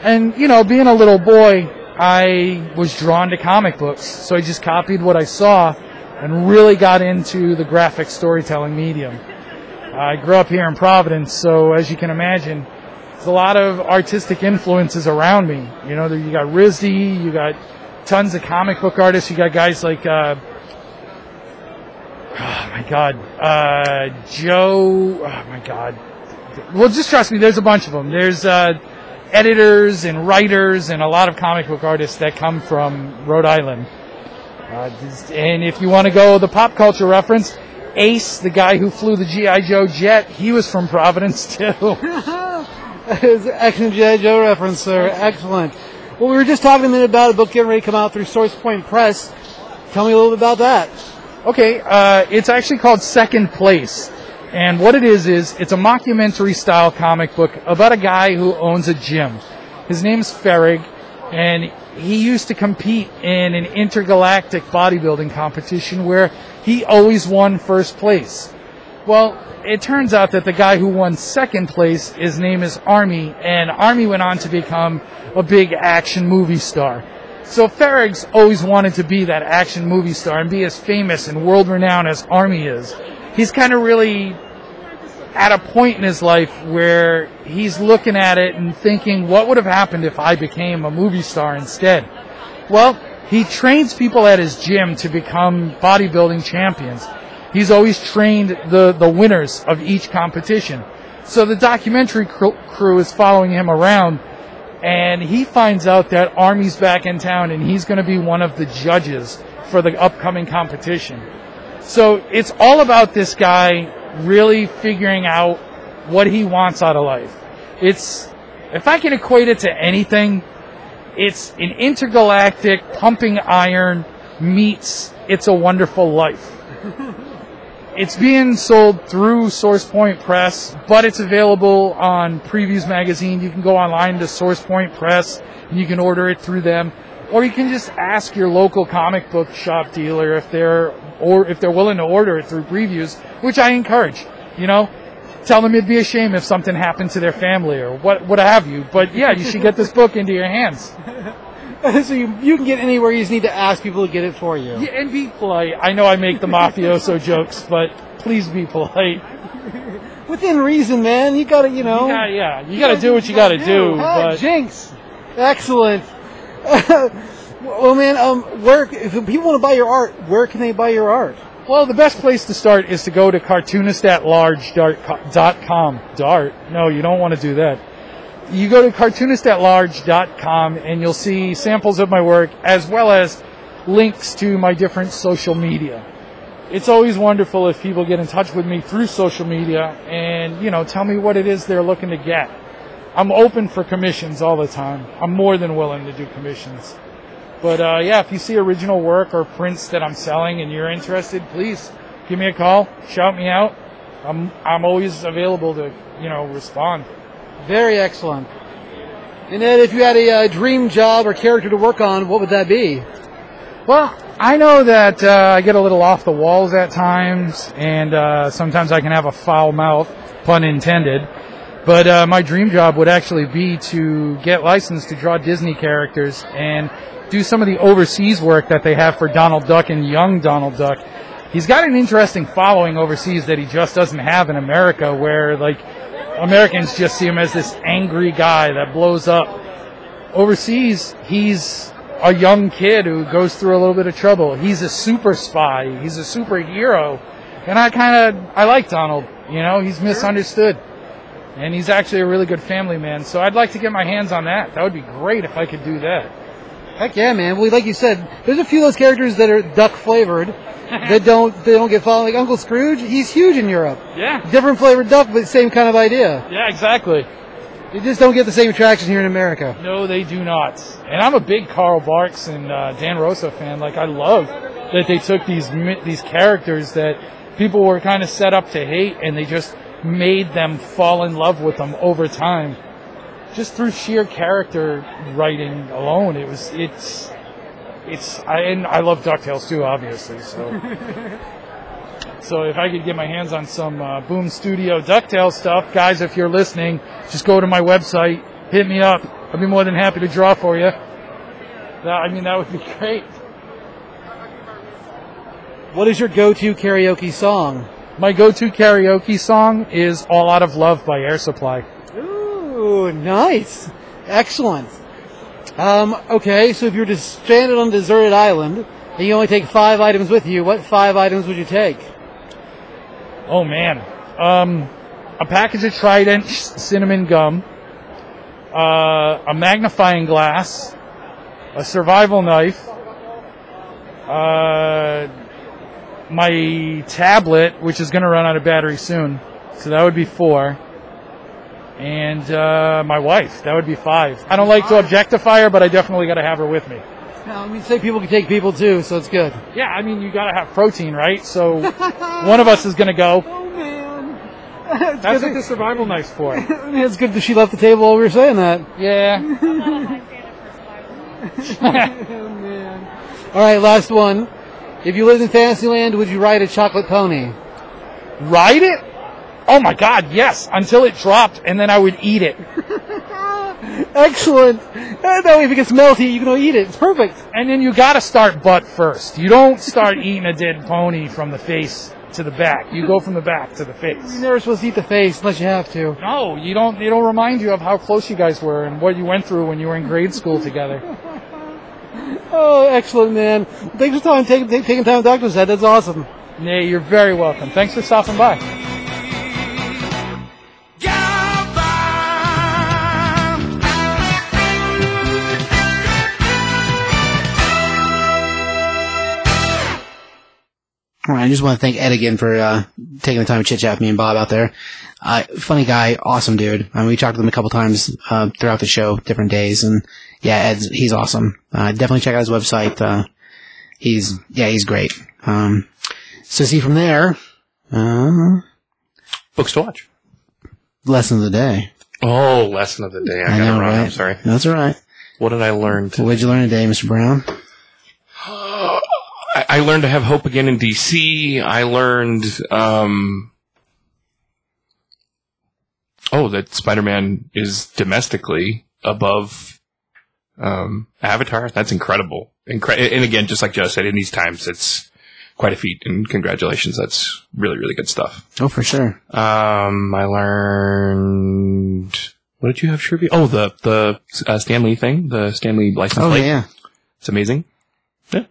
[SPEAKER 7] And, you know, being a little boy, I was drawn to comic books. So I just copied what I saw and really got into the graphic storytelling medium. I grew up here in Providence, so as you can imagine, there's a lot of artistic influences around me. You know, there- you got RISD, you got tons of comic book artists, you got guys like, uh, oh my God, uh, Joe, oh my God. Well, just trust me, there's a bunch of them. There's, uh, editors and writers and a lot of comic book artists that come from Rhode Island. Uh, this- and if you want to go the pop culture reference, Ace, the guy who flew the G.I. Joe jet, he was from Providence too.
[SPEAKER 6] It's an excellent G.I. Joe reference, sir. Excellent. Well, we were just talking a minute about a book getting ready to come out through Source Point Press. Tell me a little bit about that.
[SPEAKER 7] Okay, uh, it's actually called Second Place. And what it is, is it's a mockumentary style comic book about a guy who owns a gym. His name's Ferrig, and he used to compete in an intergalactic bodybuilding competition where he always won first place. Well, it turns out that the guy who won second place, his name is Army, and Army went on to become a big action movie star. So Farrag's always wanted to be that action movie star and be as famous and world renowned as Army is. He's kind of really at a point in his life where he's looking at it and thinking, what would have happened if I became a movie star instead? Well, he trains people at his gym to become bodybuilding champions. He's always trained the, the winners of each competition. So the documentary cr- crew is following him around, and he finds out that Army's back in town and he's going to be one of the judges for the upcoming competition. So it's all about this guy really figuring out what he wants out of life. It's, if I can equate it to anything, it's an intergalactic pumping iron meets It's a Wonderful Life. It's being sold through SourcePoint Press, but it's available on Previews Magazine. You can go online to SourcePoint Press and you can order it through them, or you can just ask your local comic book shop dealer if they're or if they're willing to order it through Previews, which I encourage. You know, tell them it'd be a shame if something happened to their family or what what have you. But yeah, you should get this book into your hands.
[SPEAKER 6] so you, you can get anywhere. You just need to ask people to get it for you.
[SPEAKER 7] Yeah, and be polite. I know I make the mafioso jokes, but please be polite.
[SPEAKER 6] Within reason, man. You gotta, you know.
[SPEAKER 7] Yeah, yeah. You gotta do what you gotta do,
[SPEAKER 6] Ah,
[SPEAKER 7] but
[SPEAKER 6] Jinx, excellent. well, man, um, where if people want to buy your art, where can they buy your art?
[SPEAKER 7] Well, the best place to start is to go to cartoonistatlarge.com. Dart? No, you don't want to do that. You go to cartoonistatlarge.com and you'll see samples of my work as well as links to my different social media. It's always wonderful if people get in touch with me through social media and, you know, tell me what it is they're looking to get. I'm open for commissions all the time. I'm more than willing to do commissions. But uh, yeah, if you see original work or prints that I'm selling and you're interested, please give me a call, shout me out. I'm I'm always available to you know respond.
[SPEAKER 6] Very excellent. And Ed, if you had a uh, dream job or character to work on, what would that be?
[SPEAKER 7] Well, I know that uh, I get a little off the walls at times, and uh, sometimes I can have a foul mouth, pun intended. But uh, my dream job would actually be to get licensed to draw Disney characters and do some of the overseas work that they have for Donald Duck and young Donald Duck. He's got an interesting following overseas that he just doesn't have in America, where like Americans just see him as this angry guy that blows up overseas, he's a young kid who goes through a little bit of trouble. He's a super spy. He's a superhero, and I kind of I like Donald. You know, he's misunderstood, and he's actually a really good family man. So I'd like to get my hands on that. That would be great if I could do that.
[SPEAKER 6] Heck yeah, man. Well, like you said, there's a few of those characters that are duck flavored that don't they don't get followed. Like Uncle Scrooge, he's huge in Europe.
[SPEAKER 7] Yeah.
[SPEAKER 6] Different flavored duck, but same kind of idea.
[SPEAKER 7] Yeah. Exactly.
[SPEAKER 6] You just don't get the same traction here in America.
[SPEAKER 7] No, they do not. And I'm a big Carl Barks and uh, Dan Rosa fan. Like, I love that they took these mi- these characters that people were kind of set up to hate, and they just made them fall in love with them over time, just through sheer character writing alone. It was it's it's I and I love Ducktales too, obviously. So. So if I could get my hands on some uh, Boom Studio Ducktail stuff, guys, if you're listening, just go to my website, hit me up. I'd be more than happy to draw for you. That, I mean, that would be great.
[SPEAKER 6] What is your go-to karaoke song?
[SPEAKER 7] My go-to karaoke song is "All Out of Love" by Air Supply.
[SPEAKER 6] Ooh, nice, excellent. Um, okay, so if you were to stranded on a deserted island and you only take five items with you, what five items would you take?
[SPEAKER 7] Oh man, um, a package of Trident sh- cinnamon gum, uh, a magnifying glass, a survival knife, uh, my tablet, which is going to run out of battery soon, so that would be four, and uh, my wife, that would be five. I don't like to objectify her, but I definitely got to have her with me.
[SPEAKER 6] Now, I mean, say people can take people too, so it's good.
[SPEAKER 7] Yeah, I mean you got to have protein, right? So one of us is going to go.
[SPEAKER 6] Oh man,
[SPEAKER 7] That's what the survival knife's for.
[SPEAKER 6] it's good that she left the table while we were saying that.
[SPEAKER 7] Yeah.
[SPEAKER 6] All right, last one. If you lived in Fantasyland, would you ride a chocolate pony?
[SPEAKER 7] Ride it? Oh my god, yes, until it dropped and then I would eat it.
[SPEAKER 6] Excellent. And that way, Eh, if it gets melty, you can eat it. It's perfect.
[SPEAKER 7] And then you gotta start butt first. You don't start eating a dead pony from the face to the back. You go from the back to the face.
[SPEAKER 6] You're never supposed to eat the face unless you have to.
[SPEAKER 7] No, you don't it'll remind you of how close you guys were and what you went through when you were in grade school together.
[SPEAKER 6] Oh, excellent, man. Thanks for time, taking, taking- taking time, Doctor said. That's awesome.
[SPEAKER 7] Nay, you're very welcome. Thanks for stopping by.
[SPEAKER 2] All right, I just want to thank Ed again for uh, taking the time to chit chat with me and Bob out there. Uh, funny guy, awesome dude. I mean, we talked to him a couple times uh, throughout the show, different days, and yeah, Ed's he's awesome. Uh, definitely check out his website. Uh, he's yeah, he's great. Um, so see from there, uh,
[SPEAKER 3] Books to watch.
[SPEAKER 2] lesson of the day.
[SPEAKER 3] Oh, lesson of the day. I,
[SPEAKER 2] I
[SPEAKER 3] got
[SPEAKER 2] know,
[SPEAKER 3] it wrong.
[SPEAKER 2] right?
[SPEAKER 3] I'm sorry.
[SPEAKER 2] That's all right.
[SPEAKER 3] What did I learn? To,
[SPEAKER 2] What'd you learn today, Mr. Brown?
[SPEAKER 3] I, I learned to have hope again in DC. I learned. Um, oh, that Spider-Man is domestically above um, Avatar. That's incredible. Incre- and again, just like Joe said, in these times, it's quite a feat. And congratulations. That's really, really good stuff.
[SPEAKER 2] Oh, for sure.
[SPEAKER 3] Um, I learned. What did you have trivia? Oh, the the uh, Stanley thing, the Stanley license
[SPEAKER 2] Oh
[SPEAKER 3] plate.
[SPEAKER 2] yeah,
[SPEAKER 3] It's amazing. Yeah,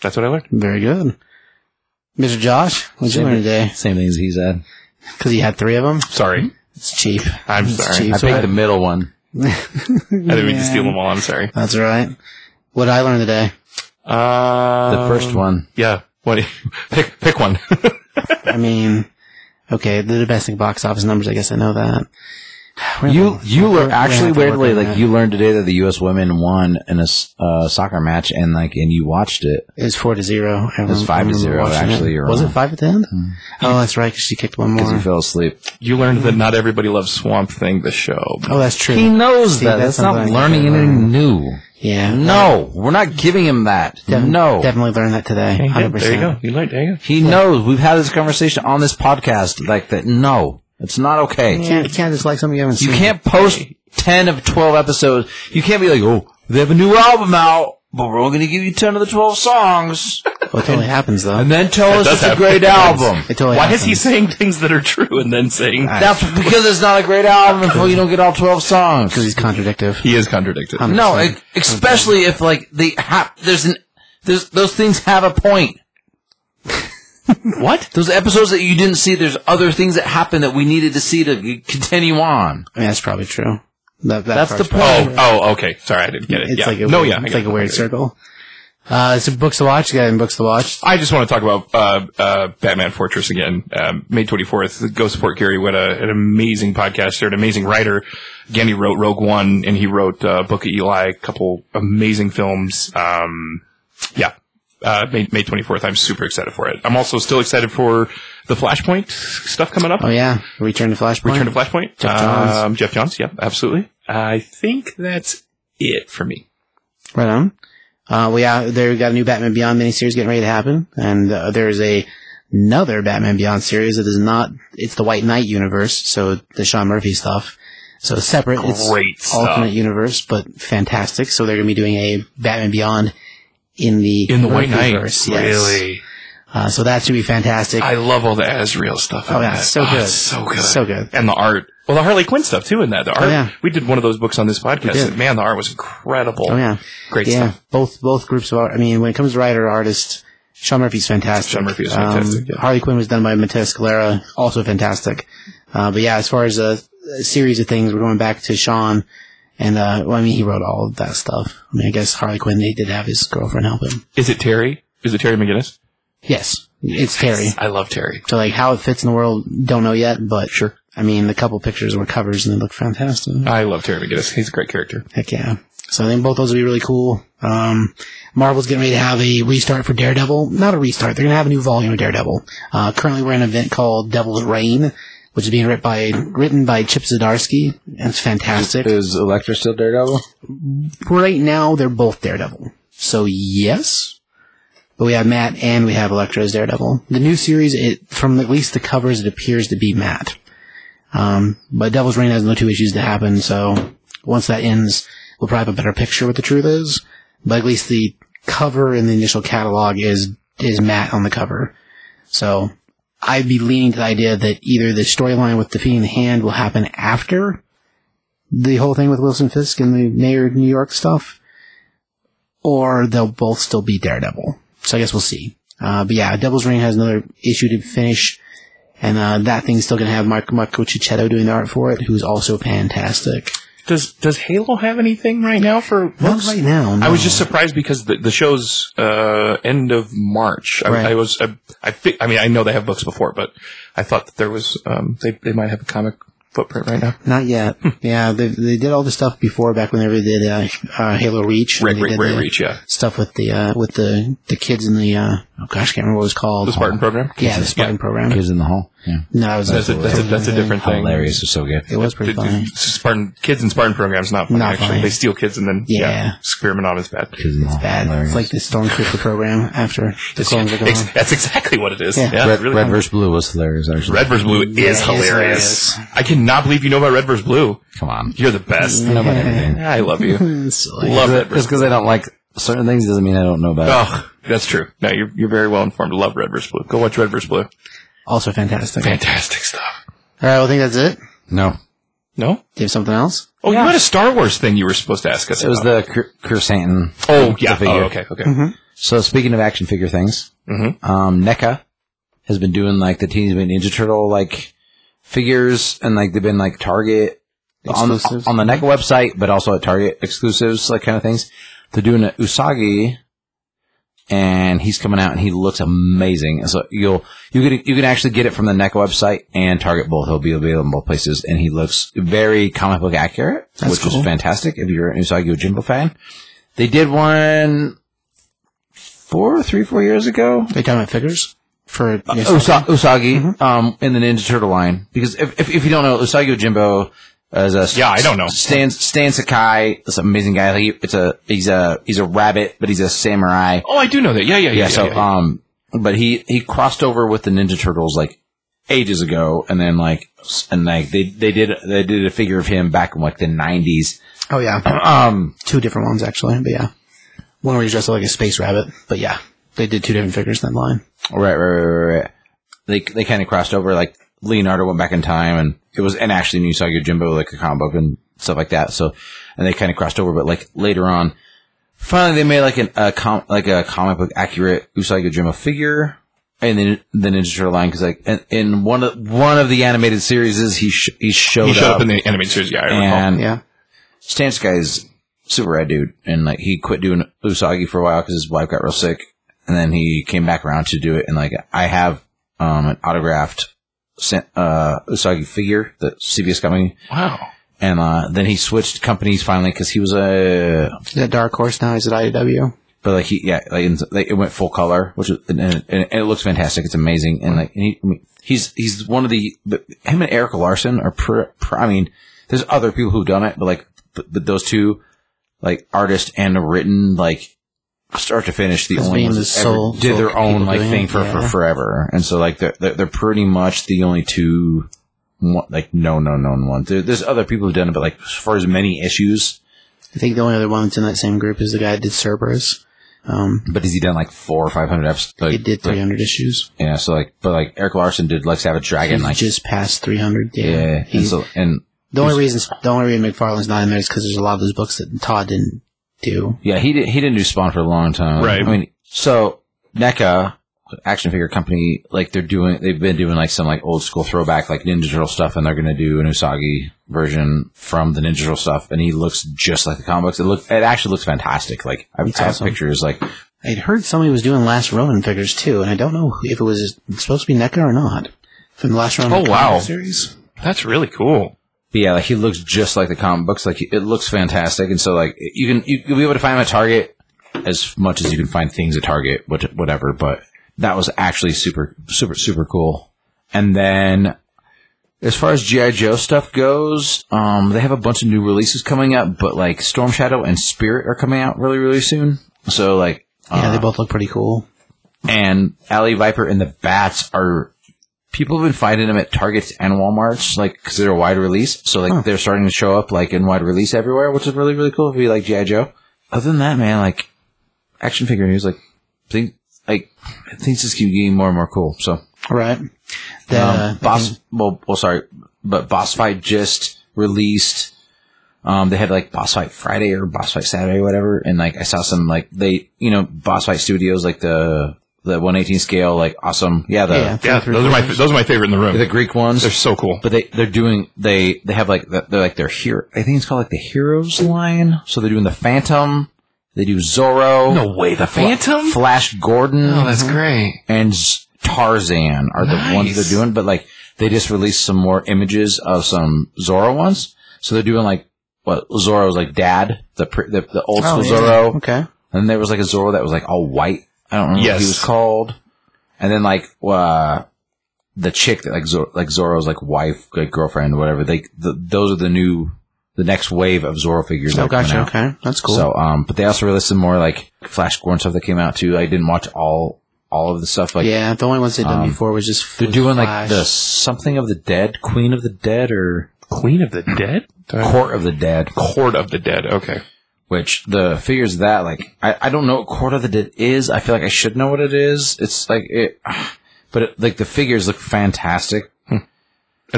[SPEAKER 3] that's what I learned.
[SPEAKER 2] very good. Mr. Josh, what'd you
[SPEAKER 5] Same-
[SPEAKER 2] learn today?
[SPEAKER 5] Same things he said.
[SPEAKER 2] Because he had three of them.
[SPEAKER 3] Sorry,
[SPEAKER 2] It's cheap.
[SPEAKER 3] I'm
[SPEAKER 2] It's
[SPEAKER 3] sorry.
[SPEAKER 2] cheap.
[SPEAKER 5] I
[SPEAKER 2] So
[SPEAKER 5] picked the middle one.
[SPEAKER 3] I didn't mean to steal them all. I'm sorry.
[SPEAKER 2] That's all right. What did I learn today?
[SPEAKER 3] Uh,
[SPEAKER 2] Oh.
[SPEAKER 5] The first one.
[SPEAKER 3] Yeah. What? pick pick one.
[SPEAKER 2] I mean, okay, the domestic box office numbers. I guess I know that.
[SPEAKER 5] You you
[SPEAKER 2] We're-
[SPEAKER 5] learn
[SPEAKER 2] we're
[SPEAKER 5] actually
[SPEAKER 2] gonna have to work
[SPEAKER 5] weirdly
[SPEAKER 2] on
[SPEAKER 5] like
[SPEAKER 2] that.
[SPEAKER 5] you learned today that the U.S. women won in a s- uh, soccer match and like and you watched it.
[SPEAKER 2] It was four to zero. I
[SPEAKER 5] was five
[SPEAKER 2] remember-
[SPEAKER 5] to
[SPEAKER 2] I remember
[SPEAKER 5] zero,
[SPEAKER 2] watching
[SPEAKER 5] actually,
[SPEAKER 2] it.
[SPEAKER 5] you're
[SPEAKER 2] was
[SPEAKER 5] wrong. Mm-hmm.
[SPEAKER 2] it five at the end? Oh, that's right, because she kicked one
[SPEAKER 5] because
[SPEAKER 2] more.
[SPEAKER 5] you fell asleep.
[SPEAKER 3] You learned that not everybody loves Swamp Thing, the show.
[SPEAKER 2] oh, that's true.
[SPEAKER 5] He knows
[SPEAKER 2] See,
[SPEAKER 5] that.
[SPEAKER 2] that's
[SPEAKER 5] That's, not
[SPEAKER 2] something I
[SPEAKER 5] learning
[SPEAKER 2] can learn.
[SPEAKER 5] anything new.
[SPEAKER 2] yeah,
[SPEAKER 5] No, we're not giving him that.
[SPEAKER 2] Def-
[SPEAKER 5] no,
[SPEAKER 2] definitely learned that today. Hundred
[SPEAKER 3] There you
[SPEAKER 2] percent.
[SPEAKER 3] go. You learned. There you go.
[SPEAKER 5] he knows. We've had this conversation on this podcast. Like that. No, it's not okay.
[SPEAKER 2] You can't, you can't just like something you haven't
[SPEAKER 5] You
[SPEAKER 2] seen.
[SPEAKER 5] can't post ten of twelve episodes. You can't be like, oh, they have a new album out, but we're only going to give you ten of the twelve songs,
[SPEAKER 2] Well, it totally happens though.
[SPEAKER 5] and then tell us
[SPEAKER 3] does
[SPEAKER 5] it's a
[SPEAKER 3] happen.
[SPEAKER 5] great album.
[SPEAKER 2] It totally
[SPEAKER 3] Why
[SPEAKER 2] happens.
[SPEAKER 3] is he saying things that are true and then saying
[SPEAKER 5] That's because it's not a great album until you don't get all 12 songs.
[SPEAKER 2] Because he's contradictive.
[SPEAKER 3] he is contradicted?
[SPEAKER 2] Um,
[SPEAKER 5] No,
[SPEAKER 2] Sorry.
[SPEAKER 5] e- especially if like they have there's an there's those things have a point.
[SPEAKER 3] What?
[SPEAKER 5] Those episodes that you didn't see, there's other things that happen that we needed to see to g- continue on.
[SPEAKER 2] I mean, that's probably true. That, that
[SPEAKER 5] That's the
[SPEAKER 2] part's
[SPEAKER 5] point.
[SPEAKER 3] Oh, oh, okay. Sorry, I didn't get it.
[SPEAKER 2] It's
[SPEAKER 3] yeah.
[SPEAKER 2] like a
[SPEAKER 3] no,
[SPEAKER 2] weird,
[SPEAKER 3] yeah, I
[SPEAKER 2] it's
[SPEAKER 3] got
[SPEAKER 2] like
[SPEAKER 3] it.
[SPEAKER 2] a weird circle. Uh, so books to watch. You got any books to watch?
[SPEAKER 3] I just want to talk about uh, uh, Batman Fortress again. Um, May 24th, go support Gary What an amazing podcaster, an amazing writer. Again, he wrote Rogue One and he wrote uh, Book of Eli, a couple amazing films. Um, yeah. Uh, May, May 24th. I'm super excited for it. I'm also still excited for the Flashpoint stuff coming up.
[SPEAKER 2] Oh yeah, Return to Flashpoint.
[SPEAKER 3] Return to Flashpoint.
[SPEAKER 2] Jeff Johns.
[SPEAKER 3] Um, Jeff Johns. Yeah, absolutely. I think that's it for me.
[SPEAKER 2] Right on. Uh, we out there. We got a new Batman Beyond miniseries getting ready to happen, and uh, there's a another Batman Beyond series that is not. It's the White Knight universe, so the Sean Murphy stuff. So separate, it's
[SPEAKER 3] Great stuff.
[SPEAKER 2] alternate universe, but fantastic. So they're going to be doing a Batman Beyond in the
[SPEAKER 3] In the White Knight.
[SPEAKER 2] Murphyverse, yes.
[SPEAKER 3] Really?
[SPEAKER 2] Uh, so that should be fantastic.
[SPEAKER 3] I love all the Asriel stuff.
[SPEAKER 2] Oh,
[SPEAKER 3] in
[SPEAKER 2] yeah,
[SPEAKER 3] that.
[SPEAKER 2] so
[SPEAKER 3] Oh,
[SPEAKER 2] good.
[SPEAKER 3] it's so good,
[SPEAKER 2] So good.
[SPEAKER 3] and the art. Well, the Harley Quinn stuff too. In that, the art.
[SPEAKER 2] yeah.
[SPEAKER 3] We did one of those books on this podcast.
[SPEAKER 2] did.
[SPEAKER 3] And man, the art was incredible.
[SPEAKER 2] oh yeah,
[SPEAKER 3] great
[SPEAKER 2] yeah.
[SPEAKER 3] stuff.
[SPEAKER 2] Both both groups of art. I mean, when it comes to writer artist, Sean Murphy's fantastic.
[SPEAKER 3] Sean Murphy is
[SPEAKER 2] Um,
[SPEAKER 3] fantastic, yeah.
[SPEAKER 2] Harley Quinn was done by Mateo Scalera, also fantastic. Uh, but yeah, as far as a, a series of things, we're going back to Sean, and uh, well, I mean, he wrote all of that stuff. I mean, I guess Harley Quinn, they did have his girlfriend help him.
[SPEAKER 3] Is it Terry? Is it Terry McGinnis?
[SPEAKER 2] Yes, it's Terry.
[SPEAKER 3] I love Terry.
[SPEAKER 2] So like how it fits in the world, don't know yet, but sure. I mean, the couple pictures were covers and they look fantastic.
[SPEAKER 3] I love Terry McGinnis. He's a great character.
[SPEAKER 2] Heck yeah. So I think both those will be really cool. Um, Marvel's getting ready to have a restart for Daredevil. Not a restart. They're going to have a new volume of Daredevil. Uh, currently we're in an event called Devil's Reign, which is being written by, written by Chip Zdarsky. And it's fantastic.
[SPEAKER 5] Is Electra still Daredevil?
[SPEAKER 2] Right now they're both Daredevil. So yes. But we have Matt and we have Elektra as Daredevil. The new series, it, from at least the covers, it appears to be Matt. Um, but Devil's Reign has no two issues to happen, so once that ends, we'll probably have a better picture what the truth is. But at least the cover in the initial catalog is is Matt on the cover. So I'd be leaning to the idea that either the storyline with the Fiend in the Hand will happen after the whole thing with Wilson Fisk and the Mayor of New York stuff, or they'll both still be Daredevil. So I guess we'll see. Uh, but yeah, Devil's Ring has another issue to finish. And uh, that thing's still going to have Mark Marco Cicchetto doing the art for it, who's also fantastic.
[SPEAKER 3] Does Does Halo have anything right now for
[SPEAKER 2] Not
[SPEAKER 3] books?
[SPEAKER 2] right now.
[SPEAKER 3] I was
[SPEAKER 2] no.
[SPEAKER 3] just surprised because the, the show's uh, end of March. I,
[SPEAKER 2] Right.
[SPEAKER 3] I was I, I, fi- I mean I know they have books before, but I thought that there was um, they they might have a comic footprint right now.
[SPEAKER 2] not yet.
[SPEAKER 3] Hmm.
[SPEAKER 2] yeah, they, they did all the stuff before back whenever they did uh, uh, Halo Reach.
[SPEAKER 3] Red
[SPEAKER 2] and they
[SPEAKER 3] Red
[SPEAKER 2] did
[SPEAKER 3] Red
[SPEAKER 2] the
[SPEAKER 3] Reach, yeah,
[SPEAKER 2] Stuff with the uh, with the the kids in the uh, oh gosh, I can't remember what it was called.
[SPEAKER 3] the Spartan program.
[SPEAKER 2] Yeah, the Spartan program.
[SPEAKER 5] Kids in the Hall. Yeah.
[SPEAKER 2] No, that was
[SPEAKER 3] That's a, that's a, that's a different thing.
[SPEAKER 5] Hilarious. It's so good.
[SPEAKER 2] It was pretty
[SPEAKER 3] The- the
[SPEAKER 2] funny.
[SPEAKER 3] Spartan kids in Spartan programs not funny.
[SPEAKER 2] Not
[SPEAKER 3] actually,
[SPEAKER 2] funny.
[SPEAKER 3] they steal kids and then yeah,
[SPEAKER 2] Yeah.
[SPEAKER 3] experiment on is bad.
[SPEAKER 5] Kids in the Hall.
[SPEAKER 2] Bad.
[SPEAKER 5] Hilarious.
[SPEAKER 2] It's like the Stormtrooper program after the clones are gone.
[SPEAKER 3] Ex- that's exactly what it is. Yeah,
[SPEAKER 2] Yeah.
[SPEAKER 5] Red,
[SPEAKER 3] really.
[SPEAKER 5] Red versus Blue was hilarious. Actually,
[SPEAKER 3] Red versus Blue is
[SPEAKER 2] it's
[SPEAKER 3] hilarious.
[SPEAKER 2] hilarious.
[SPEAKER 3] I cannot believe you know about Red versus Blue.
[SPEAKER 5] Come on.
[SPEAKER 3] You're the best.
[SPEAKER 5] I know about everything.
[SPEAKER 3] I love you.
[SPEAKER 2] It's silly.
[SPEAKER 3] Love Red versus
[SPEAKER 5] Just because I don't like certain things doesn't mean I don't know about. it.
[SPEAKER 3] Oh, that's true. No, you're, you're very well informed. Love Red vs. Blue. Go watch Red vs. Blue.
[SPEAKER 2] Also fantastic. All right,
[SPEAKER 3] Fantastic stuff.
[SPEAKER 2] well, I think that's it. Do
[SPEAKER 5] No,
[SPEAKER 3] No?
[SPEAKER 2] you have something else?
[SPEAKER 3] Oh, you had a Star Wars thing you were supposed to ask us.
[SPEAKER 5] it was
[SPEAKER 3] about.
[SPEAKER 5] the Cur- Cursanton.
[SPEAKER 3] oh yeah.
[SPEAKER 5] the Mm-hmm.
[SPEAKER 3] oh
[SPEAKER 5] figure.
[SPEAKER 3] okay. Okay.
[SPEAKER 5] So speaking of action figure things,
[SPEAKER 3] Mhm.
[SPEAKER 5] um, NECA has been doing like the Teenage Mutant Ninja Turtle like figures, and like they've been like Target on the,
[SPEAKER 2] Exclusives.
[SPEAKER 5] on the E NECA website, but also at Target exclusives, like kind of things. They're doing an Usagi and he's coming out and he looks amazing. And so you'll you can you can actually get it from the NECA website and Target both. He'll be available in both places, and he looks very comic book accurate,
[SPEAKER 2] That's
[SPEAKER 5] which
[SPEAKER 2] cool.
[SPEAKER 5] is fantastic if you're an Usagi Jimbo fan. They did one four, three, four years ago.
[SPEAKER 2] Are you talking about figures? For
[SPEAKER 3] Uh,
[SPEAKER 2] yes.
[SPEAKER 3] oh.
[SPEAKER 5] Usa- Usagi
[SPEAKER 3] Mm-hmm.
[SPEAKER 5] um, in the Ninja Turtle line. Because if, if, if you don't know, Usagi Ojimbo is a
[SPEAKER 3] Yeah, I don't know.
[SPEAKER 5] Stan, Stan Sakai, this amazing guy. He, it's a he's a he's a rabbit, but he's a samurai.
[SPEAKER 3] Oh, I do know that. Yeah, yeah, yeah.
[SPEAKER 5] Yeah, so
[SPEAKER 3] yeah, yeah.
[SPEAKER 5] um, but he he crossed over with the Ninja Turtles like ages ago, and then like s- and like they they did they did a figure of him back in like the nineties.
[SPEAKER 2] Oh yeah,
[SPEAKER 5] Um,
[SPEAKER 2] two different ones actually, but yeah, one where he's dressed up like a space rabbit. But yeah, they did two different figures in that line.
[SPEAKER 5] Right, right, right, right, right. They they kind of crossed over. Like Leonardo went back in time, and it was and actually you saw your Jimbo like a comic book and stuff like that. So and they kind of crossed over, but like later on, finally they made like an, a com- like a comic book accurate Usagi Jimbo figure. And then the Ninja Turtle line because like in, in one of one of the animated series he sh- he showed,
[SPEAKER 3] he showed up,
[SPEAKER 5] up
[SPEAKER 3] in the animated series. Yeah, I recall.
[SPEAKER 5] and
[SPEAKER 2] Yeah,
[SPEAKER 5] Stan guy's super rad dude, and like he quit doing Usagi for a while because his wife got real sick, and then he came back around to do it. And like I have um, an autographed Sa- uh, Usagi figure that CBS got me,
[SPEAKER 3] wow.
[SPEAKER 5] and uh, then he switched companies finally because he was a
[SPEAKER 2] is that Dark Horse now? Is it IDW?
[SPEAKER 5] but like he yeah like, and, like it went full color, which was, and, and, and it looks fantastic. It's amazing, and like and he, I mean, he's he's one of the but him and Eric Larson are pr pr I mean, there's other people who've done it, but like but, but those two, like artist and written, like start to finish, the
[SPEAKER 2] As
[SPEAKER 5] only
[SPEAKER 2] being
[SPEAKER 5] ones
[SPEAKER 2] the
[SPEAKER 5] that ever
[SPEAKER 2] sole-
[SPEAKER 5] did their
[SPEAKER 2] sole
[SPEAKER 5] own
[SPEAKER 2] people
[SPEAKER 5] like
[SPEAKER 2] doing
[SPEAKER 5] thing
[SPEAKER 2] it,
[SPEAKER 5] for, for
[SPEAKER 2] yeah.
[SPEAKER 5] forever, and so like they're they're, they're pretty much the only two. One, like no no known ones. There, there's other people who've done it, but like as far as many issues,
[SPEAKER 2] I think the only other one that's in that same group is the guy that did Cerberus. Um,
[SPEAKER 5] but has he done like four or five hundred episodes? Like,
[SPEAKER 2] it did
[SPEAKER 5] like,
[SPEAKER 2] 300 issues.
[SPEAKER 5] Yeah, so like, but like Eric Larson did like Savage Dragon,
[SPEAKER 2] He's
[SPEAKER 5] like
[SPEAKER 2] just past 300. Yeah,
[SPEAKER 5] yeah, and
[SPEAKER 2] He's-
[SPEAKER 5] so and
[SPEAKER 2] the only reason the only reason McFarlane's not in there is because there's a lot of those books that Todd didn't do.
[SPEAKER 5] yeah, he did, he didn't do Spawn for a long time,
[SPEAKER 3] Right.
[SPEAKER 5] I mean, so NECA action figure company, like they're doing, they've been doing like some like old school throwback like Ninja Turtle stuff, and they're gonna do an Usagi version from the Ninja Turtle stuff, and he looks just like the comic books. It looks, it actually looks fantastic. Like I've I have
[SPEAKER 2] awesome.
[SPEAKER 5] pictures, like
[SPEAKER 2] I'd heard somebody was doing Last Roman figures too, and I don't know if it was supposed to be NECA or not from the Last Roman
[SPEAKER 3] Oh, wow.
[SPEAKER 2] comic series.
[SPEAKER 3] That's really cool.
[SPEAKER 5] But yeah, like he looks just like the comic books. Like it looks fantastic, and so like you can you, you'll be able to find him at Target as much as you can find things at Target, what- whatever. But that was actually super super super cool. And then as far as GI Joe stuff goes, um, they have a bunch of new releases coming up, but like Storm Shadow and Spirit are coming out really really soon. So like
[SPEAKER 2] Yeah,
[SPEAKER 5] uh,
[SPEAKER 2] they both look pretty cool.
[SPEAKER 5] and Alley Viper and the Bats are people have been finding them at Targets and Walmarts, like because they're a wide release. So like they're starting to show up like in wide release everywhere, which is really really cool if you like GI Joe. Other than that, man, like action figure news, like think like things just keep getting more and more cool. So
[SPEAKER 2] All right. The,
[SPEAKER 5] um, boss, well, well, sorry, but boss fight just released. Um, they had like boss fight Friday or boss fight Saturday, or whatever. And like I saw some like they, you know, boss fight studios like the the one eighteen scale, like awesome, yeah, the
[SPEAKER 2] Yeah.
[SPEAKER 3] Yeah,
[SPEAKER 2] Three
[SPEAKER 3] those are my those are my favorite in the room.
[SPEAKER 5] the Greek ones.
[SPEAKER 3] They're so cool.
[SPEAKER 5] but they they're doing they they have like the, they're like their hero. I think it's called like the heroes line. So they're doing the Phantom. They do Zorro.
[SPEAKER 3] No way, the hmm?
[SPEAKER 5] Fla-
[SPEAKER 3] Phantom? Oh,
[SPEAKER 5] Flash Gordon
[SPEAKER 3] great.
[SPEAKER 5] and Z- Tarzan are the ones
[SPEAKER 3] Nice.
[SPEAKER 5] they're doing, but like they just released some more images of some Zorro ones. So they're doing like what Zorro's like dad, the pre- the, the old
[SPEAKER 2] Oh,
[SPEAKER 5] school
[SPEAKER 2] yeah.
[SPEAKER 5] Zorro,
[SPEAKER 2] Okay.
[SPEAKER 5] and there was like a Zorro that was like all white. I don't remember what he
[SPEAKER 3] Yes.
[SPEAKER 5] was called. And then like uh, the chick that like Zor- like Zorro's like wife, like girlfriend, whatever. They the, those are the new the next wave of Zorro figures. that
[SPEAKER 2] Oh,
[SPEAKER 5] are coming
[SPEAKER 2] gotcha.
[SPEAKER 5] out.
[SPEAKER 2] Okay. That's cool.
[SPEAKER 5] So, um, but they also released some more like Flash Gordon stuff that came out too. I didn't watch all all of the stuff. Like
[SPEAKER 2] yeah, the only ones they've done
[SPEAKER 5] um,
[SPEAKER 2] before was just
[SPEAKER 5] they're
[SPEAKER 2] was
[SPEAKER 5] doing like
[SPEAKER 2] Flash.
[SPEAKER 5] the something of the dead, Queen of the Dead, or
[SPEAKER 3] Queen of the Dead?
[SPEAKER 5] Court of the Dead.
[SPEAKER 3] Court of the Dead. Okay.
[SPEAKER 5] Which the figures of that like I, I don't know what Court of the Dead is. I feel like I should know what it is. It's like it, but it, like the figures look fantastic.
[SPEAKER 3] And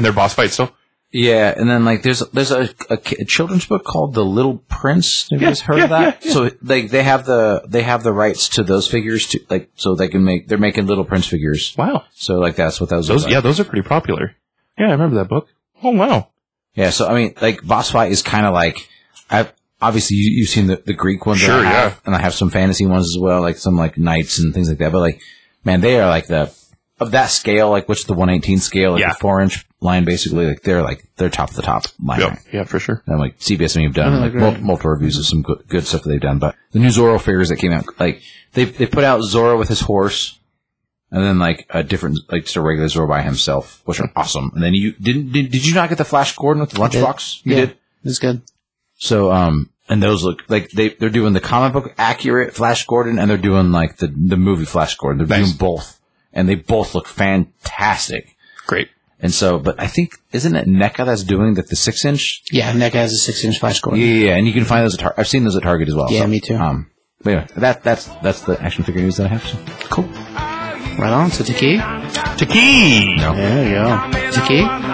[SPEAKER 3] their boss fight still?
[SPEAKER 5] Yeah, and then like there's there's a, a, ki- a children's book called The Little Prince. Have you guys heard of that? So like they have the they have the rights to those figures to like so they can make they're making Little Prince figures.
[SPEAKER 3] Wow.
[SPEAKER 5] So like that's what that was.
[SPEAKER 3] Those yeah, those are pretty popular. Yeah, I remember that book. Oh wow.
[SPEAKER 5] Yeah, so I mean, like Boss Fight is kind of like I obviously you, you've seen the, the Greek ones. that
[SPEAKER 3] Sure,
[SPEAKER 5] I have,
[SPEAKER 3] yeah.
[SPEAKER 5] And I have some fantasy ones as well, like some like knights and things like that. But like, man, they are like the of that scale, like what's the one eighteen scale, like
[SPEAKER 3] Yeah.
[SPEAKER 5] the four inch line, basically. Like they're like they're top of the top line.
[SPEAKER 3] Yep. Yeah, for sure.
[SPEAKER 5] And like CBS and me have done like mul- multiple reviews of some good, good stuff that they've done. But the new Zorro figures that came out, like they they put out Zorro with his horse, and then like a different like just a regular Zorro by himself, which are awesome. And then you didn't did, did you not get the Flash Gordon with the lunchbox? You
[SPEAKER 2] yeah,
[SPEAKER 5] did.
[SPEAKER 2] it's good.
[SPEAKER 5] So um and those look like they they're doing the comic book accurate Flash Gordon and they're doing like the the movie Flash Gordon. They're
[SPEAKER 3] Nice.
[SPEAKER 5] doing both, and they both look fantastic.
[SPEAKER 3] Great.
[SPEAKER 5] And so, but I think isn't it NECA that's doing that the six inch
[SPEAKER 2] Yeah, NECA has a six-inch flash
[SPEAKER 5] yeah,
[SPEAKER 2] Gordon.
[SPEAKER 5] yeah, yeah, and you can find those at Target. I've seen those at Target as well.
[SPEAKER 2] Yeah, me too.
[SPEAKER 5] Um, but anyway, that that's that's the action figure news that I have. So.
[SPEAKER 2] Cool. Right on. So Tiki.
[SPEAKER 3] Taki!
[SPEAKER 2] There you go. Tiki.